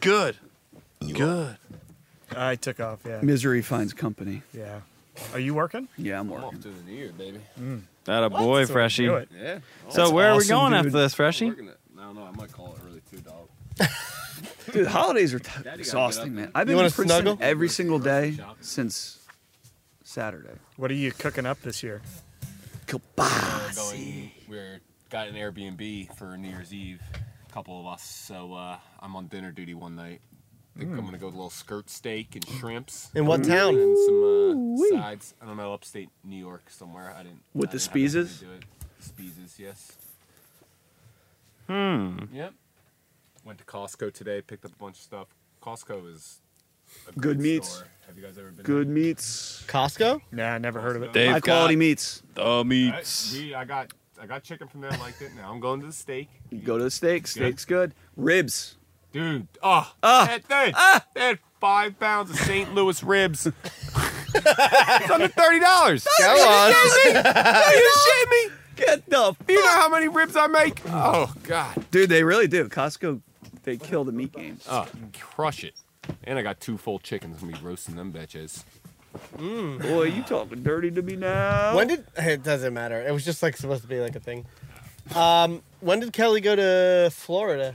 [SPEAKER 8] Good.
[SPEAKER 10] Good.
[SPEAKER 8] I took off. Yeah.
[SPEAKER 10] Misery finds company.
[SPEAKER 8] Yeah. Are you working?
[SPEAKER 10] Yeah, I'm working.
[SPEAKER 8] off to the new year, baby.
[SPEAKER 4] Mm.
[SPEAKER 1] That a
[SPEAKER 8] What?
[SPEAKER 1] boy,
[SPEAKER 8] That's the way to
[SPEAKER 1] Freshie.
[SPEAKER 8] do it.
[SPEAKER 7] Yeah.
[SPEAKER 1] So
[SPEAKER 10] That's
[SPEAKER 1] where are we
[SPEAKER 10] awesome,
[SPEAKER 1] going
[SPEAKER 10] dude.
[SPEAKER 1] after this, Freshie?
[SPEAKER 7] I don't know. I might call it early too, dog.
[SPEAKER 10] Dude, holidays are t-
[SPEAKER 7] gotta get
[SPEAKER 10] exhausting,
[SPEAKER 7] up.
[SPEAKER 10] man. I've
[SPEAKER 7] You
[SPEAKER 10] been
[SPEAKER 7] wanna
[SPEAKER 10] to Princeton
[SPEAKER 7] snuggle?
[SPEAKER 10] every single day since Saturday.
[SPEAKER 8] What are you cooking up this year?
[SPEAKER 10] Ah,
[SPEAKER 7] We're going. We're got an Airbnb for New Year's Eve. A couple of us. So uh, I'm on dinner duty one night. I think I'm gonna go with a little skirt steak and shrimps.
[SPEAKER 2] [LAUGHS] In what town?
[SPEAKER 7] And some uh, sides. I don't know, upstate New York somewhere. I didn't.
[SPEAKER 10] With
[SPEAKER 7] I
[SPEAKER 10] the
[SPEAKER 7] didn't have anything
[SPEAKER 10] Speezes?
[SPEAKER 7] to do it. Speezes, yes.
[SPEAKER 1] Hmm.
[SPEAKER 7] Yep. Went to Costco today. Picked up a bunch of stuff. Costco is a
[SPEAKER 10] Good meats.
[SPEAKER 7] store. Have you guys ever been?
[SPEAKER 10] Good meats.
[SPEAKER 2] Costco?
[SPEAKER 8] Nah, never heard of it.
[SPEAKER 10] High quality meats.
[SPEAKER 1] The
[SPEAKER 7] there? I, we, I got I got chicken from there. Liked it. Now I'm going to the steak.
[SPEAKER 10] You go to the steak. Steak's good. Ribs.
[SPEAKER 7] Dude, oh,
[SPEAKER 2] Ah.
[SPEAKER 7] that thing. They had five pounds of St. Louis ribs. [LAUGHS] it's under thirty dollars.
[SPEAKER 2] Go on. [LAUGHS]
[SPEAKER 7] you shitting me?
[SPEAKER 10] Get the.
[SPEAKER 7] Do you know how many ribs I make? Oh God.
[SPEAKER 10] Dude, they really do. Costco, they kill the meat game.
[SPEAKER 7] Oh, crush it. And I got two full chickens. I'm gonna be roasting them bitches.
[SPEAKER 10] Boy,
[SPEAKER 2] Mm.
[SPEAKER 10] you talking dirty to me now.
[SPEAKER 2] When did [LAUGHS] it doesn't matter. It was just like supposed to be like a thing. Um, when did Kelly go to Florida?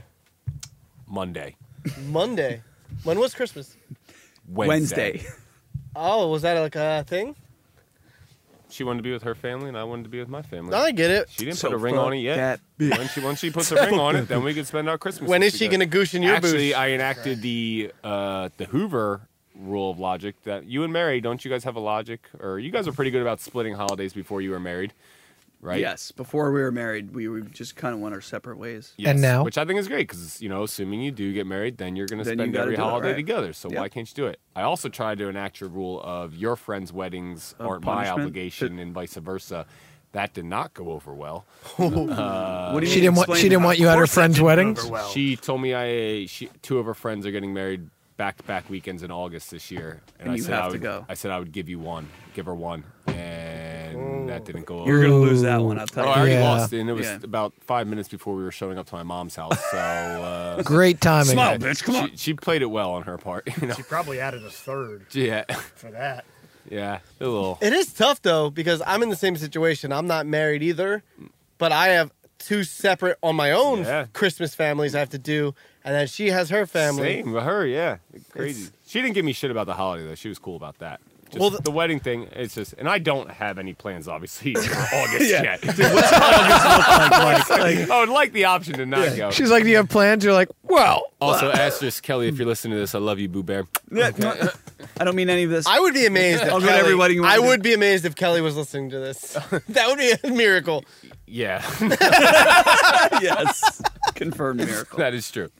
[SPEAKER 7] Monday,
[SPEAKER 2] Monday. When was Christmas?
[SPEAKER 7] Wednesday.
[SPEAKER 2] Oh, was that like a thing?
[SPEAKER 7] She wanted to be with her family, and I wanted to be with my family.
[SPEAKER 2] No, I get it.
[SPEAKER 7] She didn't
[SPEAKER 2] So
[SPEAKER 7] put a ring on it
[SPEAKER 2] fuck
[SPEAKER 7] yet.
[SPEAKER 2] that
[SPEAKER 7] When she when she puts
[SPEAKER 10] [LAUGHS]
[SPEAKER 7] a ring on it, then we could spend our Christmas.
[SPEAKER 2] When is she
[SPEAKER 7] together.
[SPEAKER 2] gonna goosh in your booth?
[SPEAKER 7] Actually, I enacted the uh, the Hoover rule of logic that you and Mary don't you guys have a logic or you guys are pretty good about splitting holidays before you were married, right?
[SPEAKER 10] Yes. Before we were married, we, we just kind of went our separate ways.
[SPEAKER 7] Yes,
[SPEAKER 3] And now?
[SPEAKER 7] which I think is great because you know, assuming you do get married, then you're going to
[SPEAKER 10] Then you
[SPEAKER 7] spend
[SPEAKER 10] gotta
[SPEAKER 7] every
[SPEAKER 10] do it,
[SPEAKER 7] holiday
[SPEAKER 10] right?
[SPEAKER 7] together. So
[SPEAKER 10] Yeah.
[SPEAKER 7] why can't you do it? I also tried to enact your rule of your friends' weddings
[SPEAKER 10] Of
[SPEAKER 7] aren't my
[SPEAKER 10] punishment?
[SPEAKER 7] obligation, and vice versa. That did not go over
[SPEAKER 10] [LAUGHS]
[SPEAKER 7] well. Uh,
[SPEAKER 3] What do you She mean? didn't want- Explain she didn't that. want you at her Of course that friend's didn't go weddings? over well.
[SPEAKER 7] She told me I she, two of her friends are getting married back to back weekends in August this year,
[SPEAKER 10] And
[SPEAKER 7] I
[SPEAKER 10] you
[SPEAKER 7] said
[SPEAKER 10] have
[SPEAKER 7] I
[SPEAKER 10] to
[SPEAKER 7] would
[SPEAKER 10] go.
[SPEAKER 7] I said I would give you one, give her one, and that didn't go.
[SPEAKER 10] You're
[SPEAKER 7] over.
[SPEAKER 10] gonna lose that one, I'll tell
[SPEAKER 7] Oh,
[SPEAKER 10] you.
[SPEAKER 7] I already
[SPEAKER 10] Yeah.
[SPEAKER 7] lost, it, and it was
[SPEAKER 10] Yeah.
[SPEAKER 7] about five minutes before we were showing up to my mom's house. [LAUGHS] So uh,
[SPEAKER 3] Great timing. Smile,
[SPEAKER 7] bitch. Come on. She, she played it well on her part. [LAUGHS] You know?
[SPEAKER 4] She probably added a
[SPEAKER 1] [LAUGHS]
[SPEAKER 4] third
[SPEAKER 7] Yeah.
[SPEAKER 4] for that.
[SPEAKER 7] Yeah. A little.
[SPEAKER 2] It is tough though because I'm in the same situation. I'm not married either, but I have two separate on my own
[SPEAKER 7] Yeah.
[SPEAKER 2] Christmas families I have to do, and then she has her family.
[SPEAKER 7] Same with her, yeah. Crazy. she didn't give me shit about the holiday though. She was cool about that. Just
[SPEAKER 2] Well,
[SPEAKER 7] well,
[SPEAKER 2] the-
[SPEAKER 7] the, wedding thing, it's just, and I don't have any plans,
[SPEAKER 3] [LAUGHS]
[SPEAKER 7] obviously, for August
[SPEAKER 3] Yeah.
[SPEAKER 7] yet.
[SPEAKER 3] Dude, what's August look like, Mike?
[SPEAKER 7] [LAUGHS] I would like the option to not go.
[SPEAKER 3] She's like, "Do you have plans?" You're like, "Well."
[SPEAKER 7] also, asterisk Kelly, if you're listening to this, I love you, Boo Bear.
[SPEAKER 3] [LAUGHS]
[SPEAKER 10] I don't mean any of this.
[SPEAKER 2] I would be amazed. If
[SPEAKER 10] I'll go to
[SPEAKER 2] Kelly,
[SPEAKER 10] every wedding you wanna
[SPEAKER 2] I
[SPEAKER 10] do.
[SPEAKER 2] would be amazed if Kelly was listening to this. [LAUGHS] that would be a
[SPEAKER 10] [LAUGHS]
[SPEAKER 2] miracle.
[SPEAKER 7] Yeah. [LAUGHS]
[SPEAKER 10] yes. Confirmed miracle.
[SPEAKER 7] That is true.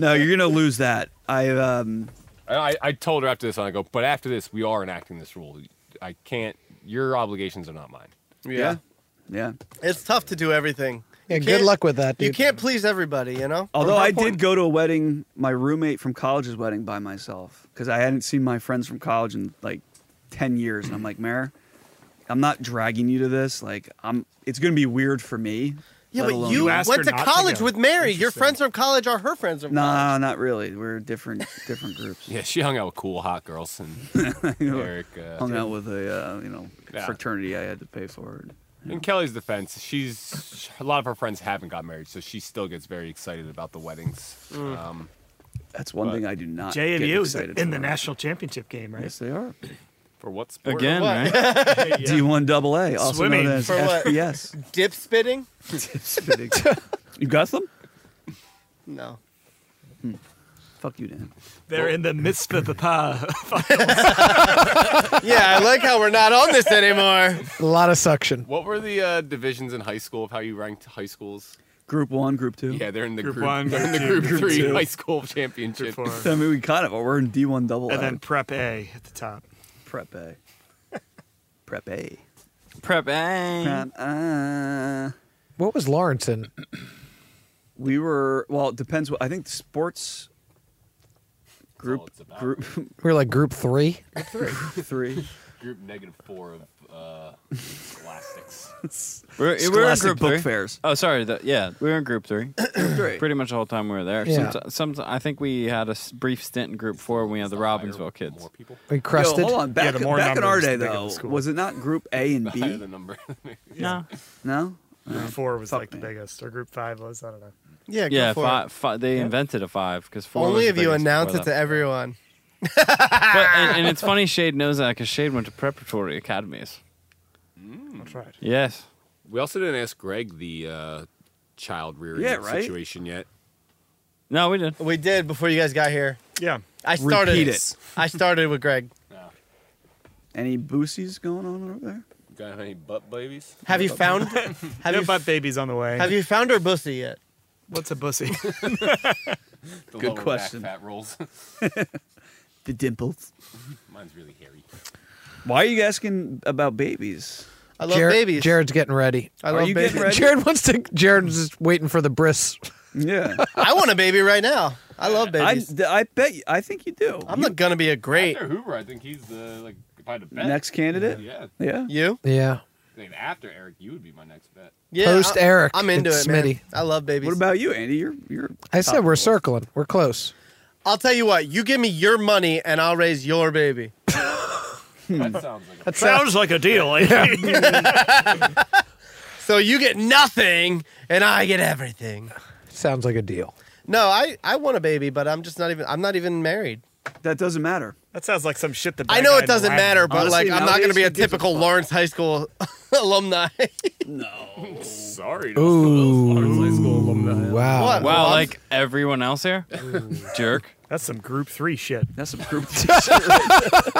[SPEAKER 10] no, you're gonna lose that. I um.
[SPEAKER 7] I, I told her after this, and I go, but after this, we are enacting this rule. I can't, your obligations are not mine.
[SPEAKER 10] Yeah.
[SPEAKER 7] [LAUGHS]
[SPEAKER 10] Yeah.
[SPEAKER 2] It's tough to do everything. You
[SPEAKER 3] Yeah, good
[SPEAKER 2] can't-
[SPEAKER 3] luck with that,
[SPEAKER 2] You
[SPEAKER 3] dude.
[SPEAKER 2] can't please everybody, you know.
[SPEAKER 10] Although I did go to a wedding, my roommate from college's wedding by myself because I hadn't seen my friends from college in like ten years, and I'm like, Mayor, I'm not dragging you to this. Like, I'm. It's gonna be weird for me.
[SPEAKER 2] Yeah,
[SPEAKER 10] let
[SPEAKER 2] but
[SPEAKER 10] alone
[SPEAKER 2] you
[SPEAKER 10] you.
[SPEAKER 2] went to college with Mary. Your friends from college are her friends from college.
[SPEAKER 10] No, not really. We're different, different groups.
[SPEAKER 7] Yeah, she hung out with cool hot girls
[SPEAKER 10] [LAUGHS]
[SPEAKER 7] and Eric uh,
[SPEAKER 10] Hung out with a uh, you know
[SPEAKER 7] Yeah.
[SPEAKER 10] fraternity I had to pay for.
[SPEAKER 7] In Kelly's defense, she's a lot of her friends haven't got married, so she still gets very excited about the weddings.
[SPEAKER 4] Mm.
[SPEAKER 7] Um,
[SPEAKER 10] That's one
[SPEAKER 7] But-
[SPEAKER 10] thing I do [LAUGHS] not.
[SPEAKER 4] JMU
[SPEAKER 10] get
[SPEAKER 4] is
[SPEAKER 10] Uh, excited
[SPEAKER 4] in the
[SPEAKER 10] for.
[SPEAKER 4] national championship game, right?
[SPEAKER 10] Yes, they are.
[SPEAKER 7] For what
[SPEAKER 10] sport?
[SPEAKER 4] Again,
[SPEAKER 10] What?
[SPEAKER 8] [LAUGHS]
[SPEAKER 4] right?
[SPEAKER 10] D1
[SPEAKER 4] [LAUGHS]
[SPEAKER 10] double A, also
[SPEAKER 4] Swimming.
[SPEAKER 10] known as
[SPEAKER 4] For what?
[SPEAKER 2] [LAUGHS]
[SPEAKER 10] FBS.
[SPEAKER 2] Dip spitting?
[SPEAKER 10] Dip spitting. you got some?
[SPEAKER 2] No.
[SPEAKER 10] Fuck you, Dan.
[SPEAKER 8] They're in the midst of the
[SPEAKER 2] Uh, [LAUGHS]
[SPEAKER 8] pie.
[SPEAKER 2] yeah, I like how we're not on this anymore.
[SPEAKER 3] A lot of suction.
[SPEAKER 7] What were the uh, divisions in high school of how you ranked high schools?
[SPEAKER 10] Group one, group two.
[SPEAKER 7] Yeah, they're in the
[SPEAKER 10] Group
[SPEAKER 7] group.
[SPEAKER 10] one,
[SPEAKER 7] they're in the group,
[SPEAKER 10] group two, group
[SPEAKER 7] three
[SPEAKER 10] two.
[SPEAKER 7] high school championship.
[SPEAKER 4] [LAUGHS]
[SPEAKER 10] I mean, we kind of are. We're in D one double.
[SPEAKER 7] And then
[SPEAKER 8] Prep A at the top.
[SPEAKER 4] [LAUGHS]
[SPEAKER 10] Prep A. Prep A.
[SPEAKER 1] Prep A.
[SPEAKER 10] Prep A.
[SPEAKER 3] What was Lawrence in?
[SPEAKER 10] We were well. It depends. What I think sports group group
[SPEAKER 3] We were like group three.
[SPEAKER 10] three
[SPEAKER 2] [LAUGHS]
[SPEAKER 10] three.
[SPEAKER 7] Group negative four of uh,
[SPEAKER 2] [LAUGHS]
[SPEAKER 7] scholastics.
[SPEAKER 1] We're, we were in
[SPEAKER 10] Scholastic
[SPEAKER 1] group
[SPEAKER 10] book
[SPEAKER 1] three.
[SPEAKER 10] fairs.
[SPEAKER 1] Oh, sorry. The, yeah, we were in
[SPEAKER 10] [CLEARS THROAT]
[SPEAKER 1] group three. Pretty much the whole time we were there.
[SPEAKER 3] Yeah.
[SPEAKER 1] Some, some, I think we had a s- brief stint in group four when we had the Robbinsville kids.
[SPEAKER 3] We crusted.
[SPEAKER 10] Yo, hold on. Back,
[SPEAKER 1] Yeah, the more
[SPEAKER 10] back in our
[SPEAKER 1] numbers,
[SPEAKER 10] day,
[SPEAKER 1] the bigger the
[SPEAKER 10] though,
[SPEAKER 1] school.
[SPEAKER 10] was it not Group A and B?
[SPEAKER 7] the number.
[SPEAKER 4] [LAUGHS]
[SPEAKER 1] No.
[SPEAKER 10] No. Uh,
[SPEAKER 4] Group four was
[SPEAKER 10] Fuck
[SPEAKER 4] like the biggest, or group five was. I don't know.
[SPEAKER 2] Yeah,
[SPEAKER 1] yeah.
[SPEAKER 2] go for
[SPEAKER 1] fi-
[SPEAKER 2] it.
[SPEAKER 1] fi- they invented a five because four. was
[SPEAKER 2] Only
[SPEAKER 1] the
[SPEAKER 2] if you
[SPEAKER 1] biggest
[SPEAKER 2] announce
[SPEAKER 1] before
[SPEAKER 2] it to
[SPEAKER 1] that.
[SPEAKER 2] everyone.
[SPEAKER 1] But- and, and
[SPEAKER 2] [LAUGHS] Ah.
[SPEAKER 1] it's funny Shade knows that because Shade went to preparatory academies.
[SPEAKER 8] That's right.
[SPEAKER 1] Yes.
[SPEAKER 7] We also didn't ask Greg the uh, child rearing
[SPEAKER 2] Yeah, right?
[SPEAKER 7] situation yet.
[SPEAKER 1] No, we did.
[SPEAKER 2] We did before you guys got here.
[SPEAKER 8] Yeah.
[SPEAKER 2] I started
[SPEAKER 10] Repeat
[SPEAKER 2] it.
[SPEAKER 10] it.
[SPEAKER 2] I started with Greg.
[SPEAKER 10] [LAUGHS] Any boosies going on over there?
[SPEAKER 7] Got any butt babies?
[SPEAKER 2] Have you
[SPEAKER 7] [LAUGHS]
[SPEAKER 2] found? Have
[SPEAKER 4] no
[SPEAKER 2] you
[SPEAKER 4] butt babies on the way. [LAUGHS]
[SPEAKER 2] Have you found her bussy yet?
[SPEAKER 8] What's a
[SPEAKER 10] [LAUGHS]
[SPEAKER 8] bussy?
[SPEAKER 7] The
[SPEAKER 10] Good
[SPEAKER 7] lower back
[SPEAKER 10] question.
[SPEAKER 7] fat
[SPEAKER 2] [LAUGHS]
[SPEAKER 7] rolls. [LAUGHS]
[SPEAKER 10] The dimples.
[SPEAKER 7] Mine's really hairy.
[SPEAKER 10] Why are you asking about babies?
[SPEAKER 2] I
[SPEAKER 3] Jared- Jared's getting ready.
[SPEAKER 10] I Are love you getting babies. ready?
[SPEAKER 3] Jared wants to. Jared's just waiting for the bris.
[SPEAKER 10] Yeah.
[SPEAKER 2] I want a baby right now. I love
[SPEAKER 10] I,
[SPEAKER 2] babies.
[SPEAKER 10] I bet. you- I think you do.
[SPEAKER 2] I, am not gonna be a great
[SPEAKER 7] After Hoover, I think he's the like if I had to bet.
[SPEAKER 10] Next candidate.
[SPEAKER 7] Yeah.
[SPEAKER 10] Yeah.
[SPEAKER 2] You.
[SPEAKER 3] Yeah.
[SPEAKER 7] I think after Eric, you would be my next bet.
[SPEAKER 2] yeah,
[SPEAKER 3] Post
[SPEAKER 2] I-
[SPEAKER 3] Eric.
[SPEAKER 2] I'm into
[SPEAKER 3] it's
[SPEAKER 2] it, man.
[SPEAKER 3] Smitty.
[SPEAKER 2] I love babies.
[SPEAKER 10] What about you, Andy? You're you're.
[SPEAKER 3] I said we're circling. We're close.
[SPEAKER 2] I'll tell you what. You give me your money, and I'll raise your baby.
[SPEAKER 10] Hmm.
[SPEAKER 7] That sounds like
[SPEAKER 3] That
[SPEAKER 8] sounds like a deal. eh? Yeah.
[SPEAKER 2] [LAUGHS] So you get nothing, and I get everything.
[SPEAKER 3] Sounds like a deal.
[SPEAKER 2] No, I I want a baby, but I'm just not even. I'm not even married.
[SPEAKER 10] That doesn't matter.
[SPEAKER 8] That sounds like some shit that
[SPEAKER 2] I
[SPEAKER 8] bad
[SPEAKER 2] know
[SPEAKER 8] guy
[SPEAKER 2] it doesn't
[SPEAKER 8] in
[SPEAKER 2] matter, but
[SPEAKER 8] Latin-
[SPEAKER 2] like I'm not going to be a
[SPEAKER 8] nowadays, who gives
[SPEAKER 2] typical Lawrence High School [LAUGHS]
[SPEAKER 8] [LAUGHS]
[SPEAKER 2] alumni.
[SPEAKER 7] Sorry. to
[SPEAKER 3] Ooh. Wow.
[SPEAKER 1] Wow, like everyone else here? Jerk.
[SPEAKER 8] That's some group three shit.
[SPEAKER 10] That's some
[SPEAKER 8] [LAUGHS]
[SPEAKER 10] group.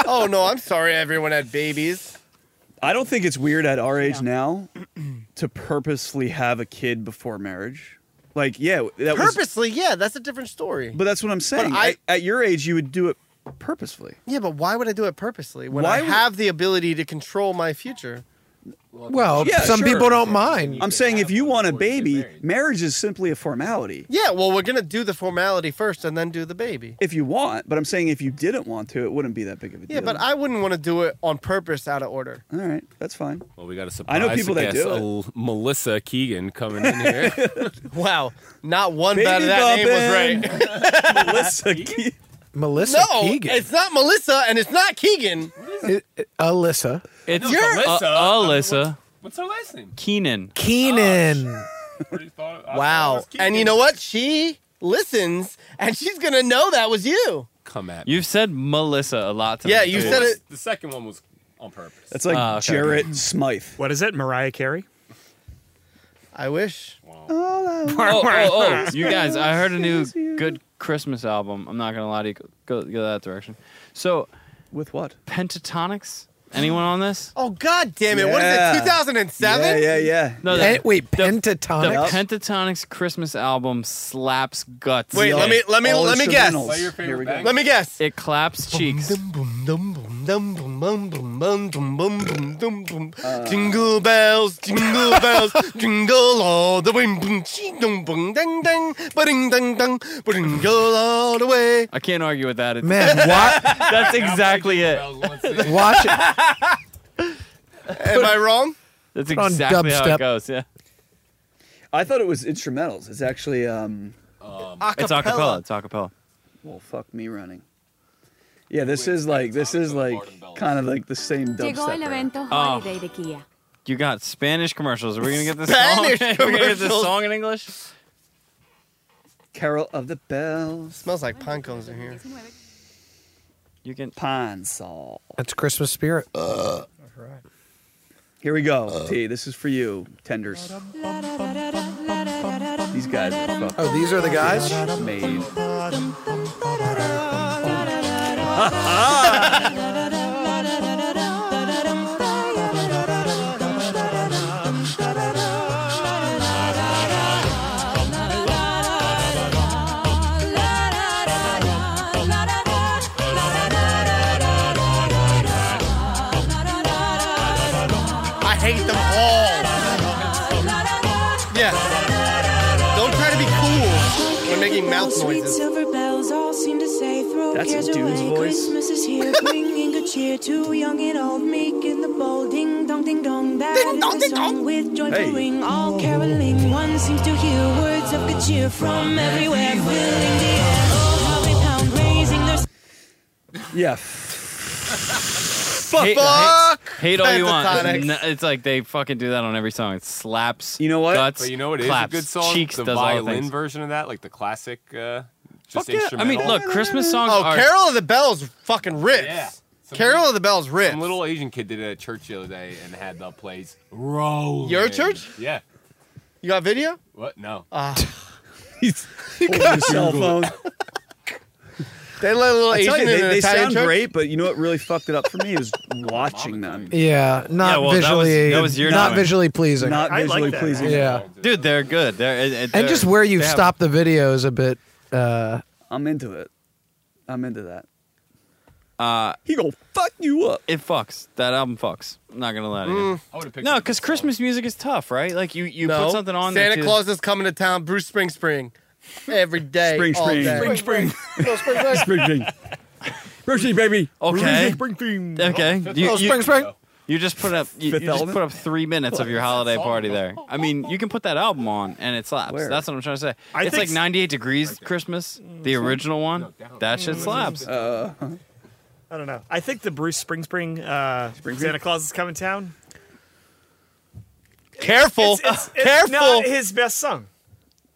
[SPEAKER 2] oh no, I'm sorry everyone had babies.
[SPEAKER 10] I don't think it's weird at our age now [CLEARS THROAT] to purposely have a kid before marriage. Like, yeah, that was.
[SPEAKER 2] Purposely, yeah, that's a different story.
[SPEAKER 10] But that's what I'm saying.
[SPEAKER 2] I-
[SPEAKER 10] at, at your age, you would do it purposefully.
[SPEAKER 2] yeah, but why would I do it purposely when
[SPEAKER 10] Why
[SPEAKER 2] I
[SPEAKER 10] would-
[SPEAKER 2] have the ability to control my future?
[SPEAKER 3] Well,
[SPEAKER 10] Yeah,
[SPEAKER 3] some
[SPEAKER 10] sure.
[SPEAKER 3] people don't mind.
[SPEAKER 10] I'm saying if you want a baby, marriage is simply a formality.
[SPEAKER 2] Yeah, well, we're going to do the formality first and then do the baby.
[SPEAKER 10] If you want, but I'm saying if you didn't want to, it wouldn't be that big of a deal.
[SPEAKER 2] Yeah, but I wouldn't want to do it on purpose out of order.
[SPEAKER 10] All right, that's fine.
[SPEAKER 7] Well, we got a surprise.
[SPEAKER 10] I know people that
[SPEAKER 7] guest,
[SPEAKER 10] do it.
[SPEAKER 7] L- Melissa Keegan coming in here.
[SPEAKER 2] Wow, not one bad of that name was right.
[SPEAKER 10] right. [LAUGHS] Melissa Keegan.
[SPEAKER 3] Melissa
[SPEAKER 2] No,
[SPEAKER 3] Keegan.
[SPEAKER 2] it's not Melissa and it's not Keegan.
[SPEAKER 3] It- it- Alyssa.
[SPEAKER 1] It's
[SPEAKER 2] You're-
[SPEAKER 1] Alyssa. Uh, Alyssa.
[SPEAKER 7] What's her last name?
[SPEAKER 1] Keenan.
[SPEAKER 3] Keenan.
[SPEAKER 7] Pretty thought- I thought it
[SPEAKER 2] Wow.
[SPEAKER 7] was Keegan.
[SPEAKER 2] And you know what? She listens and she's going to know that was you.
[SPEAKER 7] Come at me.
[SPEAKER 1] You've said
[SPEAKER 4] [LAUGHS]
[SPEAKER 1] Melissa a lot tonight.
[SPEAKER 2] Yeah, you said it.
[SPEAKER 7] The second one was on purpose.
[SPEAKER 10] That's like
[SPEAKER 1] Ah, okay.
[SPEAKER 2] Hmm.
[SPEAKER 10] Jarrett Smythe.
[SPEAKER 8] What is it? Mariah Carey?
[SPEAKER 2] I wish.
[SPEAKER 7] [LAUGHS]
[SPEAKER 1] Oh, oh, oh. [LAUGHS] You guys, I heard a new good Christmas album. I'm not going to lie to you. Go, go that direction. So,
[SPEAKER 10] With what?
[SPEAKER 1] Pentatonics? Anyone on this?
[SPEAKER 2] Oh God damn it! What is
[SPEAKER 10] Yeah.
[SPEAKER 2] it? 2007?
[SPEAKER 10] Yeah, yeah, yeah.
[SPEAKER 1] No,
[SPEAKER 3] Pen- wait,
[SPEAKER 1] the
[SPEAKER 3] pentatonics.
[SPEAKER 1] Pentatonics Christmas album slaps guts.
[SPEAKER 2] Wait, let me let me
[SPEAKER 10] All
[SPEAKER 2] let me guess.
[SPEAKER 10] instrumentals.
[SPEAKER 7] Play your favorite
[SPEAKER 10] Here we
[SPEAKER 7] band.
[SPEAKER 10] go.
[SPEAKER 2] Let me guess.
[SPEAKER 1] It claps cheeks.
[SPEAKER 2] Dum bum dum bum dum bum bum bum bum dum bum bum dum bum.
[SPEAKER 10] Uh.
[SPEAKER 2] Jingle bells, jingle bells, jingle all the way. Boom, ching, dum, bum, dang, dang, ba-ding, dang, dang, jingle all the way.
[SPEAKER 1] I can't argue with that. It's,
[SPEAKER 3] Man, wa-
[SPEAKER 1] [LAUGHS] that's exactly it.
[SPEAKER 3] watch it.
[SPEAKER 2] Am I wrong?
[SPEAKER 1] That's
[SPEAKER 3] on
[SPEAKER 1] exactly how
[SPEAKER 3] dubstep.
[SPEAKER 1] it goes. Yeah.
[SPEAKER 10] I thought it was instrumentals. It's actually, um,
[SPEAKER 1] It's acapella. It's acapella.
[SPEAKER 10] well, fuck me running. Yeah, this is like this is like kind of like the same
[SPEAKER 11] Llegó el
[SPEAKER 10] dubstep. era.
[SPEAKER 11] evento Holiday de Kia.
[SPEAKER 1] You got Spanish commercials. Are we gonna get this
[SPEAKER 2] Spanish
[SPEAKER 1] song? [LAUGHS] Are we gonna get this
[SPEAKER 2] commercials.
[SPEAKER 1] song in English?
[SPEAKER 10] Carol of the Bells,
[SPEAKER 2] Smells like pine cones in here.
[SPEAKER 1] You can.
[SPEAKER 10] Pine Sol.
[SPEAKER 3] That's Christmas spirit.
[SPEAKER 10] Here we go. T, this is for you, tenders. These guys are
[SPEAKER 3] Oh, these are the guys.
[SPEAKER 10] fucking made.
[SPEAKER 2] I hate them all. Yeah. Don't try to be cool when making mouth
[SPEAKER 9] Sweet
[SPEAKER 2] noises.
[SPEAKER 9] silver bells all seem to say, throw
[SPEAKER 2] That's a
[SPEAKER 9] cares
[SPEAKER 2] dude's
[SPEAKER 9] away.
[SPEAKER 2] voice.
[SPEAKER 9] Christmas is here, bringing good cheer to young and old, meek and the bold. Ding dong, ding dong, that is the song with joyful
[SPEAKER 11] Hey.
[SPEAKER 9] ring, all caroling. One seems to hear words of good cheer from everywhere, filling the air. Oh, how they pound, raising their
[SPEAKER 10] Yeah.
[SPEAKER 2] Fuck.
[SPEAKER 1] Hate all you want.
[SPEAKER 2] Pentatonics.
[SPEAKER 1] N- It's like they fucking do that on every song. It slaps.
[SPEAKER 10] You know what?
[SPEAKER 1] Guts,
[SPEAKER 7] but you know what is
[SPEAKER 1] claps,
[SPEAKER 7] a good song?
[SPEAKER 1] Cheeks
[SPEAKER 7] the
[SPEAKER 1] does all the
[SPEAKER 7] violin
[SPEAKER 1] things.
[SPEAKER 7] version of that, like the classic, uh, just
[SPEAKER 1] Fuck yeah. I
[SPEAKER 7] instrumental.
[SPEAKER 1] mean, look, Christmas songs
[SPEAKER 2] Oh,
[SPEAKER 1] are-
[SPEAKER 2] Carol of the Bells fucking rips.
[SPEAKER 7] Yeah.
[SPEAKER 2] Carol of the Bells rips.
[SPEAKER 7] Some little Asian kid did it at church the other day and had the plays rolling.
[SPEAKER 2] Your church?
[SPEAKER 7] Yeah.
[SPEAKER 2] You got video?
[SPEAKER 7] What? No. [LAUGHS]
[SPEAKER 2] Uh,
[SPEAKER 7] You
[SPEAKER 2] [LAUGHS]
[SPEAKER 10] Hold your cell phone.
[SPEAKER 2] They let a little
[SPEAKER 10] I tell
[SPEAKER 2] Asian
[SPEAKER 10] you,
[SPEAKER 2] in
[SPEAKER 10] they,
[SPEAKER 2] an
[SPEAKER 10] they
[SPEAKER 2] Italian
[SPEAKER 10] sound
[SPEAKER 2] church?
[SPEAKER 10] great, but you know what really fucked it up for me
[SPEAKER 1] [LAUGHS]
[SPEAKER 10] is watching them.
[SPEAKER 3] Yeah, not
[SPEAKER 1] well, that was-
[SPEAKER 3] visually.
[SPEAKER 1] that was your
[SPEAKER 3] not
[SPEAKER 1] doing.
[SPEAKER 3] visually pleasing.
[SPEAKER 10] Not I like visually that. pleasing.
[SPEAKER 3] Yeah,
[SPEAKER 1] Dude, they're good. They're, it- it-
[SPEAKER 3] and just
[SPEAKER 1] they're-
[SPEAKER 3] where you've
[SPEAKER 1] they have-
[SPEAKER 3] stopped the video is a bit. Uh,
[SPEAKER 10] I'm into it. I'm into that.
[SPEAKER 1] Uh,
[SPEAKER 10] he gonna fuck you up.
[SPEAKER 1] It fucks. That album fucks. I'm not gonna lie to you.
[SPEAKER 2] Mm.
[SPEAKER 7] I would've picked
[SPEAKER 1] no, because Christmas music is tough, right? Like you, you
[SPEAKER 2] No.
[SPEAKER 1] put something on.
[SPEAKER 2] Santa
[SPEAKER 1] there to-
[SPEAKER 2] Claus is coming to town. Bruce Spring Spring. Every day.
[SPEAKER 1] Spring,
[SPEAKER 2] all
[SPEAKER 1] spring.
[SPEAKER 2] day.
[SPEAKER 1] Spring,
[SPEAKER 2] spring. spring,
[SPEAKER 10] [LAUGHS]
[SPEAKER 2] spring.
[SPEAKER 10] Roshi, baby.
[SPEAKER 1] Okay.
[SPEAKER 2] Spring, spring.
[SPEAKER 1] Mm. Okay.
[SPEAKER 2] Oh, spring, spring.
[SPEAKER 1] You just put up. You,
[SPEAKER 10] Fifth
[SPEAKER 1] you just
[SPEAKER 10] Element?
[SPEAKER 1] put up three minutes of your holiday
[SPEAKER 10] Song.
[SPEAKER 1] party there. I mean, you can put that album on and it slaps.
[SPEAKER 10] Where?
[SPEAKER 1] That's what I'm trying to say.
[SPEAKER 10] I
[SPEAKER 1] it's
[SPEAKER 10] think
[SPEAKER 1] like
[SPEAKER 10] s-
[SPEAKER 1] 98 degrees Christmas, the original one. that shit slaps.
[SPEAKER 10] Uh,
[SPEAKER 4] I don't know. I think the Bruce Springspring uh, Santa Claus is coming town.
[SPEAKER 2] Careful.
[SPEAKER 4] It's, it's, it's
[SPEAKER 2] Careful.
[SPEAKER 4] not his best song.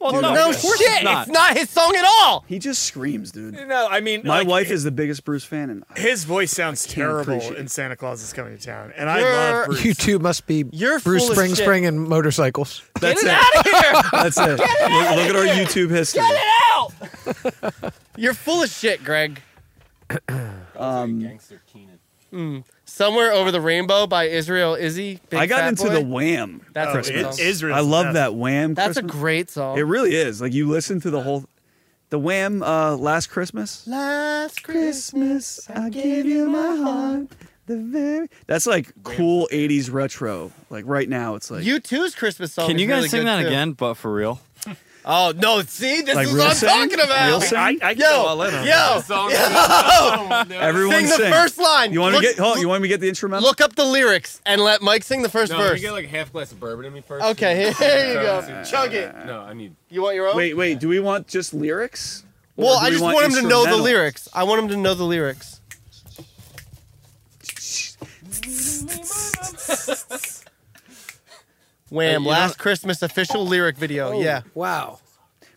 [SPEAKER 1] Well,
[SPEAKER 2] no, shit. It's not. his song at all.
[SPEAKER 10] He just screams, dude.
[SPEAKER 4] No, I mean,
[SPEAKER 10] My
[SPEAKER 4] like,
[SPEAKER 10] wife is the biggest Bruce fan, and
[SPEAKER 4] His voice sounds
[SPEAKER 10] can't
[SPEAKER 4] terrible
[SPEAKER 10] appreciate
[SPEAKER 4] in Santa Claus is coming to town, and I love
[SPEAKER 2] [LAUGHS]
[SPEAKER 4] Bruce.
[SPEAKER 3] You two must be Bruce
[SPEAKER 4] full of
[SPEAKER 3] Spring
[SPEAKER 4] shit.
[SPEAKER 3] Spring and motorcycles.
[SPEAKER 10] That's it. That's it. look look at our YouTube history.
[SPEAKER 2] You're full of shit, Greg.
[SPEAKER 10] Um,
[SPEAKER 2] Mm. Somewhere over the rainbow by Israel Izzy. Big
[SPEAKER 10] I got
[SPEAKER 2] Fat
[SPEAKER 10] into
[SPEAKER 2] Boy.
[SPEAKER 10] the Wham.
[SPEAKER 2] That's a
[SPEAKER 10] Christmas.
[SPEAKER 2] good song. Israel's
[SPEAKER 10] I love
[SPEAKER 2] the best.
[SPEAKER 10] that Wham.
[SPEAKER 2] That's a
[SPEAKER 10] Christmas.
[SPEAKER 2] great song.
[SPEAKER 10] It really is. Like you listen to the whole, the Wham. Uh, Last Christmas.
[SPEAKER 2] Last Christmas, I gave you my heart.
[SPEAKER 10] The very That's like cool '80s retro. Like right now, it's like
[SPEAKER 2] U2's Christmas song.
[SPEAKER 1] Can
[SPEAKER 2] is
[SPEAKER 1] you guys
[SPEAKER 2] really
[SPEAKER 1] sing
[SPEAKER 2] good,
[SPEAKER 1] that
[SPEAKER 2] too.
[SPEAKER 1] again, but for real?
[SPEAKER 2] Oh no! See, this
[SPEAKER 1] Like
[SPEAKER 2] is
[SPEAKER 1] real
[SPEAKER 2] what I'm
[SPEAKER 1] sing?
[SPEAKER 2] talking about.
[SPEAKER 1] Real sing? I-
[SPEAKER 4] I can
[SPEAKER 2] yo,
[SPEAKER 4] go all in on that. This
[SPEAKER 2] yo,
[SPEAKER 4] song's
[SPEAKER 2] yo.
[SPEAKER 10] Everyone
[SPEAKER 2] sing the
[SPEAKER 10] sing.
[SPEAKER 2] first line.
[SPEAKER 10] You want
[SPEAKER 2] Look-
[SPEAKER 10] me to get? Hold, on, you want me to get the instrumental?
[SPEAKER 2] Look up the lyrics and let Mike sing the first
[SPEAKER 7] no,
[SPEAKER 2] verse.
[SPEAKER 7] You get like a half glass of bourbon in me first.
[SPEAKER 2] Okay, [LAUGHS] here
[SPEAKER 7] [LAUGHS]
[SPEAKER 2] you go.
[SPEAKER 7] Uh,
[SPEAKER 2] Chug it.
[SPEAKER 7] No, I need.
[SPEAKER 2] You want your own?
[SPEAKER 10] Wait, wait. Do we want just lyrics? Or
[SPEAKER 2] well,
[SPEAKER 10] do
[SPEAKER 2] I
[SPEAKER 10] we
[SPEAKER 2] just want him to know the
[SPEAKER 10] instrumentals?
[SPEAKER 2] lyrics. I want him to know the lyrics.
[SPEAKER 10] Hey, you
[SPEAKER 2] Wham!
[SPEAKER 10] know-
[SPEAKER 2] last Christmas official lyric video.
[SPEAKER 10] Oh,
[SPEAKER 2] yeah.
[SPEAKER 3] Wow.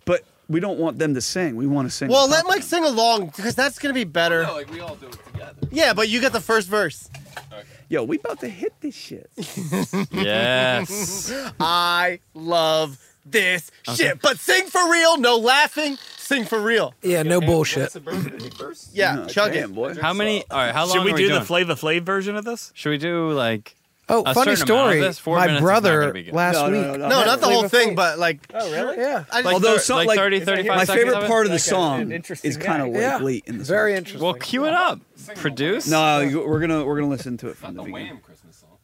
[SPEAKER 10] But we don't want them to sing. We want to sing.
[SPEAKER 2] Well,
[SPEAKER 10] with
[SPEAKER 2] let Mike sing along because that's gonna be better.
[SPEAKER 7] like we all do it together.
[SPEAKER 2] Yeah, but you get the first verse. [LAUGHS]
[SPEAKER 10] Yo, we about
[SPEAKER 1] [LAUGHS]
[SPEAKER 10] to hit this shit.
[SPEAKER 1] Yes.
[SPEAKER 2] [LAUGHS] I love this
[SPEAKER 1] Okay.
[SPEAKER 2] shit. But sing for real, no laughing. Sing for real.
[SPEAKER 3] Yeah, no bullshit.
[SPEAKER 2] Yeah, chug it.
[SPEAKER 1] How many? All right. How long
[SPEAKER 4] Should we
[SPEAKER 1] are
[SPEAKER 4] do
[SPEAKER 1] doing?
[SPEAKER 4] the Flava Flav version of this?
[SPEAKER 1] Should we do like?
[SPEAKER 3] Oh,
[SPEAKER 1] a
[SPEAKER 3] funny
[SPEAKER 1] certain amount of
[SPEAKER 3] story.
[SPEAKER 1] this? Four
[SPEAKER 3] My
[SPEAKER 1] minutes is not
[SPEAKER 3] brother
[SPEAKER 1] gonna be good.
[SPEAKER 3] last
[SPEAKER 10] No, no,
[SPEAKER 3] week.
[SPEAKER 10] no,
[SPEAKER 2] No, not the whole thing, but like. Oh,
[SPEAKER 3] really? Yeah.
[SPEAKER 2] I just-
[SPEAKER 10] Although some like,
[SPEAKER 1] 30, 35
[SPEAKER 10] my
[SPEAKER 1] seconds
[SPEAKER 10] favorite
[SPEAKER 1] of it?
[SPEAKER 10] part of the
[SPEAKER 1] Like a-
[SPEAKER 10] song
[SPEAKER 1] an
[SPEAKER 10] is kind of like
[SPEAKER 3] Yeah.
[SPEAKER 10] late in the
[SPEAKER 3] Very interesting.
[SPEAKER 1] Well, cue it up. Produce.
[SPEAKER 10] No, you- we're gonna we're gonna listen to it from the beginning.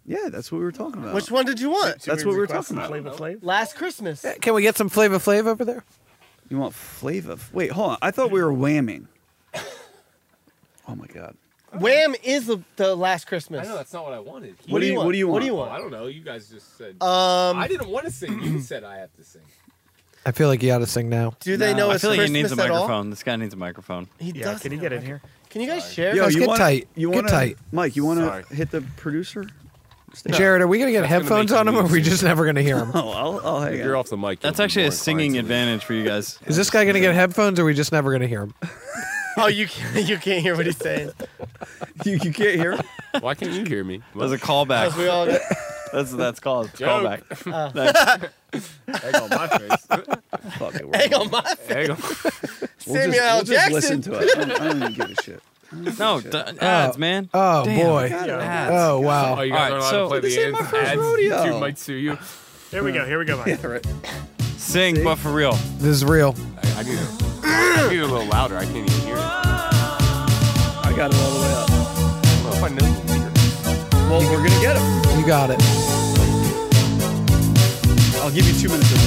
[SPEAKER 10] Yeah, that's what we were talking about.
[SPEAKER 2] Oh. Which one did you want?
[SPEAKER 10] That's what we were talking about.
[SPEAKER 2] Last Christmas.
[SPEAKER 3] Can we get some Flava Flav over there?
[SPEAKER 10] You want flavor? Wait, hold on. I thought we were whamming. [COUGHS] Oh my god.
[SPEAKER 2] Wham is the, the last Christmas.
[SPEAKER 7] I know that's not what I wanted.
[SPEAKER 10] What do you- what do you
[SPEAKER 7] What
[SPEAKER 10] want?
[SPEAKER 7] do you want? Oh, I don't know. You guys just said.
[SPEAKER 2] Um,
[SPEAKER 7] I didn't want to sing. You said I have to sing.
[SPEAKER 3] I feel like you ought to sing now.
[SPEAKER 2] Do they know
[SPEAKER 1] I
[SPEAKER 2] it's
[SPEAKER 1] feel like
[SPEAKER 2] Christmas
[SPEAKER 1] he needs a
[SPEAKER 2] at all?
[SPEAKER 1] microphone. This guy needs a microphone.
[SPEAKER 2] He
[SPEAKER 4] yeah, can you get in here?
[SPEAKER 2] Can you guys share?
[SPEAKER 3] Yo, Guys, you get
[SPEAKER 10] wanna,
[SPEAKER 3] tight.
[SPEAKER 10] You
[SPEAKER 3] Get
[SPEAKER 10] wanna,
[SPEAKER 3] tight.
[SPEAKER 10] Mike, you want to hit the producer? Stay-
[SPEAKER 3] Jared, are we gonna get
[SPEAKER 10] That's gonna
[SPEAKER 3] headphones
[SPEAKER 10] make
[SPEAKER 3] on him,
[SPEAKER 10] you
[SPEAKER 3] or are we
[SPEAKER 10] lose.
[SPEAKER 3] just never gonna hear
[SPEAKER 1] [LAUGHS]
[SPEAKER 3] him?
[SPEAKER 10] [LAUGHS] Oh, I'll, I'll hang
[SPEAKER 7] If you're
[SPEAKER 10] out.
[SPEAKER 7] off the mic.
[SPEAKER 1] That's actually a singing advantage for you guys.
[SPEAKER 3] [LAUGHS] Is this guy gonna get headphones, or are we just never gonna hear him?
[SPEAKER 2] [LAUGHS] Oh, you can't, you can't hear what he's saying.
[SPEAKER 10] [LAUGHS] You, you can't hear.
[SPEAKER 7] Why can't you hear me?
[SPEAKER 1] That's a callback.
[SPEAKER 2] Because
[SPEAKER 10] [LAUGHS]
[SPEAKER 2] we all get-
[SPEAKER 1] that's that's called it's a
[SPEAKER 7] Joke.
[SPEAKER 2] [LAUGHS]
[SPEAKER 1] callback.
[SPEAKER 2] Uh.
[SPEAKER 7] Egg on my face.
[SPEAKER 10] Fuck it. we're
[SPEAKER 2] Egg on
[SPEAKER 10] good.
[SPEAKER 2] my
[SPEAKER 7] Egg on-
[SPEAKER 10] We'll just-
[SPEAKER 2] Samuel
[SPEAKER 10] we'll just
[SPEAKER 2] Jackson. [LAUGHS]
[SPEAKER 10] listen to it. I don't, I don't even give a shit.
[SPEAKER 1] No, d- ads, man.
[SPEAKER 3] Oh
[SPEAKER 1] Damn,
[SPEAKER 3] boy.
[SPEAKER 1] ads.
[SPEAKER 3] Oh wow.
[SPEAKER 7] Oh, you guys aren't
[SPEAKER 1] All right,
[SPEAKER 7] allowed
[SPEAKER 1] so-
[SPEAKER 7] to play
[SPEAKER 1] This
[SPEAKER 7] the
[SPEAKER 1] ain't my
[SPEAKER 7] ads.
[SPEAKER 1] first
[SPEAKER 7] ads
[SPEAKER 1] rodeo.
[SPEAKER 7] too might sue you.
[SPEAKER 4] Here we go. Here we
[SPEAKER 10] [LAUGHS]
[SPEAKER 4] go, Mike.
[SPEAKER 1] Sing, but for real.
[SPEAKER 3] This is real.
[SPEAKER 7] I, I, need a, I need a little louder. I can't even hear it. I
[SPEAKER 10] got it all the way up.
[SPEAKER 7] I don't know if I know the lyrics.
[SPEAKER 10] Well, we're gonna get him.
[SPEAKER 3] You got it.
[SPEAKER 10] I'll give you two minutes. Of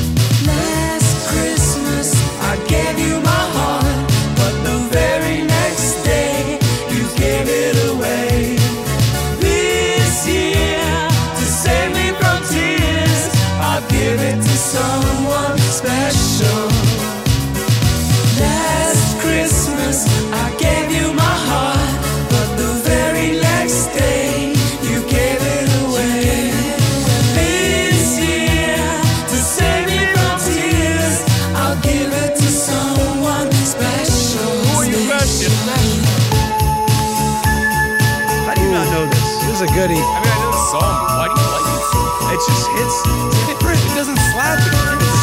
[SPEAKER 9] Last Christmas, I gave you my heart, but the very next day, you gave it away. This year, to save me from tears, I'll give it to someone special. Last Christmas, I gave you my heart, but the very next day, you gave it away. This year, to save me from tears, I'll give it to someone special. Who are you
[SPEAKER 10] How do you not know this?
[SPEAKER 3] This is a goodie.
[SPEAKER 7] I mean, I know the song. but Why do you like it so much?
[SPEAKER 10] It just hits
[SPEAKER 2] [LAUGHS]
[SPEAKER 10] different. It doesn't slap. It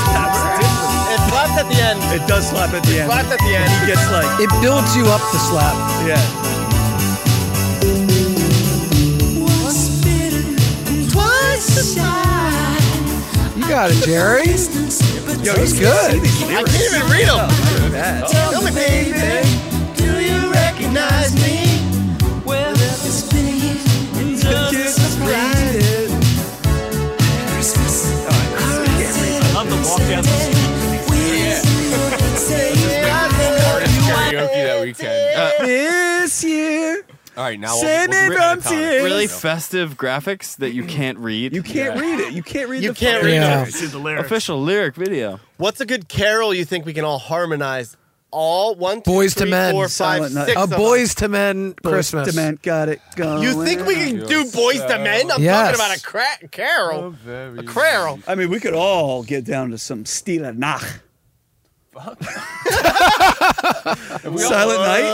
[SPEAKER 10] slaps different.
[SPEAKER 2] It slaps at the end.
[SPEAKER 10] It does slap at the end.
[SPEAKER 2] Slaps at the end.
[SPEAKER 10] He gets like,
[SPEAKER 3] It builds you up to slap.
[SPEAKER 10] yeah.
[SPEAKER 9] Once bitter and twice shy.
[SPEAKER 3] You got it, Jerry.
[SPEAKER 10] Yo,
[SPEAKER 3] he's good.
[SPEAKER 2] I can't even read them.
[SPEAKER 9] Tell me, baby, do you recognize me? Well, if it's big and just a surprise. Christmas, I love the walk down [LAUGHS]
[SPEAKER 7] Karaoke that weekend.
[SPEAKER 10] this year.
[SPEAKER 7] All right, now
[SPEAKER 10] Save
[SPEAKER 7] we'll,
[SPEAKER 10] me
[SPEAKER 7] we'll
[SPEAKER 10] from tears.
[SPEAKER 1] Really festive graphics that you can't read.
[SPEAKER 10] You can't read it. You can't read
[SPEAKER 2] You
[SPEAKER 10] the
[SPEAKER 2] can't
[SPEAKER 10] fucking-
[SPEAKER 2] read
[SPEAKER 3] Yeah.
[SPEAKER 2] them.
[SPEAKER 4] See the lyrics.
[SPEAKER 1] Official lyric video.
[SPEAKER 2] What's a good carol you think we can all harmonize? All one, two,
[SPEAKER 3] Boys to
[SPEAKER 2] three,
[SPEAKER 3] Men.
[SPEAKER 2] four, five,
[SPEAKER 10] Silent Night.
[SPEAKER 2] six
[SPEAKER 3] A
[SPEAKER 2] of them.
[SPEAKER 3] boys to men Christmas.
[SPEAKER 10] Dement got it going.
[SPEAKER 2] You think we can do boys to men? I'm
[SPEAKER 3] Yes.
[SPEAKER 2] talking about a cra-
[SPEAKER 10] Oh,
[SPEAKER 2] carol. A carol.
[SPEAKER 10] I mean, we could all get down to some Stila Nach. [LAUGHS]
[SPEAKER 2] [LAUGHS]
[SPEAKER 10] Silent
[SPEAKER 4] [LAUGHS]
[SPEAKER 10] Night.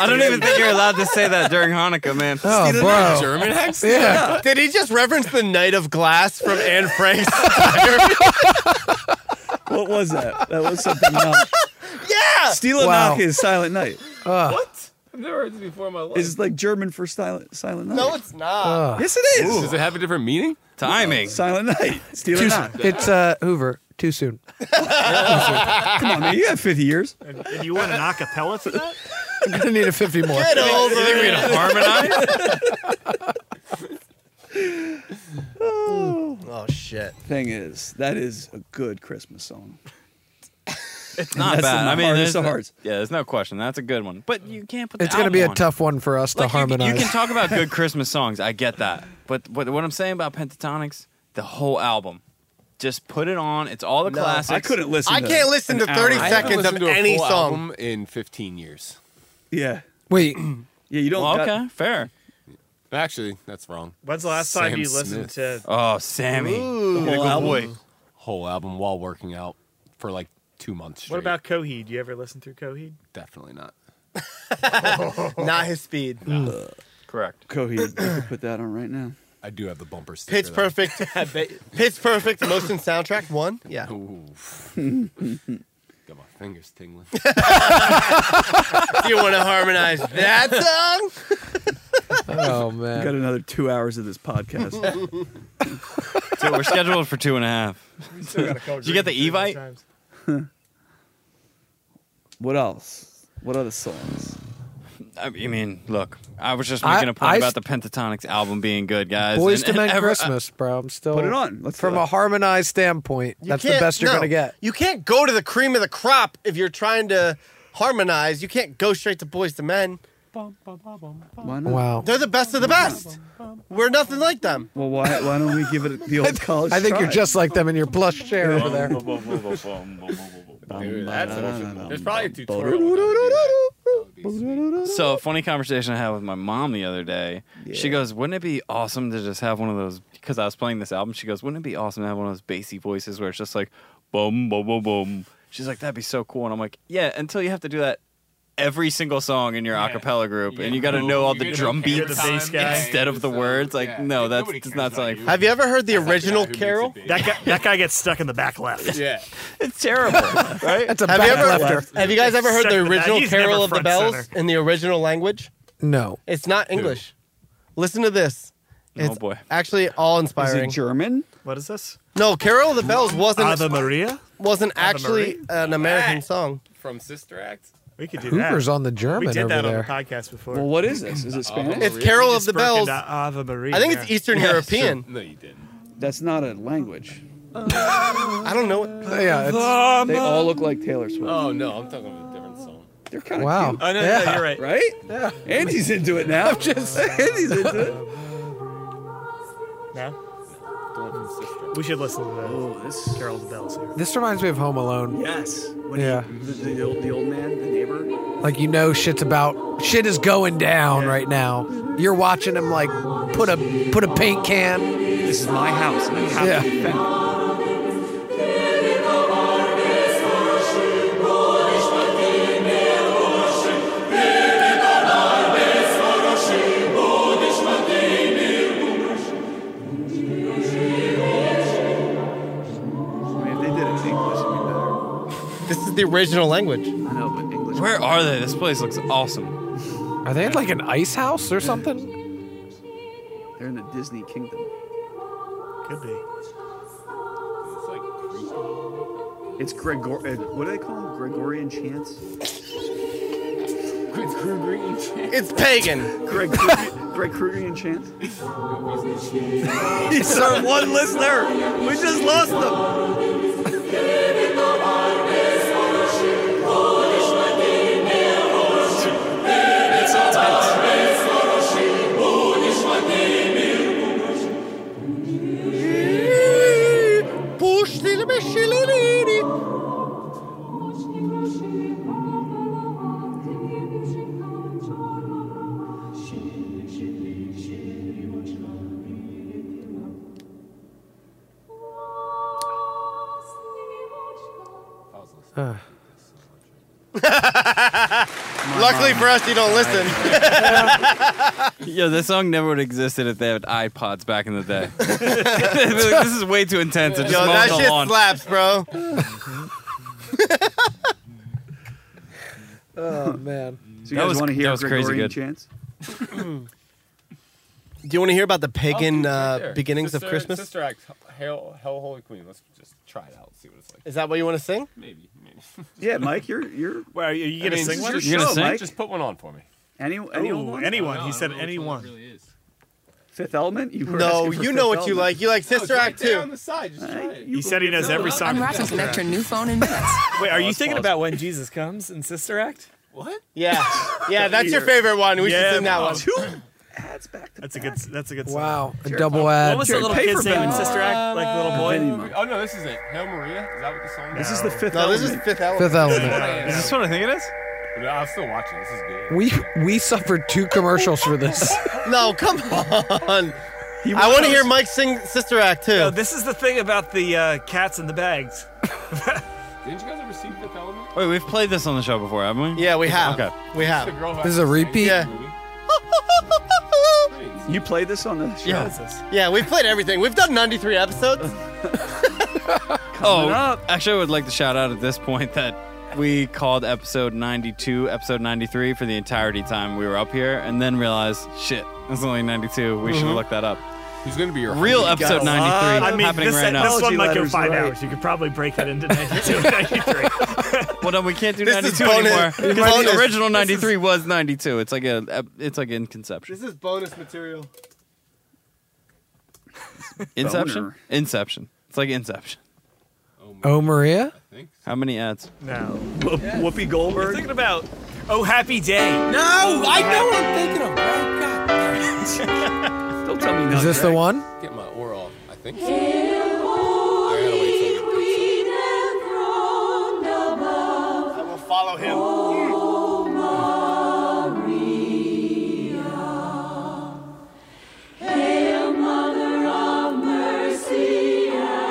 [SPEAKER 1] I don't even think you're allowed to say that during Hanukkah,
[SPEAKER 10] [LAUGHS]
[SPEAKER 1] man.
[SPEAKER 3] Oh, bro.
[SPEAKER 7] German accent.
[SPEAKER 3] Yeah.
[SPEAKER 2] Did he just reference the Night of Glass from Anne Frank's?
[SPEAKER 10] What was that? That was something
[SPEAKER 9] [LAUGHS]
[SPEAKER 7] [LAUGHS]
[SPEAKER 10] else.
[SPEAKER 2] yeah.
[SPEAKER 10] Stila
[SPEAKER 3] Wow. Uh. Ah.
[SPEAKER 10] Nach is Silent Night.
[SPEAKER 7] What? I've never heard this before in my life.
[SPEAKER 10] It's like German for Silent Silent Night.
[SPEAKER 2] No, it's not.
[SPEAKER 3] Uh,
[SPEAKER 10] yes, it is.
[SPEAKER 7] Does it have a different meaning?
[SPEAKER 1] Timing.
[SPEAKER 10] Silent Night. Stila
[SPEAKER 3] too
[SPEAKER 10] Nach.
[SPEAKER 3] soon. It's uh, Hoover. Too
[SPEAKER 2] [LAUGHS]
[SPEAKER 3] soon.
[SPEAKER 10] Come on, man. You got 50 years.
[SPEAKER 4] And you want an acapella to that?
[SPEAKER 3] I'm [LAUGHS] gonna need a 50 more.
[SPEAKER 2] Get over it.
[SPEAKER 1] Harmonize?
[SPEAKER 10] [LAUGHS]
[SPEAKER 7] [LAUGHS]
[SPEAKER 2] Oh shit.
[SPEAKER 10] Thing is, that is a good Christmas song.
[SPEAKER 1] It's not
[SPEAKER 10] That's
[SPEAKER 1] bad.
[SPEAKER 10] the
[SPEAKER 1] I mean,
[SPEAKER 10] hardest
[SPEAKER 1] there's
[SPEAKER 10] of
[SPEAKER 1] no-
[SPEAKER 10] heards.
[SPEAKER 1] yeah, there's no question. That's a good one. But you can't put. The
[SPEAKER 3] It's gonna
[SPEAKER 1] album
[SPEAKER 3] be a
[SPEAKER 1] on.
[SPEAKER 3] tough one for us to
[SPEAKER 1] Like, you-
[SPEAKER 3] harmonize.
[SPEAKER 1] You, can talk
[SPEAKER 3] [LAUGHS]
[SPEAKER 1] about good Christmas songs. I get that. But what, what I'm saying about Pentatonics, the whole album, just put it on. It's all the
[SPEAKER 2] No, I
[SPEAKER 1] classics.
[SPEAKER 10] I couldn't listen.
[SPEAKER 2] I
[SPEAKER 10] to
[SPEAKER 2] can't listen to 30
[SPEAKER 10] hour. I
[SPEAKER 7] I haven't
[SPEAKER 2] seconds of
[SPEAKER 7] listened to a
[SPEAKER 2] any
[SPEAKER 7] full
[SPEAKER 2] song.
[SPEAKER 7] album in 15 years.
[SPEAKER 10] Yeah.
[SPEAKER 3] Wait,
[SPEAKER 10] Yeah, you don't.
[SPEAKER 1] Well,
[SPEAKER 10] got-
[SPEAKER 1] okay, fair.
[SPEAKER 7] Actually, that's wrong.
[SPEAKER 4] When's the last time
[SPEAKER 7] Sam
[SPEAKER 4] you listened
[SPEAKER 7] Smith.
[SPEAKER 4] to?
[SPEAKER 1] Oh, Sammy.
[SPEAKER 10] The whole album.
[SPEAKER 7] Whole album while working out for like two months straight.
[SPEAKER 4] What about Coheed? You ever listen through Coheed?
[SPEAKER 7] Definitely not.
[SPEAKER 2] [LAUGHS] Not
[SPEAKER 10] [LAUGHS]
[SPEAKER 2] his speed.
[SPEAKER 1] Correct.
[SPEAKER 10] Uh, Coheed, I could put that on right now.
[SPEAKER 7] I do have the bumper sticker.
[SPEAKER 2] Pitch
[SPEAKER 7] though.
[SPEAKER 10] [LAUGHS]
[SPEAKER 7] [LAUGHS]
[SPEAKER 2] perfect. Pitch perfect motion soundtrack one.
[SPEAKER 3] [LAUGHS]
[SPEAKER 2] Yeah.
[SPEAKER 7] Oof. Got my fingers
[SPEAKER 4] [LAUGHS]
[SPEAKER 7] tingling.
[SPEAKER 2] Do [LAUGHS] you want to harmonize that song?
[SPEAKER 3] oh
[SPEAKER 10] We got
[SPEAKER 3] man,
[SPEAKER 10] another two hours of this
[SPEAKER 9] [LAUGHS]
[SPEAKER 7] [LAUGHS]
[SPEAKER 10] podcast.
[SPEAKER 1] So we're scheduled for two and a half.
[SPEAKER 4] Did
[SPEAKER 1] you get the Evite?
[SPEAKER 10] what else? What other songs?
[SPEAKER 1] I mean, look, I was just
[SPEAKER 3] I-
[SPEAKER 1] making a point
[SPEAKER 3] I-
[SPEAKER 1] about the Pentatonics album being good, guys.
[SPEAKER 3] boys
[SPEAKER 1] And-
[SPEAKER 3] to men
[SPEAKER 1] and ever- uh,
[SPEAKER 3] Christmas, bro. I'm still
[SPEAKER 10] Put it on. Let's
[SPEAKER 3] From
[SPEAKER 10] do it.
[SPEAKER 3] a harmonized standpoint,
[SPEAKER 2] You
[SPEAKER 3] that's the
[SPEAKER 2] can't-
[SPEAKER 3] best you're
[SPEAKER 2] no.
[SPEAKER 3] gonna get.
[SPEAKER 2] You can't go to the cream of the crop if you're trying to harmonize. You can't go straight to boys to men.
[SPEAKER 10] Why not?
[SPEAKER 3] Wow.
[SPEAKER 2] They're the best of the best. We're nothing like them.
[SPEAKER 10] Well, why, why don't we give it
[SPEAKER 3] [LAUGHS]
[SPEAKER 10] the old college?
[SPEAKER 3] I think you're
[SPEAKER 10] try?
[SPEAKER 3] just like them in your plush chair over there.
[SPEAKER 7] Dude, that's
[SPEAKER 10] Bum,
[SPEAKER 7] there's probably a
[SPEAKER 10] bum,
[SPEAKER 7] tutorial. on how to do that. That would be sweet.
[SPEAKER 1] So, a funny conversation I had with my mom the other day. She
[SPEAKER 10] Yeah.
[SPEAKER 1] goes, Wouldn't it be awesome to just have one of those? Because I was playing this album. She goes, Wouldn't it be awesome to have one of those bassy voices where it's just like, boom, boom, boom, boom? She's like, That'd be so cool. And I'm like, Yeah, until you have to do that every single song in your a acapella group, and you got to know all the drum
[SPEAKER 4] You're
[SPEAKER 1] beats
[SPEAKER 4] the bass guy.
[SPEAKER 1] instead of the words. Like, no, that's it's not like.
[SPEAKER 2] Have you ever heard the original Carol?
[SPEAKER 4] That guy, that guy gets stuck in the back left. [LAUGHS]
[SPEAKER 7] Yeah,
[SPEAKER 1] it's terrible, right?
[SPEAKER 3] That's a
[SPEAKER 2] have you
[SPEAKER 3] back
[SPEAKER 2] ever?
[SPEAKER 3] lefter.
[SPEAKER 2] Have you guys ever heard
[SPEAKER 3] Second
[SPEAKER 2] the
[SPEAKER 3] back.
[SPEAKER 2] original
[SPEAKER 3] He's
[SPEAKER 2] Carol
[SPEAKER 3] never
[SPEAKER 2] of the
[SPEAKER 3] front
[SPEAKER 2] Bells
[SPEAKER 3] center.
[SPEAKER 2] in the original language?
[SPEAKER 3] No.
[SPEAKER 2] It's not English. Listen to this. It's
[SPEAKER 1] boy.
[SPEAKER 2] actually all inspiring.
[SPEAKER 10] Is it German?
[SPEAKER 4] What is this?
[SPEAKER 2] No, Carol of the Bells wasn't
[SPEAKER 4] Ave Maria?
[SPEAKER 2] wasn't
[SPEAKER 4] Ave
[SPEAKER 2] actually an American song.
[SPEAKER 7] From Sister Act?
[SPEAKER 4] We could do that.
[SPEAKER 3] Hoover's on the German
[SPEAKER 4] We did
[SPEAKER 3] over
[SPEAKER 4] that
[SPEAKER 3] there.
[SPEAKER 4] on the podcast before. Uh-huh.
[SPEAKER 10] Well, what is this? Is
[SPEAKER 4] [LAUGHS]
[SPEAKER 10] it Spanish?
[SPEAKER 2] It's Carol
[SPEAKER 4] We
[SPEAKER 2] of the
[SPEAKER 4] just broke
[SPEAKER 2] Bells.
[SPEAKER 4] into Ave Maria.
[SPEAKER 2] I think it's Eastern
[SPEAKER 10] Yeah, it's
[SPEAKER 4] [LAUGHS]
[SPEAKER 2] European.
[SPEAKER 10] true.
[SPEAKER 7] No, you didn't.
[SPEAKER 10] That's not a language.
[SPEAKER 2] I don't know. What,
[SPEAKER 3] yeah,
[SPEAKER 10] Oh, they all look like Taylor Swift.
[SPEAKER 7] Oh no, I'm talking about a different song.
[SPEAKER 10] They're kind of
[SPEAKER 3] Wow.
[SPEAKER 10] cute.
[SPEAKER 3] Oh, no, no, no, Yeah. you're
[SPEAKER 4] right.
[SPEAKER 10] Right?
[SPEAKER 3] Yeah.
[SPEAKER 10] Andy's into
[SPEAKER 4] [LAUGHS]
[SPEAKER 10] it now.
[SPEAKER 3] I'm just-
[SPEAKER 10] [LAUGHS] Andy's into it.
[SPEAKER 4] No?
[SPEAKER 7] The one from Sister.
[SPEAKER 4] We should listen to that.
[SPEAKER 10] Oh, this
[SPEAKER 4] Carol of the Bells here.
[SPEAKER 3] This reminds me of Home Alone.
[SPEAKER 10] Yes. When
[SPEAKER 3] Yeah.
[SPEAKER 10] He, the, the, old, the old man, the neighbor.
[SPEAKER 3] Like you know, shit's about shit is going down right now. You're watching him like put a put a paint can.
[SPEAKER 10] This is my house. and I have
[SPEAKER 3] Yeah.
[SPEAKER 10] to defend it. I mean, if they did it in English, it'd be better.
[SPEAKER 2] this is the original language.
[SPEAKER 10] I know, but English.
[SPEAKER 1] Where are they? This place looks awesome.
[SPEAKER 3] Are they at like an ice house or something?
[SPEAKER 10] They're in the Disney kingdom.
[SPEAKER 4] Could be.
[SPEAKER 7] It's like creepy.
[SPEAKER 10] It's Gregor. uh, What do they call them? Gregorian chants?
[SPEAKER 7] It's Gregorian chant.
[SPEAKER 2] It's pagan. [LAUGHS]
[SPEAKER 10] Greg Gregorian chants? He's our one listener. We just lost them.
[SPEAKER 2] Push the machine. [LAUGHS] Luckily for us, you don't listen.
[SPEAKER 1] Yo, this song never would have existed if they had iPods back in
[SPEAKER 2] [LAUGHS]
[SPEAKER 1] the day. [LAUGHS] They'd be like, this is way too intense. I just
[SPEAKER 2] Yo, that
[SPEAKER 1] mowed the
[SPEAKER 2] shit
[SPEAKER 1] lawn.
[SPEAKER 2] slaps, bro.
[SPEAKER 3] Oh man.
[SPEAKER 10] So you
[SPEAKER 1] That
[SPEAKER 10] guys
[SPEAKER 1] was-
[SPEAKER 10] want to
[SPEAKER 1] that
[SPEAKER 10] hear
[SPEAKER 1] was crazy
[SPEAKER 10] Gregorian
[SPEAKER 1] good.
[SPEAKER 10] chants?
[SPEAKER 2] Do you want to hear about the pagan
[SPEAKER 7] Oh, right
[SPEAKER 2] uh,
[SPEAKER 7] there.
[SPEAKER 2] beginnings
[SPEAKER 7] Sister-
[SPEAKER 2] of Christmas?
[SPEAKER 7] Sister Act, Hail, Hail Holy Queen. Let's just try it out, see what it's like.
[SPEAKER 2] Is that what you want to sing?
[SPEAKER 7] Maybe, maybe.
[SPEAKER 10] Yeah, Mike, you're you're
[SPEAKER 4] Well, are you, you gonna
[SPEAKER 7] I mean,
[SPEAKER 4] sing
[SPEAKER 7] it's
[SPEAKER 4] one?
[SPEAKER 7] your
[SPEAKER 1] You gonna
[SPEAKER 7] show,
[SPEAKER 1] sing?
[SPEAKER 7] Mike. Just put one on for me.
[SPEAKER 10] any any old
[SPEAKER 4] Ooh,
[SPEAKER 10] one?
[SPEAKER 4] anyone. He said anyone.
[SPEAKER 10] Fifth Element. You were
[SPEAKER 2] No,
[SPEAKER 10] asking
[SPEAKER 2] [LAUGHS]
[SPEAKER 10] for
[SPEAKER 2] you know
[SPEAKER 10] Fifth
[SPEAKER 2] what you
[SPEAKER 10] Element.
[SPEAKER 2] like. You like Sister Act
[SPEAKER 7] There on
[SPEAKER 2] too.
[SPEAKER 7] the side, just try it.
[SPEAKER 10] You
[SPEAKER 4] He said he knows every song.
[SPEAKER 14] Unwrap and connect your new phone in minutes.
[SPEAKER 9] [LAUGHS]
[SPEAKER 4] Wait, are you
[SPEAKER 10] Pause,
[SPEAKER 4] thinking
[SPEAKER 10] pause.
[SPEAKER 4] about when Jesus comes in Sister Act?
[SPEAKER 7] What?
[SPEAKER 4] [LAUGHS]
[SPEAKER 2] Yeah, yeah, that's your favorite one. We
[SPEAKER 4] Yeah,
[SPEAKER 2] should sing that one.
[SPEAKER 4] Two.
[SPEAKER 10] Ads back to
[SPEAKER 4] That's a good. That's a good. Song.
[SPEAKER 3] Wow. A double ad.
[SPEAKER 4] What was the little
[SPEAKER 10] Paper
[SPEAKER 4] kid's uh, name in
[SPEAKER 10] Bag.
[SPEAKER 4] Sister Act? Like the little boy.
[SPEAKER 10] Vinny Mike.
[SPEAKER 7] Oh no, this is it. Hail Maria. Is that what the song?
[SPEAKER 10] This is
[SPEAKER 7] is
[SPEAKER 10] the fifth
[SPEAKER 2] No,
[SPEAKER 10] element.
[SPEAKER 2] this is Fifth Element.
[SPEAKER 3] Fifth
[SPEAKER 2] [LAUGHS]
[SPEAKER 3] element.
[SPEAKER 1] Is this what I think it is?
[SPEAKER 7] No, I'm still watching. This is good.
[SPEAKER 3] We we suffered two commercials for
[SPEAKER 1] [LAUGHS]
[SPEAKER 3] this.
[SPEAKER 2] No, come on. I want to hear Mike sing Sister Act too.
[SPEAKER 4] Oh, this is the thing about the uh, cats in
[SPEAKER 7] [LAUGHS]
[SPEAKER 4] the bags.
[SPEAKER 7] Didn't you guys ever see Fifth Element?
[SPEAKER 1] Wait, we've played this on the show before, haven't we?
[SPEAKER 2] yeah, we have.
[SPEAKER 1] Okay.
[SPEAKER 2] We
[SPEAKER 7] The
[SPEAKER 2] have.
[SPEAKER 7] girl who
[SPEAKER 3] This is
[SPEAKER 7] had
[SPEAKER 3] a
[SPEAKER 7] the
[SPEAKER 3] repeat.
[SPEAKER 2] Yeah.
[SPEAKER 7] same movie.
[SPEAKER 4] uh,
[SPEAKER 2] [LAUGHS]
[SPEAKER 10] You play this on the show.
[SPEAKER 1] Yeah.
[SPEAKER 2] Yeah, we've played everything. We've done 93 episodes.
[SPEAKER 1] Oh,
[SPEAKER 10] up.
[SPEAKER 1] actually, I would like to shout out at this point that we called episode 92, episode 93 for the entirety time we were up here, and then realized, shit, it's only 92. We
[SPEAKER 2] Mm-hmm.
[SPEAKER 1] should have looked that up.
[SPEAKER 7] Who's gonna be your
[SPEAKER 1] Real
[SPEAKER 7] homie?
[SPEAKER 1] episode 93
[SPEAKER 4] Uh, I mean,
[SPEAKER 1] happening
[SPEAKER 4] this,
[SPEAKER 1] right now.
[SPEAKER 4] this one might go
[SPEAKER 10] letters,
[SPEAKER 4] five
[SPEAKER 10] right.
[SPEAKER 4] hours. You could probably break it
[SPEAKER 1] [LAUGHS]
[SPEAKER 4] into 92, 93.
[SPEAKER 1] Well, then we can't do
[SPEAKER 2] This is
[SPEAKER 1] 92
[SPEAKER 2] bonus.
[SPEAKER 4] [LAUGHS]
[SPEAKER 1] anymore.
[SPEAKER 2] This is
[SPEAKER 1] Because
[SPEAKER 2] bonus.
[SPEAKER 1] the original 93 was 92. It's like a, it's like Inception.
[SPEAKER 2] is bonus material.
[SPEAKER 1] Inception?
[SPEAKER 10] Boner.
[SPEAKER 1] Inception. It's like Inception.
[SPEAKER 3] Oh Maria?
[SPEAKER 1] How many ads?
[SPEAKER 4] No.
[SPEAKER 10] Whoop- Whoopi Goldberg.
[SPEAKER 4] Thinking about Oh Happy Day.
[SPEAKER 14] No, I know what I'm thinking of. Oh, God.
[SPEAKER 9] [LAUGHS]
[SPEAKER 10] Don't tell me
[SPEAKER 3] Is this the one?
[SPEAKER 7] Get my oar off. I think. So. I gotta wait till I get the picture.
[SPEAKER 2] I will follow him.
[SPEAKER 10] Is this the one?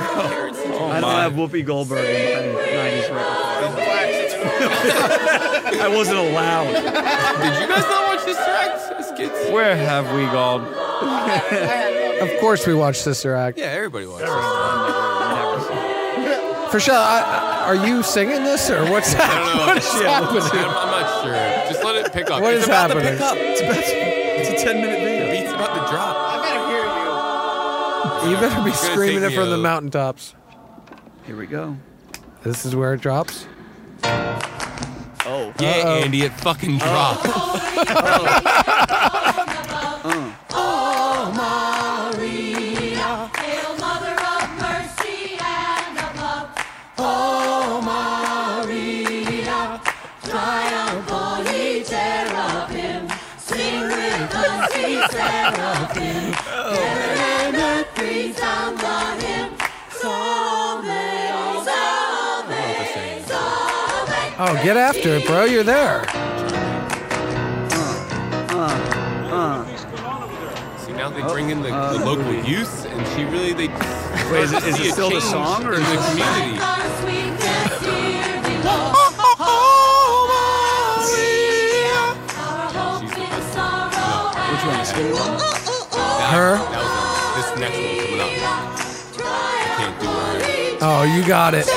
[SPEAKER 15] have Whoopi Goldberg in my 90s repertoire. I wasn't allowed.
[SPEAKER 7] Did you guys not watch this direct as kids?
[SPEAKER 1] Where have we gone?
[SPEAKER 3] Of course, we watch Sister Act.
[SPEAKER 7] Yeah, everybody watched this. Never seen it.
[SPEAKER 3] Frischel, I, I- are you singing this or what's
[SPEAKER 7] I don't know.
[SPEAKER 3] happening? [LAUGHS] What is happening?
[SPEAKER 7] [LAUGHS] I'm, I'm not sure. Just let it pick up.
[SPEAKER 3] What
[SPEAKER 7] it's
[SPEAKER 3] is
[SPEAKER 7] about
[SPEAKER 3] happening?
[SPEAKER 7] To pick up. It's, about,
[SPEAKER 10] it's a 10 minute video.
[SPEAKER 7] The beat's about to drop.
[SPEAKER 2] I gotta hear you.
[SPEAKER 3] You better be
[SPEAKER 7] It's gonna
[SPEAKER 3] screaming it
[SPEAKER 7] take me
[SPEAKER 3] from the
[SPEAKER 7] a-
[SPEAKER 3] mountaintops.
[SPEAKER 10] Here we go.
[SPEAKER 3] This is where it drops.
[SPEAKER 10] Oh.
[SPEAKER 7] Yeah,
[SPEAKER 3] Uh-oh.
[SPEAKER 7] Andy, it fucking dropped. Mm.
[SPEAKER 9] Oh, Maria, hail Mother of mercy and of love. Oh, Maria, triumph on ye cherubim, sing with the sweet seraphim. Heaven and earth breathe down on him. Salve, salve, salve.
[SPEAKER 3] [LAUGHS] Oh, get after it, bro. You're there.
[SPEAKER 15] Uh,
[SPEAKER 7] See, now they bring in the, the local youth, and she really, they.
[SPEAKER 15] Oh. Wait, is it- is
[SPEAKER 7] see
[SPEAKER 15] it
[SPEAKER 7] a
[SPEAKER 15] still the
[SPEAKER 7] change
[SPEAKER 15] song, or
[SPEAKER 7] in
[SPEAKER 15] is
[SPEAKER 7] the
[SPEAKER 15] it-
[SPEAKER 7] community?
[SPEAKER 9] Our sweetness here below. Oh, Maria, our hope in sorrow
[SPEAKER 7] Which one is
[SPEAKER 9] and
[SPEAKER 7] it?
[SPEAKER 9] woe.
[SPEAKER 3] Her?
[SPEAKER 7] That was this next one coming up. I can't do her.
[SPEAKER 3] Oh, you got it.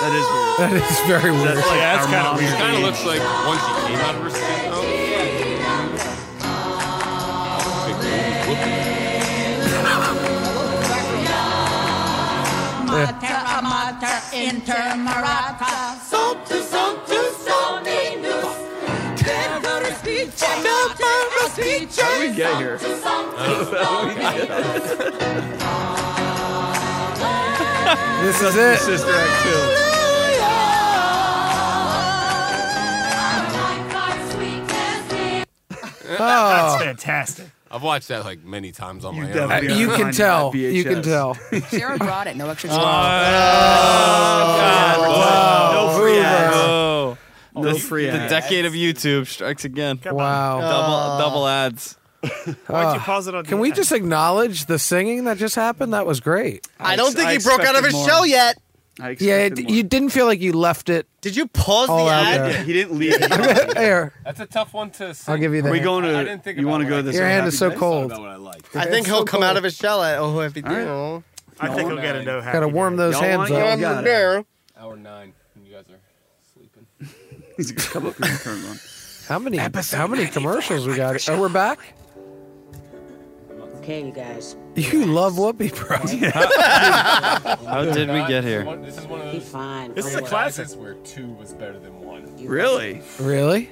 [SPEAKER 15] That is weird.
[SPEAKER 3] That is very weird.
[SPEAKER 15] That's like our mom
[SPEAKER 7] She
[SPEAKER 15] age.
[SPEAKER 7] kind of looks like once she came out of her skin. though. Big booty. Whoop.
[SPEAKER 9] Mater, mater, intermarata. Sanctus, sanctus, dominus. Devere speech, devere speech.
[SPEAKER 15] How do we get here?
[SPEAKER 3] This is it.
[SPEAKER 15] Sister Act 2.
[SPEAKER 4] That's
[SPEAKER 3] Oh,
[SPEAKER 4] fantastic.
[SPEAKER 7] I've watched that like many times on my own.
[SPEAKER 15] definitely-
[SPEAKER 7] I-
[SPEAKER 3] Uh, you can tell. You
[SPEAKER 15] [LAUGHS]
[SPEAKER 3] can tell.
[SPEAKER 14] Sarah brought it. No
[SPEAKER 7] [LAUGHS] Oh,
[SPEAKER 14] extra
[SPEAKER 4] no free ads.
[SPEAKER 1] Oh,
[SPEAKER 15] No free
[SPEAKER 1] the
[SPEAKER 15] ads.
[SPEAKER 1] decade of YouTube strikes again. Double
[SPEAKER 3] Wow.
[SPEAKER 4] [LAUGHS]
[SPEAKER 1] double ads.
[SPEAKER 4] Why'd you pause it on?
[SPEAKER 3] Can
[SPEAKER 4] the
[SPEAKER 3] we
[SPEAKER 4] [LAUGHS] end?
[SPEAKER 3] just acknowledge the singing that just happened? That was great.
[SPEAKER 2] I don't think
[SPEAKER 15] I
[SPEAKER 2] he broke out of his
[SPEAKER 15] expected
[SPEAKER 2] shell
[SPEAKER 15] more.
[SPEAKER 2] yet.
[SPEAKER 15] I
[SPEAKER 3] Yeah,
[SPEAKER 15] expected
[SPEAKER 3] it,
[SPEAKER 15] more.
[SPEAKER 3] you didn't feel like you left it
[SPEAKER 2] Did you pause
[SPEAKER 3] all
[SPEAKER 2] the
[SPEAKER 3] out
[SPEAKER 2] ad?
[SPEAKER 3] there.
[SPEAKER 15] He didn't leave.
[SPEAKER 2] [LAUGHS]
[SPEAKER 3] Here,
[SPEAKER 7] That's a tough one to. Sing.
[SPEAKER 3] I'll give you
[SPEAKER 15] Are
[SPEAKER 3] that.
[SPEAKER 15] we going
[SPEAKER 7] I
[SPEAKER 15] to?
[SPEAKER 7] didn't think
[SPEAKER 15] You
[SPEAKER 7] about
[SPEAKER 15] want to
[SPEAKER 7] what
[SPEAKER 15] go
[SPEAKER 7] I
[SPEAKER 15] to this?
[SPEAKER 3] Your hand is so cold.
[SPEAKER 7] About what I like.
[SPEAKER 2] I think
[SPEAKER 3] It's
[SPEAKER 2] he'll
[SPEAKER 3] so
[SPEAKER 2] come out of his shell at Oh Happy
[SPEAKER 15] right.
[SPEAKER 2] Dino.
[SPEAKER 4] I think
[SPEAKER 15] No,
[SPEAKER 4] we'll get a no happy.
[SPEAKER 3] Gotta warm
[SPEAKER 4] day.
[SPEAKER 3] those
[SPEAKER 15] Y'all
[SPEAKER 3] hands
[SPEAKER 15] want- y'all
[SPEAKER 3] up.
[SPEAKER 15] want- got it.
[SPEAKER 2] there.
[SPEAKER 7] Hour nine, and you guys are sleeping.
[SPEAKER 15] He's gonna come up here and turn one.
[SPEAKER 3] [LAUGHS] How many? How many commercials we got? Oh, we're back.
[SPEAKER 16] Okay, you guys.
[SPEAKER 3] You love Whoopi,
[SPEAKER 15] [LAUGHS]
[SPEAKER 3] bro. [LAUGHS]
[SPEAKER 1] How did we get here?
[SPEAKER 7] One- This is one of
[SPEAKER 16] Be
[SPEAKER 7] those
[SPEAKER 16] fine.
[SPEAKER 4] This is a
[SPEAKER 9] Oh,
[SPEAKER 16] Relax.
[SPEAKER 4] classic.
[SPEAKER 7] where two was better than one.
[SPEAKER 15] Really?
[SPEAKER 3] Really?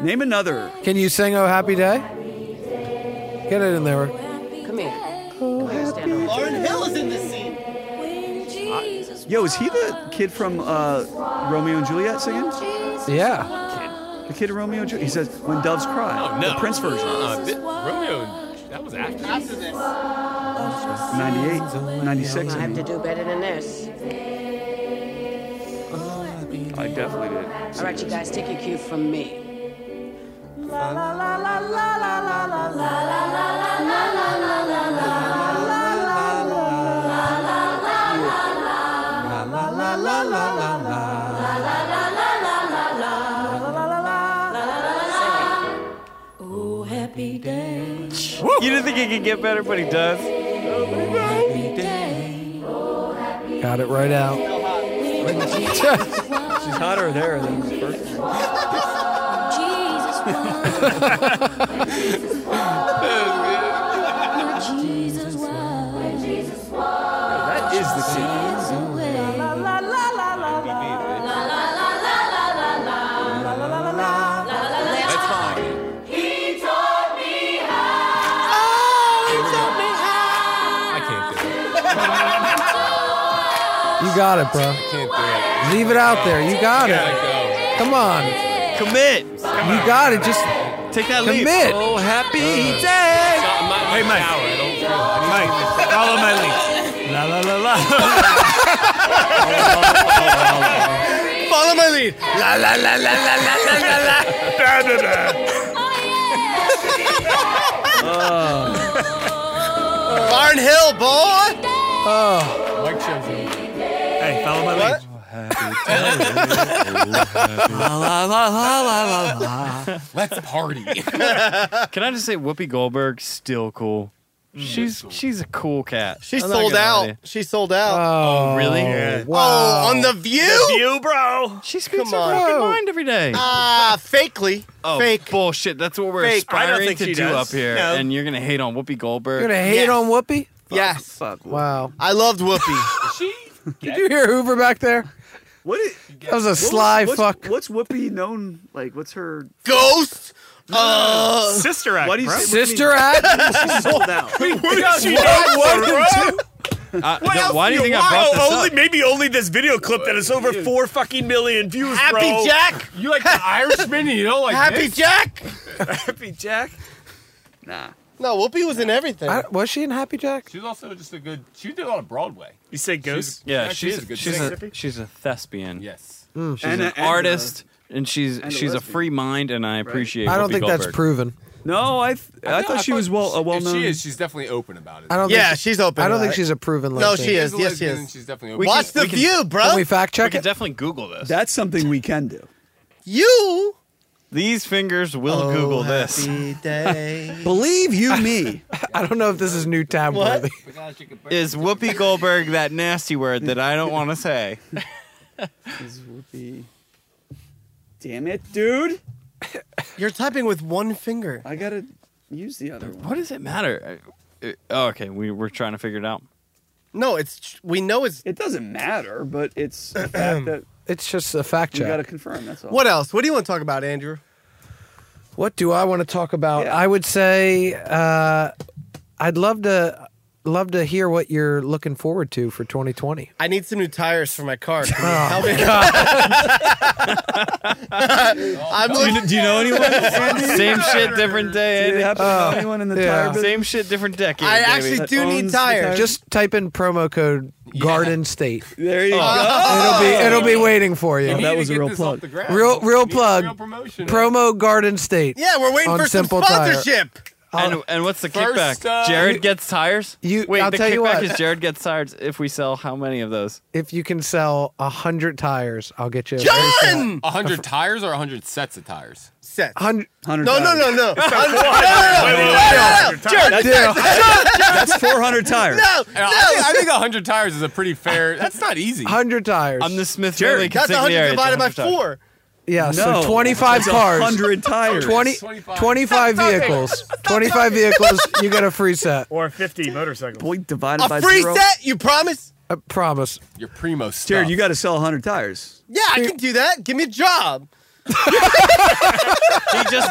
[SPEAKER 15] Name another.
[SPEAKER 3] Can you sing "Oh Happy Day"? Get it in there.
[SPEAKER 16] Come here. Come here, stand over.
[SPEAKER 2] Lauren Hill is in this scene.
[SPEAKER 15] Yo, is he the kid from uh, Romeo and Juliet singing?
[SPEAKER 3] Yeah.
[SPEAKER 15] The kid in Romeo and Juliet. He says, "When doves cry."
[SPEAKER 7] Oh no,
[SPEAKER 15] The Prince version.
[SPEAKER 7] Uh, thi- Romeo, and- that was after.
[SPEAKER 2] After this.
[SPEAKER 15] 98, 96.
[SPEAKER 16] I
[SPEAKER 15] I,
[SPEAKER 16] have to
[SPEAKER 15] mean.
[SPEAKER 16] do better than this.
[SPEAKER 15] I definitely did.
[SPEAKER 16] All right, you guys, take your cue from me.
[SPEAKER 9] Oh, happy day.
[SPEAKER 1] You didn't think it could get better, but he does.
[SPEAKER 9] Happy day.
[SPEAKER 3] Got it right out.
[SPEAKER 15] [LAUGHS] She's hotter there than the first. one.
[SPEAKER 9] Jesus was. When
[SPEAKER 1] [LAUGHS]
[SPEAKER 9] Jesus was. When Jesus was.
[SPEAKER 15] That is the kid.
[SPEAKER 9] Sins away. La la la la la la.
[SPEAKER 7] That's fine.
[SPEAKER 9] He taught me how.
[SPEAKER 7] I can't do it.
[SPEAKER 9] [LAUGHS]
[SPEAKER 3] You got it, bro.
[SPEAKER 7] I can't do it.
[SPEAKER 3] Leave it out there. You got it.
[SPEAKER 7] I
[SPEAKER 3] Come on.
[SPEAKER 1] Commit.
[SPEAKER 3] You got it. Just
[SPEAKER 1] Take that leap.
[SPEAKER 3] commit.
[SPEAKER 1] Oh, happy
[SPEAKER 7] go.
[SPEAKER 1] day.
[SPEAKER 7] I'm not in the
[SPEAKER 8] Mike.
[SPEAKER 7] shower. I don't feel. I need
[SPEAKER 8] Follow my lead. La la la la.
[SPEAKER 9] [LAUGHS]
[SPEAKER 2] Follow my lead. La la la la la la la la.
[SPEAKER 9] Oh, yeah.
[SPEAKER 2] Barn Hill, boy.
[SPEAKER 9] Oh.
[SPEAKER 7] Mike Chimsey.
[SPEAKER 9] Hey, follow my lead.
[SPEAKER 1] [LAUGHS] la, la, la, la, la, la.
[SPEAKER 7] [LAUGHS] Let's
[SPEAKER 2] [LAUGHS]
[SPEAKER 7] party.
[SPEAKER 1] [LAUGHS] Can I just say Whoopi Goldberg's still cool.
[SPEAKER 4] Mm.
[SPEAKER 1] She's she's a cool cat.
[SPEAKER 2] She
[SPEAKER 1] I'm not
[SPEAKER 2] sold
[SPEAKER 1] gonna lie
[SPEAKER 2] out.
[SPEAKER 1] to you.
[SPEAKER 2] She sold out.
[SPEAKER 1] Oh, really? Yeah.
[SPEAKER 2] Oh, on the View.
[SPEAKER 1] The
[SPEAKER 2] View, bro.
[SPEAKER 1] She speaks her fucking mind every day.
[SPEAKER 2] Ah,
[SPEAKER 1] [LAUGHS]
[SPEAKER 2] fakely.
[SPEAKER 1] Oh,
[SPEAKER 2] Fake.
[SPEAKER 1] bullshit. That's what we're
[SPEAKER 2] Fake. I don't
[SPEAKER 1] aspiring
[SPEAKER 2] think
[SPEAKER 1] to
[SPEAKER 2] she
[SPEAKER 1] do
[SPEAKER 2] does.
[SPEAKER 1] up here.
[SPEAKER 2] No.
[SPEAKER 1] And you're going to hate on Whoopi Goldberg.
[SPEAKER 3] You're gonna hate on Whoopi?
[SPEAKER 2] Yes.
[SPEAKER 3] Wow.
[SPEAKER 2] I loved [LAUGHS] Whoopi.
[SPEAKER 3] [LAUGHS] Did you hear Hoover back there?
[SPEAKER 10] What? Is,
[SPEAKER 3] That was a sly
[SPEAKER 10] what's,
[SPEAKER 3] fuck.
[SPEAKER 10] What's Whoopi known? Like, what's her
[SPEAKER 2] ghost?
[SPEAKER 10] Uh,
[SPEAKER 2] Oh.
[SPEAKER 4] Sister act,
[SPEAKER 10] What do you
[SPEAKER 4] bro.
[SPEAKER 10] say-
[SPEAKER 4] Sister
[SPEAKER 10] what do you mean?
[SPEAKER 15] [LAUGHS]
[SPEAKER 4] act?
[SPEAKER 10] She sold out.
[SPEAKER 4] Wait, what did she do?
[SPEAKER 1] Uh,
[SPEAKER 4] What
[SPEAKER 1] th-
[SPEAKER 4] else
[SPEAKER 1] why do you think I
[SPEAKER 8] Wow,
[SPEAKER 1] brought
[SPEAKER 4] Oh,
[SPEAKER 1] this
[SPEAKER 8] only
[SPEAKER 1] up?
[SPEAKER 8] maybe only this video clip that is over four fucking million views.
[SPEAKER 2] Happy
[SPEAKER 8] bro.
[SPEAKER 4] [LAUGHS]
[SPEAKER 2] Jack?
[SPEAKER 7] You like the Irishman and you don't like
[SPEAKER 2] Happy
[SPEAKER 7] this?
[SPEAKER 2] Jack.
[SPEAKER 8] Happy Jack.
[SPEAKER 7] Nah.
[SPEAKER 2] No, Whoopi was in everything.
[SPEAKER 3] I, was she in Happy Jack?
[SPEAKER 7] She's also just a good. She did a lot of Broadway.
[SPEAKER 8] You say
[SPEAKER 7] ghost?
[SPEAKER 1] Yeah, she's,
[SPEAKER 7] a good
[SPEAKER 1] she's,
[SPEAKER 7] singer.
[SPEAKER 1] a, she's a thespian.
[SPEAKER 7] Yes.
[SPEAKER 3] Mm.
[SPEAKER 1] She's
[SPEAKER 10] And
[SPEAKER 1] an
[SPEAKER 10] a- and a-
[SPEAKER 1] artist, and she's
[SPEAKER 10] and a
[SPEAKER 1] she's a
[SPEAKER 10] lesbian.
[SPEAKER 1] free mind, and I appreciate
[SPEAKER 3] I don't
[SPEAKER 1] Whoopi
[SPEAKER 3] think that's
[SPEAKER 1] Goldberg.
[SPEAKER 3] proven.
[SPEAKER 10] No, I. Th- I, thought she was well a well known.
[SPEAKER 7] She is. She's definitely open about it.
[SPEAKER 3] I don't
[SPEAKER 2] Yeah,
[SPEAKER 3] think
[SPEAKER 2] she's open
[SPEAKER 3] I don't
[SPEAKER 2] to
[SPEAKER 3] think
[SPEAKER 2] that.
[SPEAKER 3] she's a proven
[SPEAKER 2] No,
[SPEAKER 3] lesbian.
[SPEAKER 2] she is.
[SPEAKER 7] a
[SPEAKER 2] Yes, she
[SPEAKER 7] lesbian,
[SPEAKER 2] is.
[SPEAKER 7] she's definitely
[SPEAKER 1] We
[SPEAKER 2] Watch
[SPEAKER 1] can-
[SPEAKER 2] the
[SPEAKER 1] we can-
[SPEAKER 2] View, bro.
[SPEAKER 3] Can we fact
[SPEAKER 1] We
[SPEAKER 3] check
[SPEAKER 1] can
[SPEAKER 3] it?
[SPEAKER 1] definitely Google this.
[SPEAKER 10] That's something we can do.
[SPEAKER 2] you. Oh,
[SPEAKER 1] These fingers will Google this.
[SPEAKER 2] Happy
[SPEAKER 1] [LAUGHS]
[SPEAKER 2] day.
[SPEAKER 10] Believe you
[SPEAKER 9] [LAUGHS]
[SPEAKER 10] me.
[SPEAKER 3] I don't know if this is new tab worthy.
[SPEAKER 1] Is Whoopi Goldberg that nasty word that I don't want to say?
[SPEAKER 3] [LAUGHS]
[SPEAKER 10] Is Whoopi. Damn it, dude!
[SPEAKER 2] You're typing with one finger.
[SPEAKER 10] I gotta use the other one.
[SPEAKER 1] What does it matter? Uh, uh, okay, we we're trying to figure it out.
[SPEAKER 2] No, it's we know it's.
[SPEAKER 10] It doesn't matter, but it's the
[SPEAKER 1] [CLEARS THROAT]
[SPEAKER 10] fact that
[SPEAKER 3] It's just a fact
[SPEAKER 10] we gotta
[SPEAKER 3] check.
[SPEAKER 10] confirm. That's all.
[SPEAKER 2] What else? What do you want to talk about, Andrew?
[SPEAKER 3] What do I want to talk about? I would say uh, I'd love to love to hear what you're looking forward to for 2020.
[SPEAKER 2] I need some new tires for my car. Can you
[SPEAKER 10] Oh,
[SPEAKER 2] help me? [LAUGHS] I'm
[SPEAKER 10] Do you,
[SPEAKER 2] looking.
[SPEAKER 10] kn- do you know anyone?
[SPEAKER 1] Same shit, different
[SPEAKER 10] Did it
[SPEAKER 1] day.
[SPEAKER 10] happen
[SPEAKER 3] Uh,
[SPEAKER 10] to anyone in the
[SPEAKER 3] yeah.
[SPEAKER 10] tire
[SPEAKER 1] Andy.
[SPEAKER 10] business?
[SPEAKER 1] Same shit, different decade.
[SPEAKER 2] I
[SPEAKER 1] baby.
[SPEAKER 2] actually do need
[SPEAKER 10] owns the
[SPEAKER 2] tires.
[SPEAKER 10] tire.
[SPEAKER 3] Just type in promo code Garden State.
[SPEAKER 10] There
[SPEAKER 1] Oh,
[SPEAKER 10] you
[SPEAKER 3] It'll be it'll be waiting for
[SPEAKER 7] We
[SPEAKER 10] Oh,
[SPEAKER 7] Oh. need
[SPEAKER 3] you.
[SPEAKER 10] that
[SPEAKER 7] to
[SPEAKER 10] was a
[SPEAKER 7] get
[SPEAKER 10] real
[SPEAKER 7] this
[SPEAKER 10] plug.
[SPEAKER 7] off the ground.
[SPEAKER 3] Real real
[SPEAKER 7] We need a Real
[SPEAKER 3] plug.
[SPEAKER 7] promotion.
[SPEAKER 3] Promo Garden State.
[SPEAKER 2] yeah, we're waiting
[SPEAKER 3] On
[SPEAKER 2] for some
[SPEAKER 3] Simple Tire.
[SPEAKER 2] sponsorship.
[SPEAKER 3] Uh,
[SPEAKER 1] And, and what's the
[SPEAKER 7] First,
[SPEAKER 1] kickback?
[SPEAKER 7] uh,
[SPEAKER 1] Jared gets tires.
[SPEAKER 3] you-
[SPEAKER 1] wait.
[SPEAKER 3] I'll
[SPEAKER 1] the
[SPEAKER 3] tell
[SPEAKER 1] kickback
[SPEAKER 3] you what.
[SPEAKER 1] is Jared gets tires if we sell how many of those?
[SPEAKER 3] If you can sell a hundred tires, I'll get you a
[SPEAKER 2] Done.
[SPEAKER 7] 100 tires or 100 sets of
[SPEAKER 10] [LAUGHS]
[SPEAKER 7] tires?
[SPEAKER 2] Set.
[SPEAKER 3] hundred.
[SPEAKER 10] Hundred
[SPEAKER 2] No, no,
[SPEAKER 10] tires.
[SPEAKER 2] no, no.
[SPEAKER 10] [LAUGHS] That's four hundred tires.
[SPEAKER 2] No,
[SPEAKER 7] And I, think, I think 100 tires is a pretty fair. That's not easy.
[SPEAKER 3] Hundred tires.
[SPEAKER 1] I'm the Smith Family
[SPEAKER 2] that's 100
[SPEAKER 1] consigliere. It's
[SPEAKER 2] divided by
[SPEAKER 1] 100 tires.
[SPEAKER 2] four.
[SPEAKER 3] yeah, so
[SPEAKER 10] No.
[SPEAKER 3] 25
[SPEAKER 10] It's
[SPEAKER 3] cars.
[SPEAKER 10] 100 tires.
[SPEAKER 3] 20,
[SPEAKER 7] 25.
[SPEAKER 3] 25 vehicles. 25 vehicles, you get a free
[SPEAKER 1] Uh,
[SPEAKER 3] set.
[SPEAKER 4] Or 50 motorcycles.
[SPEAKER 10] Point divided by
[SPEAKER 2] A free
[SPEAKER 10] zero.
[SPEAKER 2] set? You promise?
[SPEAKER 3] I promise.
[SPEAKER 7] Your primo stuff.
[SPEAKER 10] Jared, you got to sell 100 tires.
[SPEAKER 2] Yeah, I can do that. Give me a job.
[SPEAKER 1] He just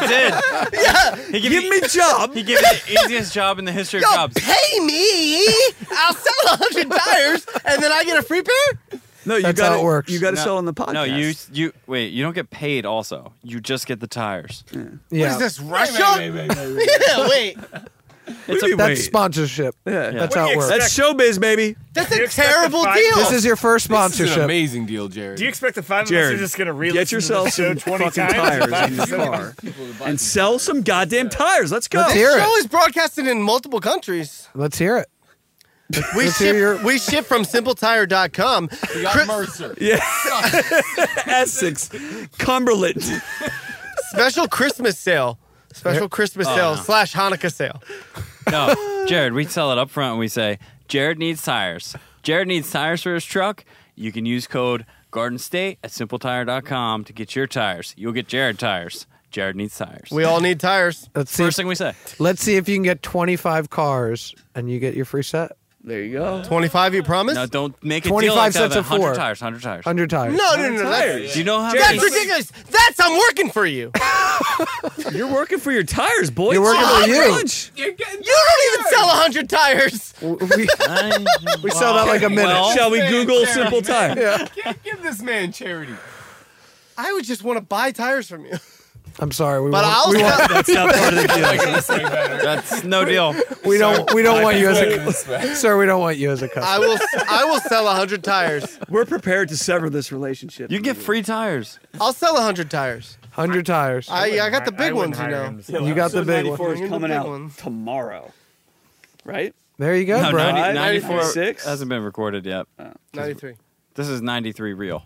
[SPEAKER 3] [LAUGHS]
[SPEAKER 1] did.
[SPEAKER 2] Yeah.
[SPEAKER 1] He gave
[SPEAKER 10] Give
[SPEAKER 1] me.
[SPEAKER 10] me a job.
[SPEAKER 1] He gave me the easiest job in the history of
[SPEAKER 2] Yo,
[SPEAKER 1] jobs.
[SPEAKER 2] pay me. I'll sell 100 tires and then I get a free pair?
[SPEAKER 10] No, you
[SPEAKER 3] That's
[SPEAKER 10] got
[SPEAKER 3] how it works.
[SPEAKER 10] You got to
[SPEAKER 1] No,
[SPEAKER 10] sell on the podcast.
[SPEAKER 1] No, you you wait. You don't get paid. Also, you just get the tires.
[SPEAKER 3] Yeah.
[SPEAKER 2] What is this, Russia? [LAUGHS] yeah, wait.
[SPEAKER 10] It's
[SPEAKER 3] That's sponsorship.
[SPEAKER 10] Yeah.
[SPEAKER 3] That's
[SPEAKER 4] What
[SPEAKER 3] how
[SPEAKER 4] do
[SPEAKER 3] it
[SPEAKER 4] you
[SPEAKER 3] works.
[SPEAKER 10] That's showbiz, baby.
[SPEAKER 2] That's a
[SPEAKER 4] expect to
[SPEAKER 2] terrible
[SPEAKER 4] find-
[SPEAKER 2] deal.
[SPEAKER 3] This is your first
[SPEAKER 7] This is an
[SPEAKER 3] sponsorship.
[SPEAKER 7] amazing deal, Jared.
[SPEAKER 4] Do you expect the five of us
[SPEAKER 10] Jared,
[SPEAKER 4] are just going to re
[SPEAKER 10] get yourself
[SPEAKER 4] to the show
[SPEAKER 10] some
[SPEAKER 4] 20
[SPEAKER 10] fucking
[SPEAKER 4] times? [LAUGHS]
[SPEAKER 10] tires in your car and sell some goddamn tires. Let's go.
[SPEAKER 3] Let's
[SPEAKER 2] This
[SPEAKER 3] hear it.
[SPEAKER 2] show is broadcasted in multiple countries.
[SPEAKER 3] Let's hear it.
[SPEAKER 2] We
[SPEAKER 3] Let's hear
[SPEAKER 2] ship,
[SPEAKER 3] your-
[SPEAKER 2] we ship from simpletire.com.
[SPEAKER 7] We got Mercer. Yeah.
[SPEAKER 10] Essex, Cumberland.
[SPEAKER 2] Special Christmas sale. Special Christmas sale slash Hanukkah sale.
[SPEAKER 1] No, Jared, we sell it up front and we say, Jared needs tires. Jared needs tires for his truck. You can use code Garden State at simpletire.com to get your tires. You'll get Jared tires. Jared needs tires.
[SPEAKER 2] We all need tires.
[SPEAKER 3] Let's see.
[SPEAKER 1] First
[SPEAKER 3] If,
[SPEAKER 1] thing we say.
[SPEAKER 3] let's see if you can get 25 cars and you get your free set.
[SPEAKER 10] There you go.
[SPEAKER 2] 25, you promise?
[SPEAKER 1] No, don't make a
[SPEAKER 3] 25
[SPEAKER 1] deal like that.
[SPEAKER 3] sets of
[SPEAKER 1] 100
[SPEAKER 3] four.
[SPEAKER 1] tires,
[SPEAKER 3] [LAUGHS]
[SPEAKER 1] 100 tires.
[SPEAKER 3] 100 tires.
[SPEAKER 2] no, no, no. That's,
[SPEAKER 1] Do you know how
[SPEAKER 2] that's
[SPEAKER 1] many?
[SPEAKER 2] ridiculous. That's I'm working for you.
[SPEAKER 10] You're working for your tires, boy.
[SPEAKER 3] You're working for you.
[SPEAKER 7] You're getting
[SPEAKER 2] You don't even sell 100 tires.
[SPEAKER 3] We,
[SPEAKER 9] [LAUGHS]
[SPEAKER 3] we sell that like a minute.
[SPEAKER 1] Well,
[SPEAKER 10] Shall we
[SPEAKER 7] Man,
[SPEAKER 10] Google
[SPEAKER 7] Jared,
[SPEAKER 10] simple
[SPEAKER 7] man.
[SPEAKER 10] tire?
[SPEAKER 2] [LAUGHS]
[SPEAKER 7] Can't give this man charity.
[SPEAKER 2] I would just want to buy tires from you.
[SPEAKER 3] I'm sorry. We,
[SPEAKER 2] But
[SPEAKER 3] won't-
[SPEAKER 2] I'll
[SPEAKER 3] we, won't-
[SPEAKER 2] sell.
[SPEAKER 10] That's not part
[SPEAKER 2] [LAUGHS]
[SPEAKER 10] of the deal.
[SPEAKER 1] That's no deal.
[SPEAKER 3] we don't. We don't want you as a
[SPEAKER 7] This man.
[SPEAKER 3] sir. We don't want you as a customer.
[SPEAKER 2] I will. I will sell 100 tires.
[SPEAKER 10] We're prepared to sever this relationship.
[SPEAKER 1] You get free tires.
[SPEAKER 2] I'll sell 100 tires.
[SPEAKER 3] Hundred tires.
[SPEAKER 2] I, I got the big ones, you know.
[SPEAKER 3] You got the big
[SPEAKER 10] Four is
[SPEAKER 3] one.
[SPEAKER 10] coming out tomorrow, right?
[SPEAKER 3] There you go,
[SPEAKER 1] no,
[SPEAKER 3] bro.
[SPEAKER 1] 90,
[SPEAKER 10] Five,
[SPEAKER 1] 94
[SPEAKER 10] six?
[SPEAKER 1] hasn't been recorded yet.
[SPEAKER 2] 93.
[SPEAKER 1] This is 93 real.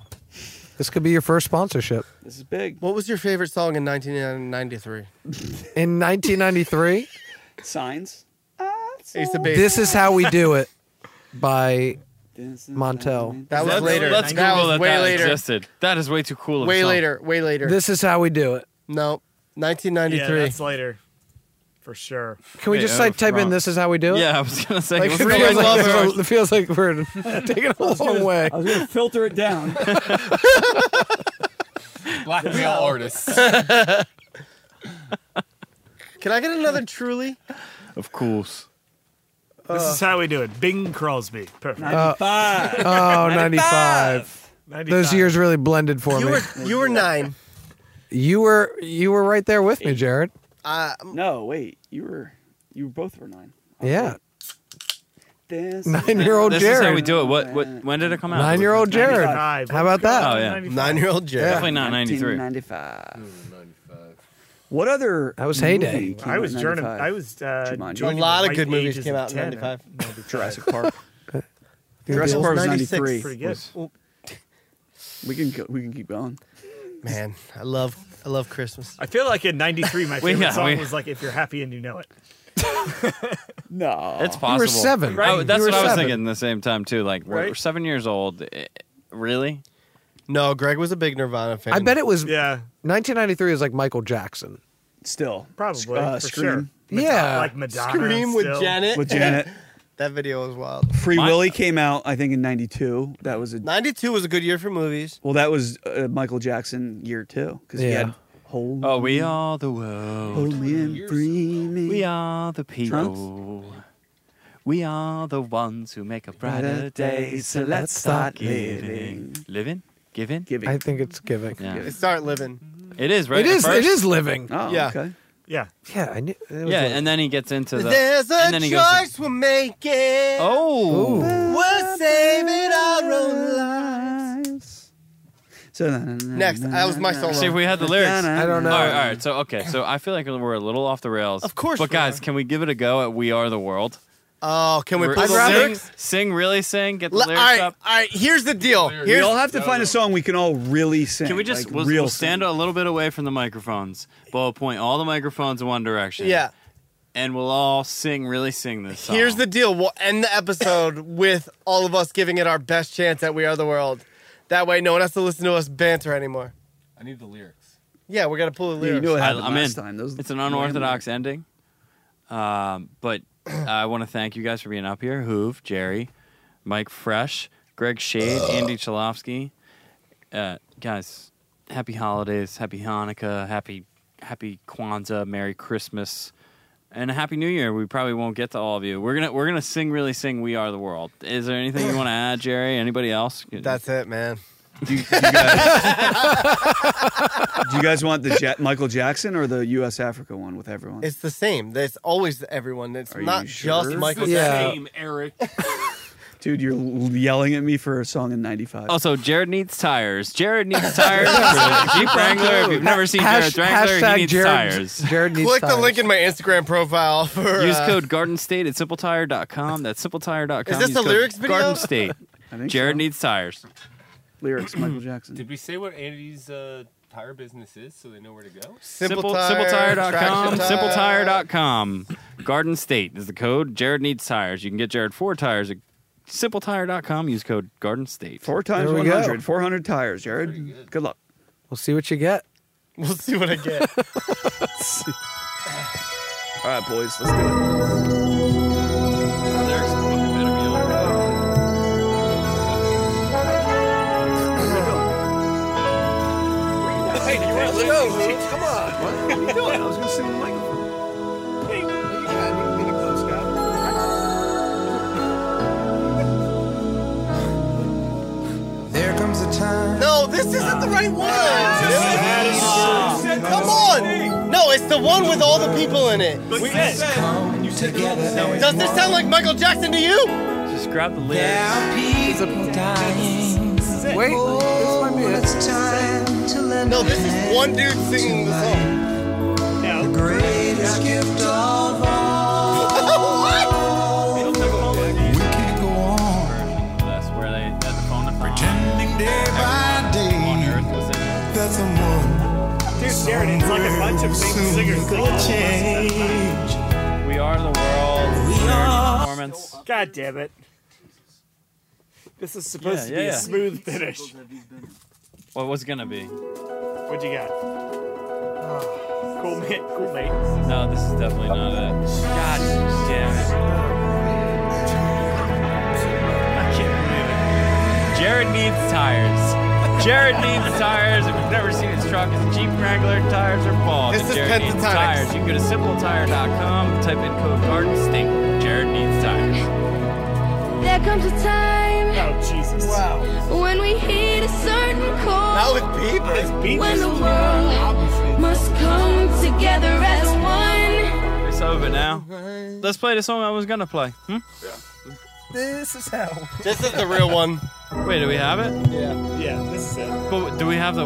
[SPEAKER 3] This could be your first sponsorship.
[SPEAKER 10] This is big.
[SPEAKER 2] What was your favorite song in 1993?
[SPEAKER 3] In 1993,
[SPEAKER 10] Signs.
[SPEAKER 2] Ace of Base.
[SPEAKER 3] This Is How We Do It by Montel.
[SPEAKER 2] That was
[SPEAKER 1] Let's-
[SPEAKER 2] later.
[SPEAKER 1] Let's
[SPEAKER 2] that
[SPEAKER 1] Google
[SPEAKER 2] was
[SPEAKER 1] that
[SPEAKER 2] way
[SPEAKER 1] that
[SPEAKER 2] later.
[SPEAKER 1] existed. That is way too cool. Of a
[SPEAKER 2] Way
[SPEAKER 1] song.
[SPEAKER 2] later. Way later.
[SPEAKER 3] This Is How We Do It.
[SPEAKER 2] no.
[SPEAKER 4] Yeah,
[SPEAKER 2] 1993.
[SPEAKER 4] that's later, for sure.
[SPEAKER 3] Can we just like type in "This is how we do it"?
[SPEAKER 1] Yeah, I was gonna say,
[SPEAKER 3] Like, it,
[SPEAKER 1] let's
[SPEAKER 3] feels
[SPEAKER 1] go with
[SPEAKER 3] like
[SPEAKER 1] Lover.
[SPEAKER 3] we're- it feels like we're taking a long way.
[SPEAKER 10] [LAUGHS] I was gonna filter
[SPEAKER 3] [LAUGHS]
[SPEAKER 10] it down.
[SPEAKER 7] Blackmail
[SPEAKER 9] [LAUGHS]
[SPEAKER 7] artists.
[SPEAKER 2] Can I get another truly?
[SPEAKER 1] Of course.
[SPEAKER 4] This is how we do it. Bing Crosby. Perfect.
[SPEAKER 3] Uh,
[SPEAKER 1] [LAUGHS]
[SPEAKER 3] oh, 95. Those
[SPEAKER 4] 95.
[SPEAKER 3] years really blended for
[SPEAKER 2] You
[SPEAKER 3] me.
[SPEAKER 2] were you were nine.
[SPEAKER 3] you were you were right there with me, Jared.
[SPEAKER 2] Uh,
[SPEAKER 10] no, wait. You were you both were nine.
[SPEAKER 3] Yeah,
[SPEAKER 10] This
[SPEAKER 3] nine-year-old
[SPEAKER 1] This is how
[SPEAKER 3] Jared.
[SPEAKER 1] we do it. What? What? When did it come out?
[SPEAKER 3] Nine-year-old Jared.
[SPEAKER 4] 95.
[SPEAKER 3] How about that?
[SPEAKER 1] Oh yeah,
[SPEAKER 2] Nine-year-old Jared.
[SPEAKER 1] Definitely not 93.
[SPEAKER 10] 95. What other?
[SPEAKER 3] That was heyday.
[SPEAKER 10] movie came
[SPEAKER 4] I
[SPEAKER 10] out
[SPEAKER 4] was
[SPEAKER 10] in
[SPEAKER 4] journal.
[SPEAKER 10] 95?
[SPEAKER 4] I was uh,
[SPEAKER 10] Jumanji.
[SPEAKER 2] a
[SPEAKER 4] joining
[SPEAKER 2] lot
[SPEAKER 4] the
[SPEAKER 2] of
[SPEAKER 4] right
[SPEAKER 2] good movies
[SPEAKER 4] ages
[SPEAKER 2] came
[SPEAKER 4] of
[SPEAKER 2] out in
[SPEAKER 4] 10.
[SPEAKER 2] 95.
[SPEAKER 10] Jurassic Park.
[SPEAKER 3] Good
[SPEAKER 10] Jurassic
[SPEAKER 3] deal.
[SPEAKER 10] Park was
[SPEAKER 2] 96.
[SPEAKER 10] ninety-three.
[SPEAKER 4] Pretty good.
[SPEAKER 10] We can go, we can keep going.
[SPEAKER 2] Man, I love I love Christmas.
[SPEAKER 4] I feel like in '93, my
[SPEAKER 1] [LAUGHS] We-
[SPEAKER 4] favorite
[SPEAKER 1] yeah,
[SPEAKER 4] song
[SPEAKER 1] we-
[SPEAKER 4] was like "If You're Happy and You Know It."
[SPEAKER 10] No,
[SPEAKER 1] It's possible.
[SPEAKER 3] You were seven.
[SPEAKER 1] I-
[SPEAKER 3] You
[SPEAKER 1] that's
[SPEAKER 3] were
[SPEAKER 1] what I was
[SPEAKER 3] seven.
[SPEAKER 1] thinking. The same time too. Like we're,
[SPEAKER 4] Right?
[SPEAKER 1] we're seven years old. Eh, Really?
[SPEAKER 2] No, Greg was a big Nirvana fan.
[SPEAKER 3] I bet it was
[SPEAKER 4] Yeah,
[SPEAKER 3] 1993. Was like Michael Jackson.
[SPEAKER 10] still
[SPEAKER 4] probably
[SPEAKER 10] Uh,
[SPEAKER 4] for
[SPEAKER 10] Scream.
[SPEAKER 4] sure.
[SPEAKER 3] Yeah.
[SPEAKER 4] like Madonna.
[SPEAKER 2] Scream with
[SPEAKER 4] still.
[SPEAKER 2] Janet.
[SPEAKER 10] with Janet.
[SPEAKER 2] [LAUGHS] That video was wild.
[SPEAKER 10] Free
[SPEAKER 1] My-
[SPEAKER 10] Willy came out, I think, in '92. That was a
[SPEAKER 2] 92 was a good year for movies.
[SPEAKER 10] well. That was uh, Michael Jackson year too, because he
[SPEAKER 3] Yeah.
[SPEAKER 10] had whole.
[SPEAKER 1] Oh, we are the world.
[SPEAKER 10] Holy and free me.
[SPEAKER 1] We are the people. We are the ones who make a brighter day. So let's start living. Living? Giving?
[SPEAKER 10] Giving.
[SPEAKER 3] I think it's giving.
[SPEAKER 1] Yeah.
[SPEAKER 2] Start living.
[SPEAKER 1] It is, right?
[SPEAKER 3] It
[SPEAKER 1] at
[SPEAKER 3] is. It
[SPEAKER 1] first?
[SPEAKER 3] is living.
[SPEAKER 10] oh,
[SPEAKER 2] Yeah.
[SPEAKER 10] okay.
[SPEAKER 4] Yeah,
[SPEAKER 3] Yeah, I knew. it was
[SPEAKER 1] Yeah,
[SPEAKER 3] living.
[SPEAKER 1] and then he gets into the.
[SPEAKER 2] There's
[SPEAKER 1] and
[SPEAKER 2] a
[SPEAKER 1] then he goes to-
[SPEAKER 2] choice we're making.
[SPEAKER 1] oh.
[SPEAKER 3] Ooh.
[SPEAKER 2] We're saving our own lives.
[SPEAKER 9] [LAUGHS]
[SPEAKER 10] So
[SPEAKER 2] Next, that was my solo.
[SPEAKER 1] See if we had the lyrics.
[SPEAKER 10] I
[SPEAKER 3] don't know.
[SPEAKER 1] All right, all right. So okay, so I feel like we're a little off the rails.
[SPEAKER 2] Of course
[SPEAKER 1] but
[SPEAKER 2] we
[SPEAKER 1] guys,
[SPEAKER 2] are.
[SPEAKER 1] can we give it a go at "We Are the World"?
[SPEAKER 2] Oh, can we
[SPEAKER 1] We're-
[SPEAKER 2] pull the
[SPEAKER 1] sing,
[SPEAKER 2] lyrics?
[SPEAKER 1] sing, really sing. Get the
[SPEAKER 2] Le- all
[SPEAKER 1] lyrics
[SPEAKER 2] right, all
[SPEAKER 1] up.
[SPEAKER 2] right. Here's the deal.
[SPEAKER 10] We all
[SPEAKER 2] Here's
[SPEAKER 10] have to find a song we can all really sing.
[SPEAKER 1] Can we just
[SPEAKER 10] like,
[SPEAKER 1] we'll,
[SPEAKER 10] real
[SPEAKER 1] we'll stand
[SPEAKER 10] sing.
[SPEAKER 1] a little bit away from the microphones, but we'll point all the microphones in one direction.
[SPEAKER 2] yeah.
[SPEAKER 1] and we'll all sing, really sing this song.
[SPEAKER 2] Here's the deal. We'll end the episode [LAUGHS] with all of us giving it our best chance at We Are the World. That way, no one has to listen to us banter anymore.
[SPEAKER 7] I need the lyrics.
[SPEAKER 2] Yeah, we're gonna pull the
[SPEAKER 10] Yeah, you
[SPEAKER 2] lyrics.
[SPEAKER 10] knew it
[SPEAKER 1] I,
[SPEAKER 10] happened
[SPEAKER 1] I'm in.
[SPEAKER 10] last time. Those-
[SPEAKER 1] It's an unorthodox ending, um, but I want to thank you guys for being up here. Hoove, Jerry, Mike Fresh, Greg Shade, Andy Chalofsky. Uh, guys, happy holidays, happy Hanukkah, happy happy Kwanzaa, Merry Christmas, and a happy New Year. We probably won't get to all of you. We're gonna we're gonna sing, really sing. We are the world. Is there anything you want to add, Jerry? Anybody else?
[SPEAKER 2] That's it, man.
[SPEAKER 10] Do, you- do you guys, do you guys want the ja- Michael Jackson or the U.S. Africa one with everyone?
[SPEAKER 2] It's the same. It's always everyone. It's
[SPEAKER 10] Are you
[SPEAKER 2] not
[SPEAKER 10] sure?
[SPEAKER 2] just Michael.
[SPEAKER 7] The
[SPEAKER 3] Yeah.
[SPEAKER 7] same,
[SPEAKER 1] [LAUGHS]
[SPEAKER 7] Eric.
[SPEAKER 10] Dude, you're yelling at me for a song in '95.
[SPEAKER 1] Also, Jared needs tires. Jared
[SPEAKER 2] [LAUGHS]
[SPEAKER 1] needs tires for the Jeep Wrangler. If you've never seen
[SPEAKER 3] Hash-
[SPEAKER 1] Jared Wrangler,
[SPEAKER 3] hashtag
[SPEAKER 1] he needs
[SPEAKER 3] Jared,
[SPEAKER 1] tires.
[SPEAKER 3] Jared needs
[SPEAKER 2] Click the
[SPEAKER 3] tires.
[SPEAKER 2] link in my Instagram profile for.
[SPEAKER 1] Use
[SPEAKER 2] uh,
[SPEAKER 1] code Garden State at simpletire.com. That's simpletire.com.
[SPEAKER 2] Is this
[SPEAKER 1] Use
[SPEAKER 2] the
[SPEAKER 1] code
[SPEAKER 2] lyrics video?
[SPEAKER 1] Garden State.
[SPEAKER 10] [LAUGHS] I think
[SPEAKER 1] Jared
[SPEAKER 10] so.
[SPEAKER 1] needs tires.
[SPEAKER 2] [CLEARS THROAT]
[SPEAKER 10] lyrics. Michael Jackson.
[SPEAKER 7] Did we say what Andy's uh, tire business is so they know where to go?
[SPEAKER 1] Simple,
[SPEAKER 2] Tire,
[SPEAKER 1] simpletire.com.
[SPEAKER 2] Traction Tire.
[SPEAKER 1] Simpletire.com. Garden State is the code. Jared needs tires. You can get Jared four tires at simpletire.com. Use code Garden State.
[SPEAKER 10] Four times
[SPEAKER 3] There we
[SPEAKER 10] 100.
[SPEAKER 3] go.
[SPEAKER 10] 400 tires, Jared. Good. luck.
[SPEAKER 3] we'll see what you get.
[SPEAKER 2] We'll see what
[SPEAKER 3] [LAUGHS]
[SPEAKER 2] I get.
[SPEAKER 10] [LAUGHS] All right, boys, let's do it. I was going to sing the microphone.
[SPEAKER 14] There comes a time.
[SPEAKER 2] no, this isn't the right one. Come on. No, it's the one with all the people in it.
[SPEAKER 4] we did.
[SPEAKER 2] Does this sound like Michael Jackson to you?
[SPEAKER 1] Just grab the lyrics.
[SPEAKER 14] There are people dying.
[SPEAKER 2] This is it.
[SPEAKER 9] Wait, this might be it. Oh, It's time to lend
[SPEAKER 2] No, this is one dude singing the song.
[SPEAKER 9] the greatest gift of all. We could go on
[SPEAKER 1] That's where they had the phone to
[SPEAKER 9] pretending day by day that someone
[SPEAKER 4] Dude, Jared, it's like a bunch of big singers singing all at once.
[SPEAKER 9] change.
[SPEAKER 1] We are the world. We
[SPEAKER 9] are-
[SPEAKER 1] Performance.
[SPEAKER 4] God damn it. This is supposed to
[SPEAKER 1] Yeah,
[SPEAKER 4] be
[SPEAKER 1] yeah, yeah.
[SPEAKER 4] a smooth finish.
[SPEAKER 1] What was it gonna be?
[SPEAKER 4] What you got?
[SPEAKER 1] Ah.
[SPEAKER 4] Cool mate. Cool mate.
[SPEAKER 1] No, this is definitely not it. God damn it. Jared needs tires. Jared needs tires. If you've never seen his truck, it's Jeep Wrangler tires or bald.
[SPEAKER 2] This
[SPEAKER 1] If
[SPEAKER 2] is
[SPEAKER 1] Jared needs
[SPEAKER 2] Pentatonics.
[SPEAKER 1] tires. You can go to simpletire.com, type in code Garden State. Jared needs tires.
[SPEAKER 11] There comes a time
[SPEAKER 4] Oh, Jesus. Wow.
[SPEAKER 11] when we hit a certain chord.
[SPEAKER 2] Now with people.
[SPEAKER 11] When the world must come together as one.
[SPEAKER 1] It's over now. Let's play the song I was gonna play. Hmm?
[SPEAKER 4] This is how.
[SPEAKER 2] This is the real one.
[SPEAKER 1] Wait, do we have it?
[SPEAKER 2] Yeah.
[SPEAKER 4] Yeah, this is it.
[SPEAKER 1] But do we have the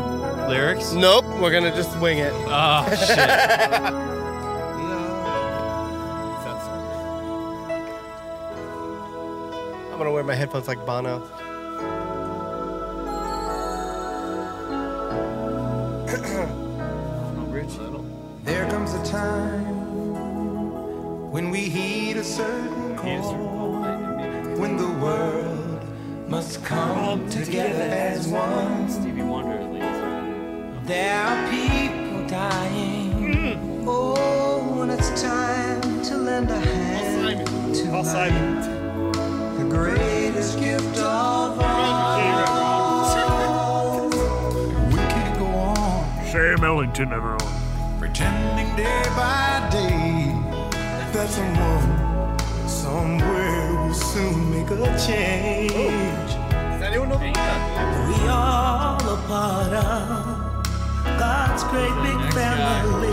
[SPEAKER 1] lyrics?
[SPEAKER 2] Nope, we're gonna just wing it.
[SPEAKER 1] [LAUGHS] Oh
[SPEAKER 9] [LAUGHS]
[SPEAKER 1] shit.
[SPEAKER 2] [LAUGHS] I'm gonna wear my headphones like Bono.
[SPEAKER 9] There comes a time when we heed a certain call, when the world must come together as one.
[SPEAKER 1] Stevie Wonder at least.
[SPEAKER 9] There are people dying. Oh, when it's time to lend a hand to life, the greatest gift of all. We could go on
[SPEAKER 13] Sam Ellington, everyone.
[SPEAKER 9] pretending day by day that someone somewhere will soon make a change.
[SPEAKER 2] Does anyone know the
[SPEAKER 9] We all a part of God's great big family.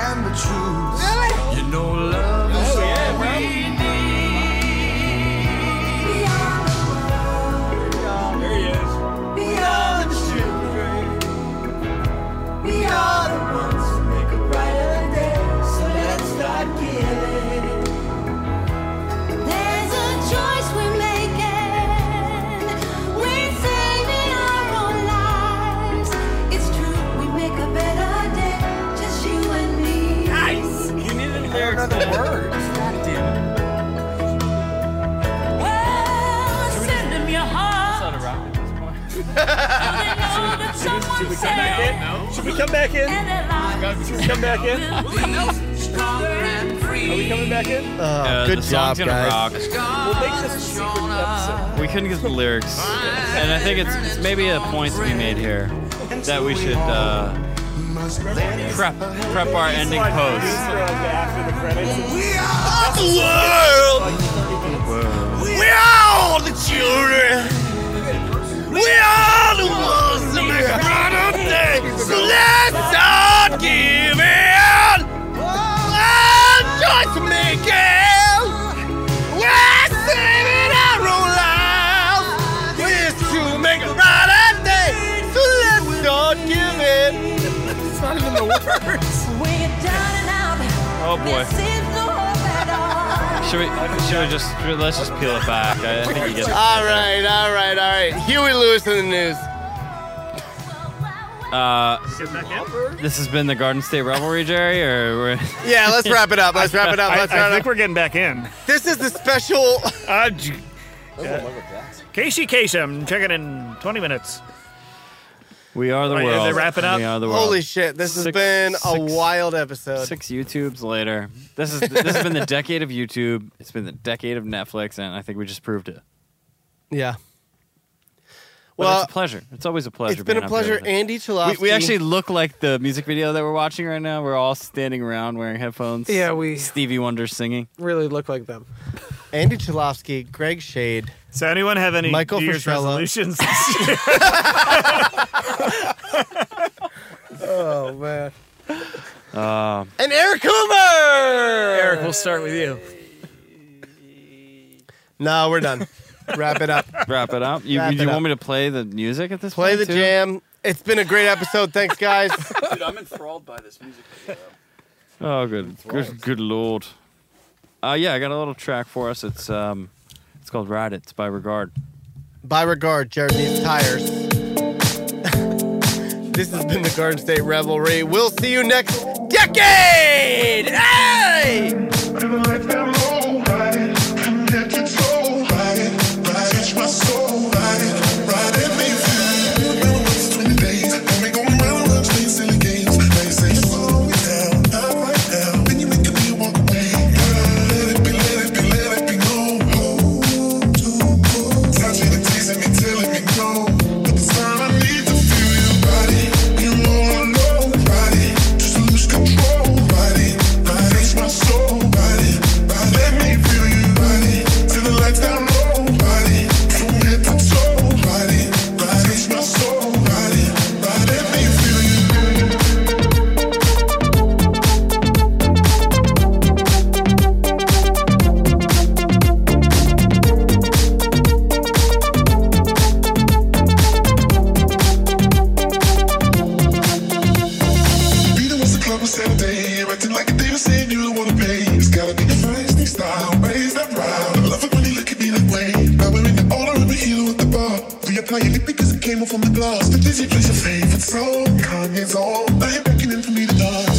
[SPEAKER 9] And the truth, you know, love is all we need. We are the children. We are the ones who make a brighter day. So let's start giving.
[SPEAKER 11] There's a choice we're making. We're saving our own lives. It's true, we make a better day. Just you and me. Nice.
[SPEAKER 1] You needed the lyrics.
[SPEAKER 9] The words. God damn it.
[SPEAKER 11] Well, send them your heart.
[SPEAKER 1] Not a rock at this point.
[SPEAKER 11] Should we come back in?
[SPEAKER 4] Should we come back in? Should we come back in? Are we coming back in?
[SPEAKER 1] Yeah,
[SPEAKER 2] Uh, good
[SPEAKER 1] the
[SPEAKER 2] job,
[SPEAKER 1] song's gonna
[SPEAKER 2] guys.
[SPEAKER 1] rock.
[SPEAKER 4] We'll make this a secret episode.
[SPEAKER 1] We couldn't get the lyrics, and I think it's, it's maybe a point to be made here that we should uh, prep prep our ending
[SPEAKER 4] Like,
[SPEAKER 1] post.
[SPEAKER 4] Easter egg after the credits.
[SPEAKER 9] We are the world.
[SPEAKER 1] Oh,
[SPEAKER 9] We are the children. We are the ones that make a brighter day. So let's start giving. Let's just make it. We're saving our own lives. It's to make a brighter day. So let's start giving. It's not even the words.
[SPEAKER 11] When you're down and out,
[SPEAKER 1] Oh boy,
[SPEAKER 11] there seems no hope at all.
[SPEAKER 1] should we should we just let's just peel it back? I, I think you get it.
[SPEAKER 2] All right, all right, all right. Huey Lewis in the news.
[SPEAKER 1] Uh,
[SPEAKER 4] Get back in?
[SPEAKER 1] this has been the Garden State rivalry, Jerry, or we're,
[SPEAKER 2] [LAUGHS] Yeah, let's wrap it up. Let's wrap it up.
[SPEAKER 4] I,
[SPEAKER 2] Let's wrap
[SPEAKER 4] I
[SPEAKER 2] it
[SPEAKER 4] think
[SPEAKER 2] up.
[SPEAKER 4] we're getting back in.
[SPEAKER 2] This is the special.
[SPEAKER 4] Uh, j- Casey Kasem, check it in 20
[SPEAKER 2] [LAUGHS]
[SPEAKER 4] minutes.
[SPEAKER 1] we are the
[SPEAKER 4] Right, is
[SPEAKER 1] world.
[SPEAKER 4] it wrapping up?
[SPEAKER 1] We are the world.
[SPEAKER 2] Holy shit! This has
[SPEAKER 1] Six-
[SPEAKER 2] been a
[SPEAKER 1] six-
[SPEAKER 2] wild episode.
[SPEAKER 1] Six YouTubes later. This is this has been the decade of YouTube. It's been the decade of Netflix, and I think we just proved it.
[SPEAKER 2] [LAUGHS] Yeah.
[SPEAKER 1] But
[SPEAKER 2] Well,
[SPEAKER 1] it's a pleasure. It's always a pleasure.
[SPEAKER 2] it's been
[SPEAKER 1] being
[SPEAKER 2] a
[SPEAKER 1] up here
[SPEAKER 2] pleasure,
[SPEAKER 1] with it.
[SPEAKER 2] Andy Chalofsky.
[SPEAKER 1] We, we actually look like the music video that we're watching right now. We're all standing around wearing headphones.
[SPEAKER 3] Yeah, we
[SPEAKER 1] Stevie Wonder singing.
[SPEAKER 3] really look like them.
[SPEAKER 2] Andy Chalofsky, Greg Shade.
[SPEAKER 4] So, anyone have any
[SPEAKER 2] Michael
[SPEAKER 4] New Year's
[SPEAKER 2] Fischella.
[SPEAKER 4] resolutions? this year?
[SPEAKER 6] [LAUGHS]
[SPEAKER 2] Oh man.
[SPEAKER 1] Um,
[SPEAKER 2] [LAUGHS] And Eric Coomer. [LAUGHS]
[SPEAKER 8] Eric, we'll start with you.
[SPEAKER 2] No, we're done. Wrap it up.
[SPEAKER 1] [LAUGHS] Wrap it up. You,
[SPEAKER 2] Wrap
[SPEAKER 1] you
[SPEAKER 2] it
[SPEAKER 1] want me to play the music at this
[SPEAKER 2] Play
[SPEAKER 1] point?
[SPEAKER 2] the
[SPEAKER 1] too?
[SPEAKER 2] jam. It's been a great episode. Thanks,
[SPEAKER 1] [LAUGHS]
[SPEAKER 2] guys.
[SPEAKER 6] Dude, I'm enthralled by this music video.
[SPEAKER 1] Oh, good, good, good lord. Uh, yeah, I got a little track for us. It's um, it's called "Ride It." It's by Regard.
[SPEAKER 2] By regard, Jared needs tires. [LAUGHS] this has been the Garden State Revelry. We'll see you next decade. Hey!
[SPEAKER 17] Be the ones to club on Saturday. Acting like a demon saying you don't wanna pay. It's gotta be a fresh new style. Raise that round. I love it when you look at me that way. Now we're in the all around the healer at the bar. Reapply your lip because it came off on the glass. The dizzy plays your favorite song. Kanye's on. Now you're beckoning for me to dance.